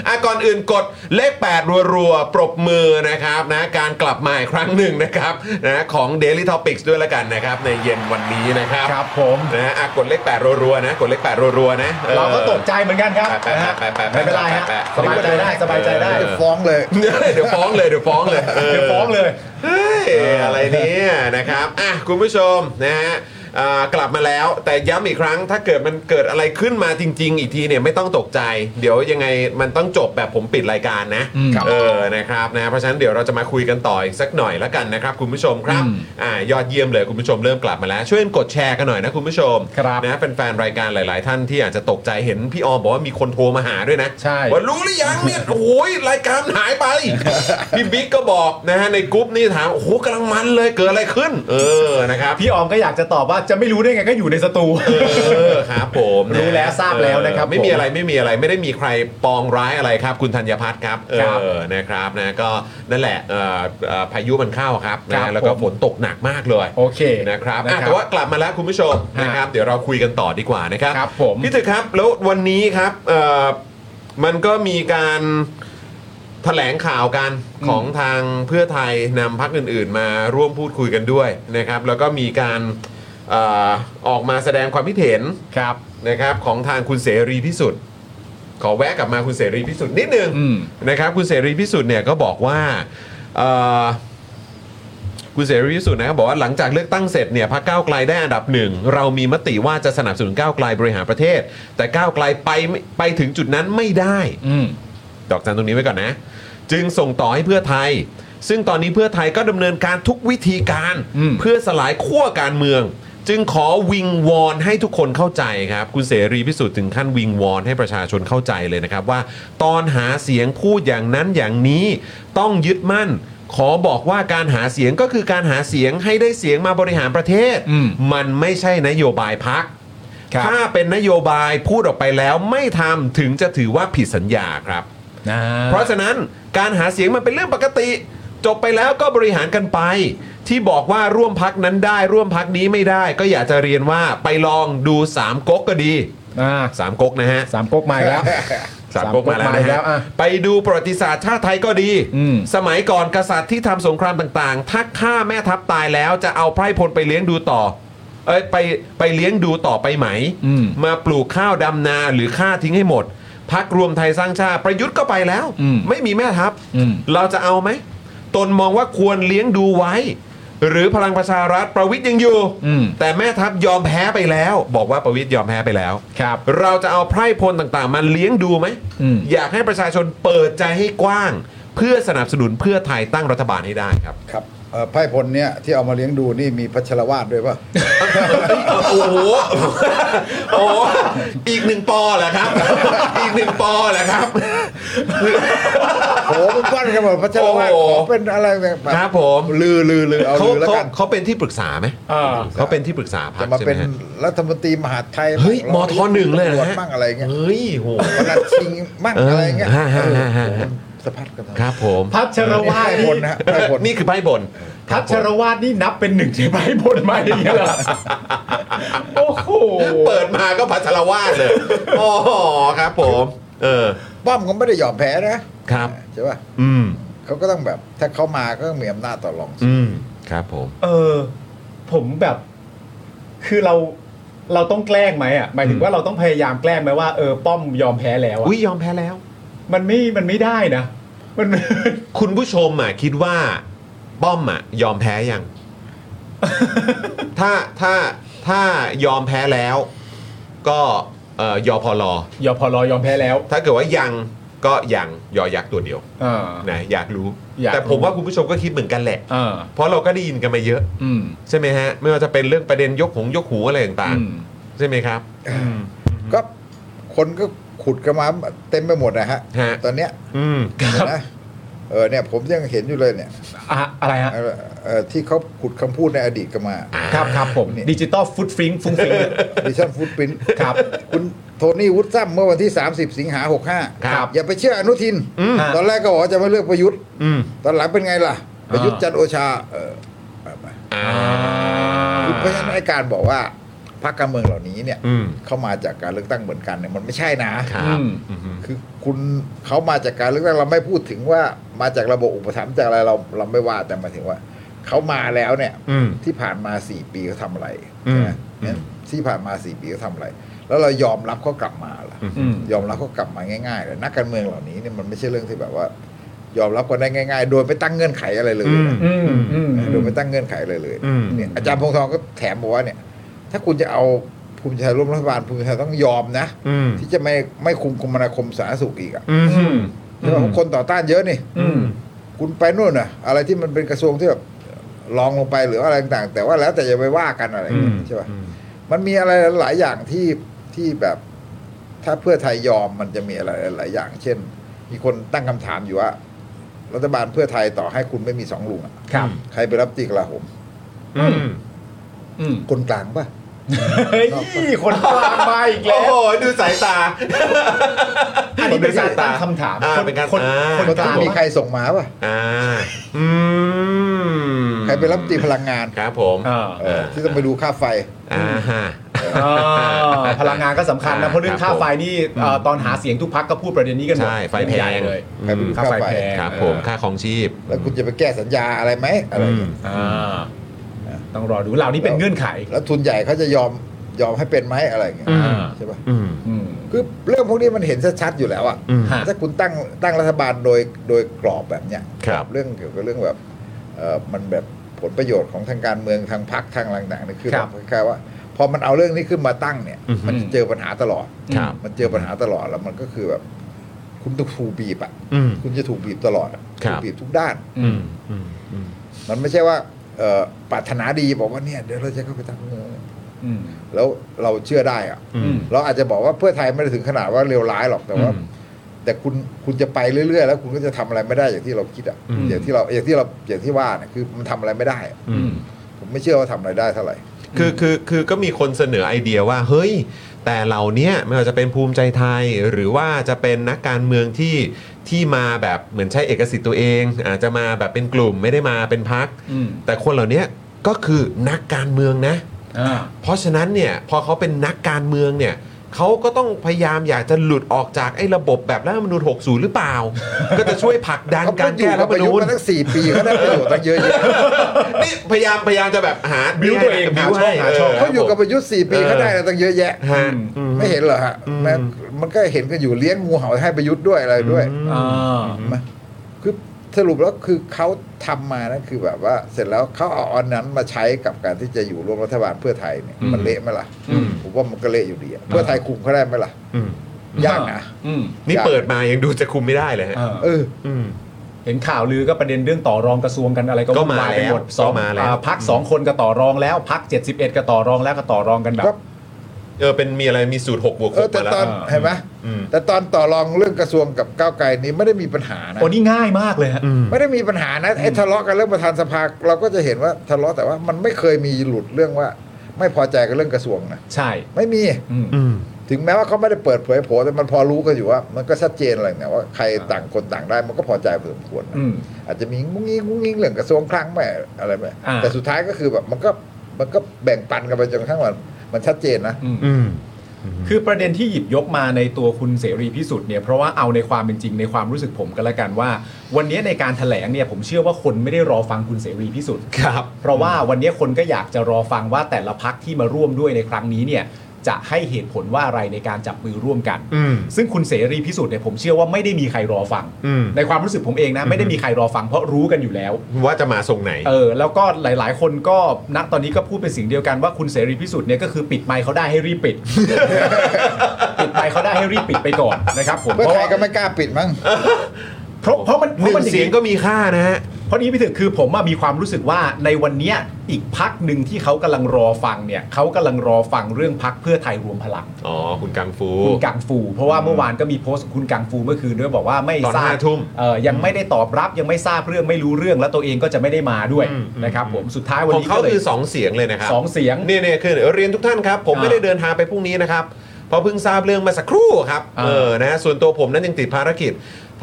[SPEAKER 1] อ่ะก่อนอื่นกดเลข 8 รัวๆ ปรบมือนะครับนะการกลับมาอีกครั้งหนึ่งนะครับนะของ Daily Topics ด้วยละกันนะครับ ในเย็นวันนี้นะครับ
[SPEAKER 3] ครับผม
[SPEAKER 1] นะอ่ะกดเลข 8 รัวๆ นะ กดเลข 8 รัวๆ นะออ
[SPEAKER 3] เราก็ตกใจเหมือนกันครับ
[SPEAKER 1] แปะแปะแปะแปะ
[SPEAKER 3] ไม่เป็นไรฮะ
[SPEAKER 1] แปะแปะ
[SPEAKER 3] สบายใจได้สบายใจได้
[SPEAKER 6] จะฟ้องเลย
[SPEAKER 1] เดี๋ยวฟ้องเลยเดี๋ยวฟ้องเลย
[SPEAKER 3] เดี๋ยวฟ้องเลย
[SPEAKER 1] เฮ้ยอะไรเนี่ยนะครับอ่ะคุณผู้ชมนะฮะอ่ากลับมาแล้วแต่ย้ำอีกครั้ง ถ้าเกิดมันเกิดอะไรขึ้นมาจริง ๆ อีกทีเนี่ยไม่ต้องตกใจ เดี๋ยวยังไงมันต้องจบแบบผมปิดรายการนะ
[SPEAKER 3] อืมครับ
[SPEAKER 1] เออนะครับนะเพราะฉะนั้นเดี๋ยวเราจะมาคุยกันต่ออีกสักหน่อยละกันนะครับคุณผู้ชมครับ
[SPEAKER 3] อืม
[SPEAKER 1] อ่ายอดเยี่ยมเลยคุณผู้ชมเริ่มกลับมาแล้ว ช่วยกดแชร์กันหน่อยนะคุณผู้ชม
[SPEAKER 3] ครับ
[SPEAKER 1] นะแฟนๆรายการหลาย ๆ ท่านที่อาจจะตกใจเห็นพี่ออมบอกว่ามีคนโทรมาหาด้วยนะ
[SPEAKER 3] ใช่
[SPEAKER 1] ว่า รู้หรือยังเนี่ยโอ้ยรายการหาย ไป พี่บิ๊กก็บอกนะฮะในกรุ๊ปนี่ถามโอ้โหกำลังมันเลยเกิดอะไรขึ้น เออนะครับ
[SPEAKER 3] พี่ออมก็อยากจะตอบว่าจะไม่รู้ได้ไงก็อยู่ในสตู
[SPEAKER 1] เออครับผมนะ
[SPEAKER 3] รู้แล้วทราบแล้วนะครับ
[SPEAKER 1] เออไม่มีอะไรไม่มีอะไรไม่ได้มีใครปองร้ายอะไรครับ คุณธัญพัฒน์ครับเอ
[SPEAKER 3] ครับ
[SPEAKER 1] อนะครับนะก็นั่นแหละเอ่อเอ่อพายุมันเข้าครับ
[SPEAKER 3] ครั
[SPEAKER 1] นะ
[SPEAKER 3] บ
[SPEAKER 1] แล้วก็
[SPEAKER 3] ผม
[SPEAKER 1] ฝนตกหนักมากเลย
[SPEAKER 3] โอเค
[SPEAKER 1] นะครับอ่ะแต่ว่ากลับมาแล้วคุณผู้ชมนะครับ เดี๋ยวเราคุยกันต่อดีกว่านะครับ
[SPEAKER 3] ครับผม
[SPEAKER 1] พี่ตึกครับแล้ววันนี้ครับเอ่อมันก็มีการแถลงข่าวกันของทางเพื่อไทยนำพักอื่น ๆ มาร่วมพูดคุยกันด้วยนะครับ แล้วก็มีการเออออกมาแสดงความคิดเห็น
[SPEAKER 3] ครับ
[SPEAKER 1] นะครับของทางคุณเสรีพิสุทธิ์ขอแวะกลับมาคุณเสรีพิสุทธิ์นิดนึง
[SPEAKER 3] อืม
[SPEAKER 1] นะครับ คุณเสรีพิสุทธิ์เนี่ยก็บอกว่าเอ่อ คุณเสรีพิสุทธิ์นะครับบอกว่าหลังจากเลือกตั้งเสร็จเนี่ยพรรคก้าวไกลได้อันดับหนึ่งเรามีมติว่าจะสนับสนุนก้าวไกลบริหารประเทศ แต่ก้าวไกลไปไม่ไปถึงจุดนั้นไม่ได้
[SPEAKER 3] อืม
[SPEAKER 1] ดอกจันตรงนี้ไว้ก่อนนะ จึงส่งต่อให้เพื่อไทย ซึ่งตอนนี้เพื่อไทยก็ดำเนินการทุกวิธีการ
[SPEAKER 3] อืม
[SPEAKER 1] เพื่อสลายขั้วการเมือง จึงขอวิงวอนให้ทุกคนเข้าใจครับคุณเสรีพิสุทธิ์ถึงขั้นวิงวอนให้ประชาชนเข้าใจเลยนะครับ ว่าตอนหาเสียงพูดอย่างนั้นอย่างนี้ต้องยึดมั่น ขอบอกว่าการหาเสียงก็คือการหาเสียงให้ได้เสียงมาบริหารประเทศ
[SPEAKER 3] อืม
[SPEAKER 1] มันไม่ใช่นโยบายพัก
[SPEAKER 3] ครับ
[SPEAKER 1] ถ้าเป็นนโยบายพูดออกไปแล้วไม่ทำถึงจะถือว่าผิดสัญญาครับ
[SPEAKER 3] นะ
[SPEAKER 1] เพราะฉะนั้นการหาเสียงมันเป็นเรื่องปกติ จบไปแล้วก็บริหารกันไป ที่บอกว่าร่วมพักนั้นได้ร่วมพักนี้ไม่ได้ ก็อยากจะเรียนว่าไปลองดูสามก๊กก็ดี
[SPEAKER 3] อ่า
[SPEAKER 1] สามก๊กนะฮะ
[SPEAKER 3] สามก๊กมาอีกแล้ว
[SPEAKER 1] สามก๊กมาแล้วนะ
[SPEAKER 3] สามก๊กมาแล้
[SPEAKER 1] ฮะ
[SPEAKER 3] วอ่ะ
[SPEAKER 1] ไปดูประวัติศาสตร์ชาติไทยก็ดี
[SPEAKER 3] อืม
[SPEAKER 1] สมัยก่อนกษัตริย์ที่ทำสงครามต่างๆ ถ้าฆ่าแม่ทัพตายแล้วจะเอาไพร่พลไปเลี้ยงดูต่อเอ้ยไปไปเลี้ยงดูต่อไปไหม
[SPEAKER 3] อืม
[SPEAKER 1] มาปลูกข้าวดำนาหรือฆ่าทิ้งให้หมด พักรวมไทยสร้างชาติประยุทธ์ก็ไปแล้ว
[SPEAKER 3] อืม
[SPEAKER 1] ไม่มีแม่ทัพ
[SPEAKER 3] อืม
[SPEAKER 1] เราจะเอาไหม ตนมองว่าควรเลี้ยงดูไว้ หรือพลังประชารัฐประวิทย์ยังอยู่
[SPEAKER 3] อืม
[SPEAKER 1] แต่แม่ทัพยอมแพ้ไปแล้ว บอกว่าประวิทย์ยอมแพ้ไปแล้ว
[SPEAKER 3] ครับ
[SPEAKER 1] เราจะเอาไพร่พลต่างๆ มาเลี้ยงดูไหม
[SPEAKER 3] อืม
[SPEAKER 1] อยากให้ประชาชนเปิดใจให้กว้าง เพื่อสนับสนุนเพื่อไทยตั้งรัฐบาลให้ได้ครับ
[SPEAKER 6] ครับเอ่อไพ่พลเนี่ยที่เอามาเลี้ยงดูนี่มีพัชรวาดด้วยป่ะ
[SPEAKER 1] โอ้โห โอ้โหอีกหนึ่งปอเหรอครับ อีกหนึ่งปอเหรอครับ
[SPEAKER 6] โอ้โหมันปั้นกันหมดพัชรวาด
[SPEAKER 1] โอ้โห
[SPEAKER 6] ขอเป็นอะไรแบบ
[SPEAKER 1] ครับผม
[SPEAKER 6] ลือลือลือเอา
[SPEAKER 1] เขา
[SPEAKER 6] ลือแล้ว
[SPEAKER 1] เขา
[SPEAKER 6] กัน
[SPEAKER 1] เขาเป็นที่ปรึกษาไหม
[SPEAKER 3] อ่า
[SPEAKER 1] เขาเป็นที่ปรึกษาพรร
[SPEAKER 6] จะ
[SPEAKER 1] ค
[SPEAKER 6] มา
[SPEAKER 1] ใช่ไห
[SPEAKER 6] เป็
[SPEAKER 1] ม
[SPEAKER 6] น
[SPEAKER 1] ฮะ
[SPEAKER 6] รัฐมนตรีมหาดไทย
[SPEAKER 1] เฮ้ยมทหนึ่งเลยนะฮะ
[SPEAKER 6] ตำรวจบ้างอะไรเงี้ย
[SPEAKER 1] เฮ้ยโห
[SPEAKER 6] ประหลัดชิงบ้าง
[SPEAKER 1] เอออ
[SPEAKER 6] อะไรเงี้ย
[SPEAKER 1] ฮะฮะฮะฮะ
[SPEAKER 6] เออสะพัดกันทั้ง
[SPEAKER 1] ครับผม
[SPEAKER 3] พัชรวาด
[SPEAKER 6] ไพ่พลนะฮะไพ่พล
[SPEAKER 1] นี่คือไพ่บน
[SPEAKER 3] พัชรวาดนี่นับเป็นหนึ่งในไพ่พลไหมอย่างเงี้ยเหรอโอ้โห
[SPEAKER 1] เปิดมาก็พัชรวาดเลย อ๋อครับผม เออ
[SPEAKER 6] ป้อมก็ไม่ได้ยอมแพ้นะครับ ใช่ป่ะ
[SPEAKER 1] อืม
[SPEAKER 6] เขาก็ต้องแบบถ้าเขามาก็ต้องมีอำนาจต่อรองสิ
[SPEAKER 1] อืม ครับผม
[SPEAKER 3] เออ ผมแบบ คือเราเราต้องแกล้งไหมอ่ะหมายถึงว่าเราต้องพยายามแกล้งไหมว่าเออป้อมยอมแพ้แล้วอ่ะ
[SPEAKER 1] อุ้ยยอมแพ้แล้ว
[SPEAKER 3] มันไม่มันไม่ได้นะมัน
[SPEAKER 1] คุณผู้ชมอ่ะคิดว่าป้อมอ่ะยอมแพ้ยัง ถ้าถ้าถ้ายอมแพ้แล้ว ก็เอ่อยอพอลอย
[SPEAKER 3] อพอรอยอมแพ้แล้ว
[SPEAKER 1] ถ้าเกิดว่ายังก็ยังยอยักษ์ตัวเดียว
[SPEAKER 3] อ่า
[SPEAKER 1] นะอยากรู้
[SPEAKER 3] อยากรู้
[SPEAKER 1] แต่ผมว่าคุณผู้ชมก็คิดเหมือนกันแหละ
[SPEAKER 3] อ่า
[SPEAKER 1] เพราะเราก็ได้ยินกันมาเยอะ
[SPEAKER 3] อืม
[SPEAKER 1] ใช่ไหมฮะ ไม่ว่าจะเป็นเรื่องประเด็นยกหงยกหูอะไรต่าง
[SPEAKER 3] อืม
[SPEAKER 1] ๆ ใช่ไหมครับ
[SPEAKER 6] ก็คนก็ขุดกันมาเต็มไปหมดนะฮะ
[SPEAKER 1] ฮะ
[SPEAKER 6] ตอนเนี้ย
[SPEAKER 1] อืม
[SPEAKER 3] ครับ
[SPEAKER 6] นะเออเนี่ยผมยังเห็นอยู่เลยเนี่ย
[SPEAKER 3] อ่ะอะไรฮะ
[SPEAKER 6] เออเออที่เขาขุดคำพูดในอดีตกันมา
[SPEAKER 3] ครับครับผม
[SPEAKER 6] นี่
[SPEAKER 3] ดิจิตอลฟุตฟิงฟุ้งฟิงเลย
[SPEAKER 6] ดิชั่นฟุตปิน
[SPEAKER 3] ครับ
[SPEAKER 6] คุณโทนี่วุฒิซ้ำเมื่อวันที่ 30 สิงหา 65
[SPEAKER 1] ครับ
[SPEAKER 6] อย่าไปเชื่ออนุทิน
[SPEAKER 1] อืม
[SPEAKER 6] ตอนแรกก็บอกว่าจะไม่เลือกประยุทธ์
[SPEAKER 1] อืม
[SPEAKER 6] ตอนหลังเป็นไงล่ะ ประยุทธ์
[SPEAKER 3] อ่า
[SPEAKER 6] จันทร์โอชาเออเอาไป
[SPEAKER 1] อ่า
[SPEAKER 6] คือเพราะฉะนั้นไอ้การบอกว่าพรรคการเมืองเหล่านี้เนี่ย
[SPEAKER 1] อืม
[SPEAKER 6] เข้ามาจากการเลือกตั้งเหมือนกันเนี่ยมันไม่ใช่นะ
[SPEAKER 1] ครับ
[SPEAKER 3] อืม
[SPEAKER 1] อืม
[SPEAKER 6] คือคุณเขามาจากการเลือกตั้งเราไม่พูดถึงว่ามาจากระบบอุปถัมภ์จากอะไรเราเราไม่ว่าแต่หมายถึงว่าเขามาแล้วเนี่ย
[SPEAKER 1] อืม
[SPEAKER 6] ที่ผ่านมาสี่ปีเขาทำอะไร
[SPEAKER 1] อืม
[SPEAKER 6] ใช่ไหมเนี่ยที่ผ่านมาสี่ปีเขาทำอะไร แล้วเรายอมรับเขากลับมาล่ะ
[SPEAKER 1] อืม
[SPEAKER 3] อืม
[SPEAKER 6] ยอมรับเขากลับมาง่ายๆเลยนักการเมืองเหล่านี้เนี่ยมันไม่ใช่เรื่องที่แบบว่า ยอมรับกันได้ง่าย ๆ โดยไม่ตั้งเงื่อนไขอะไรเลย
[SPEAKER 1] อืม
[SPEAKER 3] อืมอืม
[SPEAKER 6] นะโดยไม่ตั้งเงื่อนไขอะไรเลย
[SPEAKER 1] อืม
[SPEAKER 6] เนี่ยอาจารย์พงษ์ทองก็แถมบอกว่าเนี่ย ถ้าคุณจะเอาภูมิใจไทยร่วมรัฐบาลภูมิใจไทยต้องยอมนะ
[SPEAKER 1] อืม
[SPEAKER 6] ที่จะไม่ไม่คุมคมนาคมสาธารณสุขอีกอ่ะ
[SPEAKER 1] อื
[SPEAKER 3] อื
[SPEAKER 1] ม
[SPEAKER 3] ม
[SPEAKER 6] ใช่ป่ะเพราะคนต่อต้านเยอะนี่
[SPEAKER 3] อืม
[SPEAKER 6] คุณไปนู่นน่ะ อะไรที่มันเป็นกระทรวงที่แบบรองลงไปหรืออะไรต่างๆ แต่ว่าแล้วแต่อย่าไปว่ากันอะไรอย่างเงี้ยใช่ป่ะ
[SPEAKER 1] อืม
[SPEAKER 6] มันมีอะไรหลายอย่างที่ที่แบบ ถ้าเพื่อไทยยอมมันจะมีอะไรหลายอย่าง เช่น มีคนตั้งคำถามอยู่ว่า รัฐบาลเพื่อไทยต่อให้คุณไม่มีสองลุงอะ
[SPEAKER 3] ครับ
[SPEAKER 6] ใครไปรับตีกลาโหม
[SPEAKER 1] อืม
[SPEAKER 3] อืม
[SPEAKER 6] คนกลางป่ะ
[SPEAKER 3] เฮ้ยคนกลางมาอีก
[SPEAKER 1] โอ้
[SPEAKER 3] แล้
[SPEAKER 1] โห
[SPEAKER 3] ว
[SPEAKER 1] ดูสายตา
[SPEAKER 3] อันนี้เป็นการตั้งคำถาม
[SPEAKER 1] อ่า
[SPEAKER 3] คน
[SPEAKER 1] เป็นการ
[SPEAKER 3] คน
[SPEAKER 1] อ่า
[SPEAKER 3] คน
[SPEAKER 6] คน
[SPEAKER 3] ก
[SPEAKER 6] ที่
[SPEAKER 3] ลาง
[SPEAKER 6] มีใครส่งมาป่ะ
[SPEAKER 1] อ่า อืม
[SPEAKER 6] ใครไปรับตีพลังงาน
[SPEAKER 1] ครับผม
[SPEAKER 3] อ่า
[SPEAKER 6] เออที่ต้องไปดูค่าไฟ
[SPEAKER 1] อ่าฮะ
[SPEAKER 3] อ่าพลังงานก็สำคัญนะ เพราะเรื่องค่าไฟนี่เอ่อตอนหาเสียงทุกพักก็พูดประเด็นนี้กันหมด
[SPEAKER 1] ใช่ไฟแพง
[SPEAKER 3] ใหญ่เลย
[SPEAKER 6] ใครไปดู
[SPEAKER 3] ค่า
[SPEAKER 6] ค่า
[SPEAKER 3] ไฟ
[SPEAKER 6] ไฟ
[SPEAKER 3] แพง
[SPEAKER 1] ครับผมค่าของชีพ
[SPEAKER 6] แล้วคุณจะไปแก้สัญญาอะไรไหมอะไรอย่างเงี้ย
[SPEAKER 3] อ่าต้องรอดูเหล่านี้เป็นเงื่อนไข
[SPEAKER 6] แล้วทุนใหญ่เขาจะยอมยอมให้เป็นไหมอะไรอย่างเงี้ย
[SPEAKER 3] อ่า
[SPEAKER 6] ใช่ป่ะ
[SPEAKER 1] อืม
[SPEAKER 3] อืม
[SPEAKER 6] คือเรื่องพวกนี้มันเห็นชัดๆอยู่แล้วอะ
[SPEAKER 1] อืม
[SPEAKER 3] ฮะ
[SPEAKER 6] ถ้าคุณตั้งตั้งรัฐบาลโดยโดยกรอบแบบเนี้ย
[SPEAKER 1] ครับ
[SPEAKER 6] เรื่องเกี่ยวกับเรื่องแบบเอ่อมันแบบผลประโยชน์ของทางการเมืองทางพรรคทางอะไรต่างๆนี่คือ
[SPEAKER 3] ครับ
[SPEAKER 6] แบบคล้ายๆว่า พอมันเอาเรื่องนี้ขึ้นมาตั้งเนี่ย
[SPEAKER 1] อือฮึ
[SPEAKER 6] มันเจอปัญหาตลอด
[SPEAKER 1] ครับ
[SPEAKER 6] มันเจอปัญหาตลอดแล้วมันก็คือแบบ คุณถูกบีบอะ
[SPEAKER 1] อืม
[SPEAKER 6] คุณจะถูกบีบตลอดอะ
[SPEAKER 1] ครั
[SPEAKER 6] ถู
[SPEAKER 1] บ
[SPEAKER 6] กบีบทุกด้าน
[SPEAKER 1] อืมอืมอืม
[SPEAKER 6] มันไม่ใช่ว่าเอ่อปรารถนาดีบอกว่าเนี่ยเดี๋ยวเราจะเข้าไปทำเมือง
[SPEAKER 3] อืม
[SPEAKER 6] แล้วเราเชื่อได้อะ
[SPEAKER 3] อืม
[SPEAKER 6] เราอาจจะบอกว่าเพื่อไทยไม่ได้ถึงขนาดว่าเลวร้ายหรอกแต่ว่า
[SPEAKER 3] อืม
[SPEAKER 6] แต่คุณคุณจะไปเรื่อยๆ แล้วคุณก็จะทำอะไรไม่ได้อย่างที่เราคิดอ่ะ
[SPEAKER 3] อืม
[SPEAKER 6] อย่างที่เราอย่างที่เราอย่างที่ว่าเนี่ยคือมันทำอะไรไม่ได้อะ
[SPEAKER 3] อืม
[SPEAKER 6] ผมไม่เชื่อว่าทำอะไรได้เท่าไหร่
[SPEAKER 1] คือคือคือก็มีคนเสนอไอเดียว่าเฮ้ย แต่เหล่าเนี้ยไม่ว่าจะเป็นภูมิใจไทย หรือว่าจะเป็นนักการเมืองที่ที่มาแบบเหมือนใช้เอกสิทธิ์ตัวเอง อาจจะมาแบบเป็นกลุ่มไม่ได้มาเป็นพัก
[SPEAKER 3] อืม
[SPEAKER 1] แต่คนเหล่าเนี้ยก็คือนักการเมืองนะ
[SPEAKER 3] อ่า
[SPEAKER 1] เพราะฉะนั้นเนี่ยพอเขาเป็นนักการเมืองเนี่ยเขาก็ต้องพยายามอยากจะหลุดออกจากไอ้ระบบแบบรัฐธรรมนูญ60 หรือเปล่า ก็จะช่วยผลักดัน
[SPEAKER 6] เขา
[SPEAKER 1] การ
[SPEAKER 6] ก็อ
[SPEAKER 1] แก้
[SPEAKER 6] ยู่
[SPEAKER 1] รั
[SPEAKER 6] กั
[SPEAKER 1] ฐธ
[SPEAKER 6] บ
[SPEAKER 1] รร
[SPEAKER 6] ป
[SPEAKER 1] ม
[SPEAKER 6] ระยุ
[SPEAKER 1] นู
[SPEAKER 6] ทธ์
[SPEAKER 1] ญ
[SPEAKER 6] มาตั้งสี่ปีเขาได้ประโยชน์ตั้งเยอะแยะ
[SPEAKER 1] นี่พยายามพยายามจะแบบหา
[SPEAKER 3] บิ้วตัวเอง
[SPEAKER 1] ให้ให้
[SPEAKER 3] หาช่องหาช่อง
[SPEAKER 1] เ
[SPEAKER 6] เขาอยู่กับประยุทธ์สี่ปี
[SPEAKER 1] เออ
[SPEAKER 6] เขาได้อะไรตั้งเยอะแยะ
[SPEAKER 1] ฮะ
[SPEAKER 6] ไม่เห็นเหรอฮะ
[SPEAKER 1] อืม
[SPEAKER 6] แม้มันก็เห็นกันอยู่เลี้ยงงูเห่าให้ประยุทธ์ด้วยอะไรด้วย
[SPEAKER 3] อ่า
[SPEAKER 6] มาคือสรุปแล้วคือเขาทำมานะคือแบบว่า เสร็จแล้วเขาเอาอันนั้นมาใช้กับการที่จะอยู่ร่วมรัฐบาลเพื่อไทยเนี่ยมันเละไหมล่ะ
[SPEAKER 3] อืม
[SPEAKER 6] ผมว่ามันก็เละอยู่ดีอะเพื่อไทยคุมเขาได้ไหมล่ะ
[SPEAKER 1] อืม
[SPEAKER 6] ยากนะ
[SPEAKER 3] อืม
[SPEAKER 1] นี่เปิดมายังดูจะคุมไม่ได้เลยฮะ
[SPEAKER 3] เออ
[SPEAKER 6] เออ
[SPEAKER 1] อืม
[SPEAKER 3] เห็นข่าวลือก็ประเด็นเรื่องต่อรองกระทรวงกันอะไรก็
[SPEAKER 1] ก็
[SPEAKER 3] วุ่
[SPEAKER 1] มาว
[SPEAKER 3] นายไปหมด
[SPEAKER 1] แล้ว
[SPEAKER 3] สอง
[SPEAKER 1] ก็มาแล้ว
[SPEAKER 3] อ่พักสองคนก็ต่อรองแล้วพัก71 ก็ต่อรองแล้วก็ต่อรองกันแบ
[SPEAKER 6] ก็
[SPEAKER 3] บ
[SPEAKER 1] เออเป็นมีอะไรมีสูตร6บวก
[SPEAKER 6] เออ
[SPEAKER 1] 6
[SPEAKER 6] แต่
[SPEAKER 1] มาแล้
[SPEAKER 6] ต
[SPEAKER 1] ว
[SPEAKER 6] อนเห็นไหม
[SPEAKER 1] อืม
[SPEAKER 6] แต่ตอนต่อรองเรื่องกระทรวงกับก้าวไกลนี้ไม่ได้มีปัญหานะ
[SPEAKER 3] โอ้นี่ง่ายมากเลยฮะ
[SPEAKER 6] ไม่ได้มีปัญหานะไอ้ทะเลาะกันเรื่องประธานสภาเราก็จะเห็นว่าทะเลาะแต่ว่ามันไม่เคยมีหลุดเรื่องว่า ไม่พอใจกับเรื่องกระทรวงนะ
[SPEAKER 3] ใช่
[SPEAKER 6] ไม่มี
[SPEAKER 3] อืม
[SPEAKER 1] อืม
[SPEAKER 6] ถึงแม้ว่าเขาไม่ได้เปิดเผยโผล่แต่มันพอรู้กันอยู่ว่า มันก็ชัดเจนอะไรเนี่ยว่าใครต่างคนต่างได้มันก็พอใจพอสมควรนะ
[SPEAKER 3] อืม
[SPEAKER 6] อาจจะมีงุ้งงิ้งงุ้งงิ้งเรื่องกระทรวงคลังแม่อะไรแม่
[SPEAKER 3] อ่า
[SPEAKER 6] แต่สุดท้ายก็คือแบบมันก็มันก็แบ่งปันกันไปจนกระทั่งมันมันชัดเจนนะ
[SPEAKER 3] อืม
[SPEAKER 1] อืม
[SPEAKER 3] คือประเด็นที่หยิบยกมาในตัวคุณเสรีพิสุทธิ์เนี่ยเพราะว่าเอาในความเป็นจริงในความรู้สึกผมก็แล้วกันว่า วันนี้ในการถแถลงเนี่ยผมเชื่อว่าคนไม่ได้รอฟังคุณเสรีพิสุทธิ์
[SPEAKER 1] ครับ
[SPEAKER 3] เพราะว่าวันนี้คนก็อยากจะรอฟังว่าแต่ละพักที่มาร่วมด้วยในครั้งนี้เนี่ยจะให้เหตุผลว่าอะไรในการจับมือร่วมกัน
[SPEAKER 1] อืม
[SPEAKER 3] ซึ่งคุณเสรีพิสุทธิ์เนี่ยผมเชื่อว่าไม่ได้มีใครรอฟัง
[SPEAKER 1] อืม
[SPEAKER 3] ในความรู้สึกผมเองนะไม่ได้มีใครรอฟังเพราะรู้กันอยู่แล้ว
[SPEAKER 1] ว่าจะมาทรงไหน
[SPEAKER 3] เออแล้วก็หลาย ๆ คนก็ณตอนนี้ก็พูดเป็นเสิ่งเดียวกันว่าคุณเสรีพิสุทธิ์เนี่ยก็คือปิดไมค์เขาได้ให้รีบปิด ปิดไมค์เขาได้ให้รีบปิดไปก่อนนะครับผม
[SPEAKER 6] เพื่อ
[SPEAKER 3] เพราะ
[SPEAKER 6] ไทย
[SPEAKER 3] ว่า
[SPEAKER 6] ก็ไม่กล้าปิดมั้ง
[SPEAKER 3] เพราะเพราะมันเพ
[SPEAKER 1] ห
[SPEAKER 3] ราะ
[SPEAKER 1] นึ่
[SPEAKER 3] มั
[SPEAKER 1] ง
[SPEAKER 3] น
[SPEAKER 1] เสียงก็มีค่านะฮะ
[SPEAKER 3] เพราะนี้พี่ถึงคือผมอะมีความรู้สึกว่าในวันเนี้ยอีกพักหนึ่งที่เขากำลังรอฟังเนี่ยเขากำลังรอฟังเรื่องพักเพื่อไทยรวมพลัง
[SPEAKER 1] อ๋อ คุณกังฟู
[SPEAKER 3] คุณกังฟู เพราะว่าเมื่อวานก็มีโพสต์คุณกังฟูเมื่อคืนด้วยบอกว่าไม่
[SPEAKER 1] ตอน
[SPEAKER 3] ทราบ
[SPEAKER 1] ห้าทุ่ม
[SPEAKER 3] เอ่อยังไม่ได้ตอบรับยังไม่ทราบเรื่องไม่รู้เรื่องและตัวเองก็จะไม่ได้มาด้วยนะครับผมสุดท้ายวัน
[SPEAKER 1] ของ
[SPEAKER 3] นี้
[SPEAKER 1] เขา
[SPEAKER 3] ก็เลย
[SPEAKER 1] คือ 2 เสียงเลยนะครับ
[SPEAKER 3] สองเสียง
[SPEAKER 1] เนี่ยเนี่ยคือเรียนทุกท่านครับ ผม
[SPEAKER 3] อ่า
[SPEAKER 1] ไม่ได้เดินทางไปพรุ่งนี้นะครับ เพราะเพิ่งทราบเรื่องมาสักครู่ครับ
[SPEAKER 3] อ่า
[SPEAKER 1] เออ นะฮะส่วนตัวผมนั้นยังติดภารกิจ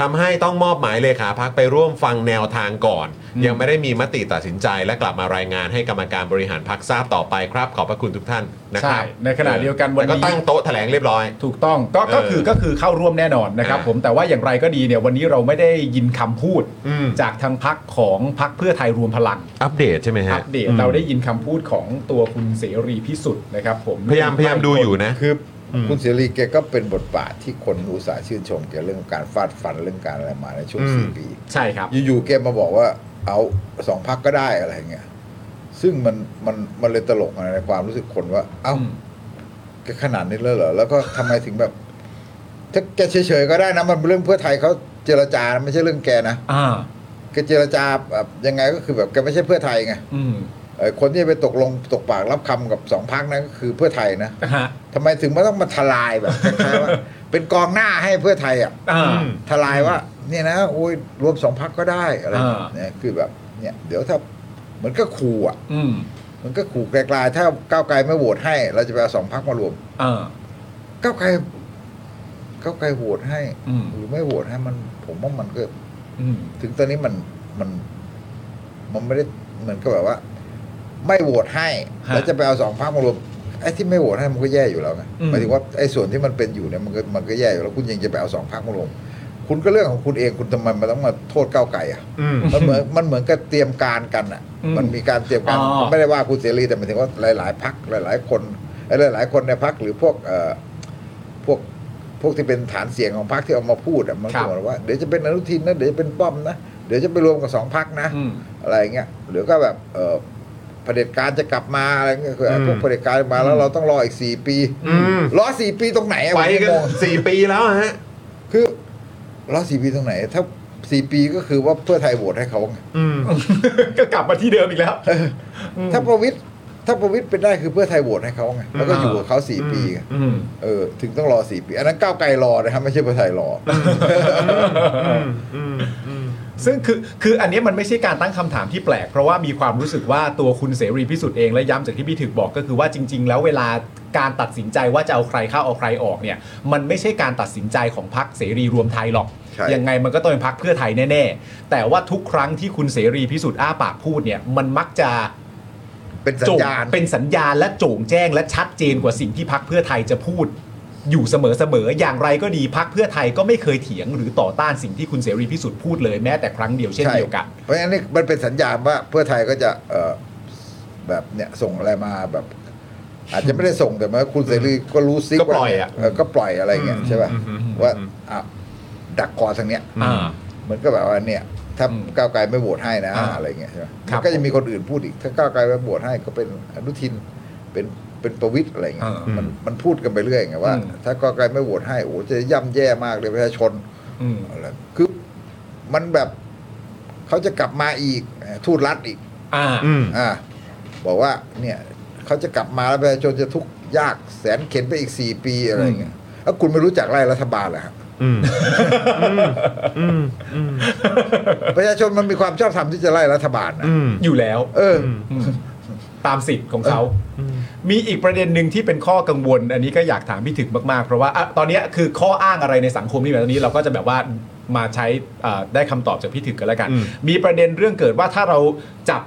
[SPEAKER 1] ทำให้ต้องมอบหมายเลขาพักไปร่วมฟังแนวทางก่อน ยังไม่ได้มีมติตัดสินใจและกลับมารายงานให้กรรมการบริหารพักทราบต่อไปครับ ขอบพระคุณทุกท่านนะค
[SPEAKER 3] ใช่
[SPEAKER 1] รับ
[SPEAKER 3] ในขณะเดียวกันวัน
[SPEAKER 1] แต่ก็
[SPEAKER 3] นี้
[SPEAKER 1] ตั้งโต๊ะแถลงเรียบร้อย
[SPEAKER 3] ถูกต้องก็ก็คือ
[SPEAKER 1] เออ
[SPEAKER 3] ก็คือเข้าร่วมแน่นอนนะครับ
[SPEAKER 1] อ่า
[SPEAKER 3] ผมแต่ว่าอย่างไรก็ดีเนี่ยวันนี้เราไม่ได้ยินคำพูด
[SPEAKER 1] อืม
[SPEAKER 3] จากทางพักของพักเพื่อไทยรวมพลัง
[SPEAKER 1] อัปเดตใช่ไหมฮะ
[SPEAKER 3] อัปเดตเราได้ยินคำพูดของตัวคุณเสรีพิสุทธิ์นะครับผม
[SPEAKER 1] พยายามพยายามดูอยู่นะ
[SPEAKER 6] คือคุณเสรีแกก็เป็นบทบาทที่คนอุตสาห์ชื่นชมแกเรื่องการฟาดฟันเรื่องการอะไรมาในช่วง
[SPEAKER 1] อืม
[SPEAKER 6] สี่ปี
[SPEAKER 3] ใช่ครับ
[SPEAKER 6] อยู่ๆแกมาบอกว่าเอาสองพักก็ได้อะไรเงี้ยซึ่งมันมันมันเลยตลกนะในความรู้สึกคนว่า เอ้า
[SPEAKER 3] อืม
[SPEAKER 6] แกขนาดนี้เลยเหรอแล้วก็ทำไมถึงแบบถ้าแกเฉยๆก็ได้นะมันเป็นเรื่องเพื่อไทยเขาเจรจานะไม่ใช่เรื่องแกนะ
[SPEAKER 3] อ่า
[SPEAKER 6] แกเจรจาแบบยังไงก็คือแบบแกไม่ใช่เพื่อไทยไง
[SPEAKER 3] อืม
[SPEAKER 6] เอ่อคนที่ไปตกลงตกปากรับคำกับสองพักนั้นก็คือเพื่อไทยนะ
[SPEAKER 3] ฮะ
[SPEAKER 6] ทำไมถึงไม่ต้องมาทลายแบบคล้ายๆว่า เป็นกองหน้าให้เพื่อไทยอ่ะ
[SPEAKER 3] อ่า
[SPEAKER 6] ทลายว่า เนี่ยนะโอ้ยรวมสองพักก็ได้อะไร
[SPEAKER 3] อ่า
[SPEAKER 6] เนี่ยคือแบบเนี่ย เดี๋ยวถ้าเหมือนก็ขู่อ่ะ
[SPEAKER 3] อืม
[SPEAKER 6] เหมันก็ขู่ไกลๆถ้าก้าวไกลไม่โหวตให้ เราจะไปเอาสองพักมารวม
[SPEAKER 3] อ่า
[SPEAKER 6] ก้าวไกลก้าวไกลโหวตให้
[SPEAKER 3] อืม
[SPEAKER 6] หรือไม่โหวตให้มัน ผมว่ามันก็
[SPEAKER 3] อืม
[SPEAKER 6] ถึงตอนนี้มันมัน มันไม่ได้เหมือนก็แบบว่า ไม่โหวตให้
[SPEAKER 3] ฮะ
[SPEAKER 6] แล้วจะไปเอาสองพรรคมารวมไอ้ที่ไม่โหวตให้มันก็แย่อยู่แล้วไง
[SPEAKER 3] อืม
[SPEAKER 6] หมายถึงว่าไอ้ส่วนที่มันเป็นอยู่เนี่ยมันก็มันก็แย่อยู่แล้วคุณยังจะไปเอาสองพรรคมารวมคุณก็เรื่องของคุณเองคุณทำไมมันต้องมาโทษก้าวไก่อ่ะ
[SPEAKER 1] อืม
[SPEAKER 6] มันเหมือนมันเหมือนกับเตรียมการกันอ่ะ
[SPEAKER 3] อืม
[SPEAKER 6] มันมีการเตรียมการ
[SPEAKER 3] อ๋อ
[SPEAKER 6] มันไม่ได้ว่าคุณเสรีแต่หมายถึงว่าหลาย ๆพักหลาย ๆ คนไอ้หลาย ๆ คนในพักหรือพวกเอ่อพวก พวกที่เป็นฐานเสียงของพรรคที่ออกมาพูดอะมัน
[SPEAKER 3] ครั
[SPEAKER 6] ก็
[SPEAKER 3] บ
[SPEAKER 6] บอกว่าเดี๋ยวจะเป็นอนุทินนะเดี๋ยวจะเป็นป้อมนะเดี๋ยวจะไปรวมกับสองพรรคนะ
[SPEAKER 3] อืม
[SPEAKER 6] อะไรเงี้ยหรือก็แบบเออเผด็จการจะกลับมาอะไรเงี้ยคือไอ้
[SPEAKER 1] อืม
[SPEAKER 6] พวกเผด็จการมาแล้วเราต้องรออีกสี่ปี
[SPEAKER 1] อืม
[SPEAKER 6] รอสี่ปีตรงไหนอะ
[SPEAKER 1] ไป
[SPEAKER 6] ผมยัง
[SPEAKER 1] กัน
[SPEAKER 6] งง
[SPEAKER 1] สี่ปีแล้วฮะ
[SPEAKER 6] คือรอสี่ปีตรงไหน ถ้าสี่ปีก็คือว่าเพื่อไทยโหวตให้เขาไง
[SPEAKER 1] อืม
[SPEAKER 3] ก็กลับมาที่เดิมอีกแล้ว
[SPEAKER 6] ถ้าประวิตยถ ถ้าประวิตรเป็นได้คือเพื่อไทยโหวตให้เขาไงแล้วก็อยู่กับเขาสี่ปีไง
[SPEAKER 3] อืม
[SPEAKER 6] เออถึงต้องรอสี่ปี อันนั้นก้าวไกลรอนะครับไม่ใช่เพื่อไทยรอ
[SPEAKER 3] ซึ่งคือคืออันเนี้ยมันไม่ใช่การตั้งคำถามที่แปลก เพราะว่ามีความรู้สึกว่าตัวคุณเสรีพิสุทธิ์เองและย้ำจากที่พี่ถึกบอกก็คือว่าจริง ๆ แล้วเวลาการตัดสินใจว่าจะเอาใครเข้าเอาใครออกเนี่ย มันไม่ใช่การตัดสินใจของพรรคเสรีรวมไทยหรอก
[SPEAKER 6] ใช่
[SPEAKER 3] ยังไงมันก็ต้องเป็นพรรคเพื่อไทยแน่ๆ แต่ว่าทุกครั้งที่คุณเสรีพิสุทธิ์อ้าปากพูดเนี่ยมันมักจะ
[SPEAKER 6] เป็นสัญ
[SPEAKER 3] โจ่ง
[SPEAKER 6] ญาณ
[SPEAKER 3] เป็นสัญญาณและโจ่งแจ้งและชัดเจนกว่าสิ่งที่พรรคเพื่อไทยจะพูด อยู่เสมอๆอย่างไรก็ดีพรรคเพื่อไทยก็ไม่เคยเถียงหรือต่อต้านสิ่งที่คุณเสรีพิสุทธิ์พูดเลยแม้แต่ครั้งเดียวเช่นเดียวกัน
[SPEAKER 6] ใช่เพราะฉะนั้นนี่มันเป็นสัญญาณว่าเพื่อไทยก็จะเอ่อแบบเนี่ยส่งอะไรมาแบบ อาจจะไม่ได้ส่งแต่ว่าคุณเสรีก็รู้ซิ
[SPEAKER 3] ก็ปล่อยอะ
[SPEAKER 6] ว่าเก็ปล่อยอะไรเงี้ยใช่ป่ะว่าอ่ะดักคอทางเนี้ย
[SPEAKER 3] อ่า
[SPEAKER 6] เหมือนก็แบบว่าเนี่ย ถ้า
[SPEAKER 3] อืม
[SPEAKER 6] ก้าวไกลไม่โหวตให้นะ
[SPEAKER 3] อ่า
[SPEAKER 6] อะไรเงี้ยใช่ไหม
[SPEAKER 3] ครับ
[SPEAKER 6] มันก็จะมีคนอื่นพูดอีก ถ้าก้าวไกลไม่โหวตให้ก็เป็นอนุทินเป็นเป็นประวิตยอะไรเงี้ย
[SPEAKER 3] อ่ามั
[SPEAKER 6] มันมันพูดกันไปเรื่อยไงว่า
[SPEAKER 3] อืม
[SPEAKER 6] ถ้าก้าวไกลไม่โหวตให้โอ้โหจะย่ำแย่มากเลยประชาชน
[SPEAKER 3] อืม
[SPEAKER 6] เอาละคือมันแบบเขาจะกลับมาอีกเอ่อทูตรัฐอีก
[SPEAKER 3] อ่า
[SPEAKER 6] อ่า บอกว่าเนี่ยเขาจะกลับมาแล้วประชาชนจะทุกข์ยากแสนเข็นไปอีกสี่ปีอะไรอย่างเงี้ยแล้วคุณไม่รู้จักไล่รัฐบาลเหรอฮะประชาชนมันมีความชอบธรรมที่จะไล่รัฐบาลนะ
[SPEAKER 3] อยู่แล้ว
[SPEAKER 6] เอออ
[SPEAKER 3] ตามสิทธิ์ของเขา มีอีกประเด็นหนึ่งที่เป็นข้อกังวล อันนี้ก็อยากถามพี่ถึกมากๆ เพราะว่าอ่ะตอนเนี้ยคือข้ออ้างอะไรในสังคมนี่แบบตอนนี้เราก็จะแบบว่ามาใช้อ่าได้คำตอบจากพี่ถึกกันแล้วกัน มีประเด็นเรื่องเกิดว่าถ้าเราจับ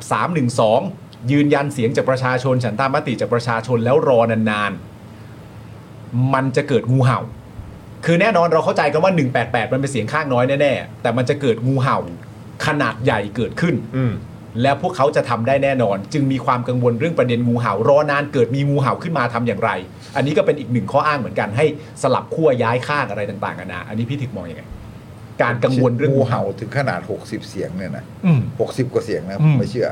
[SPEAKER 3] 312 ยืนยันเสียงจากประชาชน ฉันตามมติจากประชาชนแล้วรอนานๆ มันจะเกิดงูเห่า คือแน่นอนเราเข้าใจกันว่า 188 มันเป็นเสียงข้างน้อยแน่ๆแต่มันจะเกิดงูเห่าขนาดใหญ่เกิดขึ้น แล้วพวกเขาจะทำได้แน่นอน จึงมีความกังวลเรื่องประเด็นงูเห่ารอนานเกิดมีงูเห่าขึ้นมาทำอย่างไร อันนี้ก็เป็นอีกหนึ่งข้ออ้างเหมือนกันให้สลับขั้วย้ายข้างอะไรต่างๆกันานะอันนี้พี่ถึกมองอยังไง การกังวลเรื่อง
[SPEAKER 6] งู
[SPEAKER 3] งูเห่า
[SPEAKER 6] เห่าถึงขนาด 60 เสียงเนี่ยนะ
[SPEAKER 3] อืม
[SPEAKER 6] หกสิบกว่าเสียงนะ
[SPEAKER 3] อืม
[SPEAKER 6] ไม่เชื่อ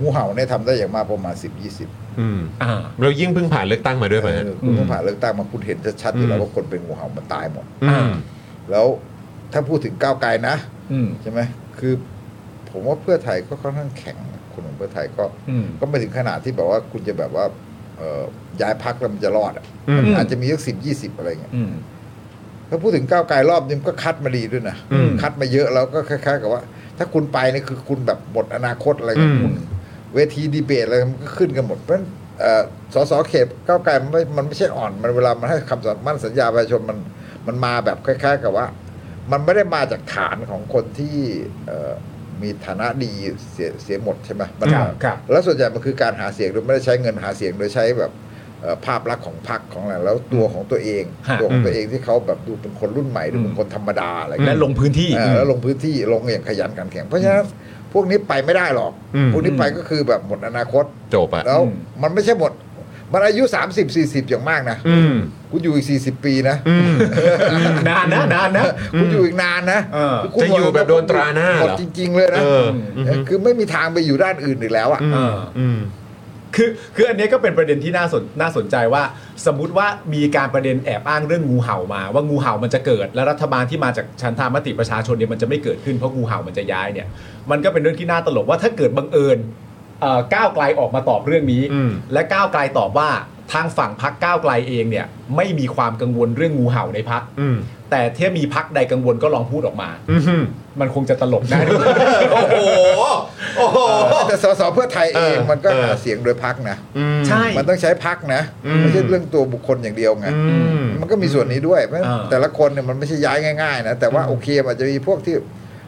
[SPEAKER 6] งูเห่าเนี่ยทำได้อย่างมากประมาณสิบยี่สิบ
[SPEAKER 1] อืม
[SPEAKER 3] อ่า
[SPEAKER 1] เรายิ่งเพิ่งผ่านเลือกตั้งมาด้วยไหมฮะ
[SPEAKER 6] คุณต้องผ่านเลือกตั้งมาคุณเห็นชัดๆอยู่แล้
[SPEAKER 1] อื
[SPEAKER 6] ว
[SPEAKER 1] ม
[SPEAKER 6] ว่าคนเป็นงูเห่ามันตายหมด
[SPEAKER 1] อืม
[SPEAKER 6] แล้วถ้าพูดถึงก้าวไกลนะ
[SPEAKER 3] อืม
[SPEAKER 6] ใช่ไหมคือ ผมว่าเพื่อไทยก็ค่อนข้างแข็งนะคนของเพื่อไทยก็
[SPEAKER 3] อืม
[SPEAKER 6] ก็ไม่ถึงขนาดที่แบบว่าคุณจะแบบว่าเอ่อย้ายพักแล้วมันจะรอดอะ
[SPEAKER 1] อืม
[SPEAKER 6] มันอาจจะมีสักสิบยี่สิบอะไรเงี้ย
[SPEAKER 3] อืม
[SPEAKER 6] ถ้าพูดถึงก้าวไกลรอบนึงก็คัดมาดีด้วยนะ
[SPEAKER 3] อืม
[SPEAKER 6] คัดมาเยอะแล้วก็คล้ายๆกับว่า ถ้าคุณไปนี่คือคุณแบบหมดอนาคตอะไรเงี้ย
[SPEAKER 1] อืม
[SPEAKER 6] คุณเวทีดีเบตอะไรมันก็ขึ้นกันหมดเพราะฉะนั้นเอ่อสสเขตก้าวไกลมันไม่มันไม่ใช่อ่อนมันเวลามันให้คำสัญมั่นสัญญาประชาชนมันมันมาแบบคล้าย ๆ กับว่า มันไม่ได้มาจากฐานของคนที่เอ่อมีฐานะดีเสียเสียหมดใช่ไหมมัน
[SPEAKER 3] ครับครับ
[SPEAKER 6] แล้วส่วนใหญ่มันคือการหาเสียงโดยไม่ได้ใช้เงินหาเสียงโดยใช้แบบเอ่อภาพลักษณ์ของพรรคของอะไรแล้วตัวของตัวเอง
[SPEAKER 3] ฮะ
[SPEAKER 6] ตัวของตัวเองที่เขาแบบดูเป็นคนรุ่นใหม่ดูเป็นคนธรรมดาอะไร
[SPEAKER 3] และลงพื้นที่
[SPEAKER 6] เออแล้วลงพื้นที่ลงอย่างขยันขันแข็งเพราะฉะนั้นพวกนี้ไปไม่ได้หรอก
[SPEAKER 1] อืม
[SPEAKER 6] พวกนี้ไปก็คือแบบหมดอนาคต
[SPEAKER 1] จบอ่ะ
[SPEAKER 6] แล้ว
[SPEAKER 3] อืม
[SPEAKER 6] มันไม่ใช่หมด มันอายุ 30 40 อย่างมากนะ
[SPEAKER 1] อืม
[SPEAKER 6] คุณอยู่อีก 40 ปีนะ
[SPEAKER 3] นานนะนานนะ
[SPEAKER 6] คุณอยู่อีกนานนะ
[SPEAKER 3] เออ
[SPEAKER 6] คืคุณ
[SPEAKER 1] จะอยู่แบบโดนตราหน้า
[SPEAKER 6] ห
[SPEAKER 1] เห
[SPEAKER 6] มด
[SPEAKER 1] รอ
[SPEAKER 6] จริง ๆ เลยนะ
[SPEAKER 1] เอออืม
[SPEAKER 6] เออคือไม่มีทางไปอยู่ด้านอื่นอีกแล้วอ่ะ
[SPEAKER 3] เออ
[SPEAKER 1] อืม
[SPEAKER 3] คือคืออันเนี้ยก็เป็นประเด็นที่น่าสนน่าสนใจว่า สมมติว่ามีการประเด็นแอบอ้างเรื่องงูเห่ามา ว่างูเห่ามันจะเกิด และรัฐบาลที่มาจากชันธามติประชาชนเนี่ยมันจะไม่เกิดขึ้นเพราะงูเห่ามันจะย้ายเนี่ย มันก็เป็นเรื่องที่น่าตลกว่าถ้าเกิดบังเอิญเอ่อก้าวไกลออกมาตอบเรื่องนี้
[SPEAKER 1] อืม
[SPEAKER 3] และก้าวไกลตอบว่าทางฝั่งพักก้าวไกลเองเนี่ยไม่มีความกังวลเรื่องงูเห่าในพัก
[SPEAKER 1] อืม
[SPEAKER 3] แต่ถ้ามีพักใดกังวลก็ลองพูดออกมา
[SPEAKER 1] อืม
[SPEAKER 3] มันคงจะตลก ได้ โอ้โห โอ้โห
[SPEAKER 6] แต่สสเพื่อไทยเอง
[SPEAKER 1] เออ
[SPEAKER 6] มันก็
[SPEAKER 1] เออ
[SPEAKER 6] หาเสียงโดยพักนะ
[SPEAKER 1] อืม
[SPEAKER 3] ใช่
[SPEAKER 6] มันต้องใช้พักนะ
[SPEAKER 1] อืม
[SPEAKER 6] ไม่ใช่เรื่องตัวบุคคลอย่างเดียวไง
[SPEAKER 1] อืม
[SPEAKER 6] มันก็มีส่วนนี้ด้วยเพราะ
[SPEAKER 3] อ่า
[SPEAKER 6] แต่ละคนเนี่ยมันไม่ใช่ย้ายง่ายๆนะแต่ว่าโอเคมันจะมีพวกที่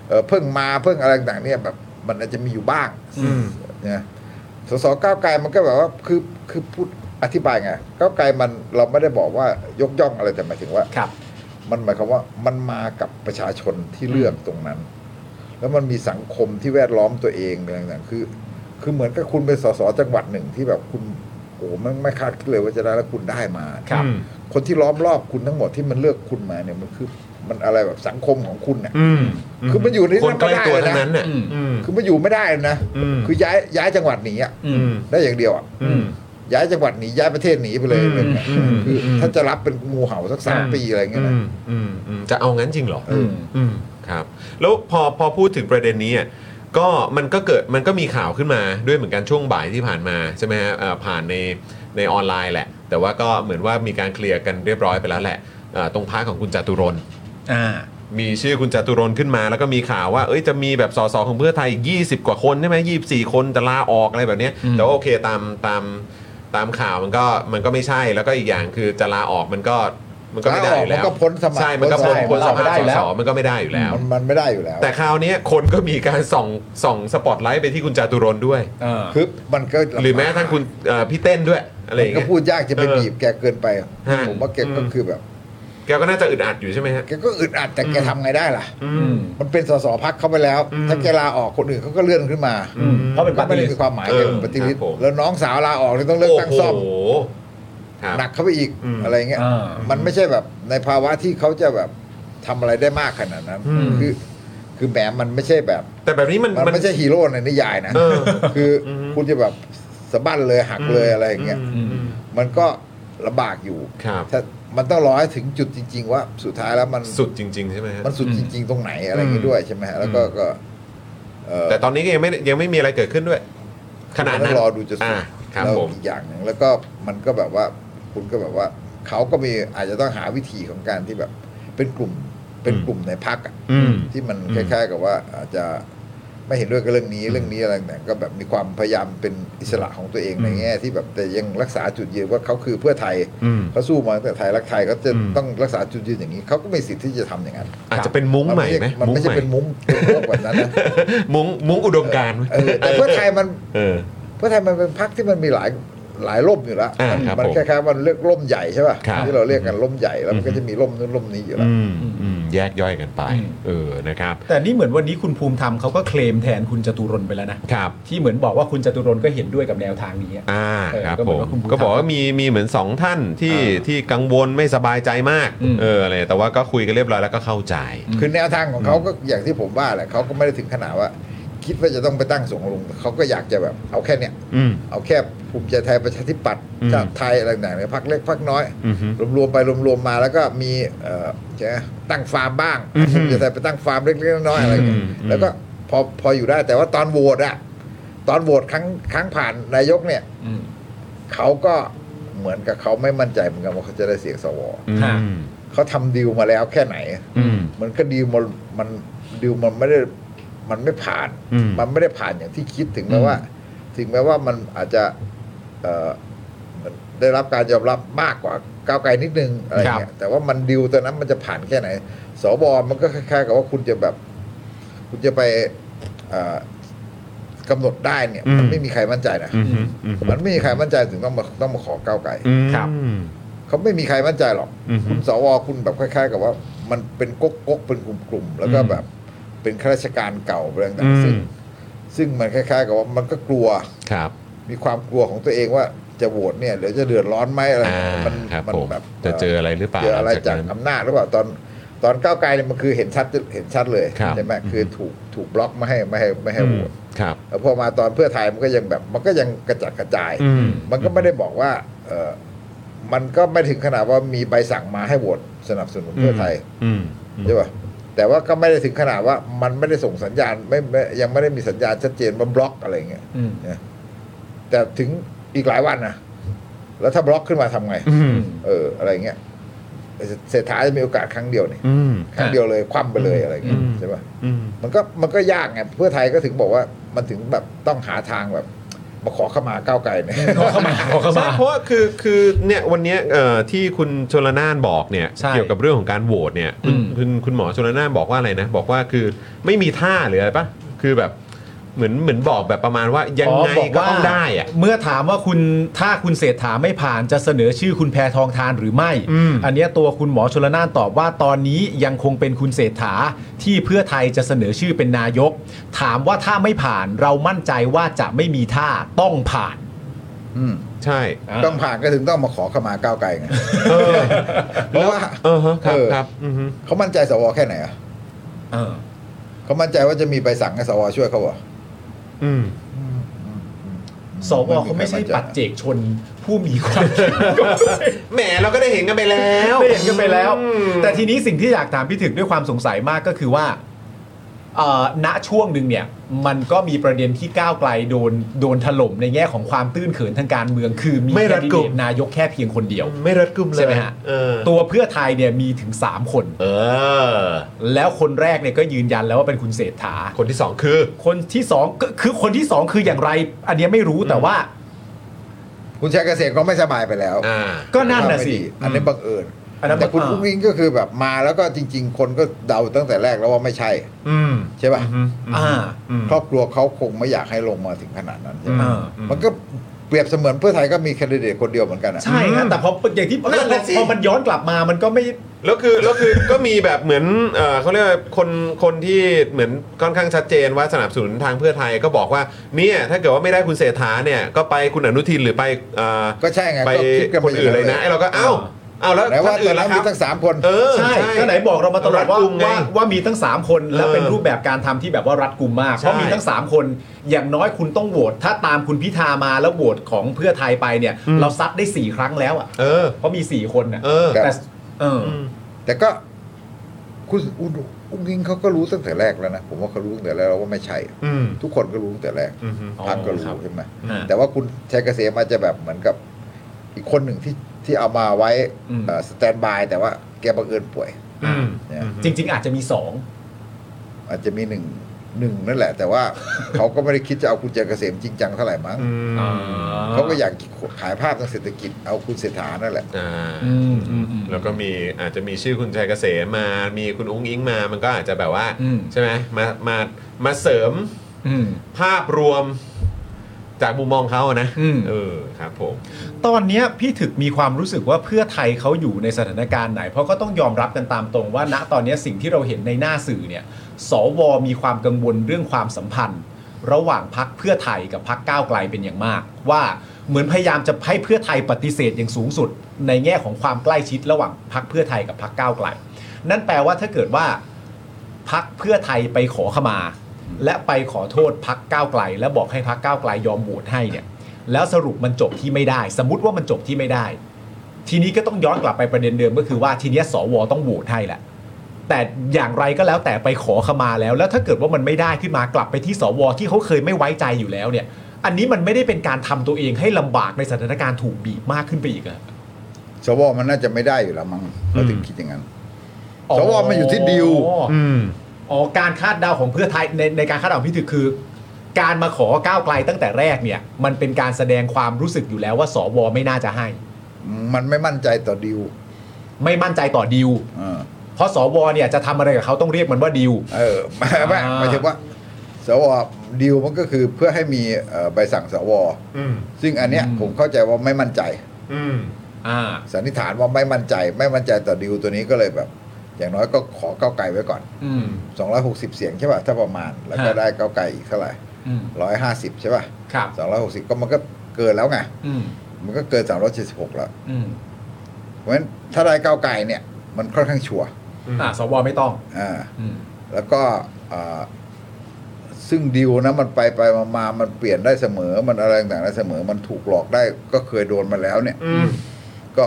[SPEAKER 6] เอ่อเพิ่งมาเพิ่งอะไรต่างๆเนี่ยแบบมันอาจจะมีอยู่บ้าง
[SPEAKER 1] อืม
[SPEAKER 6] นะสสก้าวไกลมันก็แบบว่าคือคือพูดอธิบายไงก้าวไกลมันเราไม่ได้บอกว่ายกย่องอะไรแต่หมายถึงว่า
[SPEAKER 3] ครับ
[SPEAKER 6] มันหมายความว่ามันมากับประชาชนที่เลือกตรงนั้น แล้วมันมีสังคมที่แวดล้อมตัวเองอะไรต่างๆคือ คือเหมือนกับคุณเป็นสสจังหวัดหนึ่งที่แบบคุณโอ้โหไม่ไม่คาดคิดเลยว่าจะได้แล้วคุณได้มา
[SPEAKER 3] ครับ
[SPEAKER 6] คนที่ล้อมรอบคุณทั้งหมดที่มันเลือกคุณมาเนี่ยมันคือมันอะไรแบบสังคมของคุณเนี่ย
[SPEAKER 1] อืม
[SPEAKER 6] คือมันอยู่ใน
[SPEAKER 1] คนใกล้ตัว
[SPEAKER 6] ไม่
[SPEAKER 1] ทั้ง
[SPEAKER 6] ได้
[SPEAKER 1] นั้น
[SPEAKER 6] เล
[SPEAKER 1] น่ะ
[SPEAKER 6] ยนะ
[SPEAKER 3] อืม
[SPEAKER 1] อืม
[SPEAKER 6] คือมันอยู่ไม่ได้เลยนะ
[SPEAKER 1] อืม
[SPEAKER 6] คือย้ายย้ายจังหวัดหนีอ่ะ
[SPEAKER 3] อื
[SPEAKER 1] อื
[SPEAKER 3] ม
[SPEAKER 1] ม
[SPEAKER 6] ได้อย่างเดียวอ่ะ
[SPEAKER 1] อืม
[SPEAKER 6] ย้ายจังหวัดหนีย้ายประเทศหนีไปเลยอะไรเงี้ย
[SPEAKER 1] อืม
[SPEAKER 6] คืออ
[SPEAKER 1] ม
[SPEAKER 6] ถ้าจะรับเป็นงูเห่าสักสามปีอะไรเงี้ยนะ
[SPEAKER 1] มอืมอืมจะเอางั้นจริงเหรอ
[SPEAKER 6] เออ
[SPEAKER 1] มครับ แล้วพอพอพูดถึงประเด็นนี้อ่ะ ก็มันก็เกิดมันก็มีข่าวขึ้นมาด้วยเหมือนกันช่วงบ่ายที่ผ่านมาใช่ไหมฮะเอ่อผ่านในในออนไลน์แหละ แต่ว่าก็เหมือนว่ามีการเคลียร์กันเรียบร้อยไปแล้วแหละเอ่อตรงพาร์ทของคุณจตุรนต์
[SPEAKER 3] อ่า
[SPEAKER 1] มีชื่อคุณจตุรนต์ขึ้นมาแล้วก็มีข่าวว่าเอ้ยจะมีแบบสสของเพื่อไทยอีก20 กว่าคนใช่ไหมยีคนจะลาออกอะไรแบบเนี้ยแต่ว่าโอเคตามตามตามข่าวมันก็มันก็ไม่ใช่แล้วก็อีกอย่างคือจะลาออกมันก็มันก็ไม่ได้อยู่แล้ว
[SPEAKER 6] ลาออกมันก็พ้นสมัคร
[SPEAKER 1] ใช่มันก็พ้น
[SPEAKER 6] พ้
[SPEAKER 1] พ้น
[SPEAKER 6] น
[SPEAKER 1] ส
[SPEAKER 6] สมั
[SPEAKER 1] มั
[SPEAKER 6] ค
[SPEAKER 1] ค
[SPEAKER 6] ร
[SPEAKER 1] รสสมันก็ไม่ได้อยู่แล้ว
[SPEAKER 6] มันมันไม่ได้อยู่แล้ว
[SPEAKER 1] แต่คราวเนี้ยคนก็มีการส่องส่องสปอตไลท์ไปที่คุณจตุรนต์ด้วย
[SPEAKER 3] เออ
[SPEAKER 6] คือมันก็
[SPEAKER 1] หรือแม้กระทั้งคุณเอ่อพี่เต้นด้วยอะไรอ
[SPEAKER 6] มัน
[SPEAKER 1] ย่าง
[SPEAKER 6] ก็
[SPEAKER 1] เงี้ย
[SPEAKER 6] พูดยากจะไป
[SPEAKER 1] เออ
[SPEAKER 6] บีบแกเกินไป
[SPEAKER 1] ฮะ
[SPEAKER 6] ผมว่าแกก็
[SPEAKER 1] อืม
[SPEAKER 6] คือแบบ
[SPEAKER 1] แกก็น่าจะอึดอัดอยู่ใช่ไหมฮะ
[SPEAKER 6] แกก็อึดอัดแต่แกทำไงได้ล่ะ
[SPEAKER 1] อืม
[SPEAKER 6] มันเป็นสสพักเข้าไปแล้ว
[SPEAKER 1] อืม
[SPEAKER 6] ถ้าแกลาออกคนอื่นเขาก็เลื่อนขึ้นมา
[SPEAKER 3] อืมเพราะเป็น
[SPEAKER 6] ก็ไม่
[SPEAKER 3] party
[SPEAKER 6] ได้
[SPEAKER 3] list
[SPEAKER 6] มีความหมาย
[SPEAKER 1] เออ
[SPEAKER 6] แกเป็นปฏิ
[SPEAKER 1] ครั
[SPEAKER 6] ริษี
[SPEAKER 1] บผม
[SPEAKER 6] แล้วน้องสาวลาออกเลยต้องเลือกตั้งซ่อม
[SPEAKER 1] โโหครับ
[SPEAKER 6] หนักเข้าไปอีก
[SPEAKER 1] อืม
[SPEAKER 6] อะไรเงี้ย
[SPEAKER 3] อ่า
[SPEAKER 6] มันไม่ใช่แบบในภาวะที่เขาจะแบบทำอะไรได้มากขนาดนั้น
[SPEAKER 1] อืม
[SPEAKER 6] คือ คือแหมมันไม่ใช่แบบ
[SPEAKER 1] แต่แบบนี้มัน
[SPEAKER 6] มัน
[SPEAKER 1] มัน
[SPEAKER 6] ไม่ใช่ฮีโร่ในนิยายนะ
[SPEAKER 1] เออ
[SPEAKER 6] คืออ
[SPEAKER 1] ม
[SPEAKER 6] คุณจะแบบสะบั้นเลยหักเลยอะไรอย่างเงี้ย
[SPEAKER 1] มอืม
[SPEAKER 6] มันก็ลำบากอยู่
[SPEAKER 1] ครับ
[SPEAKER 6] ถ้ามันต้องรอให้ถึงจุดจริง ๆ ว่าสุดท้ายแล้วมัน
[SPEAKER 1] สุดจริง ๆ ใช่ไหมฮะ
[SPEAKER 6] มันสุดจริง ๆ ตรงไหนอะไรอย่างงี้ด้วยใช่ไหมฮะแล้วก็
[SPEAKER 1] อืม
[SPEAKER 6] ก็เอ่อ
[SPEAKER 1] แต่ตอนนี้ก็ยังไม่ยังไม่มีอะไรเกิดขึ้นด้วย ขนาด
[SPEAKER 6] ต้
[SPEAKER 1] นั้
[SPEAKER 6] อน งรอดูจะสุ
[SPEAKER 1] อ่า
[SPEAKER 6] ด
[SPEAKER 1] ครับ
[SPEAKER 6] แล้ว
[SPEAKER 1] ผม
[SPEAKER 6] อีกอย่างหนึ่งแล้วก็มันก็แบบว่าคุณก็แบบว่าเขาก็มีอาจจะต้องหาวิธีของการที่แบบ เป็นกลุ่มเป็นกลุ่มในพักอะ
[SPEAKER 1] อืม
[SPEAKER 6] ที่มัน
[SPEAKER 1] อืม
[SPEAKER 6] คล้ายๆกับว่าอาจจะไม่เห็นด้วยกับเรื่องนี้เรื่องนี้อะไรต่างๆก็แบบมีความพยายามเป็นอิสระของตัวเองในแง่ที่แบบแต่ยังรักษาจุดยืนว่าเขาคือเพื่อไทย
[SPEAKER 1] อืม
[SPEAKER 6] เขาสู้มาตั้งแต่ไทยรักไทยเขาจะ
[SPEAKER 1] อืม
[SPEAKER 6] ต้องรักษาจุดยืนอย่างนี้เขาก็มีสิทธิ์ที่จะทำอย่างนั้น
[SPEAKER 1] อาจจะเป็นมุ้ง
[SPEAKER 6] น
[SPEAKER 1] ใหม่ไหม
[SPEAKER 6] มัน
[SPEAKER 1] มุ้ง
[SPEAKER 6] ไม่
[SPEAKER 1] ให
[SPEAKER 6] ใช่
[SPEAKER 1] ม่
[SPEAKER 6] เป็นมุ้งแบบนั้นนะ
[SPEAKER 1] มุ้งมุ้งอุดมการณ์ไหม
[SPEAKER 6] เออแต่เพื่อไทยมัน
[SPEAKER 1] เออ
[SPEAKER 6] เพื่อไทยมันเป็นพรรคที่มันมีหลายหลายร่มอยู่แล้ว
[SPEAKER 1] อ่าครับ
[SPEAKER 6] มัน
[SPEAKER 1] ผม
[SPEAKER 6] คล้ายๆมันเรียกร่มใหญ่ใช่ป่ะ
[SPEAKER 1] ครับ
[SPEAKER 6] ที่เราเรียกกันร่มใหญ่แล้วมั
[SPEAKER 1] อื
[SPEAKER 6] น
[SPEAKER 1] ม
[SPEAKER 6] ก็จะมีร่มนู้นร่มนี้อยู่แล้ว
[SPEAKER 1] อืมอืมแยกย่อยกันไป
[SPEAKER 3] อืม
[SPEAKER 1] เออนะครับ
[SPEAKER 3] แต่นี่เหมือนวันนี้คุณภูมิธรรมเขาก็เคลมแทนคุณจตุรนต์ไปแล้วนะ
[SPEAKER 1] ครับ
[SPEAKER 3] ที่เหมือนบอกว่าคุณจตุรนต์ก็เห็นด้วยกับแนวทางนี้อะ
[SPEAKER 1] อ่า
[SPEAKER 3] เออ
[SPEAKER 1] ครับ
[SPEAKER 3] ก็
[SPEAKER 1] ผ
[SPEAKER 3] เหมือ
[SPEAKER 1] ม
[SPEAKER 3] นว่าคุณภูมิ
[SPEAKER 1] ก็บอกว่า
[SPEAKER 3] ธรรม
[SPEAKER 1] มีมีเหมือนสองท่านที่
[SPEAKER 3] อ่า
[SPEAKER 1] ที่กังวลไม่สบายใจมาก
[SPEAKER 3] อืม
[SPEAKER 1] เอออะไรแต่ว่าก็คุยกันเรียบร้อยแล้วก็เข้าใจ
[SPEAKER 6] คือแนวทางของเขาก็อย่างที่ผมว่าแหละเขาก็ไม่ได้ถึงขนาดว่า คิดว่าจะต้องไปตั้งสงลงเขาก็อยากจะแบบเอาแค่เนี้ย
[SPEAKER 1] อืม
[SPEAKER 6] เอาแค่ภูมิใจไทยประชาธิปัตย์
[SPEAKER 1] อืม
[SPEAKER 6] ชาติไทยอะไรต่างๆเนี่ยพักเล็กพักน้อย
[SPEAKER 1] อือฮึ
[SPEAKER 6] รวมๆไปรวมๆมาแล้วก็มีเอ่อจะตั้งฟาร์มบ้าง
[SPEAKER 1] อือฮึ
[SPEAKER 6] ภูมิใจไทยไปตั้งฟาร์มเล็กๆน้อยๆอะไรอย่างเงี้ย
[SPEAKER 1] อืมอืม
[SPEAKER 6] แล้วก็พอพออยู่ได้แต่ว่าตอนโหวตอะตอนโหวตครั้งครั้งผ่านนายกเนี่ย
[SPEAKER 3] อืม
[SPEAKER 6] เขาก็เหมือนกับเขาไม่มั่นใจเหมือนกันว่าเขาจะได้เสียงสว
[SPEAKER 1] อื
[SPEAKER 3] ค่ะ
[SPEAKER 1] ม
[SPEAKER 6] เขาทำดีลมาแล้วแค่ไหน
[SPEAKER 1] อืม
[SPEAKER 6] มันก็ดีลมันมันดีลมันไม่ได้มันไม่ผ่าน
[SPEAKER 1] อืม
[SPEAKER 6] มันไม่ได้ผ่านอย่างที่คิดถึงแม้ว่า ถึงแม้ว่ามันอาจจะเอ่อมันได้รับการยอมรับมากกว่าก้าวไกลนิดนึงอะไรเงี้ยแต่ว่ามันดีลตอนนั้นมันจะผ่านแค่ไหนสวมันก็คล้ายๆกับว่าคุณจะแบบ คุณจะไปเอ่อกำหนดได้เนี่ย
[SPEAKER 1] อืม
[SPEAKER 6] มันไม่มีใครมั่นใจนะ
[SPEAKER 1] อืมอืม
[SPEAKER 6] มันไม่มีใครมั่นใจถึงต้องมาต้องมาขอก้าวไกล
[SPEAKER 1] อืม
[SPEAKER 3] ครับ
[SPEAKER 6] เขาไม่มีใครมั่นใจหรอก
[SPEAKER 1] อืม
[SPEAKER 6] คุณสวคุณแบบคล้ายๆ กับว่า มันเป็นก๊กก๊กๆเป็นกลุ่มๆแล้วก็แบบเป็นข้าราชการเก่าอะไร
[SPEAKER 1] อื
[SPEAKER 6] ต่าง
[SPEAKER 1] ม
[SPEAKER 6] ๆซึ่งซึ่งมันคล้ายๆ กับว่ามันก็กลัว
[SPEAKER 1] ครับ
[SPEAKER 6] มีความกลัวของตัวเองว่าจะโหวตเนี่ยเดี๋ยวจะเดือดร้อนไหมอะไร
[SPEAKER 1] อ่า
[SPEAKER 6] มัน
[SPEAKER 1] ครับ
[SPEAKER 6] มั
[SPEAKER 1] ผม
[SPEAKER 6] แบบ
[SPEAKER 1] จะเจออะไรหรือเปล่า
[SPEAKER 6] เจออะไร
[SPEAKER 1] หลัง
[SPEAKER 6] จาก
[SPEAKER 1] จากนั้น
[SPEAKER 6] อำนาจหรือเปล่าตอนตอนก้าวไกลเนี่ยมันคือเห็นชัดเห็นชัดเลย
[SPEAKER 1] ครับ
[SPEAKER 6] ใช่ไหม
[SPEAKER 1] อืม
[SPEAKER 6] คือถูกถูกบล็อกไม่ให้ไม่ให้ไม่ให้โหวต
[SPEAKER 1] ครับ
[SPEAKER 6] แล้วพอมาตอนเพื่อไทยมันก็ยังแบบ มันก็ยังกระจัดกระจาย
[SPEAKER 1] อืม
[SPEAKER 6] มันก็ไม่ได้บอกว่าเออมันก็ไม่ถึงขนาดว่ามีใบสั่งมาให้โหวตสนับสนุนเพื่อไทย
[SPEAKER 1] อืม
[SPEAKER 6] ใช่ป่ะแต่ว่าก็ไม่ได้ถึงขนาดว่ามันไม่ได้ส่งสัญญาณไม่ไม่ยังไม่ได้มีสัญญาณชัดเจนว่าบล็อกอะไรเงี้ย
[SPEAKER 3] อืม
[SPEAKER 6] นะแต่ถึงอีกหลายวันนะแล้วถ้าบล็อกขึ้นมาทำไง
[SPEAKER 1] อืม
[SPEAKER 6] เอออะไรเงี้ยเศรษฐาจะมีโอกาสครั้งเดียวนี่
[SPEAKER 1] อืม
[SPEAKER 6] ครั้งเดียวเลยคว่ำไปเลยอะไรเงี้ย
[SPEAKER 1] อืม
[SPEAKER 6] ใช่ป่ะ
[SPEAKER 1] อืม
[SPEAKER 6] มันก็มันก็ยากไงเพื่อไทยก็ถึงบอกว่ามันถึงแบบต้องหาทางแบบมาขอเข้ามาก้าวไกลเนี่ย
[SPEAKER 3] ขอเข้ามาขอเข้ามา
[SPEAKER 1] ใช่เพราะว่าคือคือเนี่ยวันเนี้ยเอ่อที่คุณชลนานบอกเนี่ย
[SPEAKER 3] ใช่
[SPEAKER 1] เกี่ยวกับเรื่องของการโหวตเนี่ยคุณ
[SPEAKER 3] อืม
[SPEAKER 1] คุณคุณหมอชลนานบอกว่าอะไรนะ บอกว่าคือไม่มีท่าหรืออะไรปะคือแบบเหมือนเหมือนบอกแบบประมาณว่ายังไง
[SPEAKER 3] บอ
[SPEAKER 1] ก็
[SPEAKER 3] ว่า
[SPEAKER 1] ต้องได้อะ
[SPEAKER 3] เมื่อถามว่าคุณถ้าคุณเศรษฐาไม่ผ่านจะเสนอชื่อคุณแพทองทานหรือไม่
[SPEAKER 1] อืม
[SPEAKER 3] นเนี้ยตัวคุณหมอชลนานตอบว่าตอนนี้ยังคงเป็นคุณเศรษฐาที่เพื่อไทยจะเสนอชื่อเป็นนายก ถามว่าถ้าไม่ผ่านเรามั่นใจว่าจะไม่มีท่าต้องผ่าน
[SPEAKER 1] ใช่
[SPEAKER 6] ต้องผ่านก็ถึงต้องมาขอขมาก้าวไกล ไง
[SPEAKER 1] เออ
[SPEAKER 6] เพราะว่า
[SPEAKER 1] เออฮะครับ
[SPEAKER 6] เออ
[SPEAKER 1] ครับอือฮึ
[SPEAKER 6] เขามั่นใจสวแค่ไหนอ่ะ
[SPEAKER 3] เออ
[SPEAKER 6] เขามั่นใจว่าจะมีใบสั่งให้สวช่วยเขาเหรอ
[SPEAKER 1] อืม
[SPEAKER 3] สวเขาไม่ใช่ปัจเจกชนผู้มีความ คิด
[SPEAKER 1] แหมเราก็ได้เห็นกันไปแล้ว
[SPEAKER 3] ได้เห็นกันไปแล้ว แต่ทีนี้สิ่งที่อยากถามพี่ถึกด้วยความสงสัยมากก็คือว่า เอ่อณช่วงหนึ่งเนี่ยมันก็มีประเด็นที่ก้าวไกลโดนโดนถล่มในแง่ของความตื้นเขินทางการเมือง คือมี
[SPEAKER 1] ไม่
[SPEAKER 3] แค
[SPEAKER 1] รัด
[SPEAKER 3] นดิ
[SPEAKER 1] กุ
[SPEAKER 3] เด
[SPEAKER 1] ม
[SPEAKER 3] ตนายกแค่เพียงคนเดียว
[SPEAKER 1] ไม่รัดกุมเลย
[SPEAKER 3] ใช่ไหมฮะ
[SPEAKER 1] เออ
[SPEAKER 3] ตัวเพื่อไทยเนี่ยมีถึง 3 คน
[SPEAKER 1] เออ
[SPEAKER 3] แล้วคนแรกเนี่ยก็ยืนยันแล้วว่าเป็นคุณเศรษฐา
[SPEAKER 1] คนที่สองคือ
[SPEAKER 3] คนที่สองก็คือคนที่สองคืออย่างไร อันเนี้ยไม่รู้แต่ว่า
[SPEAKER 6] คุณชัยเกษมก็ไม่สบายไปแล้ว
[SPEAKER 1] อ่า
[SPEAKER 3] ก็นั่นน่ะ
[SPEAKER 6] ไม่
[SPEAKER 3] สิ
[SPEAKER 6] ดีอันนี้บังเอิญ
[SPEAKER 3] อันนั้น
[SPEAKER 6] แต่คุณ
[SPEAKER 3] บังเอิญ
[SPEAKER 6] อุ้งอิงก็คือแบบมาแล้วก็จริง ๆ คนก็เดาตั้งแต่แรกแล้วว่าไม่ใช่
[SPEAKER 1] อืม
[SPEAKER 6] ใช่ป่ะ
[SPEAKER 3] อ่า
[SPEAKER 6] ครอบครัวเขาคงไม่อยากให้ลงมาถึงขนาดนั้นใช่ไหม
[SPEAKER 3] อ่า
[SPEAKER 6] มันก็เปรียบเสมือนเพื่อไทยก็มีแคนดิเดตคนเดียวเหมือนกันอะ
[SPEAKER 3] ใช่ครับแต่พออย่างที่
[SPEAKER 6] นั่นแหละสิ
[SPEAKER 3] พอมันย้อนกลับมามันก็ไม่
[SPEAKER 1] แล้วคือแล้วคือ ก็มีแบบเหมือนเอ่อเขาเรียกว่าคนคนที่เหมือนค่อนข้างชัดเจนว่าสนับสนุนทางเพื่อไทยก็บอกว่าเนี่ยถ้าเกิดว่าไม่ได้คุณเศรษฐาเนี่ยก็ไปคุณอนุทินหรือไปเอ่อ
[SPEAKER 6] ก็ใช่ไง
[SPEAKER 1] ไป
[SPEAKER 6] ก็คิดกันไป
[SPEAKER 1] คนอื่นเลยนะไอ้เราก็เอ้าเอ้าแล้ว
[SPEAKER 6] แต่ว่า
[SPEAKER 1] คน
[SPEAKER 6] ต
[SPEAKER 1] อื่
[SPEAKER 6] อน
[SPEAKER 1] น
[SPEAKER 6] นั้
[SPEAKER 1] ล่ะค
[SPEAKER 6] นมี
[SPEAKER 1] รับ
[SPEAKER 6] ตั้งสามคน
[SPEAKER 1] เออ
[SPEAKER 3] ใช่ก็ไหนบอกเรามาตลอดว่า
[SPEAKER 1] รักุมไง
[SPEAKER 3] ว่าว่ามีทั้ง 3 คนและ
[SPEAKER 1] เออ
[SPEAKER 3] เป็นรูปแบบการทำที่แบบว่ารัดกุมมาก
[SPEAKER 1] ใช่
[SPEAKER 3] เพราะมีทั้ง 3 คน อย่างน้อยคุณต้องโหวตถ้าตามคุณพิธามาแล้วโหวตของเพื่อไทยไปเนี่ย
[SPEAKER 1] อืม
[SPEAKER 3] เราซัดได้ 4 ครั้งแล้วอ่ะ
[SPEAKER 1] เออ
[SPEAKER 3] เพราะมี 4 คนน่ะ
[SPEAKER 1] เออ
[SPEAKER 3] แต่เอออ
[SPEAKER 6] แต่ก็คุณอุ้งอุ้งอิงเขาก็รู้ตั้งแต่แรกแล้วนะผมว่าเขารู้ตั้งแต่แรกแล้วว่าไม่ใช่
[SPEAKER 1] อืม
[SPEAKER 6] ทุกคนก็รู้ตั้งแต่แรก
[SPEAKER 1] อืมฮึ
[SPEAKER 6] พรรคก็รู้
[SPEAKER 3] ครับ
[SPEAKER 6] ใช่ไหม
[SPEAKER 3] อ่า
[SPEAKER 6] แต่ว่าคุณชัยเกษมอาจจะแบบเหมือนกับอีกคนหนึ่งที่ที่เอามาไว้
[SPEAKER 3] อืม
[SPEAKER 6] สแตนบายแต่ว่าแกบังเอิญป่วย
[SPEAKER 1] อืม
[SPEAKER 6] เนี่ย
[SPEAKER 3] จริง ๆ อาจจะมี
[SPEAKER 6] อาจจะมีหนึ่งหนึ่งนั่นแหละ แต่ว่า เขาก็ไม่ได้คิดจะเอาคุณชัยเกษมจริงจังเท่าไหร่มั้ง
[SPEAKER 1] อืม
[SPEAKER 3] 2
[SPEAKER 6] เขาก็อยากขายภาพทางเศรษฐกิจเอาคุณเศรษฐานั่นแหละ
[SPEAKER 1] อ่า
[SPEAKER 3] อืมอืมอืม
[SPEAKER 1] แล้วก็มีอาจจะมีชื่อคุณชัยเกษมมา มีคุณอุ้งอิงมามันก็อาจจะแบบว่า
[SPEAKER 3] อืม
[SPEAKER 1] ใช่ไหมมามามาเสริม
[SPEAKER 3] อืม
[SPEAKER 1] ภาพรวมจากมุมมองเขาอะนะ
[SPEAKER 3] อืม
[SPEAKER 1] เออครับผม
[SPEAKER 3] ตอนเนี้ยพี่ถึกมีความรู้สึกว่าเพื่อไทยเขาอยู่ในสถานการณ์ไหน เพราะก็ต้องยอมรับกันตามตรงว่าณตอนเนี้ยสิ่งที่เราเห็นในหน้าสื่อเนี่ย สวมีความกังวลเรื่องความสัมพันธ์ ระหว่างพักเพื่อไทยกับพักก้าวไกลเป็นอย่างมาก ว่าเหมือนพยายามจะให้เพื่อไทยปฏิเสธอย่างสูงสุด ในแง่ของความใกล้ชิดระหว่างพักเพื่อไทยกับพักก้าวไกล นั่นแปลว่าถ้าเกิดว่า พักเพื่อไทยไปขอขมา และไปขอโทษพักก้าวไกล และบอกให้พักก้าวไกลยอมโหวตให้เนี่ย แล้วสรุปมันจบที่ไม่ได้ สมมติว่ามันจบที่ไม่ได้ ทีนี้ก็ต้องย้อนกลับไปประเด็นเดิมก็คือว่าทีเนี้ยสวต้องโหวตให้แหละ แต่อย่างไรก็แล้วแต่ไปขอขมาแล้ว แล้วถ้าเกิดว่ามันไม่ได้ขึ้นมากลับไปที่สวที่เขาเคยไม่ไว้ใจอยู่แล้วเนี่ย อันนี้มันไม่ได้เป็นการทำตัวเองให้ลำบากในสถานการณ์ถูกบีบมากขึ้นไปอีกเหรอ
[SPEAKER 6] สวมันน่าจะไม่ได้อยู่แล้วมั้งเขาถึง
[SPEAKER 1] อืม
[SPEAKER 6] คิดอย่างนั้น
[SPEAKER 3] อ๋
[SPEAKER 6] สวมันอยู่ที่ดีล
[SPEAKER 1] อืม
[SPEAKER 3] อ๋อการคาดเดาของเพื่อไทยในในการคาดเดาของพี่ถือคือ การมาขอก้าวไกลตั้งแต่แรกเนี่ย มันเป็นการแสดงความรู้สึกอยู่แล้วว่า สวไม่น่าจะให้
[SPEAKER 6] มันไม่มั่นใจต่อดิว
[SPEAKER 3] ไม่มั่นใจต่อดีล
[SPEAKER 6] เออ
[SPEAKER 3] เพราะสวเนี่ยจะทำอะไรกับเขาต้องเรียกมันว่าดีล
[SPEAKER 6] เอ อไม่ไม่
[SPEAKER 3] อ่า
[SPEAKER 6] หมายถึงว่าสวดีลมันก็คือเพื่อให้มีเอ่อใบสั่งสว
[SPEAKER 1] อืม
[SPEAKER 6] ซึ่งอันเนี้ยผมเข้าใจว่าไม่มั่นใจ
[SPEAKER 1] อืม
[SPEAKER 3] อ่า
[SPEAKER 6] สันนิษฐานว่าไม่มั่นใจ ไม่มั่นใจต่อดีลตัวนี้ก็เลยแบบ อย่างน้อยก็ขอก้าวไกลไว้ก่อน
[SPEAKER 3] อืม
[SPEAKER 6] 260 เสียงใช่ป่ะถ้าประมาณ แล้วก็
[SPEAKER 3] ฮะ
[SPEAKER 6] ได้ก้าวไกลอีกเท่าไหร่
[SPEAKER 3] อืม
[SPEAKER 6] 150 ใช่ป่ะ
[SPEAKER 3] ครับ
[SPEAKER 6] 260 ก็มันก็เกินแล้วไง
[SPEAKER 3] อืม
[SPEAKER 6] มันก็เกิน 376 แล้ว
[SPEAKER 3] อืม
[SPEAKER 6] เพราะฉะนั้นถ้าได้ก้าวไกลเนี่ยมันค่อนข้างชัวร์
[SPEAKER 3] อ่าสวไม่ต้อง
[SPEAKER 6] อ่า
[SPEAKER 3] อืม
[SPEAKER 6] แล้วก็อ่าซึ่งดีลนะมันไปไปมามามันเปลี่ยนได้เสมอ มันอะไรต่างๆได้เสมอ มันถูกหลอกได้ก็เคยโดนมาแล้วเนี่ย
[SPEAKER 1] อืม
[SPEAKER 6] ก็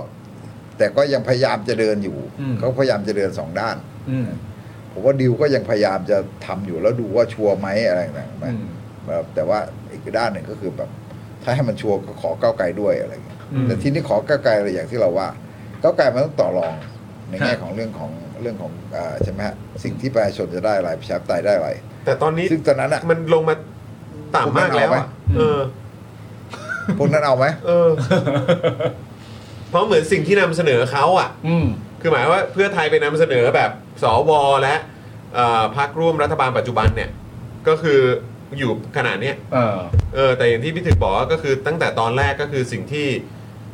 [SPEAKER 6] แต่ก็ยังพยายามจะเดินอยู่
[SPEAKER 3] อืม
[SPEAKER 6] เขาพยายามจะเดินสองด้าน
[SPEAKER 3] อืม
[SPEAKER 6] ผมว่าดิวก็ยังพยายามจะทำอยู่แล้วดูว่าชัวร์ไหมอะไรต่างๆไหม
[SPEAKER 3] อืม
[SPEAKER 6] แบบแต่ว่าอีกด้านหนึ่งก็คือแบบ ถ้าให้มันชัวร์ก็ขอก้าวไกลด้วยอะไรอย่างเงี้ย
[SPEAKER 3] อืม
[SPEAKER 6] แต่ที่นี่ขอก้าวไกลอะไรอย่างที่เราว่าก้าวไกลมันต้องต่อรองในแง่
[SPEAKER 3] ครับ
[SPEAKER 6] ของเรื่องของเรื่องของอ่าใช่ไหมฮะสิ่งที่ประชาชนจะได้อะไรประชาธิปไตยได้อะไร
[SPEAKER 1] แต่ตอนนี้
[SPEAKER 6] ซึ่งตอนนั้นอ่ะ
[SPEAKER 1] มันลงมาต่ำมากแล้วอะ
[SPEAKER 3] อืม
[SPEAKER 1] เออ
[SPEAKER 6] พวกนั้นเอาไหม
[SPEAKER 1] เออ เพราะเหมือนสิ่งที่นำเสนอเขาอ่ะ
[SPEAKER 3] อืม
[SPEAKER 1] คือหมายว่าเพื่อไทยไปนำเสนอแบบสวและเอ่อพรรคร่วมรัฐบาลปัจจุบันเนี่ย ก็คืออยู่ขนาดเนี้ย
[SPEAKER 3] เออ
[SPEAKER 1] เออแต่อย่างที่พี่ถึกบอกก็คือตั้งแต่ตอนแรกก็คือสิ่งที่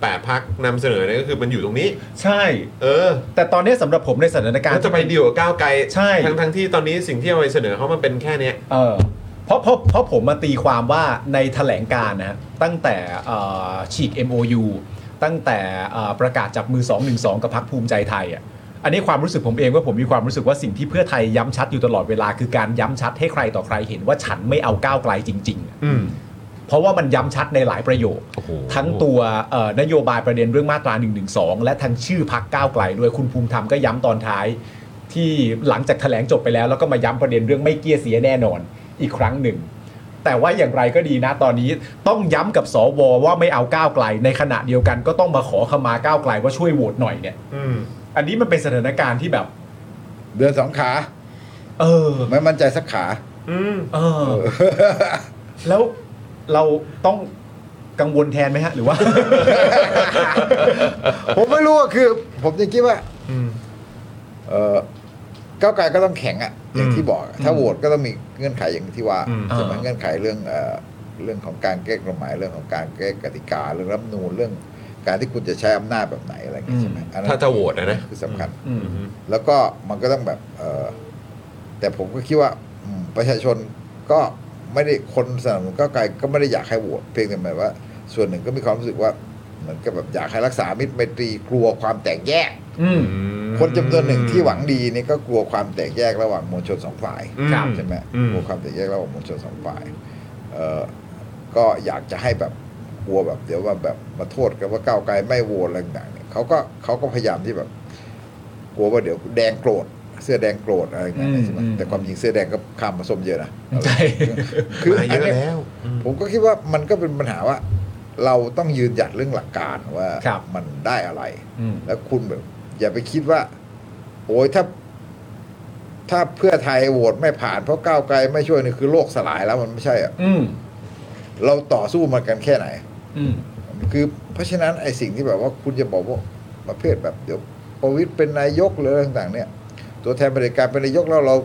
[SPEAKER 1] แปดพักนำเสนอเนี่ยก็คือมันอยู่ตรงนี้
[SPEAKER 3] ใช่
[SPEAKER 1] เออ
[SPEAKER 3] แต่ตอนนี้สำหรับผมในสถานการ
[SPEAKER 1] กา
[SPEAKER 3] ณ์
[SPEAKER 1] รจะไปดีลกับก้าวไกล
[SPEAKER 3] ใช่
[SPEAKER 1] ทั้งทั้งที่ตอนนี้สิ่งที่เอาไปเสนอเขามันเป็นแค่เนี้ย
[SPEAKER 3] เออเพราะเพราะเพราะผมมาตีความว่าในแถลงการนะ ตั้งแต่เอ่อฉีก MOU ตั้งแต่เอ่อประกาศจับมือ 212 กับพักภูมิใจไทยอ่ะอันนี้ความรู้สึกผมเองว่าผมมีความรู้สึกว่าสิ่งที่เพื่อไทยย้ำชัดอยู่ตลอดเวลาคือการย้ำชัดให้ใครต่อใครเห็นว่าฉันไม่เอาก้าวไกลจริง ๆ
[SPEAKER 1] อืม
[SPEAKER 3] เพราะว่ามันย้ำชัดในหลายประโยค ทั้งตัวเอ่อนโยบายประเด็นเรื่องมาตรา1นึและทั้งชื่อพักก้าวไกลด้วยคุณภูมิธรรมก็ย้ำตอนท้าย ที่หลังจากแถลงจบไปแล้ว แล้วก็มาย้ำประเด็นเรื่องไม่เกี้ยเสียแน่นอนอีกครั้งหนึ่ง แต่ว่าอย่างไรก็ดีนะตอนนี้ต้องย้ำกับสวว่าไม่เอาก้าวไกล ในขณะเดียวกันก็ต้องมาขอขมาก้าวไกลว่าช่วยโหวตหน่อยเนี่ยอันนี้มันเป็นสถานการณ์ที่แบบ
[SPEAKER 6] เดือนสองขา
[SPEAKER 3] เออ
[SPEAKER 6] ไม่มั่นใจสักขา
[SPEAKER 3] เออ แล้วเราต้องกังวลแทนไหมฮะ หรือว่า
[SPEAKER 6] ผมไม่รู้อะคือ ผมยังคิดว่าเออก้าวไกลก็ต้องแข็งอะอย่างที่บอกอะถ้าโหวตก็ต้องมีเงื่อนไขอย่างที่ว่าใช่ไหม
[SPEAKER 3] อ่า
[SPEAKER 6] เงื่อนไขเรื่องเอ่อเรื่องของการแก้กฎหมายเรื่องของการแก้กติกาเรื่องรัฐธรรมนูญเรื่อง การที่คุณจะใช้อำนาจแบบไหนอะไรอย่างเงี้ยใช่ไหมอันนั้น
[SPEAKER 1] ถ้าจะโหวตอะนะ
[SPEAKER 6] คือสำคัญ
[SPEAKER 3] อืม
[SPEAKER 6] แล้วก็มันก็ต้องแบบเออแต่ผมก็คิดว่าอืมประชาชนก็ไม่ได้คนสนับสนุนก้าวไกลก็ไม่ได้อยากให้โหวตเพียงแต่หมายว่า ส่วนหนึ่งก็มีความรู้สึกว่าเหมือนกับแบบอยากให้รักษามิตรไมตรีกลัวความแตกแยก
[SPEAKER 3] อืม
[SPEAKER 6] คนจำนวนหนึ่งที่หวังดีนี่ก็กลัวความแตกแยกระหว่างมวลชนสองฝ่าย
[SPEAKER 3] ครับ
[SPEAKER 6] ใช่ไหมกลัวความแตกแยกระหว่างมวลชนสองฝ่ายเออก็อยากจะให้แบบกลัวแบบเดี๋ยวว่าแบบมาโทษกันว่าก้าวไกลไม่โหวตอะไรต่างๆเนี่ยเขาก็เขาก็พยายามที่แบบ กลัวว่าเดี๋ยวแดงโกรธเสื้อแดงโกรธอะไรอย่างเงี้ยใช่ไหม
[SPEAKER 3] อืม
[SPEAKER 6] แต่ความจริงเสื้อแดงก็ข้ามมาส้มเยอะนะ
[SPEAKER 3] ใช่
[SPEAKER 6] คือ
[SPEAKER 1] มาเย
[SPEAKER 6] อัน
[SPEAKER 1] อะ
[SPEAKER 6] เนี้ย
[SPEAKER 1] แล้ว
[SPEAKER 6] ผมก็คิดว่ามันก็เป็นปัญหาว่า เราต้องยืนหยัดเรื่องหลักการว่า
[SPEAKER 3] ครับ
[SPEAKER 6] มันได้อะไร
[SPEAKER 3] อืม
[SPEAKER 6] แล้วคุณแบบ อย่าไปคิดว่า โอ้ยถ้า ถ้าเพื่อไทยโหวตไม่ผ่านเพราะก้าวไกลไม่ช่วยนี่คือโลกสลายแล้วมันไม่ใช่อะ
[SPEAKER 3] อืม
[SPEAKER 6] เราต่อสู้มันกันแค่ไหน
[SPEAKER 3] อืม
[SPEAKER 6] คือ เพราะฉะนั้นไอ้สิ่งที่แบบว่าคุณจะบอกว่าประเภทแบบเดี๋ยวประวิตยเป็นนายกหรืออะไรต่างๆ เนี่ย ตัวแทนบริการเป็นนายกแล้วเรา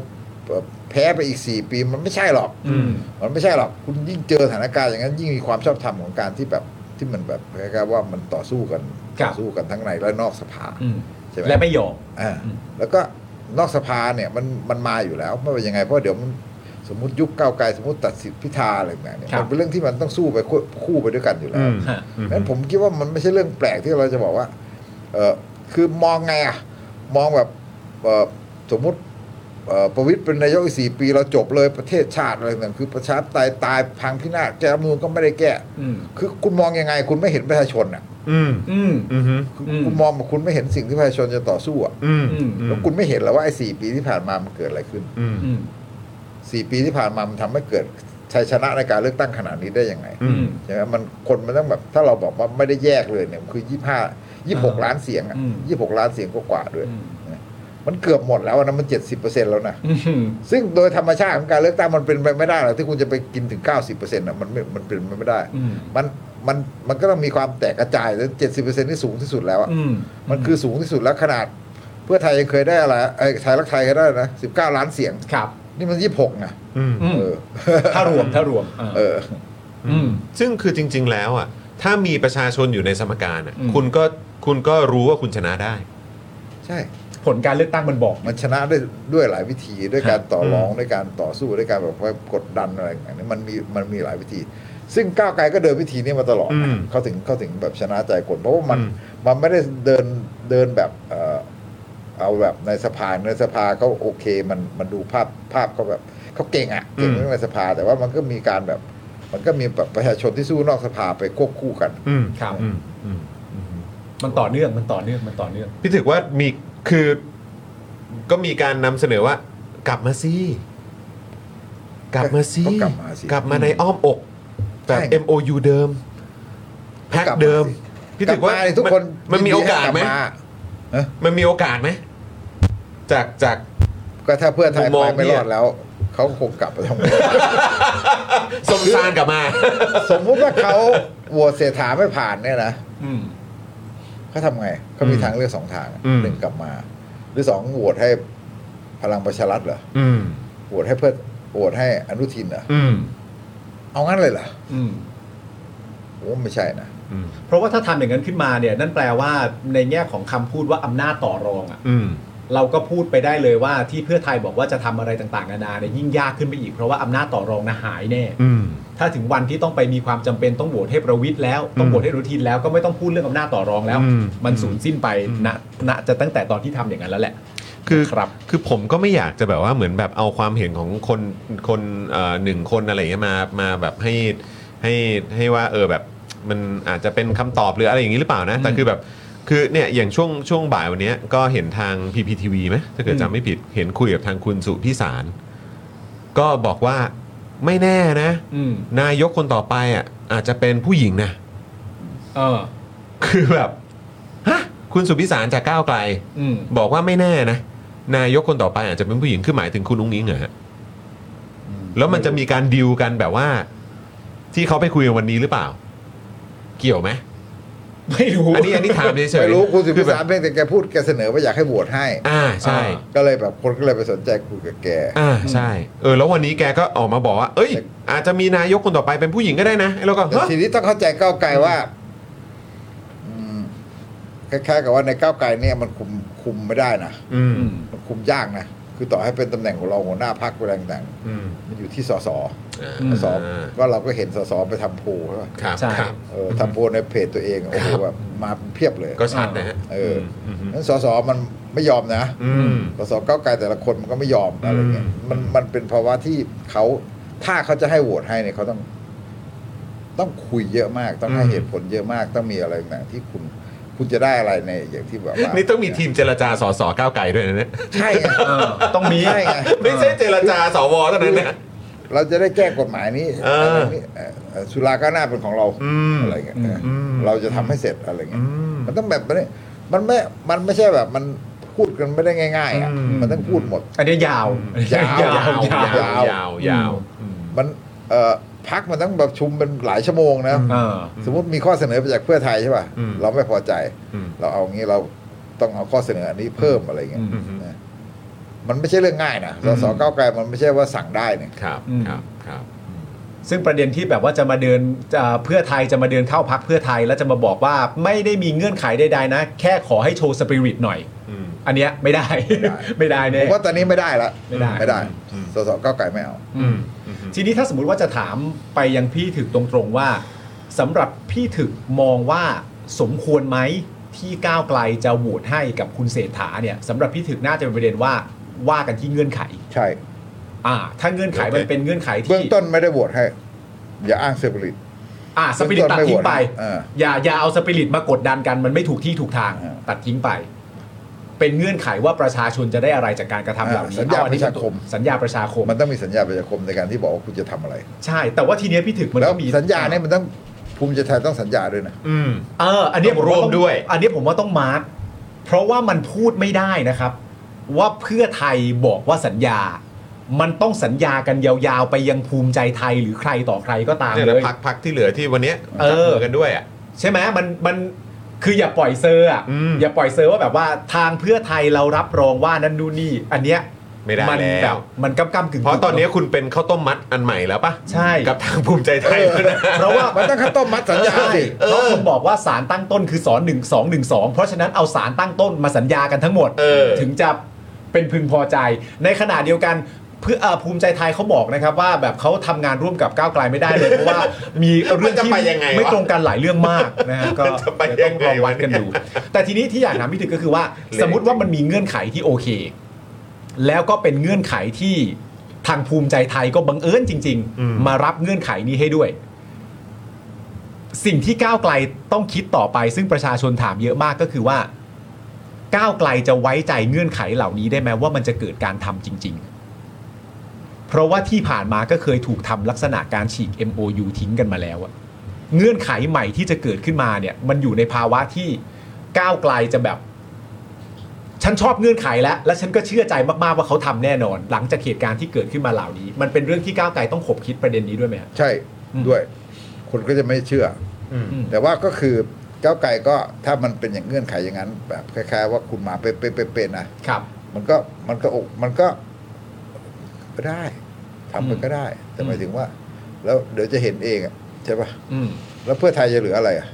[SPEAKER 6] เอ่อแพ้ไปอีกสี่ปีมันไม่ใช่หรอก
[SPEAKER 3] อืม
[SPEAKER 6] มันไม่ใช่หรอก คุณยิ่งเจอสถานการณ์อย่างนั้น ยิ่งมีความชอบธรรมของการที่แบบที่มันแบบคล้ายๆว่ามันต่อสู้กัน
[SPEAKER 3] ครับ
[SPEAKER 6] ต่อสู้กันทั้งในและนอกสภา
[SPEAKER 3] อืม
[SPEAKER 6] ใช่ไหม
[SPEAKER 3] และไม่ยอม
[SPEAKER 6] อ่า
[SPEAKER 3] อืม
[SPEAKER 6] แล้วก็นอกสภาเนี่ยมันมันมาอยู่แล้วไม่ว่ายังไงเพราะเดี๋ยวมันสมมติยุคก้าวไกลสมมติตัดสิทธิพิธาอะไรแบบเนี้ย
[SPEAKER 3] ครับ
[SPEAKER 6] มันเป็นเรื่องที่มันต้องสู้ไปคู่คู่ไปด้วยกันอยู่แล้ว
[SPEAKER 3] ฮะ
[SPEAKER 6] นั้นผมคิดว่ามันไม่ใช่เรื่องแปลกที่เราจะบอกว่าเออคือมองไงอ่ะมองแบบเอ่อสมมติเอ่อประวิตยเป็นนายกอีกสี่ปี เราจบเลยประเทศชาติอะไรต่างๆคือประชาธิปไตยตายพังพินาศแก้รัฐธรรมนูนก็ไม่ได้แก้
[SPEAKER 3] อืม
[SPEAKER 6] คือคุณมองยังไง คุณไม่เห็นประชาชนอ่ะ
[SPEAKER 3] อืม
[SPEAKER 6] คือ
[SPEAKER 3] อืม
[SPEAKER 6] คุณมองแบบคุณไม่เห็นสิ่งที่ประชาชนจะต่อสู้อ่ะ
[SPEAKER 3] อืม
[SPEAKER 6] แล้วคุณไม่เห็นเหรอว่าไอ้สี่ปีที่ผ่านมามันเกิดอะไรขึ้น
[SPEAKER 3] อืม
[SPEAKER 6] สี่ปีที่ผ่านมามันทำให้เกิดชัยชนะในการเลือกตั้งขนาดนี้ได้ยังไง
[SPEAKER 3] อืม
[SPEAKER 6] ใช่ไหมมันคนมันต้องแบบถ้าเราบอกว่าไม่ได้แยกเลยเนี่ยมันคือยี่ห้ายี่หกล้านเสียงอ่ะ
[SPEAKER 3] อืม
[SPEAKER 6] ยี่หกล้านเสียงกว่าๆด้วย
[SPEAKER 3] อืม
[SPEAKER 6] มันเกือบหมดแล้วนะมันเจ็ดสิบเปอร์เซ็นต์แล้วนะ
[SPEAKER 3] อืม
[SPEAKER 6] ซึ่งโดยธรรมชาติของการเลือกตั้งมันเป็นไปไม่ได้หรอกที่คุณจะไปกินถึงเก้าสิบเปอร์เซ็นต์อ่ะมันไม่มันเป็นไปไม่ได้
[SPEAKER 3] อืม
[SPEAKER 6] มันมันมันก็ต้องมีความแตกกระจายแล้วเจ็ดสิบเปอร์เซ็นต์ที่สูงที่สุดแล้วอ่ะ
[SPEAKER 3] อืม
[SPEAKER 6] มันคือสูงที่สุดแล้วขนาด เพื่อไทยยังเคยได้อะไรไอ้ไทยรักไทยเคยได้นะสิบเก้าล้านเสียง
[SPEAKER 3] ครับ
[SPEAKER 6] นี่มันยี่หกไง
[SPEAKER 3] อืม
[SPEAKER 6] เออ
[SPEAKER 3] ถ้ารวมถ้ารวม
[SPEAKER 6] เออ
[SPEAKER 3] อืม
[SPEAKER 1] ซึ่งคือจริง ๆ แล้วอ่ะถ้ามีประชาชนอยู่ในสมการอ่ะ
[SPEAKER 3] อืม
[SPEAKER 1] คุณก็คุณก็รู้ว่าคุณชนะได้
[SPEAKER 6] ใช่
[SPEAKER 3] ผลการเลือกตั้งมันบอก
[SPEAKER 6] มันชนะด้วยด้วยหลายวิธีด้วยการต่อรองด้วยการต่อสู้ด้วยการแบบว่ากดดันอะไรอย่างเงี้ยมันมีมันมีหลายวิธี ซึ่งก้าวไกลก็เดินวิธีนี้มาตลอดนะ
[SPEAKER 1] อืม
[SPEAKER 6] เขาถึงเขาถึงแบบชนะใจคนเพราะว่ามัน
[SPEAKER 1] อืม
[SPEAKER 6] มันไม่ได้เดินเดินแบบเออเอาแบบในสภาในสภาเขาโอเคมันมันดูภาพภาพเขาแบบเขาเก่งอะ่ะเก่งเรื่องในสภา แต่ว่ามันก็มีการแบบ มันก็มีแบบประชาชนที่สู้นอกสภาไปควบคู่กัน
[SPEAKER 1] อืม
[SPEAKER 3] ครับ
[SPEAKER 1] อืมอืมอืม
[SPEAKER 3] มันต่อเนื่อง มันต่อเนื่อง มันต่อเนื่อง
[SPEAKER 1] พี่ถึกว่ามีคือก็มีการนำเสนอว่ากลับมาสิกลับมาสิ
[SPEAKER 6] ก็กลับมาสิ
[SPEAKER 1] กลับมาในอ้อมอกแบบ
[SPEAKER 6] ใช่ไง
[SPEAKER 1] MOU เดิมแพ็คเดิม พี่ถึกว่า
[SPEAKER 6] ลับมเนี่ยทุกคน
[SPEAKER 1] มันมีโอกาสไหม
[SPEAKER 6] ยินดีให้ลับาเอ๊ะ
[SPEAKER 1] มันมีโอกาสไหมจากจาก
[SPEAKER 6] ก็ถ้าเพื่อไทย
[SPEAKER 1] มุมมอ
[SPEAKER 6] ไป
[SPEAKER 1] ง
[SPEAKER 6] ไม่
[SPEAKER 1] พี่
[SPEAKER 6] ร
[SPEAKER 1] อะ
[SPEAKER 6] อดแล้ว เขาคงกลับไปทำงาน
[SPEAKER 1] สมซานกลับมา
[SPEAKER 6] สมมุติว่าเขาโหวตเสถาไม่ผ่านเนี่ยนะ
[SPEAKER 3] อืม
[SPEAKER 6] เขาทำไงเขามี
[SPEAKER 1] อืม
[SPEAKER 6] ทางเลือกสองทาง
[SPEAKER 1] อืม
[SPEAKER 6] หนึ่งกลับมา หรือสองโหวตให้พลังประชารัฐเหรอ
[SPEAKER 1] อืม
[SPEAKER 6] โหวตให้เพื่อโหวตให้อนุทินเหรอ
[SPEAKER 1] อืม
[SPEAKER 6] เอางั้นเลยเหรอ
[SPEAKER 3] อืม
[SPEAKER 6] ผมว่าไม่ใช่นะ
[SPEAKER 1] อืม
[SPEAKER 3] เพราะว่าถ้าทำอย่างนั้นขึ้นมาเนี่ย นั่นแปลว่าในแง่ของคำพูดว่าอำนาจต่อรองอ่ะ
[SPEAKER 1] อืม
[SPEAKER 3] เราก็พูดไปได้เลยว่าที่เพื่อไทยบอกว่าจะทำอะไรต่างๆนานาเนี่ยยิ่งยากขึ้นไปอีกเพราะว่าอำนาจต่อรองนะหายแน่
[SPEAKER 1] อืม
[SPEAKER 3] ถ้าถึงวันที่ต้องไปมีความจำเป็นต้องโหวตให้ประวิทย์แล้ว ต้องโหวตให้อนุทินแล้วก็ไม่ต้องพูดเรื่องอำนาจต่อรองแล้ว
[SPEAKER 1] อืม
[SPEAKER 3] มันสูญสิ้นไป
[SPEAKER 1] อืม
[SPEAKER 3] ณณจะตั้งแต่ตอนที่ทำอย่างนั้นแล้วแหละ
[SPEAKER 1] คือ
[SPEAKER 3] ครับ
[SPEAKER 1] คือผมก็ไม่อยากจะแบบว่าเหมือนแบบเอาความเห็นของคนคนเอ่อหนึ่งคนอะไรอย่างเงี้ยมามาแบบให้ให้ให้ว่าเออแบบมันอาจจะเป็นคำตอบหรืออะไรอย่างนี้หรือเปล่านะแต่คือแบบ คือเนี่ยอย่างช่วงช่วงบ่ายวันเนี้ยก็เห็นทาง PPTV ไหมถ้าเกิดจำไม่ผิดเห็นคุยกับทางคุณสุพิสาร ก็บอกว่าไม่แน่นะ
[SPEAKER 3] อืม
[SPEAKER 1] นายกคนต่อไปอ่ะอาจจะเป็นผู้หญิงนะ
[SPEAKER 3] เออ
[SPEAKER 1] คือแบบฮะคุณสุพิสารจากก้าวไกล
[SPEAKER 3] อืม
[SPEAKER 1] บอกว่าไม่แน่นะ นายกคนต่อไปอาจจะเป็นผู้หญิงคือหมายถึงคุณนุ้งนิ้งเหรอฮะแล้วมันจะมีการดิวกันแบบว่า ที่เขาไปคุยกันวันนี้หรือเปล่า เกี่ยวไหม
[SPEAKER 3] ไม่รู้
[SPEAKER 1] อันนี้อันนี้ถามเฉยๆ
[SPEAKER 6] ไม่รู้คุณสุ
[SPEAKER 1] คื
[SPEAKER 6] พิ
[SPEAKER 1] อแบบ
[SPEAKER 6] สารเพียงแต่แกพูดแกเสนอว่าอยากให้โหวตให้
[SPEAKER 1] อ่าใช่
[SPEAKER 6] ก็เลยแบบคนก็เลยไปสนใจคุยกับแก
[SPEAKER 1] อ่าใช่ เออ แล้ววันนี้แกก็ออกมาบอกว่า เอ้ย อาจจะมีนายกคนต่อไปเป็นผู้หญิงก็ได้นะแล้วก็
[SPEAKER 6] แต่
[SPEAKER 1] ฮะ
[SPEAKER 6] ทีนี้ต้องเข้าใจก้าวไกลว่าอืมคล้ายๆกับว่าในก้าวไกลเนี่ยมันคุมคุมไม่ได้นะ
[SPEAKER 1] อืม
[SPEAKER 6] มันคุมยากนะคือต่อให้เป็นตำแหน่งของเราหัวหน้าพักอะไรต่าง
[SPEAKER 1] อืม
[SPEAKER 6] ๆมันอยู่ที่สส
[SPEAKER 3] อืม
[SPEAKER 6] ส
[SPEAKER 1] อ่า
[SPEAKER 6] ว่าเราก็เห็นสสไปทำโพลใช่ปะ
[SPEAKER 1] ครับ
[SPEAKER 3] ใช่
[SPEAKER 1] ครับ
[SPEAKER 6] เออทำโพลในเพจตัวเองโอ้โหแบบมาเพียบเลย
[SPEAKER 1] ก็ชัดนะฮะ
[SPEAKER 6] เออ
[SPEAKER 1] มอืม
[SPEAKER 6] นั้นสสมันไม่ยอมนะ
[SPEAKER 1] อืม
[SPEAKER 6] สสก้าวไกลแต่ละคนมันก็ไม่ยอมอะไรเงี้ย
[SPEAKER 1] อืม
[SPEAKER 6] มันมันเป็นภาวะที่เขาถ้าเขาจะให้โหวตให้เนี่ยเขาต้อง ต้องคุยเยอะมาก ต้องให้เหตุผลเยอะมาก ต้องมีอะไรต่างๆที่คุณคุณจะได้อะไรในอย่างที่แบบว่า
[SPEAKER 1] นี่ต้องมีทีมเจรจาสสก้าวไกลด้วยนะเนี่ย
[SPEAKER 6] ใช่ไง
[SPEAKER 3] เออต้องมี
[SPEAKER 6] ใช่ไง
[SPEAKER 1] ไม่ใช่เจรจาสวเท่านั้นนะ
[SPEAKER 6] เราจะได้แก้กฎหมายนี้
[SPEAKER 1] เอออ
[SPEAKER 6] อะไรนี้เอ่อเอ่อสุราก้าวหน้าเป็นของเรา
[SPEAKER 1] อืม
[SPEAKER 6] อะไรเงี้ยเอออ
[SPEAKER 1] ม
[SPEAKER 6] เราจะทำให้เสร็จอะไรเงี้
[SPEAKER 1] อื
[SPEAKER 6] ย
[SPEAKER 1] ม
[SPEAKER 6] มันต้องแบบนี้มันไม่ มันไม่ใช่แบบมันพูดกันไม่ได้ง่ายๆอ่ะ
[SPEAKER 1] อืม
[SPEAKER 6] มันต้องพูดหมด
[SPEAKER 3] อันนี้ยาว
[SPEAKER 6] ยาว
[SPEAKER 3] ยาว
[SPEAKER 1] า
[SPEAKER 3] ยาว ว
[SPEAKER 1] าว
[SPEAKER 3] ย
[SPEAKER 1] ยาว ยาว
[SPEAKER 6] มันเอ่อพักมันต้องแบบชุมเป็นหลายชั่วโมงนะ
[SPEAKER 3] เออ
[SPEAKER 6] สมมติมีข้อเสนอไปจากเพื่อไทยใช่ป่ะ
[SPEAKER 1] อืม
[SPEAKER 6] เราไม่พอใจ
[SPEAKER 1] อืม
[SPEAKER 6] เราเอางี้เราต้องเอาข้อเสนออันนี้เพิ่มอะไรเงี้ย
[SPEAKER 3] อืม
[SPEAKER 6] นะมันไม่ใช่เรื่องง่ายนะสสก้าวไกลมันไม่ใช่ว่าสั่งได้เนี่ย
[SPEAKER 1] ครับ
[SPEAKER 3] อืม
[SPEAKER 1] ครับ ครับ
[SPEAKER 3] ซึ่งประเด็นที่แบบว่าจะมาเดินจะเพื่อไทยจะมาเดินเข้าพักเพื่อไทย แล้วจะมาบอกว่าไม่ได้มีเงื่อนไขใดๆนะ แค่ขอให้โชว์สปิริตหน่อย
[SPEAKER 1] อืม
[SPEAKER 3] อันเนี้ยไม่ได้ ไม่ได้
[SPEAKER 6] ผ
[SPEAKER 3] เนี่ย
[SPEAKER 6] มว่าตอนนี้ไม่ได้ละ
[SPEAKER 3] ไม่ได้
[SPEAKER 6] ไม่ได้
[SPEAKER 1] อืม
[SPEAKER 6] สสก้าวไกลไม่เอา
[SPEAKER 3] อืม ทีนี้ถ้าสมมติว่าจะถามไปยังพี่ถึกตรงๆว่าสำหรับพี่ถึกมองว่าสมควรไหมที่ก้าวไกลจะโหวตให้กับคุณเศรษฐาเนี่ยสำหรับพี่ถึกน่าจะเป็นประเด็นว่าว่ากันที่เงื่อนไข
[SPEAKER 6] ใช่
[SPEAKER 3] อ่า ถ้าเงื่อนไขมันเป็นเงื่อนไข
[SPEAKER 6] เบื้
[SPEAKER 3] ที่
[SPEAKER 6] องต้นไม่ได้โหวตให้ อย่าอ้างเซอร์บริต
[SPEAKER 3] อ่าสปิริตตัดทิ้งไป
[SPEAKER 6] เออ
[SPEAKER 3] อย่าอย่าเอาสปิริตมากดดันกันมันไม่ถูกที่ถูกทาง
[SPEAKER 6] เออ
[SPEAKER 3] ตัดทิ้งไป เป็นเงื่อนไขว่าประชาชนจะได้อะไรจากการกระทำเหล่านี้
[SPEAKER 6] เออสัญญา
[SPEAKER 3] เออันนี้
[SPEAKER 6] ประชาคม
[SPEAKER 3] สัญญาประชาคม
[SPEAKER 6] มันต้องมีสัญญาประชาคมในการที่บอกว่าคุณจะทำอะไร
[SPEAKER 3] ใช่ แต่ว่าทีเนี้ยพี่ถึกมัน
[SPEAKER 6] แล้ว
[SPEAKER 3] ก็มี
[SPEAKER 6] สัญญาเนี่ยมันต้องภูมิใจไทยต้องสัญญาด้วยนะ
[SPEAKER 1] อืม
[SPEAKER 3] เอออันเนี้ย
[SPEAKER 1] ต้
[SPEAKER 3] ผ
[SPEAKER 1] อง
[SPEAKER 3] ม
[SPEAKER 1] ร่วม
[SPEAKER 3] ว่าต้อง
[SPEAKER 1] ด้วย
[SPEAKER 3] อันเนี้ยผมว่าต้องมาร์กเพราะว่ามันพูดไม่ได้นะครับ ว่าเพื่อไทยบอกว่าสัญญา มันต้องสัญญากันยาวๆ ไปยังภูมิใจไทยหรือใครต่อใครก็ตาม
[SPEAKER 1] เนี่ย
[SPEAKER 3] เล
[SPEAKER 1] นะ
[SPEAKER 3] ย
[SPEAKER 1] พักพักที่เหลือที่วันเนี้ย
[SPEAKER 3] เออ
[SPEAKER 1] จับมือกันด้วยอ่ะ
[SPEAKER 3] ใช่ไหมมันมันคืออย่าปล่อยเซอร์อะ
[SPEAKER 1] อืม
[SPEAKER 3] อย่าปล่อยเซอร์ว่าแบบว่าทางเพื่อไทยเรารับรองว่านั่นนู่นนี่ อันเนี้ย
[SPEAKER 1] ไม่ได้
[SPEAKER 3] น
[SPEAKER 1] แล้ว
[SPEAKER 3] บบมันกำกำกึ่งๆ
[SPEAKER 1] เพราะตอนนี้คุณเป็นข้าวต้มมัดอันใหม่แล้วปะ
[SPEAKER 3] ใช่
[SPEAKER 1] กับทางภูมิใจไทยแล้วนะ
[SPEAKER 3] เพราะว่า
[SPEAKER 6] มันต้องข้าวต้มมัดสัญญา
[SPEAKER 3] ใช่
[SPEAKER 6] สิ
[SPEAKER 3] เพราะคุณบอกว่าสารตั้งต้นคือสอนหนึ่งสองหนึ่งสองเพราะฉะนั้นเอาสารตั้งต้นมาสัญญากันทั้งหมด
[SPEAKER 1] เออ
[SPEAKER 3] ถึงจะเป็นพึงพอใจ ในขณะเดียวกันเพื่อเอ่อภูมิใจไทยเขาบอกนะครับว่าแบบเขาทำงานร่วมกับก้าวไกลไม่ได้เลย เพราะว่ามีเรื่องที่
[SPEAKER 1] มันจะไปยังไงวะ
[SPEAKER 3] ไม่ตรงกันหลายเรื่องมากนะฮะก็
[SPEAKER 1] มันจะไป
[SPEAKER 3] เดี๋ยวต้องลองวัดกัน
[SPEAKER 1] ยังไงวะเนี่ย
[SPEAKER 3] ดู แต่ทีนี้ที่อยากถามพี่ถึกก็คือว่า สมมติว่ามันมีเงื่อนไขที่โอเค แล้วก็เป็นเงื่อนไขที่ทางภูมิใจไทยก็บังเอิญจริง
[SPEAKER 1] อืม
[SPEAKER 3] ๆ มารับเงื่อนไขนี้ให้ด้วย สิ่งที่ก้าวไกลต้องคิดต่อไป ซึ่งประชาชนถามเยอะมากก็คือว่า ก้าวไกลจะไว้ใจเงื่อนไขเหล่านี้ได้ไหมว่ามันจะเกิดการทำจริง ๆ เพราะว่าที่ผ่านมาก็เคยถูกทำลักษณะการฉีก MOU ทิ้งกันมาแล้วอะเงื่อนไขใหม่ที่จะเกิดขึ้นมาเนี่ย มันอยู่ในภาวะที่ก้าวไกลจะแบบ ฉันชอบเงื่อนไขแล้ว และฉันก็เชื่อใจมากๆว่าเขาทำแน่นอน หลังจากเหตุการณ์ที่เกิดขึ้นมาเหล่านี้ มันเป็นเรื่องที่ก้าวไกลต้องขบคิดประเด็นนี้ด้วยไหมฮะ
[SPEAKER 6] ใช่
[SPEAKER 3] อืม
[SPEAKER 6] ด้วย คนก็จะไม่เชื่อ
[SPEAKER 3] อืม
[SPEAKER 6] แต่ว่าก็คือก้าวไกลก็ถ้ามันเป็นอย่างเงื่อนไขอย่างนั้น แบบคล้าย ๆ ว่าคุณมาเป๊ะๆๆๆนะครับ มันก็มันก็อกมันก็ก็ได้ทำมันก็ได้ แต่หมายถึงว่า แล้วเดี๋ยวจะเห็นเองอะใช่ป่ะ
[SPEAKER 3] อืม
[SPEAKER 6] แล้วเพื่อไทยจะเหลืออะไรอ่ะ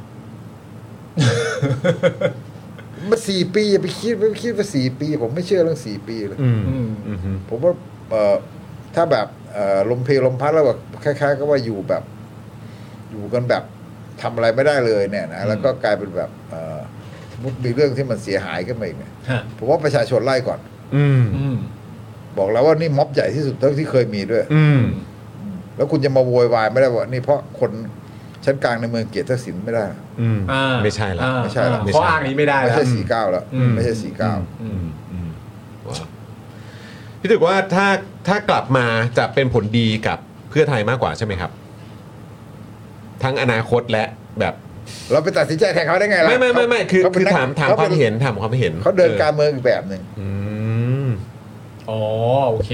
[SPEAKER 6] มันสี่ปีอย่าไปคิดไม่คิดว่าสี่ปี ผมไม่เชื่อเรื่องสี่ปีเลย
[SPEAKER 1] อืม
[SPEAKER 3] อืม
[SPEAKER 1] อืม
[SPEAKER 6] ผมว่าเอ่อถ้าแบบเอ่อลมเพลลมพัดแล้วแบบคล้าย ๆ ก็ว่าอยู่แบบ อยู่กันแบบทำอะไรไม่ได้เลยเนี่ยนะแล้วก็กลายเป็นแบบเอ่อสมมติมีเรื่องที่มันเสียหายขึ้นมาอีกเนี่ย
[SPEAKER 3] ฮะ
[SPEAKER 6] ผมว่าประชาชนไล่ก่อน
[SPEAKER 1] อืม
[SPEAKER 3] อืม
[SPEAKER 6] บอกแล้วว่านี่ม็อบใหญ่ที่สุดเท่าที่เคยมีด้วย
[SPEAKER 1] อืม
[SPEAKER 6] แล้วคุณจะมาโวยวายไม่ได้ว่านี่เพราะคนช ชั้นกลางในเมืองเกียรติทักษิณไม่ได้
[SPEAKER 1] อืม
[SPEAKER 3] อ่า
[SPEAKER 1] ไม่ใช่ละ
[SPEAKER 3] อ่า
[SPEAKER 6] ไม่ใช่ละ
[SPEAKER 3] เพราะอ้างนี้ไม่ได้
[SPEAKER 6] ไม่
[SPEAKER 3] แล้ว
[SPEAKER 6] ใช่สี่เก้าแล้ว
[SPEAKER 3] อืม
[SPEAKER 6] ไม่ใช่สี่เก้า
[SPEAKER 3] อืม
[SPEAKER 1] ว้าวพี่ถึกว่าถ้าถ้ากลับมาจะเป็นผลดีกับเพื่อไทยมากกว่าใช่ไหมครับ ทั้งอนาคตและแบบ
[SPEAKER 6] เราไปตัดสินใจแทนเขาได้ไงล่ะ
[SPEAKER 1] ไม่ไม่ไม่ไม่คือ
[SPEAKER 6] เขาเป็
[SPEAKER 1] คื
[SPEAKER 6] น
[SPEAKER 1] อ
[SPEAKER 6] นัก
[SPEAKER 1] ถามถาม
[SPEAKER 6] ข
[SPEAKER 1] ค
[SPEAKER 6] ป็
[SPEAKER 1] วามเห็นถามความเห็น
[SPEAKER 6] เขาเดิน
[SPEAKER 1] ออ
[SPEAKER 6] การเมืองอีกแบบหนึ่ง
[SPEAKER 1] อืม
[SPEAKER 3] อ๋อ โอเค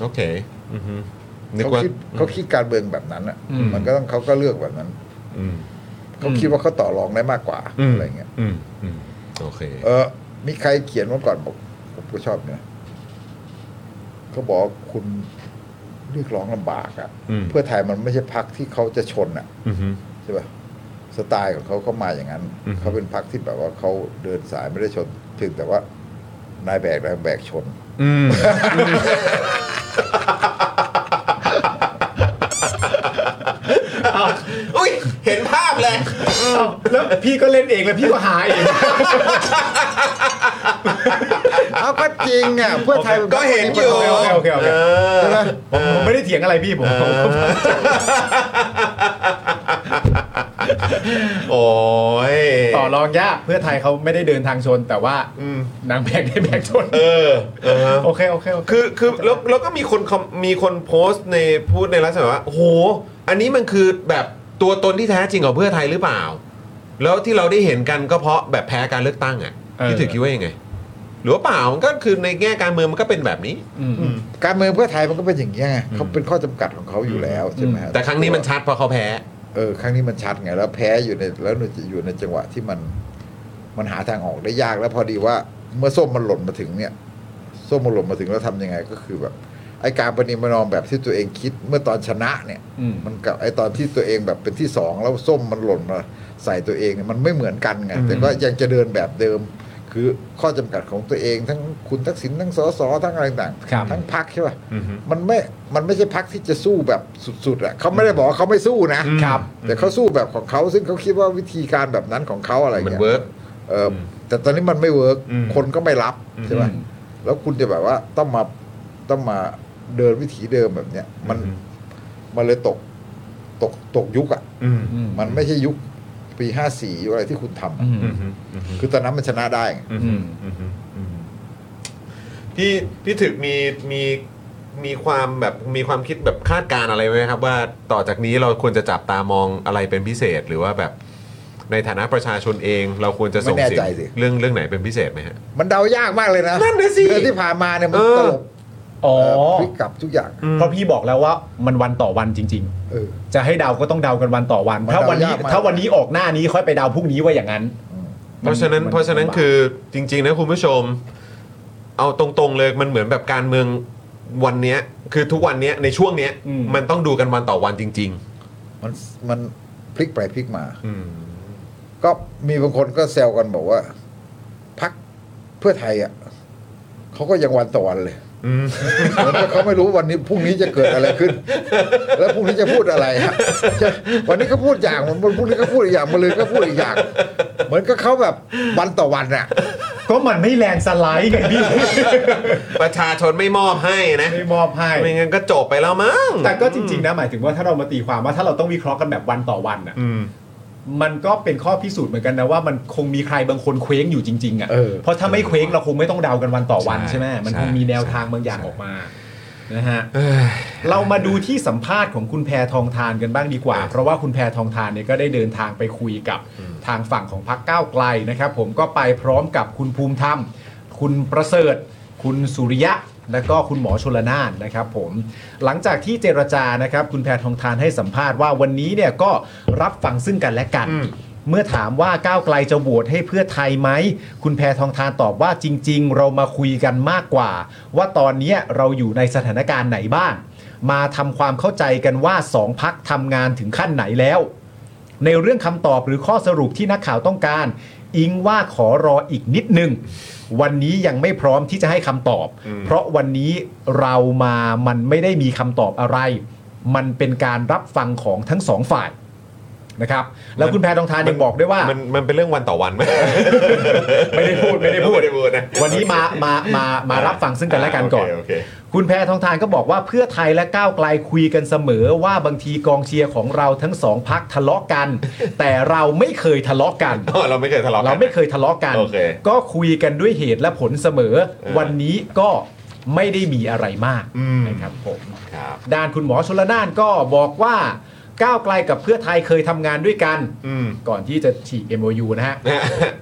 [SPEAKER 1] โอเคอือฮึนึก
[SPEAKER 6] เขา
[SPEAKER 1] ว่า
[SPEAKER 6] คิดเขาคิดการเมืองแบบนั้นอ่ะ
[SPEAKER 3] อืม
[SPEAKER 6] มันก็ต้องเขาก็เลือกแบบนั้น
[SPEAKER 1] อืม
[SPEAKER 6] เขาคิดว่าเขาต่อรองได้มากกว่า
[SPEAKER 1] อืม
[SPEAKER 6] อะไรเงี้ย
[SPEAKER 1] อืมอืมโอเค
[SPEAKER 6] เออมีใครเขียนมาก่อนบอกผมก็ชอบเนี่ยเขาบอกว่าคุณเรียกร้องลำบากอ่ะ
[SPEAKER 1] อืม
[SPEAKER 6] เพื่อไทยมันไม่ใช่พักที่เขาจะชนอ่ะ
[SPEAKER 1] อือฮึ
[SPEAKER 6] ใช่ป่ะสไตล์ของเขาเขามาอย่างนั้น
[SPEAKER 1] อืม
[SPEAKER 6] เขาเป็นพักที่แบบว่าเขาเดินสายไม่ได้ชนเพียงแต่ว่านายแบกนายแบกชน
[SPEAKER 1] อืมอุ้ยเห็นภาพเลย
[SPEAKER 3] แล้วพี่ก็เล่นเองแล้วพี่ก็หาเอง
[SPEAKER 6] เอาก็จริงอ่ะเพื่อไทยมั
[SPEAKER 1] ก็เห็นอยู่
[SPEAKER 3] โอเคโอเคโอเค
[SPEAKER 6] ใช่ไหม
[SPEAKER 3] ผมผมไม่ได้เถียงอะไรพี่ผมผมผม
[SPEAKER 1] โอ้ย
[SPEAKER 3] ต่อรองยากเพื่อไทยเขาไม่ได้เดินทางชน แต่ว่า
[SPEAKER 1] อืม
[SPEAKER 3] นางแบกได้แบกชน
[SPEAKER 1] เออเออ
[SPEAKER 3] โอเคโอเคโอเค
[SPEAKER 1] คือคือแล้วแล้วก็มีคนคอมมีคนโพสต์ในพูดในลักษณะว่าโอ้โห อันนี้มันคือแบบตัวตนที่แท้จริงของเพื่อไทยหรือเปล่า แล้วที่เราได้เห็นกันก็เพราะแบบแพ้การเลือกตั้งอ่ะ
[SPEAKER 3] เออ
[SPEAKER 1] พี่ถือคิดว่ายังไง หรือว่าเปล่ามันก็คือในแง่การเมืองมันก็เป็นแบบนี้
[SPEAKER 3] อืม
[SPEAKER 6] การเมืองเพื่อไทยมันก็เป็นอย่างนี้ยไงเขาเป็นข้อจำกัดของเขาอยู่แล้วใช่ไหมฮะ
[SPEAKER 1] แต่ครั้งนี้มันชัดเพราะเขาแพ้
[SPEAKER 6] เออครั้งนี้มันชัดไงแล้วแพ้อยู่ในแล้วอยู่ในจังหวะที่มัน มันหาทางออกได้ยากแล้วพอดีว่าเมื่อส้มมันหล่นมาถึงเนี่ยส้มมันหล่นมาถึงแล้วทำยังไงก็คือแบบ ไอการปฏิมานอมแบบที่ตัวเองคิดเมื่อตอนชนะเนี่ย
[SPEAKER 3] อืม
[SPEAKER 6] มันกับไอตอนที่ตัวเองแบบเป็นที่สองแล้วส้มมันหล่นมาใส่ตัวเองเนี่ยมันไม่เหมือนกันไงแต่ก็ยังจะเดินแบบเดิม คือข้อจำกัดของตัวเองทั้งคุณทักษิณทั้งสสทั้งอะไรต่าง
[SPEAKER 3] ครับ
[SPEAKER 6] ทั้งพักใช่ป่ะมันไม่มันไม่ใช่พักที่จะสู้แบบสุดๆอ่ะเขาไม่ได้บอกว่าเขาไม่สู้นะครับ แต่เขาสู้แบบของเขาซึ่งเขาคิดว่าวิธีการแบบนั้นของเขาอะไร
[SPEAKER 1] มัน
[SPEAKER 6] เงี้ย
[SPEAKER 1] เวิร์ก
[SPEAKER 6] เอออแต่ตอนนี้มันไม่เวิร์ก
[SPEAKER 1] อืม
[SPEAKER 6] คนก็ไม่รับใช่ไหม
[SPEAKER 3] อืม
[SPEAKER 6] แล้วคุณจะแบบว่าต้องมาต้องมาเดินวิถีเดิมแบบเนี้ย มัน
[SPEAKER 1] อืม
[SPEAKER 6] มันเลยตกตกตกยุคอะ่ะ
[SPEAKER 1] อืม
[SPEAKER 3] อืม
[SPEAKER 6] มันไม่ใช่ยุคปีห้าสี่ยุคอะไรที่คุณทำ
[SPEAKER 3] อื
[SPEAKER 6] อะ
[SPEAKER 3] ม
[SPEAKER 1] อืมอืม
[SPEAKER 6] คือตอนนั้นมันชนะได้ไง
[SPEAKER 3] อืม
[SPEAKER 1] พี่พี่ถึกมีมีมีความแบบมีความคิดแบบคาดการณ์อะไรไหมครับ ว่าต่อจากนี้เราควรจะจับตามองอะไรเป็นพิเศษ หรือว่าแบบในฐานะประชาชนเองเราควรจะส่งเสียงเรื่องเรื่องไหนเป็นพิเศษไหมฮะ
[SPEAKER 6] มันเดายากมากเลยนะ
[SPEAKER 1] นั่นน่ะสิ
[SPEAKER 6] เรื่องที่ผ่านมาเนี่ยมัน
[SPEAKER 1] เออ
[SPEAKER 6] ตลบ
[SPEAKER 3] อ๋อ
[SPEAKER 6] เอ่อพลิกกลับทุกอย่าง
[SPEAKER 3] เพราะพี่บอกแล้วว่ามันวันต่อวันจริง
[SPEAKER 6] เออ
[SPEAKER 3] ๆ จะให้เดาก็ต้องเดากันวันต่อวัน
[SPEAKER 6] มัน
[SPEAKER 3] ถ้าวันนี้
[SPEAKER 6] เดายากมาก
[SPEAKER 3] ถ้าวันนี้ออกหน้านี้ค่อยไปเดาพรุ่งนี้ว่าอย่างนั้น
[SPEAKER 1] เพราะฉะนั้น
[SPEAKER 3] มัน
[SPEAKER 1] เพราะฉะนั้น
[SPEAKER 3] ลำบาก
[SPEAKER 1] คือจริง ๆ นะคุณผู้ชม เอาตรงๆเลยมันเหมือนแบบการเมืองวันเนี้ย คือทุกวันเนี้ยในช่วงเนี้ย
[SPEAKER 3] อืม
[SPEAKER 1] มันต้องดูกันวันต่อวันจริง
[SPEAKER 6] มันมันพลิกไปพลิกมา
[SPEAKER 1] ๆ อืม
[SPEAKER 6] ก็มีบางคนก็แซวกันบอกว่าพักเพื่อไทยอ่ะเขาก็ยังวันต่อวันเลย
[SPEAKER 1] อืม
[SPEAKER 6] เหมือนกับเขาไม่รู้วันนี้พรุ่งนี้จะเกิดอะไรขึ้น แล้วพรุ่งนี้จะพูดอะไรฮะใช่วันนี้ก็พูดอย่างวันพรุ่งนี้ก็พูดอีกอย่างมาเลยก็พูดอีกอย่าง เหมือนกับเขาแบบวันต่อวันอ่ะ
[SPEAKER 3] ก็มันไม่แลนด์สไลด์ไง พี่
[SPEAKER 1] ประชาชนไม่มอบให้นะ
[SPEAKER 3] ไม่มอบให้
[SPEAKER 1] ไม่งั้นก็จบไปแล้วมั้ง
[SPEAKER 3] แต่ก็จริง ๆ นะหมายถึงว่าถ้าเรามาตีความว่าถ้าเราต้องวิเคราะห์กันแบบวันต่อวันอ่ะ
[SPEAKER 1] อืม
[SPEAKER 3] มันก็เป็นข้อพิสูจน์เหมือนกันนะว่ามันคงมีใครบางคนเคว้งอยู่จริงๆอ่ะ
[SPEAKER 6] เออ
[SPEAKER 3] เพราะถ้าไม่เคว้งเราคงไม่ต้องเดากันวันต่อวัน
[SPEAKER 1] ใช่
[SPEAKER 3] ใช่ไหมมัน
[SPEAKER 1] ใช่
[SPEAKER 3] คงมีแนว
[SPEAKER 1] ใช่
[SPEAKER 3] ทางบางอย่าง
[SPEAKER 1] ใช่
[SPEAKER 3] ออกมานะฮะ
[SPEAKER 1] เอ้ย
[SPEAKER 3] เรามาดูที่สัมภาษณ์ของคุณแพทองทานกันบ้างดีกว่า เพราะว่าคุณแพทองทานเนี่ยก็ได้เดินทางไปคุยกับทางฝั่งของพรรคก้าวไกลนะครับ ผมก็ไปพร้อมกับคุณภูมิธรรม คุณประเสริฐ คุณสุริยะ และก็คุณหมอชลนานนะครับผมหลังจากที่เจรจานะครับ คุณแพทองทานให้สัมภาษณ์ว่าวันนี้เนี่ยก็รับฟังซึ่งกันและกัน เมื่อถามว่าก้าวไกลจะโหวตให้เพื่อไทยไหม คุณแพทองทานตอบว่าจริง ๆ เรามาคุยกันมากกว่า ว่าตอนเนี้ยเราอยู่ในสถานการณ์ไหนบ้าง มาทำความเข้าใจกันว่าสองพักทำงานถึงขั้นไหนแล้ว ในเรื่องคำตอบหรือข้อสรุปที่นักข่าวต้องการ อิงว่าขอรออีกนิดหนึง วันนี้ยังไม่พร้อมที่จะให้คำตอบ เพราะวันนี้เรามามันไม่ได้มีคำตอบอะไร มันเป็นการรับฟังของทั้งสองฝ่าย นะครับ แล้วคุณแพทองทานยังบอกด้วยว่า
[SPEAKER 1] มันมันเป็นเรื่องวันต่อวันไหม
[SPEAKER 3] ไม่ได้พูดไม่ได้พูด
[SPEAKER 1] ไม่ได้พูดนะ
[SPEAKER 3] วันนี้มามามามารับฟังซึ่งกันและกันก่อน
[SPEAKER 1] โเคโเค
[SPEAKER 3] คุณแพทองทานก็บอกว่าเพื่อไทยและก้าวไกลคุยกันเสมอว่าบางทีกองเชียร์ของเราทั้งสองพักทะเลาะกัน แต่เราไม่เคยทะเลาะกัน
[SPEAKER 1] อ๋อเราไม่เคยทะ เลาะกัน
[SPEAKER 3] เราไม่เคยทะเลาะกัน
[SPEAKER 1] โอเค
[SPEAKER 3] ก็คุยกันด้วยเหตุและผลเสมอ วันนี้ก็ไม่ได้มีอะไรมาก
[SPEAKER 1] อืม
[SPEAKER 3] นะครับผม
[SPEAKER 1] ครับ
[SPEAKER 3] ด้านคุณหมอชลนานก็บอกว่าก้าวไกลกับเพื่อไทยเคยทำงานด้วยกัน
[SPEAKER 1] อืม
[SPEAKER 3] ก่อนที่จะฉีก MOU นะ ฮะ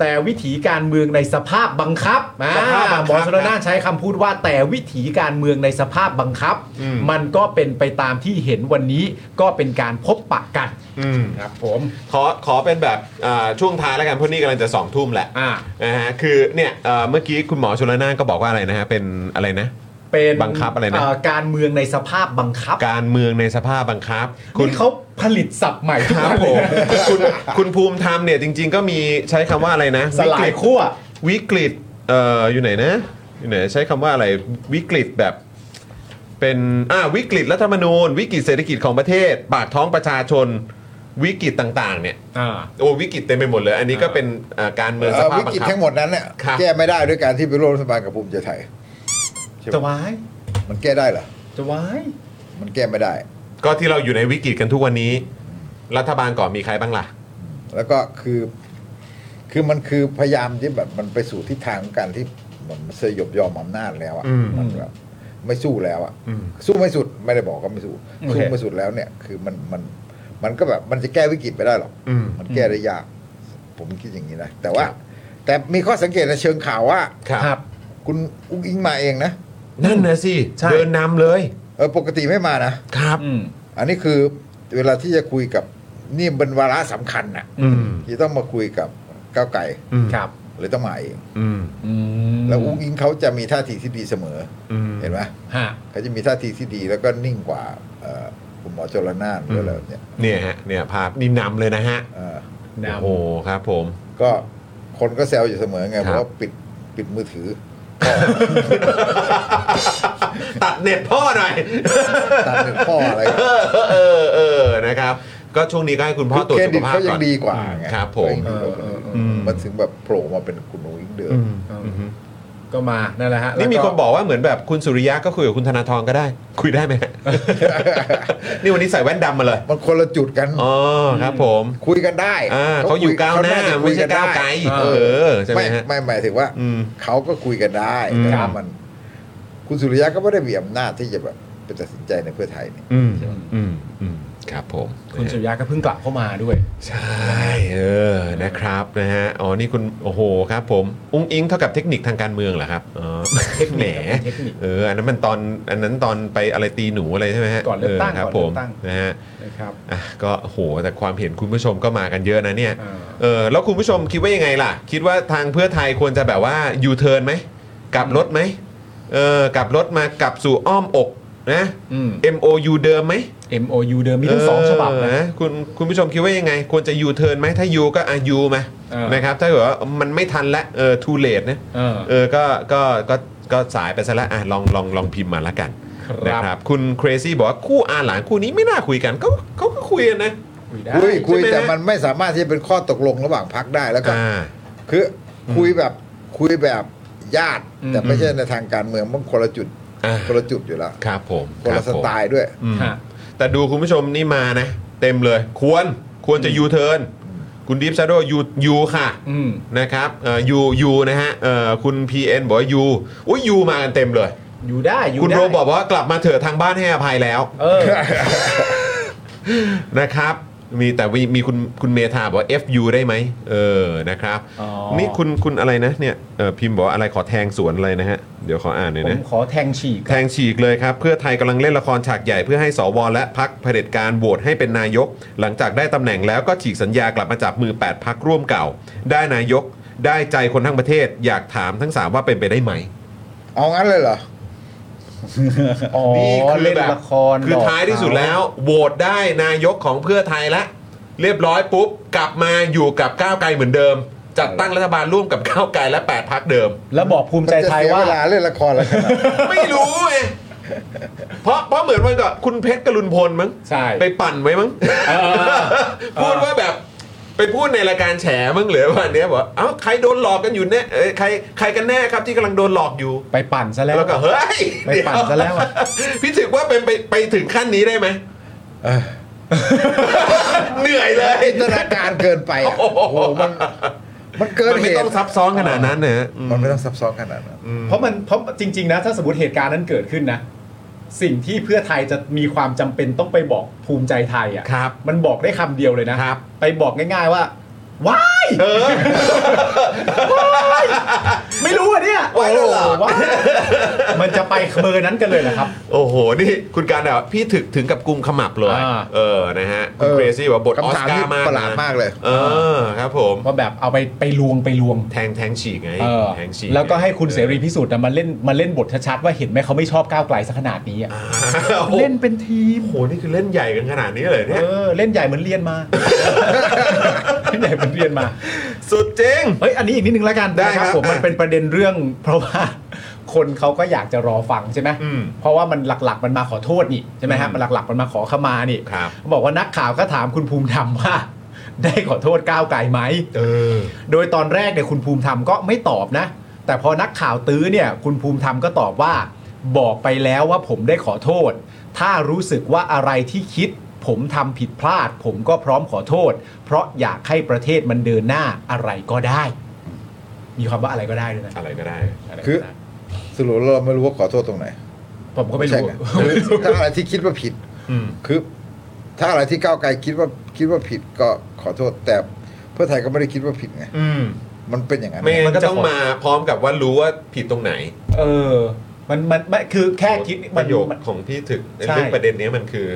[SPEAKER 3] แต่วิถีการเมืองในสภาพบังคับอ่า
[SPEAKER 1] สภาพบังคับ
[SPEAKER 3] หมอชนน่านใช้คำพูดว่าแต่วิถีการเมืองในสภาพบังคับ
[SPEAKER 1] อืม
[SPEAKER 3] มันก็เป็นไปตามที่เห็นวันนี้ก็เป็นการพบปะกัน
[SPEAKER 1] อืม
[SPEAKER 3] ครับผม
[SPEAKER 1] ขอขอเป็นแบบอ่าช่วงท้ายแล้วกันเพราะนี่กำลังจะสองทุ่มแหละ
[SPEAKER 3] อ่า
[SPEAKER 1] นะฮะคือเนี่ยเอ่อเมื่อกี้คุณหมอชลนานก็บอกว่าอะไรนะฮะเป็นอะไรนะ
[SPEAKER 3] เป็น
[SPEAKER 1] บังคับอะไรนะ
[SPEAKER 3] เการเมืองในสภาพบังคับ
[SPEAKER 1] การเมืองในสภาพบังคับ
[SPEAKER 3] คุณเขาผลิตศัพท์ใหม่ทุก
[SPEAKER 1] ครับ
[SPEAKER 3] วัน
[SPEAKER 1] ผ
[SPEAKER 3] เลย
[SPEAKER 1] ม
[SPEAKER 3] นะ
[SPEAKER 1] คุณคุณภูมิธรรมเนี่ยจริง ๆ ก็มีใช้คำว่าอะไรนะ
[SPEAKER 3] สลาย
[SPEAKER 1] วิกฤต
[SPEAKER 3] ขั้ว
[SPEAKER 1] วิกฤตเอ่ออยู่ไหนนะอยู่ไหนใช้คำว่าอะไรวิกฤตแบบ เป็นอ่าวิกฤตรัฐธรรมนูญ วิกฤตเศรษฐกิจของประเทศ ปากท้องประชาชนวิกฤตต่างๆ เนี่ย
[SPEAKER 3] อ่า
[SPEAKER 1] โอ้วิกฤตเต็มไปหมดเลย อันนี้ก็เป็นเอ่อการเมืองส
[SPEAKER 6] เอ่อ
[SPEAKER 1] ภาพ
[SPEAKER 6] วิ
[SPEAKER 1] บัง
[SPEAKER 6] กฤต
[SPEAKER 1] คับ
[SPEAKER 6] ทั้งหมดนั้นเนี่ย
[SPEAKER 1] ครับ
[SPEAKER 6] แก้ไม่ได้ด้วยการที่ไปร่วมรัฐบาลกับภูมิใจไทย
[SPEAKER 3] จะวาย
[SPEAKER 6] มันแก้ได้เหรอ
[SPEAKER 3] จะวาย
[SPEAKER 6] มันแก้ไม่ได้
[SPEAKER 1] ก็ที่เราอยู่ในวิกฤตกันทุกวันนี้ รัฐบาลก่อนมีใครบ้างล่ะ
[SPEAKER 6] แล้วก็คือ คือมันคือพยายามที่แบบมันไปสู่ทิศทางของการที่มันสยบยอมอำนาจแล้วอ่ะ
[SPEAKER 1] อืม
[SPEAKER 6] มันแบบไม่สู้แล้วอ่ะ
[SPEAKER 1] อืม
[SPEAKER 6] สู้ไม่สุดไม่ได้บอกก็ไม่สู้สู้ไม่สุดแล้วเนี่ย คือมันมันมันก็แบบมันจะแก้วิกฤตไม่ได้หรอก
[SPEAKER 1] อืม
[SPEAKER 6] มันแก้ได้ยาก ผมคิดอย่างนี้นะ แต่ว่า แต่มีข้อสังเกตในเชิงข่าวว่า
[SPEAKER 1] ครับ
[SPEAKER 6] คุณอุ้งอิงมาเองนะ
[SPEAKER 1] นั่นนะสิ เดินนำเลย
[SPEAKER 6] เออปกติไม่มานะ
[SPEAKER 1] ครับ
[SPEAKER 3] อืม
[SPEAKER 6] อันนี้คือเวลาที่จะคุยกับนี่เป็นวาระสำคัญนะ
[SPEAKER 1] อืม
[SPEAKER 6] ที่ต้องมาคุยกับก้าวไก่
[SPEAKER 1] อืม
[SPEAKER 3] ครับ
[SPEAKER 6] เลยต้องมาเอง
[SPEAKER 1] อืม
[SPEAKER 3] อืม
[SPEAKER 6] แล้วอุ้งอิงเขาจะมีท่าทีที่ดีเสมอ
[SPEAKER 1] อืม
[SPEAKER 6] เห็นไหม
[SPEAKER 3] ฮะ
[SPEAKER 6] เขาจะมีท่าทีที่ดีแล้วก็นิ่งกว่าเอ่อคุณหมอชลนานหรืออะไรแบบเนี่ย
[SPEAKER 1] เนี่ยฮะเนี่ยภาพนี่นำเลยนะฮะ
[SPEAKER 6] เอ่อ
[SPEAKER 3] แนว
[SPEAKER 1] โอ้โหครับผม
[SPEAKER 6] ก็คนก็แซวอยู่เสมอ
[SPEAKER 1] ค
[SPEAKER 6] ไง
[SPEAKER 1] รับ
[SPEAKER 6] เพราะว่าปิดปิดมือถือ
[SPEAKER 1] ตัดเน็ตพ่อหน่อย
[SPEAKER 6] ตัดเน็ตพ่ออะไร
[SPEAKER 1] เออเออเออนะครับ ก็ช่วงนี้ก็ให้ คุณพ่อตรวจ
[SPEAKER 6] เคร
[SPEAKER 1] สุ
[SPEAKER 6] ดิ
[SPEAKER 1] ข
[SPEAKER 6] ต
[SPEAKER 1] ภาพ
[SPEAKER 6] เขายั
[SPEAKER 1] ก่อง น
[SPEAKER 6] ดีกว่าไง
[SPEAKER 1] ครับผม
[SPEAKER 6] เขายังดีกว่าคนอื่น
[SPEAKER 1] อืม
[SPEAKER 6] มันถึงแบบโผล่มาเป็นคุณอุ้งอิงเดิม
[SPEAKER 1] อืม
[SPEAKER 3] ก็มานั่นแหละฮะ
[SPEAKER 1] นี่มี
[SPEAKER 3] แล้ว
[SPEAKER 1] คนบอกว่าเหมือนแบบคุณสุริยะก็คุยกับคุณธนาธรก็ได้ คุยได้ไห มฮะ นี่วันนี้ใส่แว่นดำมาเลย
[SPEAKER 6] มันคนละจุดกัน
[SPEAKER 1] อ๋อครับผม
[SPEAKER 6] คุยกันได้
[SPEAKER 1] อ่าเขาอยู่ก้าวหน้า
[SPEAKER 6] เขคุ
[SPEAKER 1] ไม่
[SPEAKER 6] ย
[SPEAKER 1] ใช่
[SPEAKER 6] ด้
[SPEAKER 1] ก้าวไกล
[SPEAKER 6] เอ
[SPEAKER 1] เอ
[SPEAKER 6] อ
[SPEAKER 1] อใช่ไหม
[SPEAKER 6] ไม่
[SPEAKER 1] ฮะ
[SPEAKER 6] ไม่หมายถึงว่า
[SPEAKER 1] อืม
[SPEAKER 6] เขาก็คุยกันได้
[SPEAKER 1] อืม
[SPEAKER 6] แต่ว่ามัน คุณสุริยะก็ไม่ได้มีอำนาจที่จะแบบไปตัดสินใจในเพื่อไทยนี่
[SPEAKER 1] อืมอืมอืมครับผม
[SPEAKER 3] คุณสุริยะก็เพิ่งกลับเข้ามาด้วย
[SPEAKER 1] ใช่เออนะครับนะฮะอ๋อนี่คุณโอ้โหครับผม อุ้งอิงเท่ากับเทคนิคทางการเมืองเหรอครับอ๋อ
[SPEAKER 3] เทคนิค
[SPEAKER 1] แหม
[SPEAKER 3] เทคนิค
[SPEAKER 1] เอออันนั้นมันตอนอันนั้นตอนไปอะไรตีหนูอะไรใช่ไหมฮะ
[SPEAKER 3] ก่อนเลือกตั้ง
[SPEAKER 1] ครับ
[SPEAKER 3] ก่อนเลื
[SPEAKER 1] ผ
[SPEAKER 3] อก
[SPEAKER 1] ม
[SPEAKER 3] ตั้ง
[SPEAKER 1] นะฮะ
[SPEAKER 3] นะครับ
[SPEAKER 1] อ่ะก็โอ้โหแต่ความเห็นคุณผู้ชมก็มากันเยอะนะเนี่ย
[SPEAKER 3] เออ
[SPEAKER 1] เออแล้วคุณผู้ชมคิดว่ายังไงล่ะ คิดว่าทางเพื่อไทยควรจะแบบว่ายูเทิร์นไหมกลับรถไหมเออกลับรถมากลับสู่อ้อมอกนะ
[SPEAKER 3] อืม
[SPEAKER 1] MOU เดิมไหม
[SPEAKER 3] MOU เดิมมีทั้งสองฉบับ
[SPEAKER 1] เอ
[SPEAKER 3] นะ
[SPEAKER 1] อคุณคุณผู้ชมคิดว่ายังไง ควรจะยูเทิร์นไหมถ้ายูก็อายูมา
[SPEAKER 3] เออ
[SPEAKER 1] นะครับ ถ้าเกิดว่ามันไม่ทันละเออทูเลตนะ
[SPEAKER 3] เออ
[SPEAKER 1] เออก็ก็ก็ก็สายไปซะละอ่ะลองลองลองพิมพ์มาละกัน
[SPEAKER 3] ครับ
[SPEAKER 1] นะครับ คุณเครซี่บอกว่า คู่อาหลานคู่นี้ไม่น่าคุยกันเขาเขาก็คุยกันนะ
[SPEAKER 3] คุยได้
[SPEAKER 6] คุยคุย
[SPEAKER 1] ใช่ไหมฮะ
[SPEAKER 6] แต่มันไม่สามารถที่จะเป็นข้อตกลงระหว่างพักได้แล้วก็
[SPEAKER 1] อ่า
[SPEAKER 6] คือคุยแบบคุยแบบญาติ
[SPEAKER 3] อืม
[SPEAKER 6] แต่ไม่ใช่ในทางการเมืองมันคนละจุด
[SPEAKER 1] อ่า
[SPEAKER 6] คนละจุดอยู่แล้ว
[SPEAKER 1] ครับผม
[SPEAKER 6] คนละ
[SPEAKER 1] รับ
[SPEAKER 6] ส
[SPEAKER 1] ผม
[SPEAKER 6] ไตล์ด้วย
[SPEAKER 1] อืม
[SPEAKER 3] ฮะ
[SPEAKER 1] แต่ดูคุณผู้ชมนี่มานะ เต็มเลย ควรควรจะยูเทิร์นคุณดิฟชาโดยูยูค่ะ
[SPEAKER 3] อืม
[SPEAKER 1] นะครับเอ่อยูยูนะฮะเอ่อคุณ PN บอกว่ายูอุ้ยยูมากันเต็มเลย
[SPEAKER 3] อยู่ได้อยู่
[SPEAKER 1] คุณ
[SPEAKER 3] ได้
[SPEAKER 1] โรบอกว่ากลับมาเถอะทางบ้านให้อภัยแล้ว
[SPEAKER 3] เออ
[SPEAKER 1] นะครับ มีแต่มีมีคุณคุณเมธาบอกว่า FU ได้ไหมเออนะครับ
[SPEAKER 3] อ๋อ
[SPEAKER 1] นี่คุณคุณอะไรนะเนี่ยเอ่อพิมพ์บอกว่าอะไรขอแทงสวนอะไรนะฮะ เดี๋ยวขออ่านหน่อย
[SPEAKER 3] ผ
[SPEAKER 1] นะ
[SPEAKER 3] มขอแทงฉีก
[SPEAKER 1] แทงฉีกเลยครับ เพื่อไทยกำลังเล่นละครฉากใหญ่เพื่อให้สวและพักเผด็จการโหวตให้เป็นนายก หลังจากได้ตำแหน่งแล้วก็ฉีกสัญญากลับมาจับมือ 8 พักร่วมเก่า ได้นายก ได้ใจคนทั้งประเทศ อยากถามทั้ง 3 ว่าเป็นไปได้ไหม
[SPEAKER 6] เอางั้นเลยเหรอ
[SPEAKER 3] อ๋อเล่น
[SPEAKER 1] แบบ
[SPEAKER 3] ละคร
[SPEAKER 1] คือ
[SPEAKER 3] ดก
[SPEAKER 1] ท้ายที่สุดแล้วโหวตได้นายกของเพื่อไทยละ เรียบร้อยปุ๊บ กลับมาอยู่กับก้าวไกลเหมือนเดิม จัดตั้งรัฐบาลร่วมกับก้าวไกลและ 8 พักเดิม
[SPEAKER 3] แล้วบอกภูมิใจ
[SPEAKER 6] มันจะ
[SPEAKER 3] ไทย
[SPEAKER 6] เสีย
[SPEAKER 3] ว่า
[SPEAKER 6] เวลาเล่นละครอะไรขนาดนั้น
[SPEAKER 1] ไม่รู้ไง เพราะเพราะเหมือนวันก่อนคุณเพชรกรุณพลมั้ง
[SPEAKER 3] ใช่
[SPEAKER 1] ไปปั่นไว้มั้ง
[SPEAKER 3] เออ
[SPEAKER 1] พูดว่าแบบไปพูดในรายการแฉมั้งเหรือวันนี้ยบอกว่าเอ้าใครโดนหลอกกันอยู่แน่เอ้ยใครใครกันแน่ครับที่กำลังโดนหลอกอยู่
[SPEAKER 3] ไปปั่นซะแล้ว
[SPEAKER 1] แล้วก็เฮ้ย
[SPEAKER 3] ไปปั่นซะแล้วอะ
[SPEAKER 1] พี่ถึกว่าเป็นไปไปถึงขั้นนี้ได้ไหม เหนื่อยเลย
[SPEAKER 6] จินตนาการเกินไปอะ
[SPEAKER 1] โอ้
[SPEAKER 6] โอ้
[SPEAKER 1] โห
[SPEAKER 6] โหมันมันเกิน
[SPEAKER 1] มัน
[SPEAKER 6] เห
[SPEAKER 1] ไม่
[SPEAKER 6] ตุ
[SPEAKER 1] ต้องซับซ้อนขนาดนั้นเนอะอืม
[SPEAKER 6] มันไม่ต้องซับซ้อนขนาดนั้น
[SPEAKER 3] เพราะมันเพราะจริง ๆ นะ ถ้าสมมติเหตุการณ์นั้นเกิดขึ้นนะ สิ่งที่เพื่อไทยจะมีความจำเป็นต้องไปบอกภูมิใจไทย
[SPEAKER 1] ครั
[SPEAKER 3] อะ่ะ
[SPEAKER 1] บ
[SPEAKER 3] มันบอกได้คำเดียวเลยนะครับ ไปบอกง่าย ๆ ว่าว้าย
[SPEAKER 1] เออ
[SPEAKER 3] ไม่รู้อ่ะเนี่ย
[SPEAKER 1] ว้ายโดนหลอก
[SPEAKER 3] ว้ายมันจะไปเบอร์นั้นกันเลยเหรอครับ
[SPEAKER 1] โอ้โห นี่คุณการดาพี่ถึกถึงกับกุมขมับเลย
[SPEAKER 3] อ่า
[SPEAKER 1] เออ นะฮะ คุณ
[SPEAKER 6] เออ
[SPEAKER 1] เกรซี่ว่าบทออส
[SPEAKER 6] คำถาม
[SPEAKER 1] กา
[SPEAKER 6] ที่
[SPEAKER 1] ร์มาก
[SPEAKER 6] ประหลาด
[SPEAKER 1] น
[SPEAKER 6] มากเลย
[SPEAKER 1] เออ ครับผม
[SPEAKER 3] ว่าแบบเอาไปไปลวงไปลวง
[SPEAKER 1] แทงแทงฉีกไง
[SPEAKER 3] เออ
[SPEAKER 1] แทงฉีก
[SPEAKER 3] แล้วก็ให้คุณเสรีพิสุทธิ์น่ะมาเล่นมาเล่นบทชัดๆว่าเห็นไหมเขาไม่ชอบก้าวไกลสักขนาดนี้อะ
[SPEAKER 1] เล่
[SPEAKER 3] เล่
[SPEAKER 1] น
[SPEAKER 3] นเป็นทีม
[SPEAKER 1] โอ้โห นี่คือเล่นใหญ่กันขนาดนี้เลย
[SPEAKER 3] เอ
[SPEAKER 1] เนี่ย
[SPEAKER 3] อเล่นใหญ่เหมือนเรียนมา เล่นใหญ่เหมือนเรียนมา
[SPEAKER 1] สุดจริง
[SPEAKER 3] เฮ้ย อันนี้อีกนิดนึงแล้วกัน
[SPEAKER 1] ได้
[SPEAKER 3] นะ
[SPEAKER 1] ค
[SPEAKER 3] ค
[SPEAKER 1] รั
[SPEAKER 3] รั
[SPEAKER 1] บบ
[SPEAKER 3] ผมมันเป็นประเด็นเรื่อง เพราะว่า คนเขาก็อยากจะรอฟังใช่ไหม
[SPEAKER 1] อืม
[SPEAKER 3] เพราะว่ามันหลักๆมันมาขอโทษนี่ใช่ไหม
[SPEAKER 1] อื
[SPEAKER 3] ฮะ
[SPEAKER 1] ม
[SPEAKER 3] มันหลักๆมันมาขอขมานี่
[SPEAKER 1] ครับ
[SPEAKER 3] เขาบอกว่านักข่าวก็ถามคุณภูมิธรรมว่า ได้ขอโทษก้าวไกลไหม
[SPEAKER 1] เออ
[SPEAKER 3] โดยตอนแรกเนี่ยคุณภูมิธรรมก็ไม่ตอบนะ แต่พอนักข่าวตื้อเนี่ย คุณภูมิธรรมก็ตอบว่า บอกไปแล้วว่าผมได้ขอโทษ ถ้ารู้สึกว่าอะไรที่คิด ผมทำผิดพลาด ผมก็พร้อมขอโทษ เพราะอยากให้ประเทศมันเดินหน้าอะไรก็ได้ มีคำว่าอะไรก็ได้ด้วยนะ
[SPEAKER 1] อะไรก็ได้
[SPEAKER 3] ะไรก็ได้
[SPEAKER 6] คือ สรุปแล้วเราไม่รู้ว่าขอโทษตรงไหน
[SPEAKER 3] ผมก็ไม่รู้
[SPEAKER 6] ใช่งคือถ้าอะไรที่คิดว่าผิด
[SPEAKER 1] อืม
[SPEAKER 6] คือ ถ้าอะไรที่ก้าวไกลคิดว่าคิดว่าผิดก็ขอโทษ แต่เพื่อไทยก็ไม่ได้คิดว่าผิดไง
[SPEAKER 1] อืม
[SPEAKER 6] มันเป็นอย่างนั้น
[SPEAKER 1] ไม่งั้
[SPEAKER 3] มันนก็จะ
[SPEAKER 1] ต้องมาพร้อมกับว่ารู้ว่าผิดตรงไหน
[SPEAKER 3] เออ มันมันไม่คือแค่คิด
[SPEAKER 1] ป
[SPEAKER 3] มัน
[SPEAKER 1] ระโยค
[SPEAKER 3] มัน
[SPEAKER 1] ของพี่ถึกใน
[SPEAKER 3] ใช่
[SPEAKER 1] เรื่องประเด็นนี้มันคือ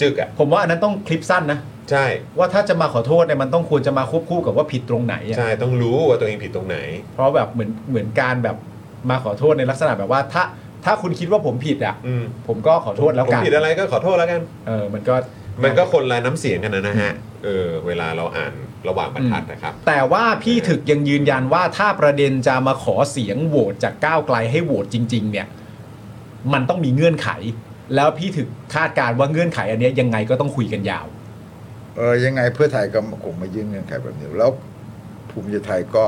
[SPEAKER 1] จึกอ่ะ
[SPEAKER 3] ผมว่าอันนั้นต้องคลิปสั้นนะ
[SPEAKER 1] ใช่
[SPEAKER 3] ว่าถ้าจะมาขอโทษเนี่ยมันต้องควรจะมาควบคู่กับว่าผิดตรงไหนอะ
[SPEAKER 1] ใช่ ต้องรู้ว่าตัวเองผิดตรงไหน
[SPEAKER 3] เพราะแบบเหมือนเหมือนการแบบมาขอโทษในลักษณะแบบว่าถ้าถ้าคุณคิดว่าผมผิดอ่ะ
[SPEAKER 1] อืม
[SPEAKER 3] ผมก็ขอโทษแล้ว
[SPEAKER 1] ผม
[SPEAKER 3] กัน
[SPEAKER 1] ผิดอะไรก็ขอโทษแล้วกัน
[SPEAKER 3] เออมันก็
[SPEAKER 1] มันก็คนละน้ำเสียงกันนะฮะ เออ เวลาเราอ่านระหว่างบรรทัดนะครับ
[SPEAKER 3] แต่ว่าพี่ถึกยังยืนยันว่าถ้าประเด็นจะมาขอเสียงโหวตจากก้าวไกลให้โหวตจริง ๆ เนี่ย มันต้องมีเงื่อนไข แล้วพี่ถึกคาดการณ์ว่าเงื่อนไขอันเนี้ยยังไงก็ต้องคุยกันยาว
[SPEAKER 6] เออยังไงเพื่อไทยก็คงไม่ยื่นเงื่อนไขแบบนี้แล้วภูมิใจไทยก็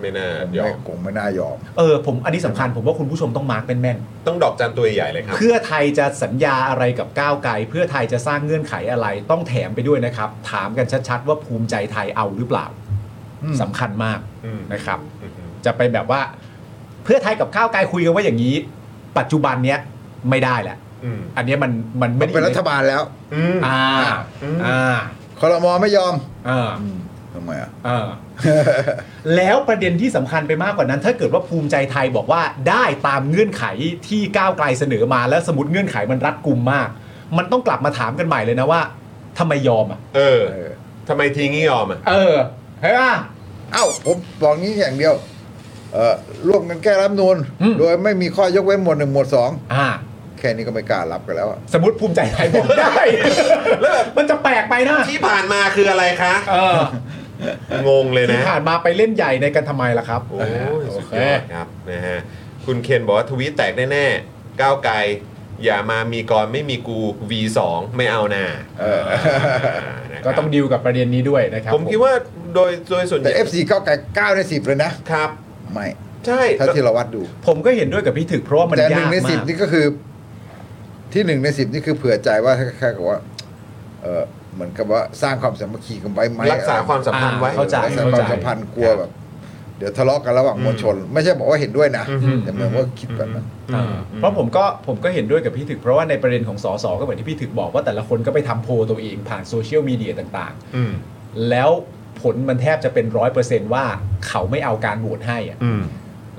[SPEAKER 1] ไม่น่า
[SPEAKER 6] คง
[SPEAKER 1] ยอ
[SPEAKER 6] ไม่
[SPEAKER 1] ม
[SPEAKER 6] คงไม่น่ายอม
[SPEAKER 3] เออผมอันนี้สำคัญผมว่าคุณผู้ชมต้องมาร์กเป็นแม่น
[SPEAKER 1] ต้องดอกจันตัวใหญ่เลยครับ
[SPEAKER 3] เพื่อไทยจะสัญญาอะไรกับก้าวไกลเพื่อไทยจะสร้างเงื่อนไขอะไร ต้องแถมไปด้วยนะครับ ถามกันชัดๆว่าภูมิใจไทยเอาหรือเปล่า
[SPEAKER 6] อืม
[SPEAKER 3] สำคัญมาก
[SPEAKER 1] อืม
[SPEAKER 3] นะครับ
[SPEAKER 1] อืม
[SPEAKER 3] จะไปแบบว่า เพื่อไทยกับก้าวไกลคุยกันว่าอย่างนี้ ปัจจุบันเนี้ยไม่ได้แหละ
[SPEAKER 1] อืม
[SPEAKER 3] อันเนี้ยมันมัน
[SPEAKER 6] มั
[SPEAKER 3] ไม่
[SPEAKER 6] น
[SPEAKER 3] ได้
[SPEAKER 6] เป็นรัฐบาลแล้ว
[SPEAKER 1] อืม
[SPEAKER 3] อ่า
[SPEAKER 1] อืม
[SPEAKER 3] อ่า
[SPEAKER 6] คอรมอไม่ยอม
[SPEAKER 3] อ่า
[SPEAKER 6] ทำไมอ่ะ
[SPEAKER 3] อ่าแล้วประเด็นที่สำคัญไปมากกว่านั้น ถ้าเกิดว่าภูมิใจไทยบอกว่าได้ตามเงื่อนไขที่ก้าวไกลเสนอมาแล้วสมมติเงื่อนไขมันรัดกุมมาก มันต้องกลับมาถามกันใหม่เลยนะว่าทำไมยอมอ่ะ
[SPEAKER 1] เออ
[SPEAKER 6] เออ
[SPEAKER 1] ทำไมทีงี้ยอมอ่ะ
[SPEAKER 3] เออเห็นป่ะ
[SPEAKER 6] เอ้าผมบอกงี้อย่างเดียวเอ่อร่วมกันแก้รัฐธรรมนูน
[SPEAKER 3] อืม
[SPEAKER 6] โดยไม่มีข้อยกเว้นหมวดหนึ่งหมวดสอง
[SPEAKER 3] อ่า
[SPEAKER 6] แค่นี้ก็ไม่กล้ารับกันแล้วอะ
[SPEAKER 3] สมมติภูมิใจไทยบอกได้ แล้วแบบมันจะแปลกไปนะ
[SPEAKER 1] ที่ผ่านมาคืออะไรคะ
[SPEAKER 3] เออง
[SPEAKER 1] งเลย
[SPEAKER 3] ที่
[SPEAKER 1] นะ
[SPEAKER 3] ผ่านมาไปเล่นใหญ่ในกันทำไมล่ะครับ
[SPEAKER 1] โอ้
[SPEAKER 3] นะ
[SPEAKER 1] ย
[SPEAKER 3] ฮะโอ
[SPEAKER 1] สุด
[SPEAKER 3] เค
[SPEAKER 1] ยอดครับนะฮะคุณเคนบอกว่าทวีตแตกแน่ๆก้าวไกล อย่ามามีกรไม่มีกู V2 ไม่เอานา
[SPEAKER 6] เออ
[SPEAKER 1] นะครับ
[SPEAKER 3] ก็ต้องดีลกับประเด็นนี้ด้วยนะครับ
[SPEAKER 1] ผมคิดว่าโดยโดยส่วนให
[SPEAKER 6] แต่
[SPEAKER 1] ญ่
[SPEAKER 6] FC เก้าไกลเก้าในสิบเลยนะ
[SPEAKER 1] ครับ
[SPEAKER 6] ไม่
[SPEAKER 1] ใช่
[SPEAKER 6] ถ้าที่เราวัดดู
[SPEAKER 3] ผมก็เห็นด้วยกับพี่ถึกเพราะว่ามัน
[SPEAKER 6] แต่ห
[SPEAKER 3] ยาก
[SPEAKER 6] นึ่งใน
[SPEAKER 3] มา
[SPEAKER 6] สิบ
[SPEAKER 3] ก
[SPEAKER 6] นี่ก็คือ ที่หนึ่งในสิบนี่คือเผื่อใจว่าแค่กับว่า เออเหมือนกับว่าสร้างความสามัคคีกันไว้ไหม
[SPEAKER 1] รักษาความสัมพันธ์ไว้
[SPEAKER 3] อ่าเข้าใจ
[SPEAKER 6] รักษาความสัมพันธ์กลัวแบบ เดี๋ยวทะเลาะกันระหว่างมวลชน ไม่ใช่บอกว่าเห็นด้วยนะ
[SPEAKER 1] อืม
[SPEAKER 6] แต่เหมือนว่าคิดแบบนั้น
[SPEAKER 3] อ่าเพราะผมก็ผมก็เห็นด้วยกับพี่ถึกเพราะว่าในประเด็นของสสก็เหมือนที่พี่ถึกบอกว่าแต่ละคนก็ไปทำโพลตัวเองผ่านโซเชียลมีเดียต่าง
[SPEAKER 1] อืม
[SPEAKER 3] ๆ แล้วผลมันแทบจะเป็นร้อยเปอร์เซนต์ว่าเขาไม่เอาการโหวตให้อะ
[SPEAKER 1] อืม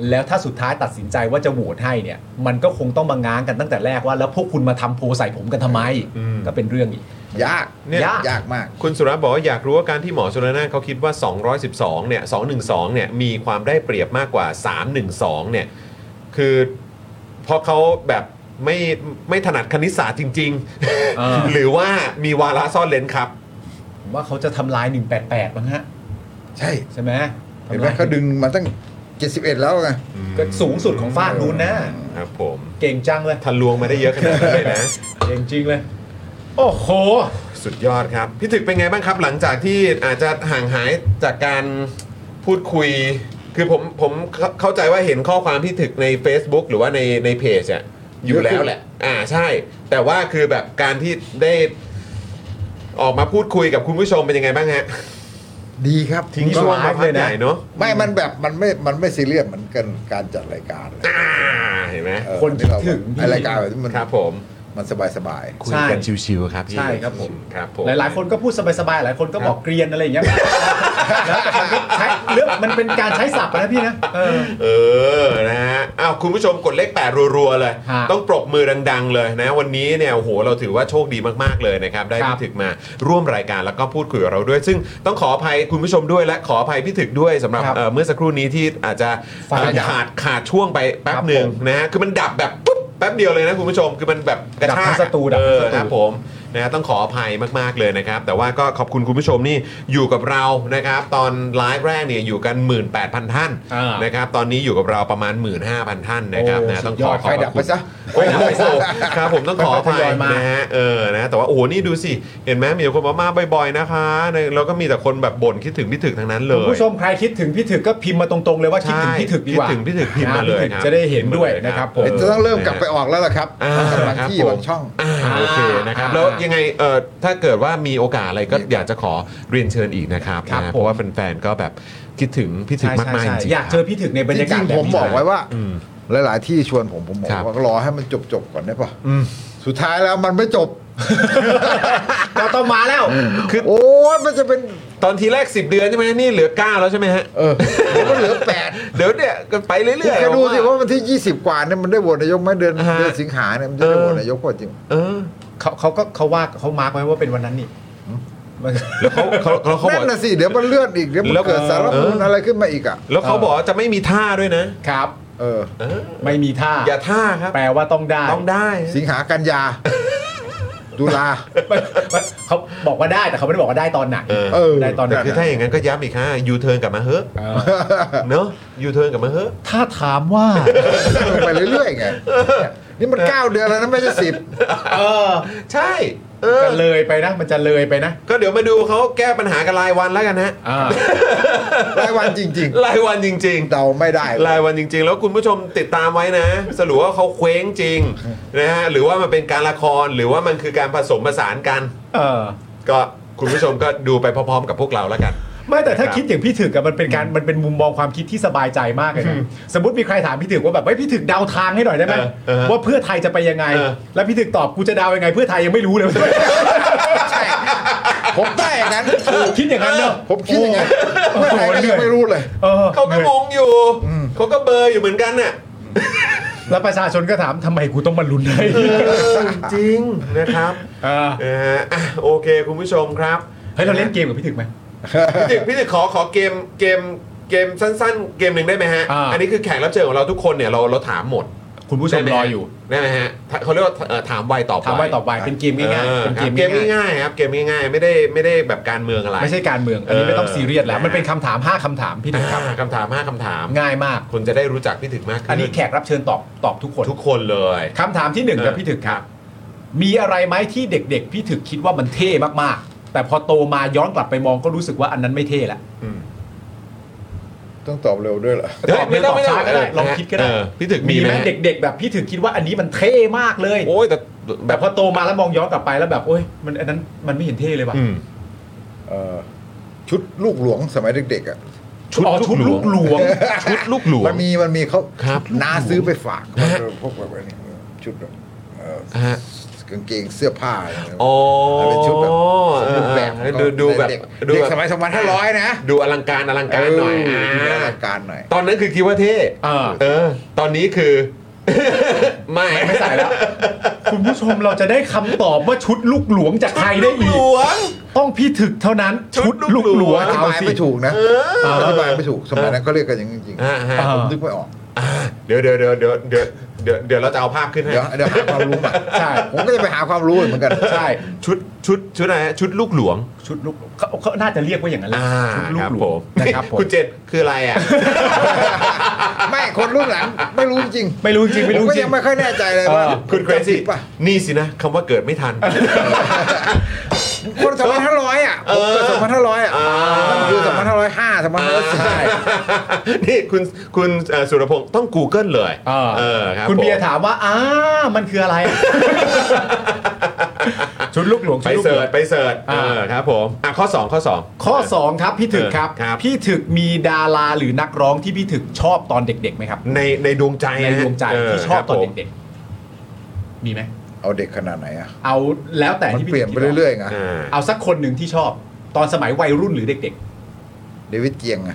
[SPEAKER 3] แล้วถ้าสุดท้ายตัดสินใจว่าจะโหวตให้เนี่ย มันก็คงต้องมาง้างกันตั้งแต่แรกว่าแล้วพวกคุณมาทำโพลใส่ผมกันทำไม
[SPEAKER 1] อืม
[SPEAKER 3] ก็เป็นเรื่องอีก
[SPEAKER 6] ยาก
[SPEAKER 1] เนี่ย
[SPEAKER 6] ยากมาก
[SPEAKER 1] คุณสุรัตน์บอกว่าอยากรู้ว่าการที่หมอชลนานเขาคิดว่า 212 เนี่ย 212 เนี่ย มีความได้เปรียบมากกว่า 312 เนี่ย คือเพราะเขาแบบไม่ไม่ถนัดคณิตศาสตร์จริง
[SPEAKER 3] เออ
[SPEAKER 1] ๆ หรือว่ามีวาระซ่อนเลนครับ
[SPEAKER 3] ผมว่าเขาจะทำลาย 188มั้งฮะ
[SPEAKER 6] ใช่
[SPEAKER 3] ใช่ไหม
[SPEAKER 6] เห็นไหมเขาดึงมาตั้ง 71 แล้วไง
[SPEAKER 3] ก็สูงสุดของฟากนู้นนะ
[SPEAKER 1] ครับผม
[SPEAKER 3] เก่งจังเลย
[SPEAKER 1] ทะลวงมาได้เยอะขนาดนั้นเลยนะ
[SPEAKER 3] เก่งจริงเลย โอ้โห
[SPEAKER 1] สุดยอดครับ พี่ถึกเป็นไงบ้างครับหลังจากที่อาจจะห่างหายจากการพูดคุย คือผมผมเข้าเข้าใจว่าเห็นข้อความพี่ถึกใน Facebook หรือว่าในในเพจอะอยู่แล้วแหละ อ่าใช่ แต่ว่าคือแบบการที่ได้ออกมาพูดคุยกับคุณผู้ชมเป็นยังไงบ้างฮะ
[SPEAKER 6] ดีครับ
[SPEAKER 3] ทิ้ง
[SPEAKER 1] ช่
[SPEAKER 3] ช่
[SPEAKER 1] ว
[SPEAKER 3] ว
[SPEAKER 1] ง
[SPEAKER 3] ง
[SPEAKER 1] มาพัก
[SPEAKER 3] เลย
[SPEAKER 1] ให
[SPEAKER 3] นะ
[SPEAKER 1] ญ่เนาะ
[SPEAKER 6] ไม่มันแบบมันไม่มันไม่ซีเรียสเหมือนกันการจัดรายการเลย
[SPEAKER 1] อ่าเห็นไหม
[SPEAKER 6] เออ
[SPEAKER 3] คนคิดถึง
[SPEAKER 6] ไอ้รายการแบบนี้มัน
[SPEAKER 1] ครับผม
[SPEAKER 6] มันสบายสบาย
[SPEAKER 3] ใช่
[SPEAKER 1] ชิวๆครับพี่
[SPEAKER 3] ใช่ครับผม
[SPEAKER 1] ครับผม
[SPEAKER 3] หลาย ๆ คนก็พูดสบายๆ หลายคนก็บอกเกรียนอะไรอย่างเงี้ ยแล้วแต่มันก็ใช้เรื่องมันเป็นการใช้ศัพท์นะพี่นะเออ
[SPEAKER 1] เออนะฮะอ้าวคุณผู้ชมกดเลขแปดรัวๆเลย
[SPEAKER 3] ฮะ
[SPEAKER 1] ต้องปรบมือดัง ๆ เลยนะ วันนี้เนี่ยโอ้โหเราถือว่าโชคดีมากๆเลยนะครับ ได้พี่ถึกมาร่วมรายการแล้วก็พูดคุยกับเราด้วย ซึ่งต้องขออภัยคุณผู้ชมด้วยและขออภัยพี่ถึกด้วยสำหรับ
[SPEAKER 3] ครับ
[SPEAKER 1] เอ่อเมื่อสักครู่นี้ที่อาจจะ
[SPEAKER 3] ไฟดับ
[SPEAKER 1] เอ่อขาดขาดช่วงไปแป๊บ
[SPEAKER 3] ครับ
[SPEAKER 1] หนึ่ง
[SPEAKER 3] ผม
[SPEAKER 1] นะฮะคือมันดับแบบปุ๊บแป๊บเดียวเลยนะคุณผู้ชมคือมันแบบกระ
[SPEAKER 3] ดับ
[SPEAKER 1] ชาก
[SPEAKER 3] ทั้งสตูดับ
[SPEAKER 1] เอ
[SPEAKER 3] ทั้ง
[SPEAKER 1] อค
[SPEAKER 3] สตู
[SPEAKER 1] รับผมนะฮะต้องขออภัยมากๆเลยนะครับ แต่ว่าก็ขอบคุณคุณผู้ชมนี่อยู่กับเรานะครับ ตอนไลฟ์แรกเนี่ยอยู่กัน 18,000 ท่าน
[SPEAKER 3] อ่าน
[SPEAKER 1] นะครับตอนนี้อยู่กับเราประมาณ 15,000 ท่านนะครับนะต้องขอขอบพ
[SPEAKER 6] ๆไฟ
[SPEAKER 1] ระ
[SPEAKER 6] ดับ
[SPEAKER 1] คุ
[SPEAKER 6] ไป
[SPEAKER 1] ณ
[SPEAKER 6] ซะ
[SPEAKER 1] โอ้โหครับผมต้องขออภัย
[SPEAKER 3] ค่อยๆทยอยมาน
[SPEAKER 1] นะฮะเออนะแต่ว่าโอ้โหนี่ดูสิ เห็นไหมมีคนมามาบ่อยๆนะคะเนี่ยแล้วก็มีแต่คนแบบบ่นคิดถึงพี่ถึกทั้งนั้นเล
[SPEAKER 3] คุณ
[SPEAKER 1] ย
[SPEAKER 3] ผู้ชมใครคิดถึงพี่ถึกก็พิมพ์มาตรงๆเลยว่าคิดถึงพี่ถึกดีกว่า
[SPEAKER 1] คิดถึงพี่ถึกพิมพ์มาเลย
[SPEAKER 3] ถึก
[SPEAKER 1] ครับ
[SPEAKER 3] จะได้เห็นด้วยนะครับผม
[SPEAKER 1] เห็นด้
[SPEAKER 6] จะ
[SPEAKER 1] วย
[SPEAKER 6] ต้องเริ่มกลับไปออกแล้วล่ะครับ
[SPEAKER 1] อ่า
[SPEAKER 6] สำหรับที่
[SPEAKER 1] ครับผม
[SPEAKER 6] บางช่อง
[SPEAKER 1] อ่าโอเคนะครับแล้วยังไงเออถ้าเกิดว่ามีโอกาสอะไรก็อยากจะขอเรียนเชิญอีกนะครับ
[SPEAKER 3] ครับ
[SPEAKER 1] นะ
[SPEAKER 3] ผม
[SPEAKER 1] เพราะว่าแฟนๆก็แบบคิดถึงพี่ถึก
[SPEAKER 3] ใช่
[SPEAKER 1] มากๆจ
[SPEAKER 3] ใช่ใช่
[SPEAKER 1] ริงๆ
[SPEAKER 3] อยากเจอพี่ถึกในบรร
[SPEAKER 6] จ
[SPEAKER 3] ยากา
[SPEAKER 6] ริ
[SPEAKER 3] ศ
[SPEAKER 6] ง
[SPEAKER 3] แบบ
[SPEAKER 6] ๆ
[SPEAKER 3] นี้
[SPEAKER 6] ผมบอกไว้ว่า
[SPEAKER 1] อืม
[SPEAKER 6] หลาย ๆ ที่ชวนผมผมบอก
[SPEAKER 1] ครับ
[SPEAKER 6] ว่ารอให้มันจบจบๆก่อนได้ปะสุดท้ายแล้วมันไม่จบ
[SPEAKER 3] เราต้องมาแล้ว
[SPEAKER 1] คือ
[SPEAKER 6] โอ้ยมันจะเป็น
[SPEAKER 1] ตอนทีแรก 10 เดือนใช่ไหมนี่เหลือ 9 แล้วใช่ไหมฮะ
[SPEAKER 6] เออเดี๋ยวมันเหลือแปด
[SPEAKER 1] เดี๋ยวเนี่ยก็ไปเรื่
[SPEAKER 6] คุณ
[SPEAKER 1] อยๆ
[SPEAKER 6] แค่ดูสิว่าวันที่ 20 กว่าเนี่ยมันได้โหวตนายกไหมเดือน
[SPEAKER 1] อ่าฮะ
[SPEAKER 6] เดือนสิงหาเนี่ยมันจะได้
[SPEAKER 1] เออ
[SPEAKER 6] โหวตนายกกว่าจริง
[SPEAKER 1] เออ
[SPEAKER 3] เขาเขาก็เขาว่าเขามาร์กไว้ว่าเป็นวันนั้นนี่มัน
[SPEAKER 1] แล้วเขาเขาเขาเขาบ
[SPEAKER 6] นั่
[SPEAKER 1] อก
[SPEAKER 6] นน่ะสิ เดี๋ยวมันเลื่อนอีก เดี๋ยวมั
[SPEAKER 1] แล้
[SPEAKER 6] น
[SPEAKER 1] ว
[SPEAKER 6] เกิดสารพัด
[SPEAKER 1] เอออ
[SPEAKER 6] อะไรขึ้นมาอีกอ่ะ
[SPEAKER 1] แล้วเขาบอกว่าจะไม่มีท่าด้วยนะ
[SPEAKER 3] ครับ
[SPEAKER 6] เออ
[SPEAKER 1] เออ
[SPEAKER 3] ไม่มีท่า
[SPEAKER 1] อย่าท่าครับ
[SPEAKER 3] แปลว่าต้องได้
[SPEAKER 1] ต้องได้
[SPEAKER 6] สิงหากันยาตุลา
[SPEAKER 3] ไม่ไม่เขาบอกว่าได้แต่เขาไม่ได้บอกว่าได้ตอนไหน
[SPEAKER 1] เออ
[SPEAKER 6] เออ
[SPEAKER 3] ได้ตอนไหน
[SPEAKER 1] คือถ้าอย่างนั้นก็ย้ำอีกฮะยูเทิร์นกลับมาเฮ้อะ
[SPEAKER 3] เออ
[SPEAKER 1] เนอะยูเทิร์นกลับมาเฮ้อะ
[SPEAKER 3] ถ้าถามว่า
[SPEAKER 6] ไปเรื่อยๆไง นี่มัน 9 เดือนแล้วนะไม่ใช่สิบ
[SPEAKER 3] เออ
[SPEAKER 1] ใช่ เออ
[SPEAKER 3] จะเลยไปนะ มันจะเลยไปนะ
[SPEAKER 1] ก็เดี๋ยวมาดูเขาแก้ปัญหากันรายวันแล้วกันฮะ
[SPEAKER 3] อ่า
[SPEAKER 6] รายวันจริง
[SPEAKER 1] รายวันจริง
[SPEAKER 6] ๆ เดาไม่ได้
[SPEAKER 1] ๆ รายวันจริง ๆ แล้วคุณผู้ชมติดตามไว้นะ สรุปว่าเขาเคว้งจริงนะฮะหรือว่ามันเป็นการละครหรือว่ามันคือการผสมผสานกัน
[SPEAKER 3] เออ
[SPEAKER 1] ก็คุณผู้ชมก็ดูไปพร้อมๆกับพวกเราแล้วกัน
[SPEAKER 3] ไม่แต่ถ้า
[SPEAKER 1] ครับ
[SPEAKER 3] คิดอย่างพี่ถึกอะมันเป็นการมันเป็นมุมมองความคิดที่สบายใจมากเลยนะสมมติมีใครถามพี่ถึกว่าแบบเฮ้ยพี่ถึกเดาทางให้หน่อยได้ไหม
[SPEAKER 1] เออเออ
[SPEAKER 3] ว่าเพื่อไทยจะไปยังไง
[SPEAKER 1] เออ
[SPEAKER 3] แล้วพี่ถึกตอบกูจะเดายังไง เพื่อไทยยังไม่รู้เลย
[SPEAKER 6] ใช่ ผมได้อย่างนั้น
[SPEAKER 3] คิดอย่างนั้นเนอะ
[SPEAKER 6] ผมคิดอย่างนั้น
[SPEAKER 3] โอ้โห
[SPEAKER 6] ไม่อไหร่ก็
[SPEAKER 3] เหนื่อย
[SPEAKER 6] ยังไม่รู้เลย
[SPEAKER 3] ออ
[SPEAKER 1] เขาก็งงอยู่เขาก็เบลอร์อยู่เหมือนกันน่ะ
[SPEAKER 3] แล้วประชาชนก็ถามทำไมกูต้องมาลุ้นให้
[SPEAKER 1] จริงนะครับ
[SPEAKER 3] เออ
[SPEAKER 1] เอออ่ะโอเคคุณผู้ชมครับ
[SPEAKER 3] เฮ้ยเราเล่นเกมกับพี่ถึกไหม
[SPEAKER 1] พี่ตึกพี่ตึกขอขอเกมเกมเกมสั้น ๆ เกมหนึ่งได้ไหมฮะ
[SPEAKER 3] อ่า
[SPEAKER 1] นนี้คือแขกรับเชิญของเราทุกคนเนี่ยเราเราถามหมด
[SPEAKER 3] คุณผู้ชมรออยู่
[SPEAKER 1] ได้ไหมฮะถ้าเขาเรียกว่าเอ่อถามไวตอบ
[SPEAKER 3] ถามไว้ต่อไปเป็นเกมง่าย
[SPEAKER 1] ออ
[SPEAKER 3] ๆเป็น
[SPEAKER 1] ค
[SPEAKER 3] เก
[SPEAKER 1] รับ
[SPEAKER 3] ม
[SPEAKER 1] เกม
[SPEAKER 3] ง่าย
[SPEAKER 1] ง่ายๆครับเกมง่ายๆไม่ได้ไม่ได้แบบการเมืองอะไร
[SPEAKER 3] ๆไม่ใช่การเมือง อันนี้ไม่ต้องซีเรียสแล้ว
[SPEAKER 1] เออ
[SPEAKER 3] มันเป็นคำถาม 5คำถามพี่ถึกครับ
[SPEAKER 1] อ่าคำถามห้าคำถาม
[SPEAKER 3] ง่ายมาก
[SPEAKER 1] คนจะได้รู้จักพี่ถึกมากขึ้น
[SPEAKER 3] อันนี้แขกรับเชิญตอบตอบทุกคน
[SPEAKER 1] ทุกคนเลย
[SPEAKER 3] คำถามที่หนึ่ง
[SPEAKER 1] เออ
[SPEAKER 3] ครับพี่ถึกครับ มีอะไรไหมที่เด็กๆ พี่ถึกคิดว่ามันเท่มากๆ แต่พอโตมาย้อนกลับไปมองก็รู้สึกว่าอันนั้นไม่เท่ละ
[SPEAKER 1] อืม
[SPEAKER 6] ต้องตอบเร็วด้วยเหรอ
[SPEAKER 3] ตอบเร็วตอบช้าก็ได้ลองคิดก็ได้
[SPEAKER 1] เออพี่ถึกมี
[SPEAKER 3] มี
[SPEAKER 1] ไห
[SPEAKER 3] ไห
[SPEAKER 1] ม
[SPEAKER 3] มเด็ก ๆ แบบพี่ถึกคิดว่าอันนี้มันเท่มากเลย
[SPEAKER 1] โอ้ยแต่แบ
[SPEAKER 3] แต่
[SPEAKER 1] บ
[SPEAKER 3] พอโตมาแล้วมองย้อนกลับไปแล้วแบบโอ้ยมันอันนั้นมันไม่เห็นเท่เลยว่ะ
[SPEAKER 1] อืม
[SPEAKER 6] เอ่อชุดลูกหลวงสมัยเด็กๆอ่ะ
[SPEAKER 1] ชุด
[SPEAKER 3] อ๋อชุด
[SPEAKER 1] ลู
[SPEAKER 3] ลู
[SPEAKER 1] กห
[SPEAKER 3] ก
[SPEAKER 1] ล
[SPEAKER 3] หล
[SPEAKER 1] ว
[SPEAKER 3] ว
[SPEAKER 1] ง
[SPEAKER 3] ง
[SPEAKER 1] ชุดลูกหลว
[SPEAKER 6] มั
[SPEAKER 1] ง
[SPEAKER 6] นมีมันมีเขา
[SPEAKER 1] ครับ
[SPEAKER 6] น้าซื้อไปฝาก
[SPEAKER 1] ฮะ
[SPEAKER 6] พวกแบบนี้ชุดแบบเอ่อ
[SPEAKER 1] ฮะ
[SPEAKER 6] กางเกงเสื้อผ้าอะไรเงี้ย
[SPEAKER 1] โอ้
[SPEAKER 6] เป็นชุดแบบ
[SPEAKER 1] เอ
[SPEAKER 6] รู
[SPEAKER 1] อ
[SPEAKER 6] ปแบบ
[SPEAKER 1] เออดูดูแบบ
[SPEAKER 6] เด็ก
[SPEAKER 1] ดู
[SPEAKER 6] เด็ก
[SPEAKER 1] แบบ
[SPEAKER 6] สมัยสองพันห้าร้อยนะ
[SPEAKER 1] ดูอลังการอลังการหน่อย
[SPEAKER 6] เ
[SPEAKER 1] อ่า
[SPEAKER 6] ดูอลังการหน่อย
[SPEAKER 1] ตอนนั้นคือคิดว่าเท่
[SPEAKER 3] เออ
[SPEAKER 1] เออ ตอนนี้คือ ไม่
[SPEAKER 3] ไม่ใส่แล้ว คุณผู้ชมเราจะได้คำตอบว่าชุดลูกหลวงจากใครได้อี
[SPEAKER 1] หล
[SPEAKER 3] ก
[SPEAKER 1] วง
[SPEAKER 3] ต้องพี่ถึกเท่านั้น
[SPEAKER 1] ชุดลูกหลวง
[SPEAKER 6] อธิ
[SPEAKER 3] เอา
[SPEAKER 6] บาย
[SPEAKER 3] สิ
[SPEAKER 6] ไม่ถูกนะ
[SPEAKER 3] เออ
[SPEAKER 6] อธิบายไม่ถูกสมัยนั้นเขาเรียกกันอย่างนี้จริง
[SPEAKER 1] อ่าฮะ
[SPEAKER 3] เออ
[SPEAKER 6] ๆผมนึกไม่ออก
[SPEAKER 1] เดี๋ยวเดี๋ยวเดี๋ยวเดี๋ยวเดี๋ยว เดี๋ยวเดี๋ยวเราจะเอาภาพขึ้นให้
[SPEAKER 6] เดี๋ยวเดี๋ยวหาความรู้มาใช่ผมก็จะไปหาความรู้เหมือนกัน
[SPEAKER 3] ใช่
[SPEAKER 1] ชุดชุดชุดอะไรฮะชุดลูกหลวง
[SPEAKER 3] ชุดลูกเขาเขาน่าจะเรียกว่าอย่างนั้นแหละ
[SPEAKER 1] อ่า
[SPEAKER 3] ชุดลู
[SPEAKER 1] ค
[SPEAKER 3] ก
[SPEAKER 1] รับ
[SPEAKER 3] หล
[SPEAKER 1] ผ
[SPEAKER 3] วง
[SPEAKER 1] ม
[SPEAKER 3] นะครับผม
[SPEAKER 1] คุณเจนคืออะไรอ่ะ
[SPEAKER 6] ไม่คนรุ่นหลังไม่รู้จริง
[SPEAKER 3] ไม่รู้จริง
[SPEAKER 6] ผ
[SPEAKER 3] ไม่
[SPEAKER 6] ม
[SPEAKER 3] รู้
[SPEAKER 6] ก็
[SPEAKER 3] จริ
[SPEAKER 6] ยัง งไม่ค่อยแน่ใจเลยว่า
[SPEAKER 3] เออ
[SPEAKER 1] คุณเคร
[SPEAKER 6] จะ
[SPEAKER 1] ซี่
[SPEAKER 6] ผิดป่ะ
[SPEAKER 1] นี่สินะคำว่าเกิดไม่ทัน
[SPEAKER 6] คนสองพันห้าร้อยอ่ะผมเกิดสองพันห้าร้อยอ่ะ
[SPEAKER 1] อ่า
[SPEAKER 6] นั่นคือสองพันห้าร้อยห้าสองพันห้าร้อยสี่
[SPEAKER 1] นี่คุณคุณเอ่อสุรพงศ์ต้อง Google เลย
[SPEAKER 3] เออ
[SPEAKER 1] เออครับ
[SPEAKER 3] คุณเบีย
[SPEAKER 1] ผ
[SPEAKER 3] ร์
[SPEAKER 1] ม
[SPEAKER 3] ถามว่าอ้ามันคือ อะไร ชุดลูกหลวงชุ
[SPEAKER 1] ไป
[SPEAKER 3] ดลูกหล
[SPEAKER 1] เสิ
[SPEAKER 3] ว
[SPEAKER 1] ร์ช
[SPEAKER 3] ง
[SPEAKER 1] ไปเสิร์ชเอ
[SPEAKER 3] อ่า
[SPEAKER 1] อครับผมอ่ะข้อ 2 ข้อ 2
[SPEAKER 3] ข้อ 2 ครับพี่ถึก
[SPEAKER 1] เออ
[SPEAKER 3] ครับ
[SPEAKER 1] ครับ
[SPEAKER 3] พี่ถึกมีดาราหรือนักร้องที่พี่ถึกชอบตอนเด็กๆไหมครับ
[SPEAKER 1] ในในดวงใจ
[SPEAKER 3] ในดวงใจ
[SPEAKER 1] เ
[SPEAKER 3] ที่ชอบตอ
[SPEAKER 1] ครั
[SPEAKER 3] น
[SPEAKER 1] บผม
[SPEAKER 3] เด็กๆ มีไหม
[SPEAKER 6] เอาเด็กขนาดไหนอ่ะ
[SPEAKER 3] เอาแล้วแต่
[SPEAKER 6] มัน
[SPEAKER 3] ที่
[SPEAKER 6] เปลี่ยนไปเรื่อยๆไง
[SPEAKER 1] อ่า
[SPEAKER 3] เอาสักคนหนึ่งที่ชอบ ตอนสมัยวัยรุ่นหรือเด็ก
[SPEAKER 6] เดวิดเกียงไง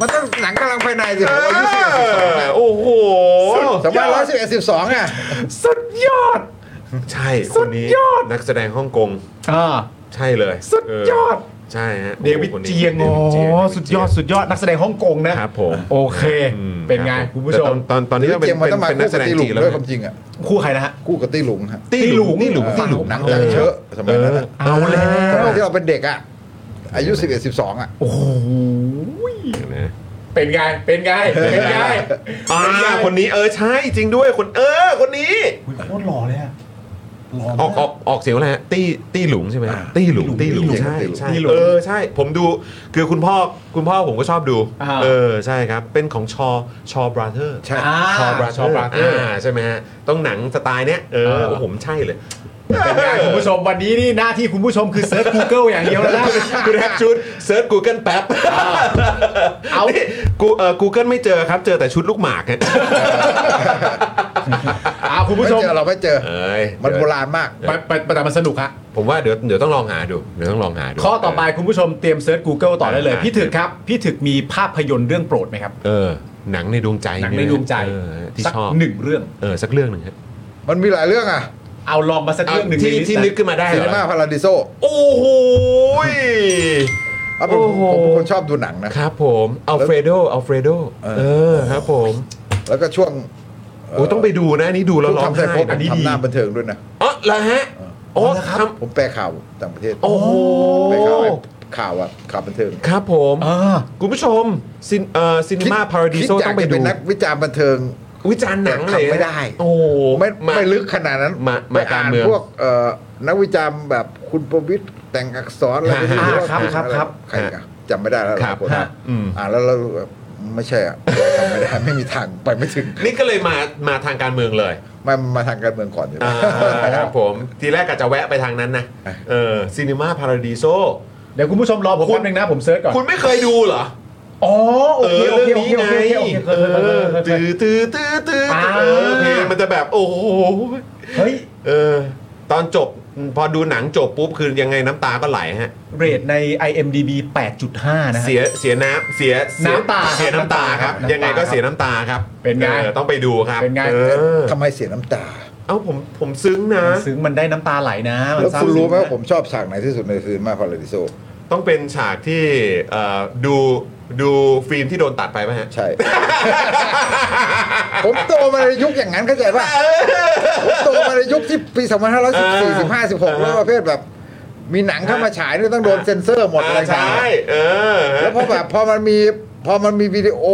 [SPEAKER 6] มันต้องหนังกำลังภายในสิผมอายุสิบเอ็ดสิบสอง
[SPEAKER 1] โอ้โห
[SPEAKER 6] สองพันร้อยสิบเอ็ดสิบสองอ่ะ
[SPEAKER 3] ๆ สุดยอด
[SPEAKER 1] ใช่
[SPEAKER 3] สุ
[SPEAKER 1] คน
[SPEAKER 3] ด
[SPEAKER 1] นี้
[SPEAKER 3] ยอด
[SPEAKER 1] นักแสดงฮ่องกง
[SPEAKER 3] อ่า
[SPEAKER 1] ใช่เลย
[SPEAKER 3] สุดยอด
[SPEAKER 1] เใช่ฮะ
[SPEAKER 3] เดวิด
[SPEAKER 1] คนนี้
[SPEAKER 3] เจียง
[SPEAKER 1] ด
[SPEAKER 3] อ๋อ
[SPEAKER 1] วิเจีง
[SPEAKER 3] สุดยอดสุดยอดนักแสดงฮ่องกงนะ
[SPEAKER 1] ครับผม
[SPEAKER 3] โอเค
[SPEAKER 1] อืม
[SPEAKER 3] เป็นไง
[SPEAKER 1] รับ
[SPEAKER 3] คุณผู้ชม
[SPEAKER 1] แต่ตอนตอนตอนนี้ก็เป็น
[SPEAKER 6] เกียงมัน
[SPEAKER 1] เป็น
[SPEAKER 6] ต้องมา
[SPEAKER 1] เป็นนัก
[SPEAKER 6] คู่
[SPEAKER 1] แส
[SPEAKER 6] กับ
[SPEAKER 1] ดง
[SPEAKER 6] ตี้หลุ
[SPEAKER 1] จี
[SPEAKER 6] ง
[SPEAKER 1] นแล้ว
[SPEAKER 6] ด้วยความจริงอ่ะ
[SPEAKER 3] คู่ใครนะฮะ
[SPEAKER 6] คู่กับตี้หลุงฮะ
[SPEAKER 3] ตี้หลุง
[SPEAKER 1] ตี้หลุงตี้หลุง
[SPEAKER 6] หนังหนังเยอะสมัยนั้นอะ
[SPEAKER 3] เอาแล้
[SPEAKER 6] ส
[SPEAKER 3] ว
[SPEAKER 6] มัยที่เราเป็นเด็กอ่ะอายุสิบเอ็ดสิบสองอ่ะ
[SPEAKER 3] โอ้โห
[SPEAKER 1] นะ
[SPEAKER 3] เป็นไง เป็นไง เป็นไง
[SPEAKER 1] อ่าคนนี้เออใช่จริงด้วยคนเออคนนี้
[SPEAKER 3] อุ๊ยโคตรหล่อเลยอะหล่อ
[SPEAKER 1] อ
[SPEAKER 3] มา
[SPEAKER 1] อก กออกออกเสียงอะไรฮะตี้ตี้หลุงใช่ไหมตี้หลุง
[SPEAKER 3] ตี้
[SPEAKER 1] ตี้ห
[SPEAKER 3] หลุ
[SPEAKER 1] ลุง
[SPEAKER 3] ง
[SPEAKER 1] ใช่ใช่
[SPEAKER 3] ตี้หลุง
[SPEAKER 1] เออใช่ ผมดูคือคุณพ่อคุณพ่อผมก็ชอบดู
[SPEAKER 3] อ่า
[SPEAKER 1] เออใช่ครับเป็นของชอชอบราเธอร์
[SPEAKER 6] ใช่
[SPEAKER 3] อ่า
[SPEAKER 1] ชอบรา
[SPEAKER 3] ชอบบราเธอร์
[SPEAKER 1] ใช่ไหมฮะ ต้องหนังสไตล์เนี้ยเอ
[SPEAKER 3] เอ
[SPEAKER 1] อ
[SPEAKER 3] อ
[SPEAKER 1] โอ้โหผมใช่เลย
[SPEAKER 3] เป็นไงคุณผู้ชมวันนี้นี่หน้าที่คุณผู้ชมคือเซิร์ช Google อย่างเดียวแล้วนะ
[SPEAKER 1] คุณแฮกชุดเซิร์ช Google แป๊บ
[SPEAKER 3] เอานี่
[SPEAKER 1] กูเออ Google ไม่เจอครับ เจอแต่ชุดลูกหมากเนี่ย
[SPEAKER 3] อ่าคุณ
[SPEAKER 6] ไม่
[SPEAKER 3] ผู้ชม
[SPEAKER 6] เจอเราไม่เจอ
[SPEAKER 1] เอ้ย
[SPEAKER 6] มันโบราณมาก
[SPEAKER 3] ไปไปไปแต่มันสนุกฮะ
[SPEAKER 1] ผมว่าเดี๋ยวเดี๋ยวต้องลองหาดูเดี๋ยวต้องลองหาดู
[SPEAKER 3] ข้อต่อไปคุณผู้ชมเตรียมเซิร์ช Google ต่อได้เลย
[SPEAKER 1] อ่า
[SPEAKER 3] พี่ถึกครับ พี่ถึกมีภาพยนตร์เรื่องโปรดไหมครับ
[SPEAKER 1] เออ หนังในดวงใจ
[SPEAKER 3] หนังในดวงใจ
[SPEAKER 1] เออที่
[SPEAKER 3] สัก
[SPEAKER 1] ชอบ
[SPEAKER 3] หนึ่งเรื่อง
[SPEAKER 1] เออสักเรื่องหนึ่งฮะ
[SPEAKER 6] มันมีหลายเรื่องอ่ะ
[SPEAKER 3] เอาลองมาสักเรื่องหนึ่ง
[SPEAKER 1] ที่
[SPEAKER 3] ในลิสต์
[SPEAKER 1] ที่นึกขึ้นมาได้
[SPEAKER 6] ซี
[SPEAKER 1] เหร
[SPEAKER 6] นีมา
[SPEAKER 1] อ
[SPEAKER 6] พาราดิโซ
[SPEAKER 1] โอ้โหย
[SPEAKER 6] เอาเป็นผมผมเป็นคนชอบดูหนังนะ
[SPEAKER 1] ครับผมอัลเฟรโดอัลเฟรโด
[SPEAKER 6] เออ
[SPEAKER 1] เออครับผม
[SPEAKER 6] แล้วก็ช่วง
[SPEAKER 1] โอ้ยต้องไปดูนะอันนี้ดูแล้ว
[SPEAKER 6] ช่วง
[SPEAKER 1] ร้อง
[SPEAKER 6] ทำไซ
[SPEAKER 1] ไห้
[SPEAKER 6] โฟ
[SPEAKER 1] นะ
[SPEAKER 6] ทำหน้าบันเทิงด้วยนะ
[SPEAKER 1] อ๋อเหรอฮะโอ้ครับ
[SPEAKER 6] ผมแปลข่าวต่างประเทศ
[SPEAKER 1] โอ้โห
[SPEAKER 6] แปลข่าวไอ้ข่าวอะข่าวบันเทิง
[SPEAKER 1] ครับผม
[SPEAKER 3] เออ
[SPEAKER 1] คุณผู้ชมซินเอ่อซินีมาพาราดิโซ
[SPEAKER 6] คิยก
[SPEAKER 1] ต้องไป
[SPEAKER 6] จะ
[SPEAKER 1] ดู
[SPEAKER 6] เป็นนักวิจารณ์บันเทิง
[SPEAKER 1] วิจารณ์หนังอะไร
[SPEAKER 6] แต่ทำไม่ได้
[SPEAKER 1] โอ้โห
[SPEAKER 6] ไม่
[SPEAKER 1] า
[SPEAKER 6] ไม่ลึกขนาดนั้น
[SPEAKER 1] มา
[SPEAKER 6] ไป
[SPEAKER 1] มาการ
[SPEAKER 6] อ่าน
[SPEAKER 1] เมือง
[SPEAKER 6] พวกเอ่อนักวิจารณ์แบบคุณประวิตรแต่งอักษรอะไร
[SPEAKER 1] อ่า
[SPEAKER 6] ไม่รู้
[SPEAKER 3] อ่าครับ
[SPEAKER 6] ว่า
[SPEAKER 3] ครับค
[SPEAKER 6] อะไ
[SPEAKER 3] รับ
[SPEAKER 6] ใครอะจำไม่ได้แล้ว
[SPEAKER 1] ครับ
[SPEAKER 6] หลายน
[SPEAKER 1] ครับอืม
[SPEAKER 6] อ่านแล้วเราแบบไม่ใช่อะ ทำไม่ได้ไม่มีทางไปไม่ถึง
[SPEAKER 1] นี่ก็เลยมามาทางการเมืองเลย
[SPEAKER 6] มันมาทางการเมืองก่อนใช่ไหม
[SPEAKER 1] อ่าครับผมทีแรกกะจะแวะไปทางนั้นนะเออซินีมาพาราดิโซ
[SPEAKER 3] เดี๋ยวคุณผู้ชมรอผม
[SPEAKER 1] คุณ
[SPEAKER 3] แป๊บนึงนะผมเซิร์ชก่อน
[SPEAKER 1] คุณไม่เคยดูเหรอ
[SPEAKER 3] อ๋อโอเคโอเค
[SPEAKER 1] รื่
[SPEAKER 3] โอเคโอเคโอเคโอเค
[SPEAKER 1] เอ
[SPEAKER 3] เค
[SPEAKER 1] อย
[SPEAKER 3] ยเคยเคเคยเคย
[SPEAKER 1] ตื้อตื้อตื้อตื้อ
[SPEAKER 3] อ่า
[SPEAKER 1] เออเพลงมันจะแบบโอ้โห
[SPEAKER 3] เฮ้ย
[SPEAKER 1] เออ ตอนจบพอดูหนังจบปุ๊บคือยังไงน้ำตาก็ไหลฮะ
[SPEAKER 3] เรทใน IMDb 8.5 นะฮะ
[SPEAKER 1] เสียเสียน้ำเสียเสีย
[SPEAKER 3] น้ำตาครับ
[SPEAKER 1] เสียน้ำตาครับ
[SPEAKER 3] น้ำตาครับ
[SPEAKER 1] ยังไงก็เสียน้ำตาครับ
[SPEAKER 3] เป็นไง
[SPEAKER 1] ออต้องไปดูครับ
[SPEAKER 3] เป็นไง
[SPEAKER 1] ออ
[SPEAKER 6] ทำไมเสียน้ำตา
[SPEAKER 1] เอ้าผมผมซึ้งนะ
[SPEAKER 3] มันซึ้งมันได้น้ำตาไหลนะมัน
[SPEAKER 6] แล้ว
[SPEAKER 3] ซาบ
[SPEAKER 6] คุณ
[SPEAKER 3] ซึ้ง
[SPEAKER 6] รู้ไหมว่า
[SPEAKER 3] นะ
[SPEAKER 6] ผมชอบฉากไหนที่สุดในซีนมาพาราดิโซ
[SPEAKER 1] ต้องเป็นฉากที่เอ่อดูดูฟิล์มที่โดนตัดไปไหมฮะ
[SPEAKER 6] ใช่ ผมโตมาในยุคอย่างนั้นเข้าใจป่ะ ผมโตมาในยุคที่ปี2514 15 16แล้วประเภทแบบ มีหนังเข้ามาฉายเนี่ยต้องโดนเซ็นเซอร์หมดอะไร
[SPEAKER 1] ใช
[SPEAKER 6] ต่าง่
[SPEAKER 1] เออ
[SPEAKER 6] แล้วพอแบบพอมันมีพอมันมีวิดีโอ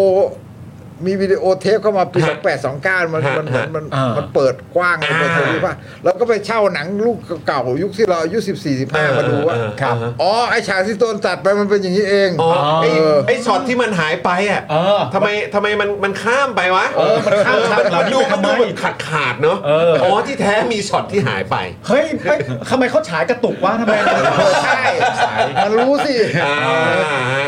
[SPEAKER 6] มีวิดีโอเทปเข้ามาปี28 29มันมันมันมันมันเปิดกว้างเลยในทวีป่ะแล้วก็ไปเช่าหนังลูกเก่าๆยุคที่เราอายุ14 15มาดูว่า
[SPEAKER 1] เออ
[SPEAKER 3] ครับ
[SPEAKER 6] อ๋อไอฉากที่โดนตัดไปมันเป็นอย่างนี้เอง
[SPEAKER 1] อ๋อไอ้
[SPEAKER 6] เออ
[SPEAKER 1] ไอ้ช็อตที่มันหายไปอ่ะ
[SPEAKER 3] เออ
[SPEAKER 1] ทำไมทำไมมันมันข้ามไปวะ
[SPEAKER 3] เออมันข้ามฉากเรา
[SPEAKER 1] มันดูมันดู
[SPEAKER 3] ทำไม
[SPEAKER 1] แบบขาดขาดๆเนาะ
[SPEAKER 3] เออ
[SPEAKER 1] อ๋อที่แท้มีช็อตที่หายไป
[SPEAKER 3] เฮ้ยเฮ้ยทำไมเขาฉายกระตุกวะทำไม
[SPEAKER 6] ใช่ มันรู้สิ
[SPEAKER 1] อ่า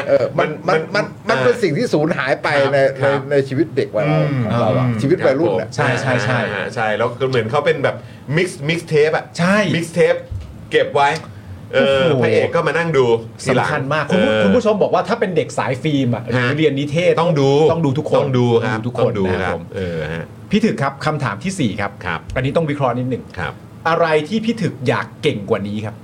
[SPEAKER 6] เออมันมันมันมันเป็น
[SPEAKER 1] อ่า
[SPEAKER 6] สิ่งที่สูญหายไป
[SPEAKER 1] ครับ
[SPEAKER 6] ใน
[SPEAKER 1] ค
[SPEAKER 6] ใน
[SPEAKER 1] รับ
[SPEAKER 6] ในชีวิตเด็กวัยเราของเราอะชีวิตวัยรุ่น
[SPEAKER 1] ค
[SPEAKER 6] น่ะ
[SPEAKER 1] บผม
[SPEAKER 3] ใช่ใช่ใช่
[SPEAKER 1] อ่าใช่แล้วก็เหมือนเขาเป็นแบบมิกซ์มิกซ์เทปอ่ะ
[SPEAKER 3] ใช่
[SPEAKER 1] มิกซ์เทปเก็บไว้เออ
[SPEAKER 3] โอ้โห
[SPEAKER 1] พระเอกก็มานั่งดูทีหลัง
[SPEAKER 3] สำคัญมากคุณผู้
[SPEAKER 1] เออ
[SPEAKER 3] คุณผู้ชมบอกว่าถ้าเป็นเด็กสายฟิล์มอ่ะหรือ
[SPEAKER 1] ฮะ
[SPEAKER 3] เรียนนิเทศ
[SPEAKER 1] ต้องดู
[SPEAKER 3] ต้องดูทุกคน
[SPEAKER 1] ต้องดูครับ
[SPEAKER 3] ทุกคน
[SPEAKER 1] ต้องดู
[SPEAKER 3] นะค
[SPEAKER 1] ครับ รับ
[SPEAKER 3] ผม
[SPEAKER 1] เออฮะ
[SPEAKER 3] พี่ถึกครับคำถามทีสี่4 ครับ
[SPEAKER 1] ครับ
[SPEAKER 3] อันนี้ต้องวิเคราะห์นิดหนึ่ง
[SPEAKER 1] ครับ
[SPEAKER 3] อะไรที่พี่ถึกอยากเก่งกว่านี้ครับ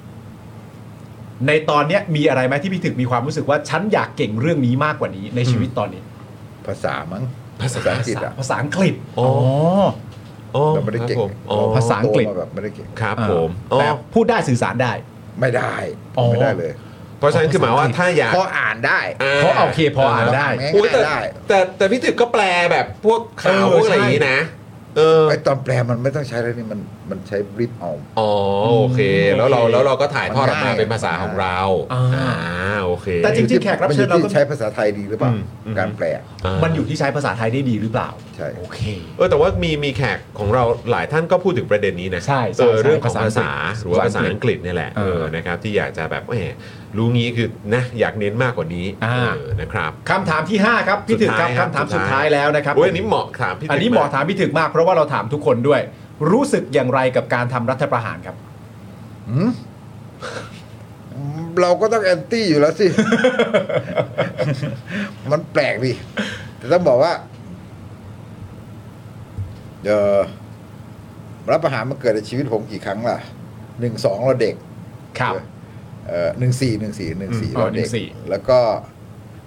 [SPEAKER 3] ในตอนเนี้ยมีอะไรไหมที่พี่ถึกมีความรู้สึกว่าฉันอยากเก่งเรื่องนี้มากกว่านี้ในชีวิตตอนนี้
[SPEAKER 6] ภาษามั้ง ภาษาอังกฤษอ่ะ
[SPEAKER 3] ภาษาอังกฤษ
[SPEAKER 1] อ๋อ โอ้
[SPEAKER 6] เราไม่ได้เก่
[SPEAKER 1] ค
[SPEAKER 6] ง
[SPEAKER 1] รับผมอ๋อ
[SPEAKER 3] ภาษาอังกฤษ
[SPEAKER 6] โตมแบบไม่ได้เก่ง
[SPEAKER 1] ครับผมอ๋อ
[SPEAKER 3] แต่พูดได้สื่อสารได้
[SPEAKER 6] ไม่ได้
[SPEAKER 3] อ๋อ
[SPEAKER 6] ไม่ได้เลย
[SPEAKER 1] เพราะฉะนั้นคือหมายว่าถ้าอยาก
[SPEAKER 6] พออ่านได้
[SPEAKER 3] เพราะโอเคพออ่านได้
[SPEAKER 6] ง่
[SPEAKER 1] โอ้ย
[SPEAKER 6] าย
[SPEAKER 1] แต่
[SPEAKER 6] ๆได้
[SPEAKER 1] แต่แต่พี่ตึกก็แปลแบบพวกข่าว
[SPEAKER 3] เออ
[SPEAKER 1] พวกอะไรอย่างนี้นะเออ
[SPEAKER 6] ไอตอนแปลมันไม่ต้องใช้อะไรนี่มันมันใช้บริบเอา
[SPEAKER 1] อ๋อโอเค แล้วเรา
[SPEAKER 3] โอเค
[SPEAKER 1] แล้วเราก็ถ่ายทอดออกมา
[SPEAKER 6] มันง่าย
[SPEAKER 1] เป็นภาษาของเรา
[SPEAKER 3] อ่า
[SPEAKER 1] อ่าโอเค
[SPEAKER 3] แต่จริง ๆแขกรับเชิญ
[SPEAKER 6] มันอยู่
[SPEAKER 3] เราก็
[SPEAKER 6] ที่ใช้ภาษาไทยดีหรือเปล่า
[SPEAKER 1] อืมอืม
[SPEAKER 6] การแปล
[SPEAKER 3] มันอยู่ที่ใช้ภาษาไทยได้ดีหรือเปล่า
[SPEAKER 6] ใช่
[SPEAKER 3] โอเค
[SPEAKER 1] เออแต่ว่ามีมีแขกของเราหลายท่านก็พูดถึงประเด็นนี้นะ
[SPEAKER 3] ใช่ใช่
[SPEAKER 1] เออเรื่องของ
[SPEAKER 3] ใช่
[SPEAKER 1] ภาษาห
[SPEAKER 3] ภาษาอังกฤษ
[SPEAKER 1] รือว่าภาษาอังกฤษเนี่ยแหละ
[SPEAKER 3] เอ
[SPEAKER 1] เอ
[SPEAKER 3] อ
[SPEAKER 1] อนะครับที่อยากจะแบบแหมรู้งี้คือนะอยากเน้นมากกว่านี้
[SPEAKER 3] อ่า
[SPEAKER 1] เออนะครับ
[SPEAKER 3] คำถามที่ 5 ครับ พี่ถึกครับ
[SPEAKER 1] สุดท้ายครับ
[SPEAKER 3] คำถาม
[SPEAKER 1] สุ
[SPEAKER 3] สุ
[SPEAKER 1] ด
[SPEAKER 3] ด
[SPEAKER 1] ท้าย
[SPEAKER 3] ท้ายแล้วนะครับ
[SPEAKER 1] โอ้ยอันนี้เหมาะถามพี่
[SPEAKER 3] อันนี้
[SPEAKER 1] ติ๊ก
[SPEAKER 3] เหมาะถามพี่ถึกมากเพราะว่าเราถามทุกคนด้วย รู้สึกอย่างไรกับการทำรัฐประหารครับ
[SPEAKER 6] หืมเราก็ต้องแอนตี้อ ยู่แล้วสิ มันแปลกดิแต่ต้องบอกว่าเออรับประหารมันเกิดในชีวิตผมกี่ครั้งล่ะหนึ่งสองเราเด็ก
[SPEAKER 3] ครับ
[SPEAKER 6] เออหนึ่งสี่หนึ่งสี่หนึ่งสี่
[SPEAKER 3] อ๋อ
[SPEAKER 6] เราเด็ก
[SPEAKER 3] 14
[SPEAKER 6] แล้วก็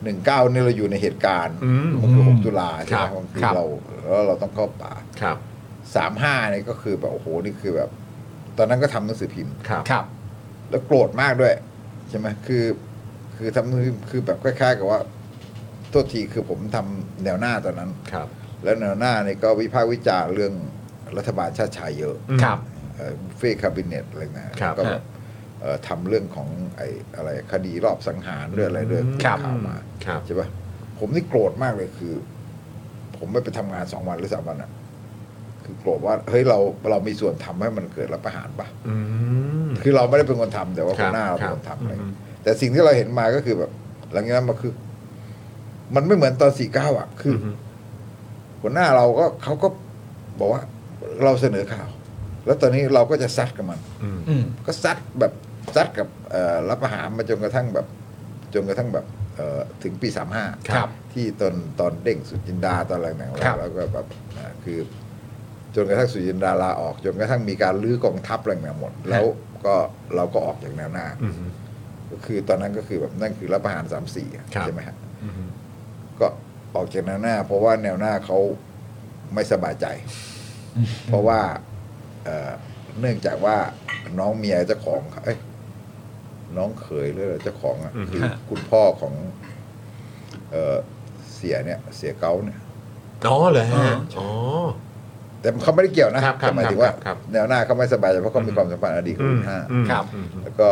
[SPEAKER 6] หนึ่งเก้านี่เราอยู่ในเหตุการณ์
[SPEAKER 3] อืม
[SPEAKER 6] หกหกตุลาใช่ไห
[SPEAKER 3] ค
[SPEAKER 6] ม
[SPEAKER 3] รับ
[SPEAKER 6] มันคือ
[SPEAKER 3] ครับ
[SPEAKER 6] เราแล้วเราต้องเข้าป่า
[SPEAKER 1] ครับ
[SPEAKER 6] สามห้านี่ก็คือแบบโอ้โหนี่คือแบบ ตอนนั้นก็ทำหนังสือพิมพ์
[SPEAKER 1] ครับ
[SPEAKER 3] ครับ
[SPEAKER 6] แล้วโกรธมากด้วย ใช่ไหมคือ คือทำคือแบบคล้ายๆกับว่าโทษทีคือผมทำแนวหน้าตอนนั้น
[SPEAKER 1] ครับ
[SPEAKER 6] แล้วแนวหน้าเนี่ยก็วิพากษ์วิจารณ์เรื่องรัฐบาลชาติชายเยอะ
[SPEAKER 3] ครับ
[SPEAKER 6] เฟ่คาบิเนตอะไรนะครับ ก็แบ
[SPEAKER 3] ฮะ
[SPEAKER 6] บเอ่อทำเรื่องของไอ้อะไรคดีรอบสังหารเรื่องอะไรเรื่อง
[SPEAKER 3] ครับ
[SPEAKER 6] ข่าวมา
[SPEAKER 1] ครับ
[SPEAKER 6] ใช่ปะผมนี่โกรธมากเลยคือ ผมไม่ไปทำงานสองวันหรือสามวันอ่ะ คือโกรธว่าเฮ้ยเราเรามีส่วนทำให้มันเกิดรัฐประหารปะ
[SPEAKER 1] อืม
[SPEAKER 6] คือเราไม่ได้เป็นคนทำแต่ว่า
[SPEAKER 1] ค
[SPEAKER 6] ค
[SPEAKER 1] รั
[SPEAKER 6] น
[SPEAKER 1] บ
[SPEAKER 6] หน้าเราเป็
[SPEAKER 1] ครับ
[SPEAKER 6] นคนทำอะไร
[SPEAKER 1] อืม
[SPEAKER 6] แต่สิ่งที่เราเห็นมาก็คือแบบ หลังจากนั้นมาคือ มันไม่เหมือนตอนสี่เก้าอ่ะ คืออหัวหน้าเราก็เขาก็บอกว่า เราเสนอข่าว แล้วตอนนี้เราก็จะซัดกับมัน
[SPEAKER 3] อืม
[SPEAKER 6] ก็ซัดแบบซัดกับเอ่อรับประหารมาจนกระทั่งแบบ จนกระทั่งแบบเอ่อถึงปีสามห้า
[SPEAKER 3] ครับ
[SPEAKER 6] ที่ตอนตอนเด้งสุจินดาตอนอะไรต่าง
[SPEAKER 3] ครับ
[SPEAKER 6] ๆแล้วก็แบบอ่าคือ จนกระทั่งสุจินดาลาออก จนกระทั่งมีการลื้อกองทัพอะไรต่างๆหมด แล้วก็เราก็ออกจากแนวหน้า
[SPEAKER 1] อืม
[SPEAKER 6] ก็คือตอนนั้นก็คือแบบนั่นคือรับประหารสามสี่อะ
[SPEAKER 1] ครับ
[SPEAKER 6] ใช่ไหมฮะ
[SPEAKER 1] อืม
[SPEAKER 6] ก็ออกจากแนวหน้า เพราะว่าแนวหน้าเขาไม่ส บายใจ เพราะว่าเอ่อเนื่องจากว่าน้องเมียเจ้าของเขาเอ้ยน้องเขยหรืออะไรเจ้าของอะคือคุณพ่อของ เอ่อเสียเนี่ย เสียเก้าเนี่ย
[SPEAKER 1] อ๋อเหรอฮะอ๋อ
[SPEAKER 6] แต่เขาไม่ได้เกี่ยวนะครับ
[SPEAKER 1] ครับ
[SPEAKER 6] แต่หมายถึงว่า
[SPEAKER 1] ครับครับ
[SPEAKER 6] แนวหน้าเขาไม่สบายใจเพราะเขามี
[SPEAKER 1] อืม
[SPEAKER 6] ความสัมพันธ์อดีตกับรุ่นห้า
[SPEAKER 1] อืม
[SPEAKER 3] ครับ
[SPEAKER 1] อืม
[SPEAKER 6] แล้วก็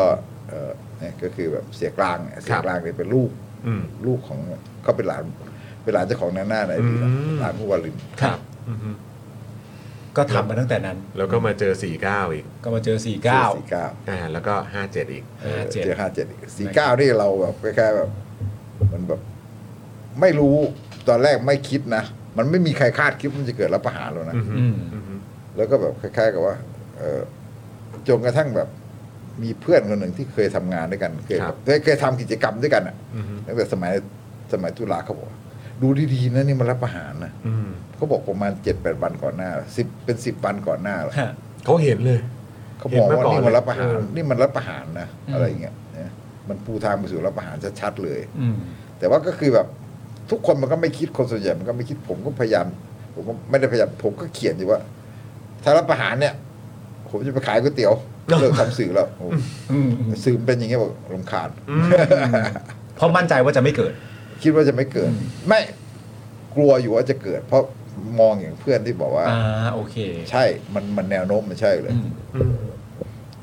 [SPEAKER 6] เอ่อเนี่ยก็คือแบบเสียกลางเนี่ยเสีย
[SPEAKER 1] ครับ
[SPEAKER 6] กลางเนี่ยเป็นลูก
[SPEAKER 1] อืม
[SPEAKER 6] ลูกของเขาเป็นหลานเป็นหลานเจ้าของหน้าหน้าไหนดีนะ
[SPEAKER 1] อืม
[SPEAKER 6] หลานผู้วาริน
[SPEAKER 3] ครับ
[SPEAKER 1] อืม
[SPEAKER 3] ก็ทำมาตั้งแต่นั้น
[SPEAKER 1] แล้วก็มาเจอ 49 อีก
[SPEAKER 3] ก็มาเจอ 49
[SPEAKER 6] สี่เก้า
[SPEAKER 1] อ่าแล้วก็ 57 อีก
[SPEAKER 6] เออ
[SPEAKER 3] 57
[SPEAKER 6] เจอห้าเจ็ดสี่เก้านี่เราแบบคล้ายๆแบบมันแบบ ไม่รู้ตอนแรกไม่คิดนะ มันไม่มีใครคาดคิดว่ามันจะเกิดรัฐประหารแล้วนะ
[SPEAKER 1] อืม
[SPEAKER 3] อืม
[SPEAKER 1] อืม
[SPEAKER 6] แล้วก็แบบคล้าย ๆ กับว่า เออจนกระทั่งแบบ มีเพื่อนคนหนึ่งที่เคยทำงานด้วยกันเคย
[SPEAKER 1] ครับ
[SPEAKER 6] เคยเคยทำกิจกรรมด้วยกันอ่ะ
[SPEAKER 1] อืม
[SPEAKER 6] ตั้งแต่สมัยสมัยตุลาเขาบอกว่าดูดีๆนะนี่มันรัฐประหารนะ
[SPEAKER 1] อืม
[SPEAKER 6] เขาบอกประมาณเจ็ดแปดวันก่อนหน้าสิบเป็นสิบวันก่อนหน้าแล้ว
[SPEAKER 3] ฮะ
[SPEAKER 1] เขาเห็นเลย
[SPEAKER 6] เขาบอกว่านี่มันรับประหาร
[SPEAKER 1] เห็นมาก่อนเลย
[SPEAKER 6] นี่มันรับประหารนะ
[SPEAKER 3] อืม
[SPEAKER 6] อะไรอย่างเงี้ยนะมันปูทางไปสู่รับประหารชัดๆเลย
[SPEAKER 3] อืม
[SPEAKER 6] แต่ว่าก็คือแบบทุกคนมันก็ไม่คิดคนส่วนใหญ่มันก็ไม่คิดผมก็พยายาม ผมก็ไม่ได้พยายามผมก็เขียนอยู่ว่า ถ้ารับประหารเนี่ย ผมจะไปขายก๋วยเตี๋ยวเลิกทำสื่อแล้วโอ้
[SPEAKER 3] อืม
[SPEAKER 6] สื่อมันเป็นอย่างเงี้ยบอกรำคาญ
[SPEAKER 3] เพราะมั่นใจว่าจะไม่เกิด
[SPEAKER 6] คิดว่าจะไม่เกิด ไม่กลัวอยู่ว่าจะเกิด เพราะมองอย่างเพื่อนที่บอกว่า
[SPEAKER 3] อ่า โอเค
[SPEAKER 6] ใช่มันมันแนวโน้มมันใช่เลย
[SPEAKER 3] อืม
[SPEAKER 1] อืม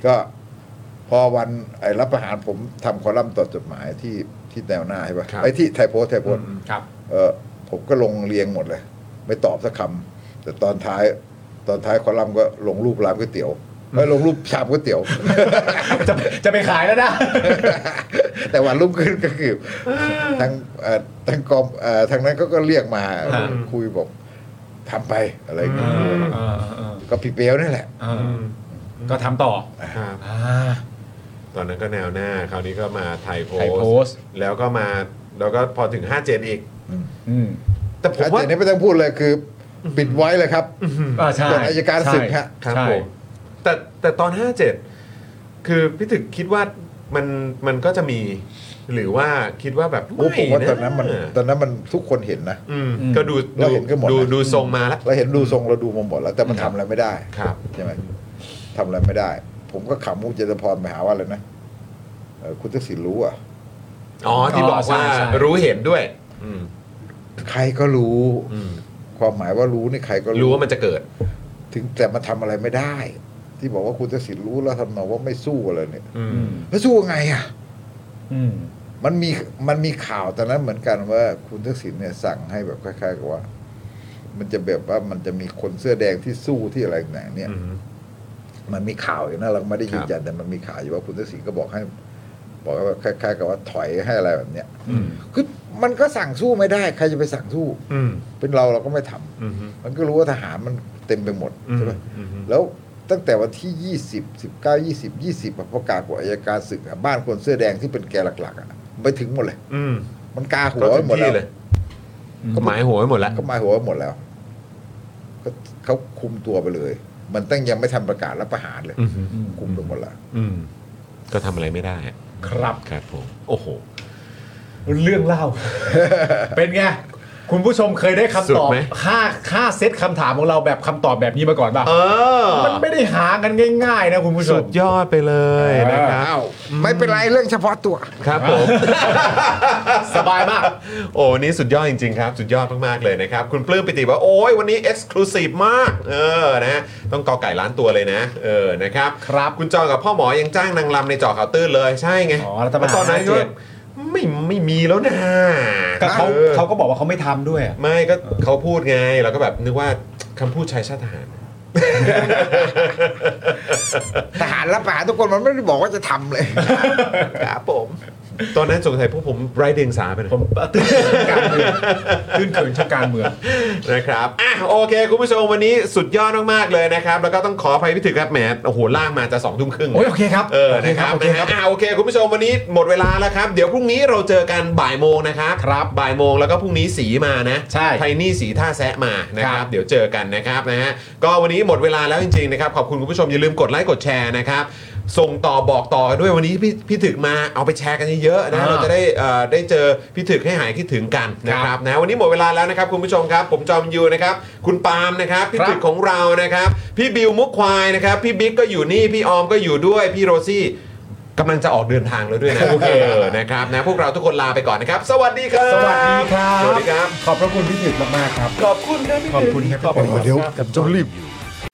[SPEAKER 6] ก็พอวันไอ้รับประหารผมทำคอลัมน์ต่อจดหมายที่ที่แนวหน้าใช่
[SPEAKER 1] ครั
[SPEAKER 6] ปะ่ะ
[SPEAKER 1] บ
[SPEAKER 6] ไอ้ที่ไทยโพสต์ไทยโพสต์
[SPEAKER 3] ครับ
[SPEAKER 6] เออผมก็ลงเรียงหมดเลย ไม่ตอบสักคำแต่ตอนท้าย ตอนท้ายคอลัมน์ก็ลงรูปร้านก๋วยเตี๋ยวไม่ลงรูปชามก๋วยเตี๋ยว
[SPEAKER 3] จะจะไปขายแล้วนะ
[SPEAKER 6] แต่วันรุ่งขึ้นก็คือทางเอ่อทางกองเอ่อทางนั้นก็ก็เรียกมา
[SPEAKER 3] อ่า
[SPEAKER 6] คุยบอกทำไปอะไรอย่างเงี้
[SPEAKER 3] อ่าย อ่าอ่า
[SPEAKER 6] ก็พี่เปยวนี่แหละ
[SPEAKER 3] อ่าก็ทำต่อ
[SPEAKER 1] ครับ
[SPEAKER 3] อ่า
[SPEAKER 1] ตอนนั้นก็แนวหน้า คราวนี้ก็มาไทยโพ
[SPEAKER 3] ไทยโพ
[SPEAKER 1] ส
[SPEAKER 3] สต์
[SPEAKER 1] ต์แล้วก็มาแล้วก็พอถึง 57 อีก
[SPEAKER 3] อืม
[SPEAKER 1] แต่ผม
[SPEAKER 6] อา
[SPEAKER 1] ว่า
[SPEAKER 6] จารย์นี่ไม่ต้องพูดเลยคือปิดไว้เลยครับ
[SPEAKER 3] อ่าใช่
[SPEAKER 6] ส่วนอัยการศึกฮะ
[SPEAKER 1] ครับ
[SPEAKER 3] ใช่
[SPEAKER 1] ผมแต่แต่ตอน 57 คือพี่ถึกคิดว่า มันมันก็จะมี หรือว่าคิดว่าแบบ
[SPEAKER 6] โอ้ผมว่าตอนนั้นมัน
[SPEAKER 1] เออ
[SPEAKER 6] ตอนนั้นมันทุกคนเห็นนะ
[SPEAKER 1] อืมก็ดู
[SPEAKER 6] เราเห็นกันหมด
[SPEAKER 1] ดู
[SPEAKER 6] นะ
[SPEAKER 1] ดูทรงมาแล้ว
[SPEAKER 6] เราเห็นดูทรงเราดูมาหมดแล้วแต่มัน
[SPEAKER 1] ครั
[SPEAKER 6] ทำ
[SPEAKER 1] บ
[SPEAKER 6] อะไรไม่ได้
[SPEAKER 1] ครับ
[SPEAKER 6] ใช่ไหมทำอะไรไม่ได้ ผมก็ขำมุกเจตพรไปหาว่าอะไรนะเอ่อคุณทักษิณรู้อ่ะ
[SPEAKER 1] อ๋อที่บอกว่า
[SPEAKER 3] อ๋อใช่ใช่
[SPEAKER 1] รู้เห็นด้วย อืม
[SPEAKER 6] ใครก็รู้
[SPEAKER 1] อืม
[SPEAKER 6] ความหมายว่ารู้นี่ใครก็
[SPEAKER 1] รู้ว่ามันจะเกิด
[SPEAKER 6] ถึงแต่มันทำอะไรไม่ได้ ที่บอกว่าคุณทักษิณรู้แล้วทำนองว่าไม่สู้อะไรเนี่ย
[SPEAKER 1] อืม
[SPEAKER 6] แล้วสู้ยังไงอ่ะ
[SPEAKER 3] อืม
[SPEAKER 6] มันมีมันมีข่าวตอนนั้นเหมือนกันว่าคุณทักษิณเนี่ยสั่งให้แบบคล้ายๆกับว่า มันจะแบบว่ามันจะมีคนเสื้อแดงที่สู้ที่อะไรต่างๆเนี่ย
[SPEAKER 1] อืม
[SPEAKER 6] มันมีข่าวอยู่นะเราไม่ได้ยืนยันแต่มันมีข่าวอยู่ว่าคุณทักษิณก็บอกให้ บอกว่าคล้ายๆกับว่าถอยให้อะไรแบบเนี้ย
[SPEAKER 1] อืม
[SPEAKER 6] คือมันก็สั่งสู้ไม่ได้ ใครจะไปสั่งสู้
[SPEAKER 1] อืม
[SPEAKER 6] เป็นเราเราก็ไม่ทำ
[SPEAKER 1] อืม
[SPEAKER 6] มันก็รู้ว่าทหารมันเต็มไปหมด
[SPEAKER 1] อืม
[SPEAKER 6] ใช่ไหม
[SPEAKER 1] อืม
[SPEAKER 6] แล้วตั้งแต่วันที่ยี่สิบสิบเก้ายี่สิบยี่สิบประกาศของอายการศึกอะบ้านคนเสื้อแดงที่เป็นแกนหลักๆอะไปถึงหมดเลย
[SPEAKER 1] อืม
[SPEAKER 6] มันกาหั
[SPEAKER 1] ก็
[SPEAKER 6] ว
[SPEAKER 1] ถึ
[SPEAKER 6] ไว้
[SPEAKER 1] ง
[SPEAKER 6] หมดแล้
[SPEAKER 1] ที่
[SPEAKER 6] ว
[SPEAKER 1] เลยหมายหัวไว้หมดแล้ว
[SPEAKER 6] เขาหมายหัวไว้หมดแล้วก็เขาคุมตัวไปเลย มันตั้งยังไม่ทำประกาศรับประหารเลย
[SPEAKER 1] อืม
[SPEAKER 3] อืม
[SPEAKER 6] คุมไปหมดแล้ว
[SPEAKER 1] อืมก็ทำอะไรไม่ได้อะ
[SPEAKER 3] ครับ
[SPEAKER 1] ครับผม โอ้โห
[SPEAKER 3] เรื่อง เล่า เป็นไง คุณผู้ชมเคยได้คำตอบ
[SPEAKER 1] สุดไหม
[SPEAKER 3] ค่าค่าเซตคำถามของเราแบบคำตอบแบบนี้มาก่อนป่ะ
[SPEAKER 1] เออ
[SPEAKER 3] มันไม่ได้หากันง่ายๆนะคุณผู้ช
[SPEAKER 1] สุ
[SPEAKER 3] ม
[SPEAKER 1] ดยอดไปเลยนะครับ
[SPEAKER 6] อ้าว ไม่เป็นไรเรื่องเฉพาะตัว
[SPEAKER 1] ครับผม
[SPEAKER 3] สบายมาก
[SPEAKER 1] โอ้วันนี้สุดยอดจริง ๆ ครับ สุดยอดมาก ๆ เลยนะครับ คุณปลื้มปิติบอกว่าโอ้ยวันนี้เอ็กซ์คลูซีฟมาก เออนะฮะต้องกอไก่ล้านตัวเลยนะ เออนะครับ
[SPEAKER 3] ครับ
[SPEAKER 1] คุณจอกับพ่อหมอยังจ้างนางรำในจอข่าวตื้นเลยใช่ไง
[SPEAKER 3] อ๋อรัฐประหาร
[SPEAKER 1] แล้วตอนนั้นก็
[SPEAKER 3] ห้าเจ็ด
[SPEAKER 1] ไม่ไม่มีแล้วนะ
[SPEAKER 3] ก็เขา
[SPEAKER 1] ออ
[SPEAKER 3] เขาก็บอกว่าเขาไม่ทำด้วยอะ
[SPEAKER 1] ไม่ก็เขาพูดไงเราก็แบบนึกว่าคำพูดชายชาติทหาร
[SPEAKER 6] ทหารรับประหารทุกคนมันไม่ได้บอกว่าจะทำเลย
[SPEAKER 1] ครับผม ตอนนั้นสงสัยพวกผมไร้เดียงสาไปหน่อย
[SPEAKER 3] ผมตื่นเขินการเมืองตื่นเขินชางการเมือง
[SPEAKER 1] นะครับ อ่ะ โอเค คุณผู้ชม วันนี้สุดยอดมาก ๆ เลยนะครับ แล้วก็ต้องขออภัยพี่ถึกครับ แหม โอ้โห ล่างมาจะสองทุ่มครึ่ง
[SPEAKER 3] โอ้ยโอเคครับ
[SPEAKER 1] เออ
[SPEAKER 3] โอเค
[SPEAKER 1] นะค
[SPEAKER 3] ครั
[SPEAKER 1] รับบ
[SPEAKER 3] โอเค
[SPEAKER 1] นะ
[SPEAKER 3] ครั
[SPEAKER 1] ฮะ
[SPEAKER 3] บ
[SPEAKER 1] อ่ะ โอเค คุณผู้ชม วันนี้หมดเวลาแล้วครับ เดี๋ยวพรุ่งนี้เราเจอกันบ่ายโมงนะครับครับบ่ายโมงแล้วก็พรุ่งนี้สีมานะ
[SPEAKER 3] ใช่
[SPEAKER 1] ไทนี่สีท่าแซะมานะค
[SPEAKER 3] ค
[SPEAKER 1] รั
[SPEAKER 3] รับ บ
[SPEAKER 1] เดี๋ยวเจอกันนะครับนะฮะ ก็วันนี้หมดเวลาแล้วจริง ๆ นะครับ ขอบคุณคุณผู้ชม อย่าลืมกดไลค์ กดแชร์นะครับ ส่งต่อบอกต่อกันด้วยวันนี้พี่พี่ถึกมาเอาไปแชร์กันเยอะๆนะ
[SPEAKER 3] อ่า
[SPEAKER 1] เราจะได้เอ่อได้เจอพี่ถึกให้หายคิดถึงกันนะครับ ครับนะวันนี้หมดเวลาแล้วนะครับคุณผู้ชมครับ ผมจอมยูนะครับคุณปาล์มนะครับพี่
[SPEAKER 3] ครับ
[SPEAKER 1] ตึกของเรานะครับ พี่บิวมุกควายนะครับ พี่บิ๊กก็อยู่นี่พี่ออมก็อยู่ด้วยพี่โรซี่กำลังจะออกเดินทางแล้วด้วยนะโอเคนะครับนะพวกเราทุกคนลาไปก่อนนะครับ สวัสดีครับ
[SPEAKER 3] สวัสดีครับ
[SPEAKER 1] สวัสดีครับ
[SPEAKER 3] ขอบพระคุณพี่ถึกมากๆครับ
[SPEAKER 1] ขอบคุณครับพี่
[SPEAKER 3] ขอบ
[SPEAKER 1] ถึก
[SPEAKER 3] คุณครับขอบคุณครับ
[SPEAKER 7] กับจอห์นวินยู